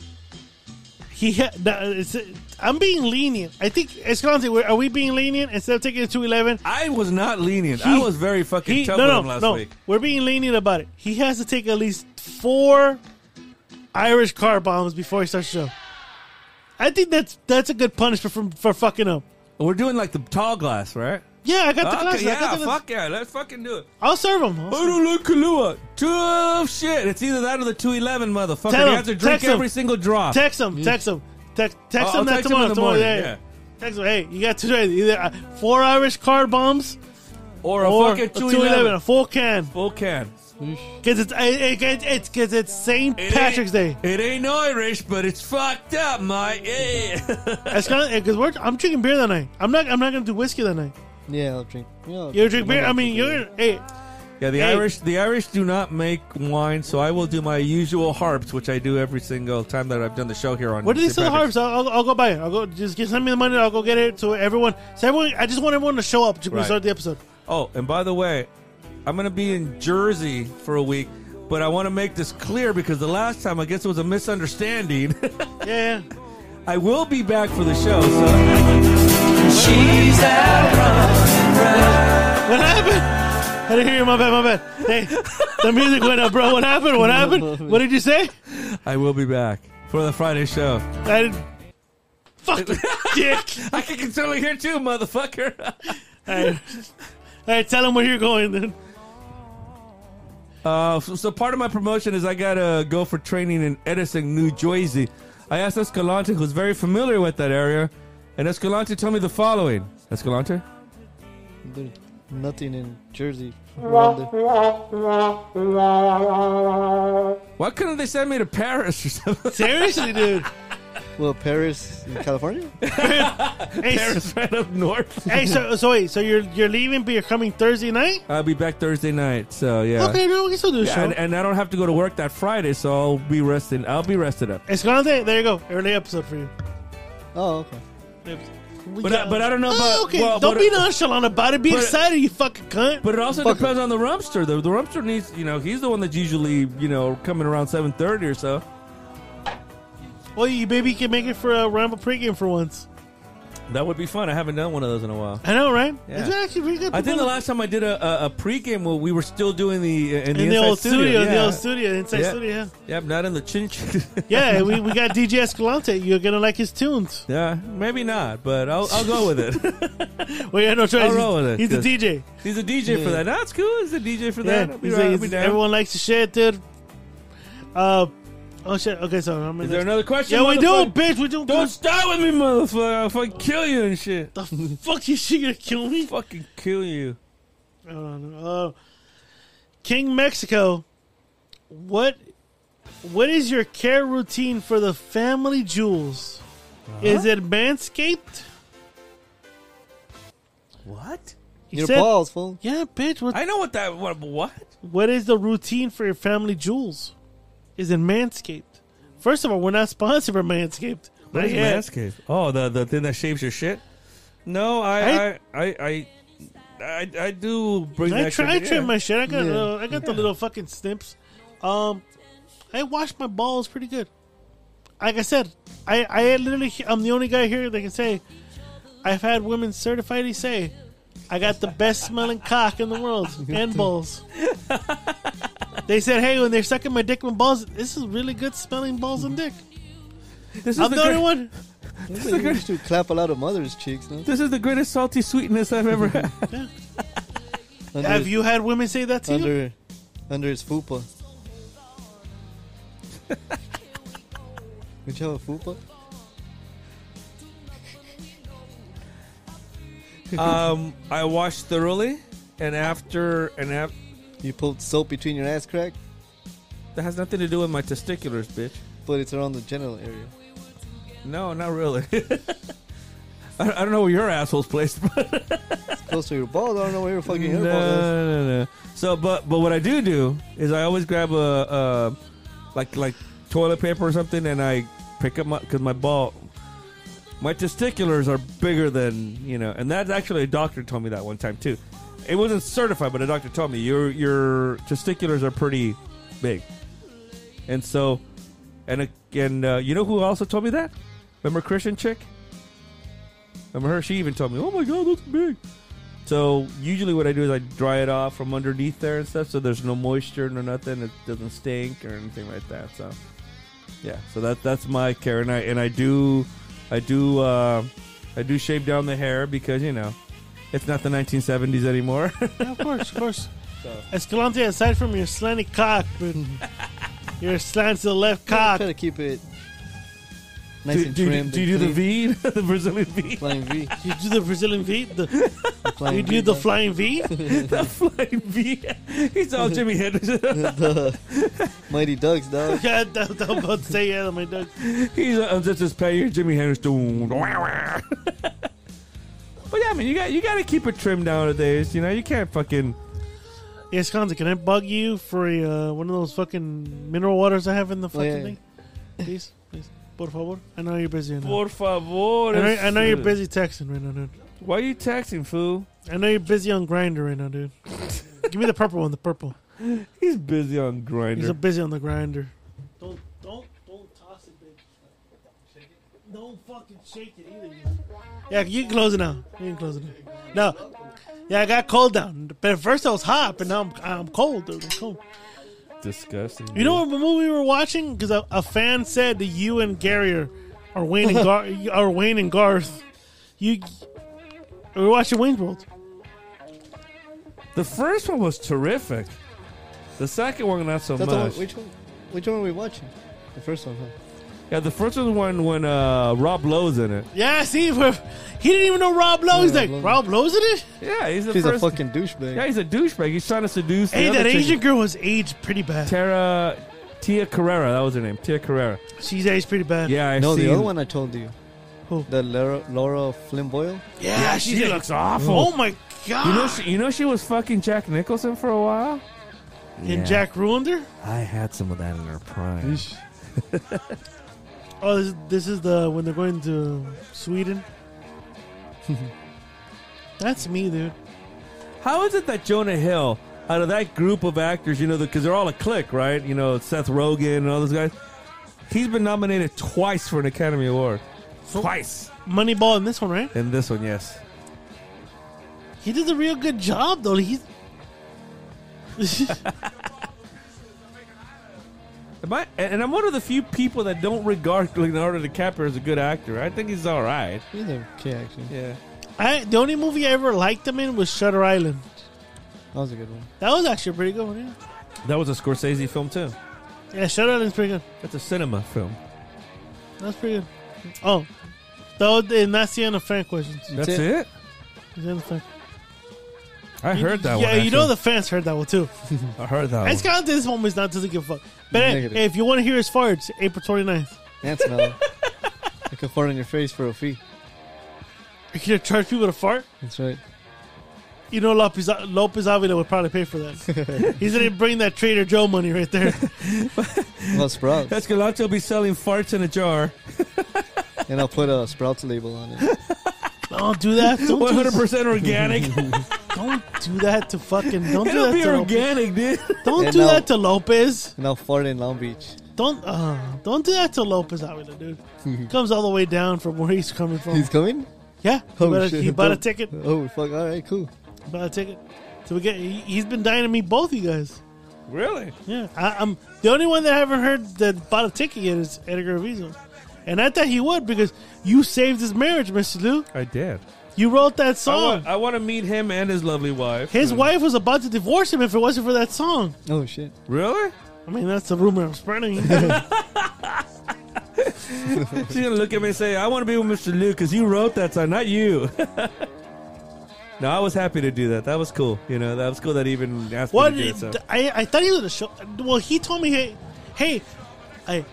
Speaker 1: he. Ha- no, it's, I'm being lenient. I think Escalante. we're- Are we being lenient instead of taking it to eleven?
Speaker 3: I was not lenient.
Speaker 1: He-
Speaker 3: I was very fucking
Speaker 1: He,
Speaker 3: tough
Speaker 1: no,
Speaker 3: with
Speaker 1: no,
Speaker 3: him last
Speaker 1: no.
Speaker 3: week.
Speaker 1: We're being lenient about it. He has to take at least four Irish car bombs before he starts the show. I think that's that's a good punishment for for fucking up.
Speaker 3: We're doing like the tall glass, right?
Speaker 1: Yeah, I got the
Speaker 3: Okay,
Speaker 1: glasses. I
Speaker 3: yeah,
Speaker 1: got the glasses.
Speaker 3: fuck yeah. Let's fucking do it.
Speaker 1: I'll serve him. I'll
Speaker 3: I don't like Kahlua. Tough shit. It's either that or the 211 motherfucker.
Speaker 1: Tell
Speaker 3: you
Speaker 1: him.
Speaker 3: have to drink
Speaker 1: Text him.
Speaker 3: every single drop.
Speaker 1: Text him. Text him. Text, text
Speaker 3: I'll-
Speaker 1: him that
Speaker 3: I'll text him
Speaker 1: tomorrow.
Speaker 3: in the
Speaker 1: tomorrow
Speaker 3: morning,
Speaker 1: yeah,
Speaker 3: yeah.
Speaker 1: Text him. Hey, you got two choices. Either uh, four Irish car bombs
Speaker 3: or a
Speaker 1: or a
Speaker 3: fucking
Speaker 1: 211.
Speaker 3: 211.
Speaker 1: a full can.
Speaker 3: Full can.
Speaker 1: Because it's, it, it, it's, 'cause it's St.
Speaker 3: It
Speaker 1: Patrick's Day.
Speaker 3: ain't- It ain't Irish, but it's fucked up, Mike. [LAUGHS] Yeah.
Speaker 1: That's kind of, because I'm drinking beer that night. I'm not I'm not going to do whiskey that night.
Speaker 2: Yeah, I'll drink. Yeah, I'll
Speaker 1: You drink beer?
Speaker 2: I'm
Speaker 1: I
Speaker 2: not
Speaker 1: mean,
Speaker 2: drinking
Speaker 1: you're. Hey,
Speaker 3: Yeah, the
Speaker 1: Hey.
Speaker 3: Irish the Irish do not make wine, so I will do my usual harps, which I do every single time that I've done the show here on.
Speaker 1: where do they
Speaker 3: St.
Speaker 1: sell the
Speaker 3: Patrick's.
Speaker 1: harps? I'll, I'll, I'll go buy it. I'll go. Just give, send me the money. I'll go get it to everyone. So everyone, I just want everyone to show up to
Speaker 3: Right.
Speaker 1: start the episode.
Speaker 3: Oh, and by the way, I'm gonna be in Jersey for a week, but I want to make this clear because the last time I guess it was a misunderstanding. [LAUGHS]
Speaker 1: Yeah, yeah.
Speaker 3: I will be back for the show. So. She's out
Speaker 1: didn't hear you. My bad. My bad. Hey, the music went up, bro. What happened? What happened? What did you say?
Speaker 3: I will be back for the Friday show.
Speaker 1: I didn't. Fuck the dick.
Speaker 3: I can totally hear too, motherfucker. [LAUGHS]
Speaker 1: All right. All right, tell him where you're going then.
Speaker 3: Uh, so, so part of my promotion is I gotta go for training in Edison, New Jersey. I asked Escalante, who's very familiar with that area, and Escalante told me the following: Escalante,
Speaker 2: There's nothing in Jersey. around there.
Speaker 3: why couldn't they send me to Paris or [LAUGHS] something?
Speaker 1: Seriously, dude.
Speaker 2: Well, Paris, in
Speaker 1: [LAUGHS]
Speaker 2: California.
Speaker 1: Hey, s-
Speaker 3: Paris, right up north.
Speaker 1: hey,
Speaker 3: [LAUGHS]
Speaker 1: so, so wait, so you're you're leaving, but you're coming Thursday night?
Speaker 3: I'll be back Thursday night. So yeah.
Speaker 1: Okay, no, we can still do a
Speaker 3: Yeah,
Speaker 1: show.
Speaker 3: and, and I don't have to go to work that Friday, so I'll be resting. I'll be rested up.
Speaker 1: it's gonna there. There you go. Early episode for you.
Speaker 2: Oh, okay.
Speaker 3: But I, but I don't know about.
Speaker 1: Oh, okay,
Speaker 3: well,
Speaker 1: don't
Speaker 3: but-
Speaker 1: be
Speaker 3: uh,
Speaker 1: nonchalant about it. Be
Speaker 3: but- uh,
Speaker 1: excited, you fucking cunt.
Speaker 3: But it also
Speaker 2: Fuck
Speaker 3: depends on the rumpster. The, the rumpster needs, you know, he's the one that's usually, you know, coming around seven thirty or so.
Speaker 1: well, you maybe can make it for a Ramble pregame for once.
Speaker 3: That would be fun. I haven't done one of those in a while.
Speaker 1: I know, right?
Speaker 3: Yeah.
Speaker 1: It's actually pretty good.
Speaker 3: I think the last time I did a, a, a pregame, well, we were still doing the uh, in the,
Speaker 1: in the,
Speaker 3: inside
Speaker 1: old studio,
Speaker 3: yeah.
Speaker 1: the old studio, inside
Speaker 3: Yeah.
Speaker 1: studio.
Speaker 3: Yep, not in the chin. chin. [LAUGHS]
Speaker 1: Yeah, yeah we, we got DJ Escalante. You're gonna like his
Speaker 3: [LAUGHS]
Speaker 1: tunes.
Speaker 3: yeah, maybe not, but I'll, I'll go
Speaker 1: [LAUGHS]
Speaker 3: with it.
Speaker 1: Well, yeah, no choice.
Speaker 3: I'll roll with it,
Speaker 1: He's, he's
Speaker 3: cause-
Speaker 1: the DJ.
Speaker 3: he's a DJ for that. That's cool. He's a DJ for that.
Speaker 1: Yeah,
Speaker 3: I'll be
Speaker 1: he's
Speaker 3: right-
Speaker 1: like-
Speaker 3: I'll be
Speaker 1: he's-
Speaker 3: down.
Speaker 1: everyone likes to shit, dude. Uh, oh shit. Okay, so I'm
Speaker 3: Is there another question?
Speaker 1: Yeah, we do,
Speaker 3: motherfucker?
Speaker 1: bitch. We do.
Speaker 3: Don't start with me, motherfucker. I'll fucking kill you and shit. I'll
Speaker 1: fuck you. She gonna kill me.
Speaker 3: fucking kill you.
Speaker 1: Hold on. Uh, King Mexico, what what is your care routine for the family jewels? Is it manscaped?
Speaker 3: What?
Speaker 1: He
Speaker 2: Your
Speaker 1: said-
Speaker 2: balls,
Speaker 1: [LAUGHS]
Speaker 2: fool.
Speaker 1: Yeah, bitch. What,
Speaker 3: I know what that. What? what?
Speaker 1: what is the routine for your family jewels? Is it manscaped? First of all, we're not sponsored by manscaped.
Speaker 3: What
Speaker 1: Not
Speaker 3: is
Speaker 1: yet.
Speaker 3: Manscaped? Oh, the the thing that shaves your shit. No, I I I I, I, I do bring.
Speaker 1: I
Speaker 3: that
Speaker 1: try I
Speaker 3: shit,
Speaker 1: trim
Speaker 3: yeah.
Speaker 1: my shit. I got
Speaker 2: Yeah.
Speaker 1: uh, I got the little fucking snips. Um, I wash my balls pretty good. Like I said, I I literally I'm the only guy here that can say I've had women certifiedly say I got the best smelling cock in the
Speaker 3: [LAUGHS]
Speaker 1: world and balls. they said, hey, when they're sucking my dick and balls, this is really good smelling balls and dick.
Speaker 3: This is
Speaker 1: I'm
Speaker 3: the
Speaker 1: the only
Speaker 3: great-
Speaker 1: one.
Speaker 3: [LAUGHS]
Speaker 2: You used to clap a lot of mothers' cheeks, no?
Speaker 3: This is the greatest salty sweetness I've ever had.
Speaker 2: Under
Speaker 1: Have
Speaker 2: his-
Speaker 1: you had women say that to you?
Speaker 2: under under
Speaker 1: [LAUGHS]
Speaker 2: his fupa? Would you have a fupa?
Speaker 3: um, I wash thoroughly, and after and after
Speaker 2: You put soap between your ass crack,
Speaker 3: that has nothing to do with my testiculars, bitch.
Speaker 2: but it's around the genital area.
Speaker 3: No, not really. [LAUGHS] I, I don't know where your asshole's placed, but
Speaker 2: Close to your balls. I don't know where your fucking
Speaker 3: no,
Speaker 2: your balls.
Speaker 3: no, no, no. So, but but what I do do is I always grab a, uh like like toilet paper or something, and I pick up my because my ball, my testiculars are bigger than you know, and that's actually a doctor told me that one time too. It wasn't certified, but a doctor told me your your testiculars are pretty big, and so, and and uh, you know who also told me that? Remember Christian chick? Remember her? She even told me, "Oh my god, that's big." So usually what I do is I dry it off from underneath there and stuff, so there's no moisture no nothing. It doesn't stink or anything like that. So yeah, so that that's my care, and I and I do I do uh, I do shave down the hair because you know it's not the 1970s anymore. [LAUGHS]
Speaker 1: Yeah, of course, of course. Escalante, aside from your slanty cock,
Speaker 2: [LAUGHS]
Speaker 1: dude, your slant to the left
Speaker 2: Try
Speaker 1: cock,
Speaker 2: to keep it nice
Speaker 3: do,
Speaker 2: and
Speaker 3: do you-
Speaker 2: trimmed.
Speaker 3: do you do the V, [LAUGHS] the
Speaker 2: [LAUGHS]
Speaker 3: Brazilian V,
Speaker 2: Flying V.
Speaker 1: you do the Brazilian V, the,
Speaker 2: Flying
Speaker 1: you
Speaker 2: V,
Speaker 1: do the
Speaker 2: [LAUGHS] man.
Speaker 1: flying V.
Speaker 3: the [LAUGHS] flying V? He's all Jimmy Henderson.
Speaker 2: Mighty Ducks, dog.
Speaker 1: Yeah, that- that- I'm about to say yeah, my dog.
Speaker 3: [LAUGHS] He's uh, I'm just as petty as Jimmy [LAUGHS] Henderson. but yeah, I mean, you got you got to keep it trimmed nowadays. You know, you can't fucking.
Speaker 1: Yeah, Escalante, can I bug you for uh, one of those fucking mineral waters I have in the
Speaker 2: Oh,
Speaker 1: fucking
Speaker 2: yeah.
Speaker 1: thing? Please, please, por favor. I know you're busy. Right now.
Speaker 3: Por favor.
Speaker 1: I know, I know you're busy texting right now, dude.
Speaker 3: Why are you texting, fool?
Speaker 1: I know you're busy on grinder right now,
Speaker 2: [LAUGHS]
Speaker 1: dude. Give me the purple one, the purple.
Speaker 3: He's busy on
Speaker 1: He's
Speaker 3: grinder.
Speaker 1: a busy on the grinder. Don't don't don't toss it, bitch. Don't fucking shake it either. Yeah, you can close it now. You can close it now. No, Yeah, I got cold down. But at first I was hot, but now I'm, I'm cold. Dude. I'm cold.
Speaker 3: Disgusting.
Speaker 1: You know what movie we were watching? Because a, a fan said that you and Gary are, are Wayne and Gar [LAUGHS] are Wayne and Garth. You we were watching Wayne's World.
Speaker 3: the first one was terrific. The second one not so
Speaker 2: That's the one,
Speaker 3: much.
Speaker 2: which one? Which one were we watching? The first one, huh?
Speaker 3: yeah, the first one when when uh, Rob Lowe's in it.
Speaker 1: Yeah, see, we're- he didn't even know Rob Lowe. He's
Speaker 2: Yeah,
Speaker 1: like
Speaker 2: Lowe.
Speaker 1: Rob Lowe's in it.
Speaker 3: Yeah, he's the
Speaker 2: She's
Speaker 3: first.
Speaker 2: a fucking douchebag.
Speaker 3: yeah, he's a douchebag. He's trying to seduce. the
Speaker 1: Hey,
Speaker 3: other
Speaker 1: that
Speaker 3: chick.
Speaker 1: Asian girl was aged pretty bad.
Speaker 3: Tara Tia Carrera. That was her name. Tia Carrera.
Speaker 1: She's aged pretty bad.
Speaker 3: Yeah, I
Speaker 2: no,
Speaker 3: seen,
Speaker 2: the other one I told you.
Speaker 1: Who?
Speaker 2: The Laura, Laura Flynn Boyle.
Speaker 1: yeah,
Speaker 3: She,
Speaker 1: she's
Speaker 3: looks awful.
Speaker 1: Oh my god!
Speaker 3: You know, she, you know, she was fucking Jack Nicholson for a while.
Speaker 1: and Jack ruined her.
Speaker 3: I had some of that in her prime.
Speaker 1: Oh, this, this is the when they're going to
Speaker 3: [LAUGHS]
Speaker 1: Sweden. That's me, dude.
Speaker 3: How is it that Jonah Hill, out of that group of actors, you know, because they're all a clique, right? You know, Seth Rogen and all those guys. He's been nominated twice for an Academy Award. Twice.
Speaker 1: Moneyball in this one, right?
Speaker 3: And this one, yes.
Speaker 1: He does a real good job, though. He's
Speaker 3: Am I, and and I'm one of the few people that don't regard Leonardo DiCaprio as a good actor. I think he's all right.
Speaker 2: He's okay, actually.
Speaker 3: Yeah.
Speaker 1: [LAUGHS] I the only movie I ever liked him in was Shutter Island.
Speaker 2: That was a good one.
Speaker 1: That was actually a pretty good one.
Speaker 3: That was a Scorsese film, too.
Speaker 1: Yeah, yeah Shutter Island's pretty good.
Speaker 3: That's a cinema film.
Speaker 1: That's pretty good. Oh, though, and that's the end of fan questions.
Speaker 3: That's,
Speaker 2: it.
Speaker 3: it?
Speaker 1: That's the end of fan-
Speaker 3: I heard that
Speaker 1: yeah,
Speaker 3: one.
Speaker 1: you know
Speaker 3: actually.
Speaker 1: the fans heard that one too.
Speaker 3: I heard that
Speaker 1: I
Speaker 3: one.
Speaker 1: just got into this one, but it's not doesn't give a fuck. But hey,
Speaker 2: Oh. Negative.
Speaker 1: if you want to hear his farts, April 29th.
Speaker 2: That's another. I can fart on your face for a fee.
Speaker 1: You can charge people to fart.
Speaker 2: That's right.
Speaker 1: You know Lopez Lopez Avila would probably pay for
Speaker 2: [LAUGHS]
Speaker 1: that. He's gonna bring that Trader Joe money right there.
Speaker 2: Well,
Speaker 3: [LAUGHS]
Speaker 2: sprouts,
Speaker 3: Escalante will be selling farts in a jar.
Speaker 2: and I'll put a sprouts label on it.
Speaker 1: Don't do that. Don't do,
Speaker 3: 100% organic.
Speaker 1: don't do that to fucking. Don't do
Speaker 3: It'll
Speaker 1: that
Speaker 3: be
Speaker 1: to Lopez.
Speaker 3: organic, dude.
Speaker 1: Don't
Speaker 2: Yeah,
Speaker 1: do
Speaker 2: no.
Speaker 1: that to Lopez.
Speaker 2: And I'll fart in Long Beach.
Speaker 1: Don't uh, don't do that to Lopez Avila,
Speaker 2: [LAUGHS]
Speaker 1: dude. Comes all the way down from where he's coming from.
Speaker 2: He's coming.
Speaker 1: yeah, he,
Speaker 2: Oh,
Speaker 1: bought, a,
Speaker 2: shit.
Speaker 1: he bought a
Speaker 2: Dope.
Speaker 1: ticket.
Speaker 2: Oh fuck! All right, cool.
Speaker 1: Bought a ticket. So we get. He, he's been dying to meet both you guys.
Speaker 3: Really?
Speaker 1: Yeah, I, I'm the only one that I haven't heard that bought a ticket yet is Edgar Avizo, and I thought he would because you saved his marriage, Mister Lou.
Speaker 3: I did.
Speaker 1: You wrote that
Speaker 3: I
Speaker 1: song.
Speaker 3: want, I want to meet him and his lovely wife.
Speaker 1: His
Speaker 3: Uh,
Speaker 1: wife was about to divorce him if it wasn't for that song.
Speaker 2: Oh shit!
Speaker 3: Really? [LAUGHS]
Speaker 1: I mean, that's the rumor I'm spreading.
Speaker 3: She's going to look at me and say, I want to be with Mr. Luke because you wrote that song, not you. [LAUGHS] no, I was happy to do that. That was cool. You know, that was cool that he even asked
Speaker 1: what?
Speaker 3: me to do it. So.
Speaker 1: I, I thought he was a show. Well, he told me, hey, hey, I,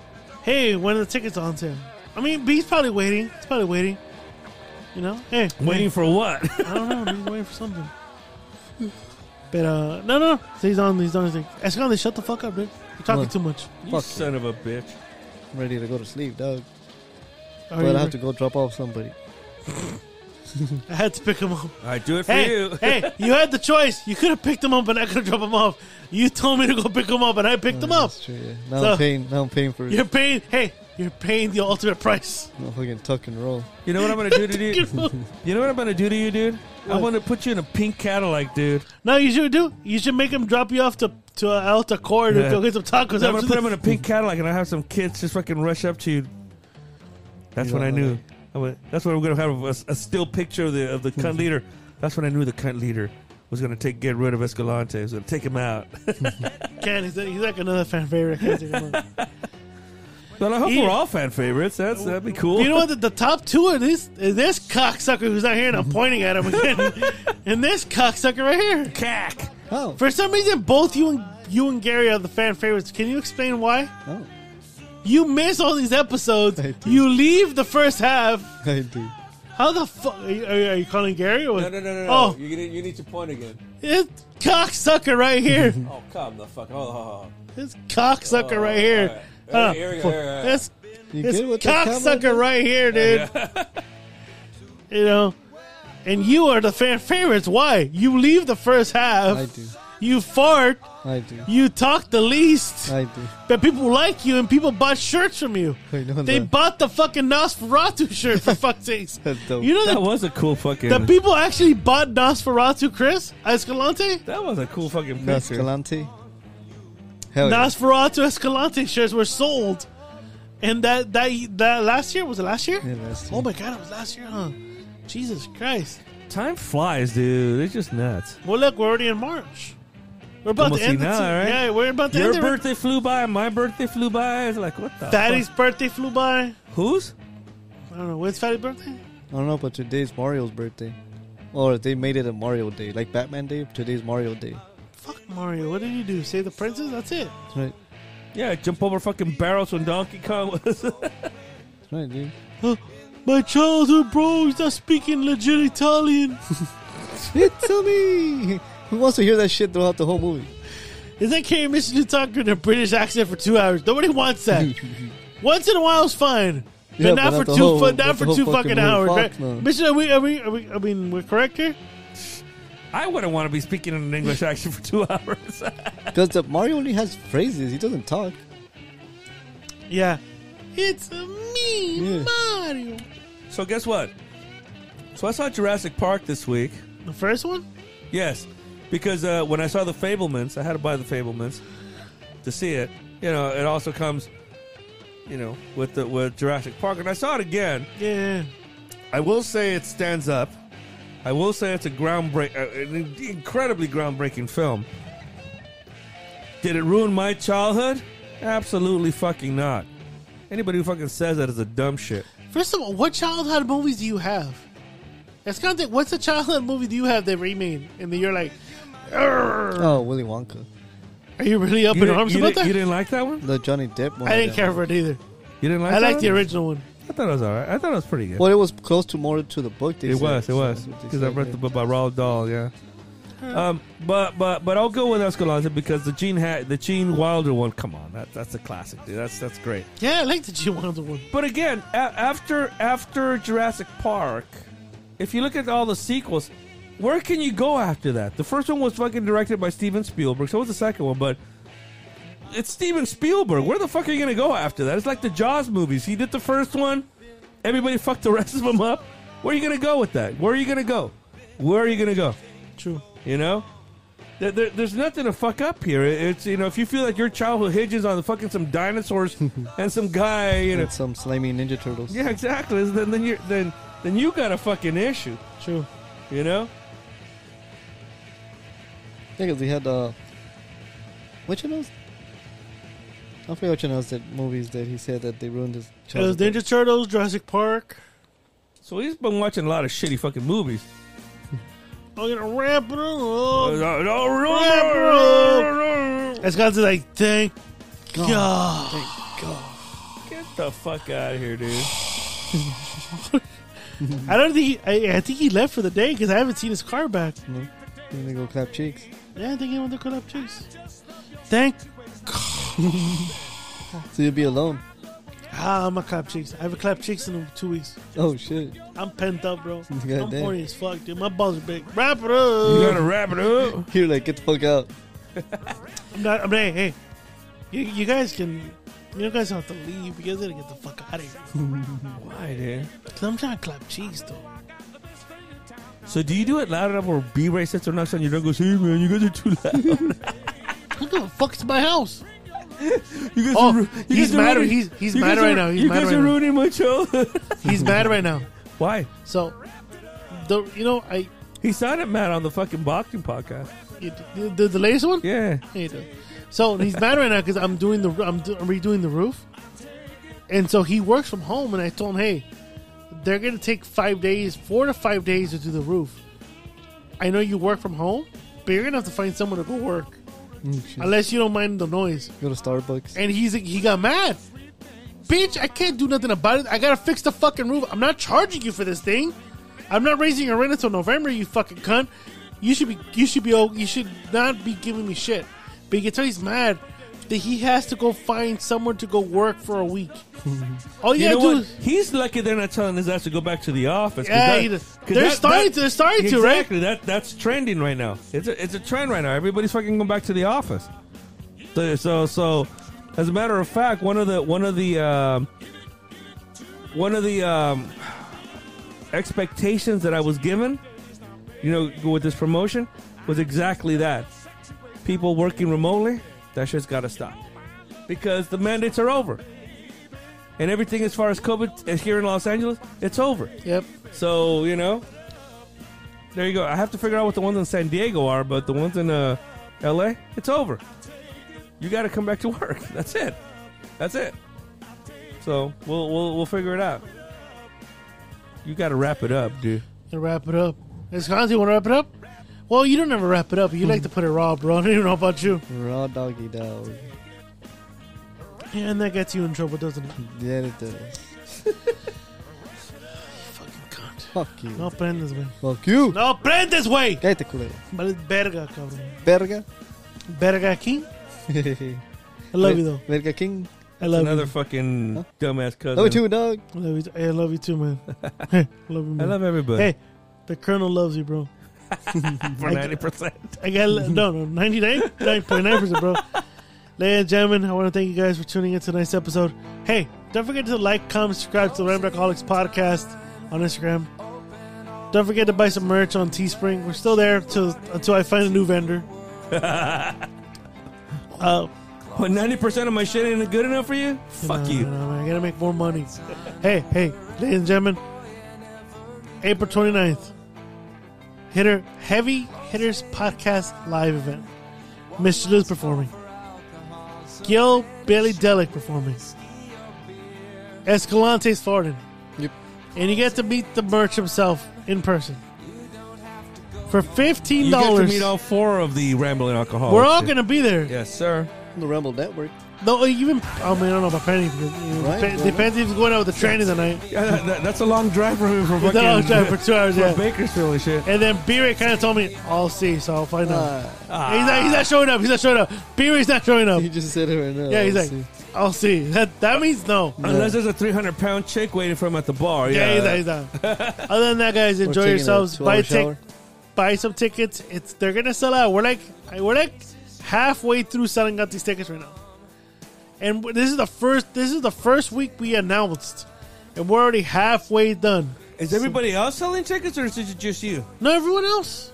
Speaker 1: hey, when are the tickets on sale? I mean, but he's probably waiting. He's probably waiting. You know? Hey,
Speaker 3: Waiting for what? [LAUGHS]
Speaker 1: I don't know. He's waiting for something. But, uh, no, no. So he's on. He's on his thing. Escalante, shut the fuck up, dude. You're talking
Speaker 2: What?
Speaker 1: too much.
Speaker 3: you
Speaker 2: Fuck.
Speaker 3: son of a bitch.
Speaker 2: I'm ready to go to sleep, dog.
Speaker 1: Are
Speaker 2: But
Speaker 1: you-
Speaker 2: I have to go drop off somebody.
Speaker 1: I had to pick him up.
Speaker 3: I do it for
Speaker 1: Hey,
Speaker 3: you.
Speaker 1: hey, you had the choice. You could have picked him up, but I could have dropped him off. You told me to go pick him up, and I picked him
Speaker 2: Oh,
Speaker 1: up.
Speaker 2: That's true. Yeah. Now
Speaker 1: So-
Speaker 2: I'm paying. Now I'm paying for
Speaker 1: You're
Speaker 2: it.
Speaker 1: paying. Hey, you're paying the ultimate price.
Speaker 2: No fucking tuck and roll.
Speaker 3: You know [LAUGHS] what I'm going to do
Speaker 1: [LAUGHS]
Speaker 3: to you? You know what I'm going to do to you, dude?
Speaker 1: What?
Speaker 3: I'm going to put you in a pink Cadillac, dude.
Speaker 1: no, you should do. You should make him drop you off to to uh, El Tacor to
Speaker 3: Yeah.
Speaker 1: go get some tacos.
Speaker 3: I'm gonna
Speaker 1: after
Speaker 3: put
Speaker 1: this.
Speaker 3: him in a pink Cadillac and I have some kids just fucking rush up to you. That's
Speaker 2: You
Speaker 3: when I
Speaker 2: don't know
Speaker 3: knew. I went, that's when we're gonna have a, a still picture of the of the cunt leader. That's when I knew the cunt leader was gonna take get rid of Escalante. Was gonna take him out.
Speaker 1: Ken, he's, he's like another fan favorite. Can't take him on.
Speaker 3: but I hope
Speaker 1: He-
Speaker 3: we're all fan favorites. That's that'd be cool.
Speaker 1: you know what? The, the top two of this is this cocksucker who's not here, and I'm pointing at him again, [LAUGHS] and this cocksucker right here.
Speaker 3: Cack.
Speaker 2: Oh,
Speaker 1: For some reason, both you and you and Gary are the fan favorites. Can you explain why?
Speaker 2: oh, [LAUGHS]
Speaker 1: You miss all these episodes.
Speaker 2: I do.
Speaker 1: You leave the first half.
Speaker 2: I do.
Speaker 1: How the fuck are, you- are you calling Gary? Or Oh,
Speaker 3: You, you need to point again.
Speaker 1: this cocksucker right here.
Speaker 3: Oh, come the fuck. Oh,
Speaker 1: this cocksucker right here. Uh, This,
Speaker 2: You
Speaker 1: this
Speaker 2: good with the camera?
Speaker 1: cocksucker right here,
Speaker 3: [LAUGHS]
Speaker 1: dude. you know, and you are the fan favorites. Why? You leave the first half.
Speaker 2: I do.
Speaker 1: You fart.
Speaker 2: I do.
Speaker 1: You talk the least.
Speaker 2: I do. [LAUGHS]
Speaker 1: But people like you and people bought shirts from you.
Speaker 2: I know
Speaker 1: They
Speaker 2: that.
Speaker 1: bought the fucking Nosferatu shirt for fuck's [LAUGHS] sakes.
Speaker 2: That's dope.
Speaker 1: You know
Speaker 3: That
Speaker 1: that
Speaker 3: was a cool fucking.
Speaker 1: the people actually bought Nosferatu, Chris Escalante.
Speaker 3: that was a cool fucking picture.
Speaker 2: Escalante. Hell Oh, yeah.
Speaker 1: Nosferatu Escalante shirts were sold, and that that that last year was it last year?
Speaker 2: Yeah, last
Speaker 1: Oh
Speaker 2: year.
Speaker 1: my god, it was last year, huh? Jesus Christ!
Speaker 3: Time flies, dude. It's just nuts.
Speaker 1: Well, look, we're already in March. We're about
Speaker 3: Almost
Speaker 1: to end
Speaker 3: see
Speaker 1: the
Speaker 3: now,
Speaker 1: se-
Speaker 3: right?
Speaker 1: Yeah, we're about to
Speaker 3: Your
Speaker 1: end
Speaker 3: birthday flew by. My birthday flew by. It's like what the
Speaker 1: it. Fatty's birthday flew by.
Speaker 3: fuck? Who's?
Speaker 1: I don't know. When's Fatty's birthday?
Speaker 2: I don't know, but today's Mario's birthday. Or they made it a Mario Day, like Batman Day. Today's Mario Day,
Speaker 1: Fuck Mario! What did you do? Save the princess? That's it.
Speaker 2: right?
Speaker 3: Yeah, jump over fucking barrels when Donkey Kong was. [LAUGHS]
Speaker 2: Right, dude.
Speaker 1: Uh, my childhood bro is not speaking legit Italian. [LAUGHS]
Speaker 2: it's me. [LAUGHS] Who wants to hear that shit throughout the whole movie?
Speaker 1: Is that Carrie Mission talking in a British accent for two hours? Nobody wants
Speaker 2: [LAUGHS]
Speaker 1: that. Once in a while is fine. But
Speaker 2: Yeah, but
Speaker 1: not
Speaker 2: not
Speaker 1: for
Speaker 2: the
Speaker 1: two
Speaker 2: whole-
Speaker 1: fu- not
Speaker 2: not
Speaker 1: for
Speaker 2: the whole
Speaker 1: two
Speaker 2: fucking
Speaker 1: fucking
Speaker 2: movie.
Speaker 1: hours.
Speaker 2: Fuck
Speaker 1: right?
Speaker 2: no.
Speaker 1: Mission, are we, are we are we I mean we're correct here?
Speaker 3: I wouldn't want to be speaking in an English accent for two [LAUGHS] hours.
Speaker 2: Because the Mario only has phrases. He doesn't talk.
Speaker 1: Yeah. It's a me
Speaker 2: Yeah.
Speaker 1: Mario.
Speaker 3: so guess what? So I saw Jurassic Park this week.
Speaker 1: The first one?
Speaker 3: Yes, because uh, when I saw the Fablemans, I had to buy the Fablemans to see it. You know, it also comes, you know, with the with Jurassic Park, and I saw it again.
Speaker 1: Yeah.
Speaker 3: I will say it stands up. I will say it's a groundbreak, uh, an in- incredibly groundbreaking film. Did it ruin my childhood? Absolutely fucking not. Anybody who fucking says that is a dumb shit.
Speaker 1: First of all, what childhood movies do you have? That's kind of thing. What's a childhood movie do you have that remade? And then you're like, "Arr."
Speaker 2: Oh, Willy Wonka,
Speaker 1: are you really up
Speaker 3: You
Speaker 1: in
Speaker 3: didn't,
Speaker 1: arms
Speaker 3: you
Speaker 1: about
Speaker 3: didn't-
Speaker 1: that?
Speaker 3: you didn't like that one?
Speaker 2: the Johnny Depp one.
Speaker 1: I didn't care for it either.
Speaker 3: You didn't like
Speaker 1: I
Speaker 3: that
Speaker 1: liked the
Speaker 3: one?
Speaker 1: original one.
Speaker 3: I thought it was alright. I thought it was pretty good.
Speaker 2: Well, it was close to more to the book. They
Speaker 3: It
Speaker 2: said,
Speaker 3: was, it
Speaker 2: so
Speaker 3: was.
Speaker 2: that's what they
Speaker 3: Because I
Speaker 2: said,
Speaker 3: read
Speaker 2: yeah.
Speaker 3: the book by Roald Dahl, yeah. Um, but but but I'll go with Escalante because the Gene ha- the Gene Wilder one. Come on, that that's a classic, dude. That's that's great.
Speaker 1: Yeah, I liked the G Wilder one.
Speaker 3: But again, a- after after Jurassic Park, if you look at all the sequels, where can you go after that? The first one was fucking directed by Steven Spielberg. So was the second one, but it's Steven Spielberg. Where the fuck are you gonna go after that? It's like the Jaws movies. He did the first one. Everybody fucked the rest of them up. Where are you gonna go with that? Where are you gonna go? Where are you gonna go?
Speaker 1: True.
Speaker 3: You know? There, there, there's nothing to fuck up here. It- It's you know, if you feel like your childhood hinges on fucking some dinosaurs and some guy, you know,
Speaker 2: And some slimy Ninja Turtles.
Speaker 3: [LAUGHS] yeah, exactly. Then then you then then you got a fucking issue,
Speaker 1: True.
Speaker 3: you know?
Speaker 2: Yeah, because we had uh, which one else? I forget which one else that movies that he said that they ruined his.
Speaker 1: It was
Speaker 2: childhood.
Speaker 1: Ninja Turtles, Jurassic Park.
Speaker 3: So he's been watching a lot of shitty fucking movies.
Speaker 1: I'm gonna wrap it up.
Speaker 3: "Oh, Get
Speaker 1: Escalante's like, thank God.
Speaker 3: the fuck out of here, dude.
Speaker 1: I don't think he, I, I think he left for the day because I haven't seen his car back.
Speaker 2: And they go clap cheeks.
Speaker 1: Yeah, I think he went to cut up chicks. Thank
Speaker 2: So you'll be alone.
Speaker 1: ah, I'm a clap cheeks. I haven't clapped cheeks in two weeks.
Speaker 2: Oh shit! [LAUGHS]
Speaker 1: I'm pent up, bro. I'm
Speaker 2: Goddamn.
Speaker 1: horny as fuck, dude. My balls are big. uh. Wrap it
Speaker 3: You
Speaker 1: up.
Speaker 3: gotta wrap it up.
Speaker 2: You're like, get the fuck out.
Speaker 1: I'm not, I'm hey, hey. You, you guys can, you guys don't have to leave. You guys gotta get the fuck out of here.
Speaker 3: Why, dude?
Speaker 1: Cause I'm trying to clap cheeks though.
Speaker 3: So do you do it loud enough where B Ray sits or knocks on your door and goes, Hey man, you guys are too loud. [LAUGHS]
Speaker 1: Who the fuck's my house?
Speaker 3: You guys
Speaker 1: Oh,
Speaker 3: are, ru- you
Speaker 1: he's
Speaker 3: guys are
Speaker 1: mad-
Speaker 3: ruining-
Speaker 1: he's- he's
Speaker 3: you
Speaker 1: mad
Speaker 3: guys
Speaker 1: right
Speaker 3: are-
Speaker 1: now. He's
Speaker 3: you
Speaker 1: mad
Speaker 3: guys
Speaker 1: right
Speaker 3: are
Speaker 1: now.
Speaker 3: ruining my childhood.
Speaker 1: He's mad right now.
Speaker 3: [LAUGHS] Why?
Speaker 1: So, the you know I
Speaker 3: He sounded mad on the fucking boxing podcast.
Speaker 1: the, the, the latest one.
Speaker 3: Yeah.
Speaker 1: Yeah, he does. So he's mad right now because I'm doing the I'm, do, I'm redoing the roof, and so he works from home. And I told him, hey, they're gonna take five days, four to five days to do the roof. I know you work from home, but you're gonna have to find someone to go work unless you don't mind the noise.
Speaker 2: Go to Starbucks.
Speaker 1: And he's he got mad. Bitch, I can't do nothing about it. I gotta fix the fucking roof. I'm not charging you for this thing. I'm not raising your rent until November. You fucking cunt. You should be you should be oh, you should not be giving me shit. But you can tell he's mad that he has to go find somewhere to go work for a
Speaker 3: [LAUGHS]
Speaker 1: week. All you,
Speaker 3: You know
Speaker 1: gotta do
Speaker 3: what?
Speaker 1: is
Speaker 3: He's lucky they're not telling his ass to go back to the office. 'cause
Speaker 1: Yeah,
Speaker 3: that-
Speaker 1: he does.
Speaker 3: 'cause
Speaker 1: They're starting to- they're starting to, right?
Speaker 3: Exactly. That that's trending right now. It's a, it's a trend right now. Everybody's fucking going back to the office. So so, so as a matter of fact, one of the one of the um, one of the um, expectations that I was given, you know, with this promotion, was exactly that. People working remotely, that shit's got to stop because the mandates are over. And everything as far as COVID is here in Los Angeles, it's over.
Speaker 1: Yep.
Speaker 3: So you know, there you go. I have to figure out what the ones in San Diego are, but the ones in uh, L.A. It's over. You got to come back to work. [LAUGHS] That's it. That's it. So we'll we'll we'll figure it out. You got to wrap it up, dude.
Speaker 1: to wrap it up. Wisconsin, you want to wrap it up? Well, you don't ever wrap it up. You like to put it raw, bro. I don't even know about you.
Speaker 2: Raw doggy dog.
Speaker 1: And that gets you in trouble, doesn't it?
Speaker 2: Yeah, it does.
Speaker 1: Fucking cunt.
Speaker 2: Fuck you.
Speaker 1: No prendes, güey.
Speaker 2: Fuck you.
Speaker 1: No prendes, güey.
Speaker 2: Cállate, culero.
Speaker 1: Vale, verga, cabrón.
Speaker 2: Verga. [LAUGHS]
Speaker 1: Verga aquí. I love you, though.
Speaker 2: Verga King.
Speaker 1: I love
Speaker 3: Another
Speaker 1: you.
Speaker 3: fucking dumbass cousin.
Speaker 2: Love you too, dog.
Speaker 1: I love you, too. Hey, I love you too,
Speaker 3: [LAUGHS]
Speaker 1: man. Hey, I love you, man.
Speaker 3: I love everybody.
Speaker 1: Hey, the Colonel loves you, bro.
Speaker 3: [LAUGHS] for ninety percent.
Speaker 1: I got no, no, ninety nine nine point nine percent, bro. Ladies and gentlemen, I want to thank you guys for tuning in to tonight's episode. Hey, don't forget to like, comment, subscribe to the Rambleholics podcast on Instagram. Don't forget to buy some merch on Teespring. We're still there till until I find a new
Speaker 3: [LAUGHS]
Speaker 1: vendor. uh,
Speaker 3: But ninety percent of my shit ain't good enough for you. Fuck
Speaker 1: no,
Speaker 3: you.
Speaker 1: no, no, man, I gotta make more money. hey, hey, ladies and gentlemen, April 29th, Hitter Heavy Hitters Podcast live event. Mr. Liz performing. Gil Bailey Delic performing. Escalante's farting.
Speaker 2: Yep.
Speaker 1: And you get to meet the merch himself in person. For $15,
Speaker 3: You get to meet all four of the rambling alcoholics.
Speaker 1: we're all gonna be there.
Speaker 3: Yes, sir. [LAUGHS]
Speaker 2: The Rumble Network.
Speaker 1: No, even oh man, I don't know about Penny. Because, you know,
Speaker 2: Right,
Speaker 1: dep-
Speaker 2: yeah.
Speaker 1: Depends if he's going out with the train in the night.
Speaker 3: Yeah, that, that- that's a long drive from here from
Speaker 1: It's
Speaker 3: fucking
Speaker 1: not on time for two hours.
Speaker 3: from
Speaker 1: Yeah.
Speaker 3: Bakersfield and shit.
Speaker 1: And then B-Ray kind of told me, I'll see, so I'll find out.
Speaker 2: Ah,
Speaker 1: he's, not, he's not showing up. He's not showing up. B-Ray's not showing
Speaker 2: [LAUGHS]
Speaker 1: up.
Speaker 2: he just said it right now.
Speaker 1: yeah, he's like,
Speaker 2: Let's see.
Speaker 1: I'll see. That that means no.
Speaker 3: Unless there's a 300 pound chick waiting for him at the bar.
Speaker 1: Yeah,
Speaker 3: Yeah,
Speaker 1: he's not. He's not. Other than that, guys,
Speaker 2: We're
Speaker 1: enjoy
Speaker 2: taking a
Speaker 1: yourselves.
Speaker 2: two-hour
Speaker 1: Buy tick,
Speaker 2: shower.
Speaker 1: buy some tickets. It's they're gonna sell out. We're like we're like halfway through selling out these tickets right now. And w- this is the first. This is the first week we announced, and we're already halfway done.
Speaker 3: Is everybody else selling tickets or is it just you?
Speaker 1: No, everyone else.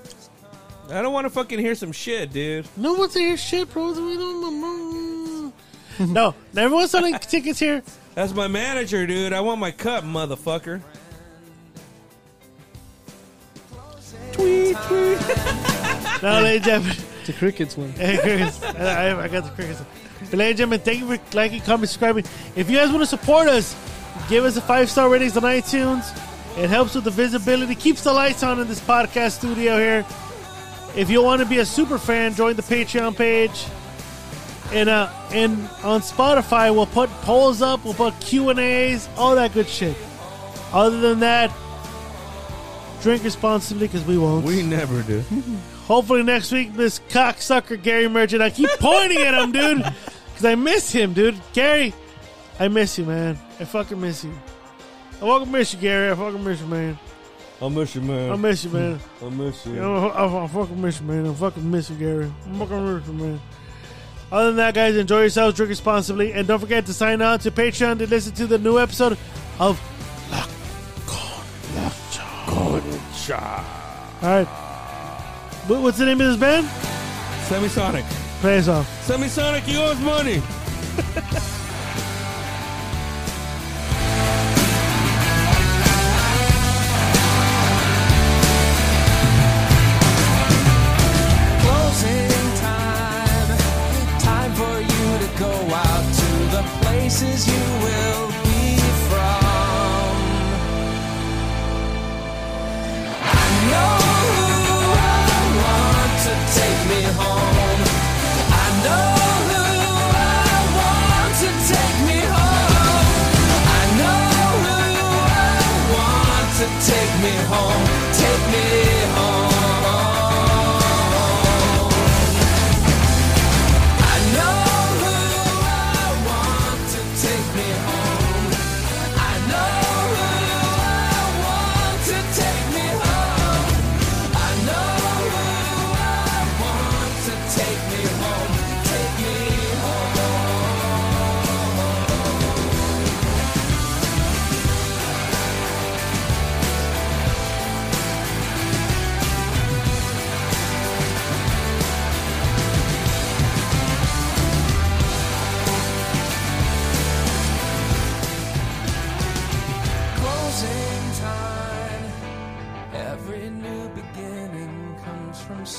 Speaker 3: I don't want to fucking hear some shit, dude.
Speaker 1: No one's here. Shit, bro. "Oh, [LAUGHS] No, everyone's selling tickets here.
Speaker 3: That's my manager, dude. I want my cup, motherfucker. Tweet, tweet.
Speaker 1: No, ladies and gentlemen.
Speaker 2: The crickets one.
Speaker 1: Hey, crickets. I, I- I got the crickets. But ladies and gentlemen, thank you for liking, comment, subscribing. If you guys want to support us, give us a five star ratings on iTunes. It helps with the visibility, keeps the lights on in this podcast studio here. If you want to be a super fan, join the Patreon page. And uh, and on Spotify, we'll put polls up, we'll put Q and A's, all that good shit. Other than that, drink responsibly because we won't.
Speaker 3: We never do.
Speaker 1: Hopefully next week, this cocksucker Gary Merchant. I keep pointing at him, dude, [LAUGHS] because I miss him, dude. Gary, I miss you, man. I fucking miss you. I fucking miss you, Gary. I fucking miss you, man.
Speaker 3: I miss you,
Speaker 1: I
Speaker 3: man.
Speaker 1: miss you, man.
Speaker 3: I miss
Speaker 1: I,
Speaker 3: you.
Speaker 1: I, I fucking miss you, man. I fucking miss you, Gary. I fucking miss you, man. Other than that, guys, enjoy yourselves, drink responsibly, and don't forget to sign on to Patreon to listen to the new episode of Lock All right. What- What's the name of this band?
Speaker 3: Semisonic.
Speaker 1: Play us off.
Speaker 3: Semisonic, you owe us money.
Speaker 9: closing time. Time for you to go out to the places you will be from. I know who I want to take me home. I know who I want to take me home. I know who I want to take me home. Take me home. I know who from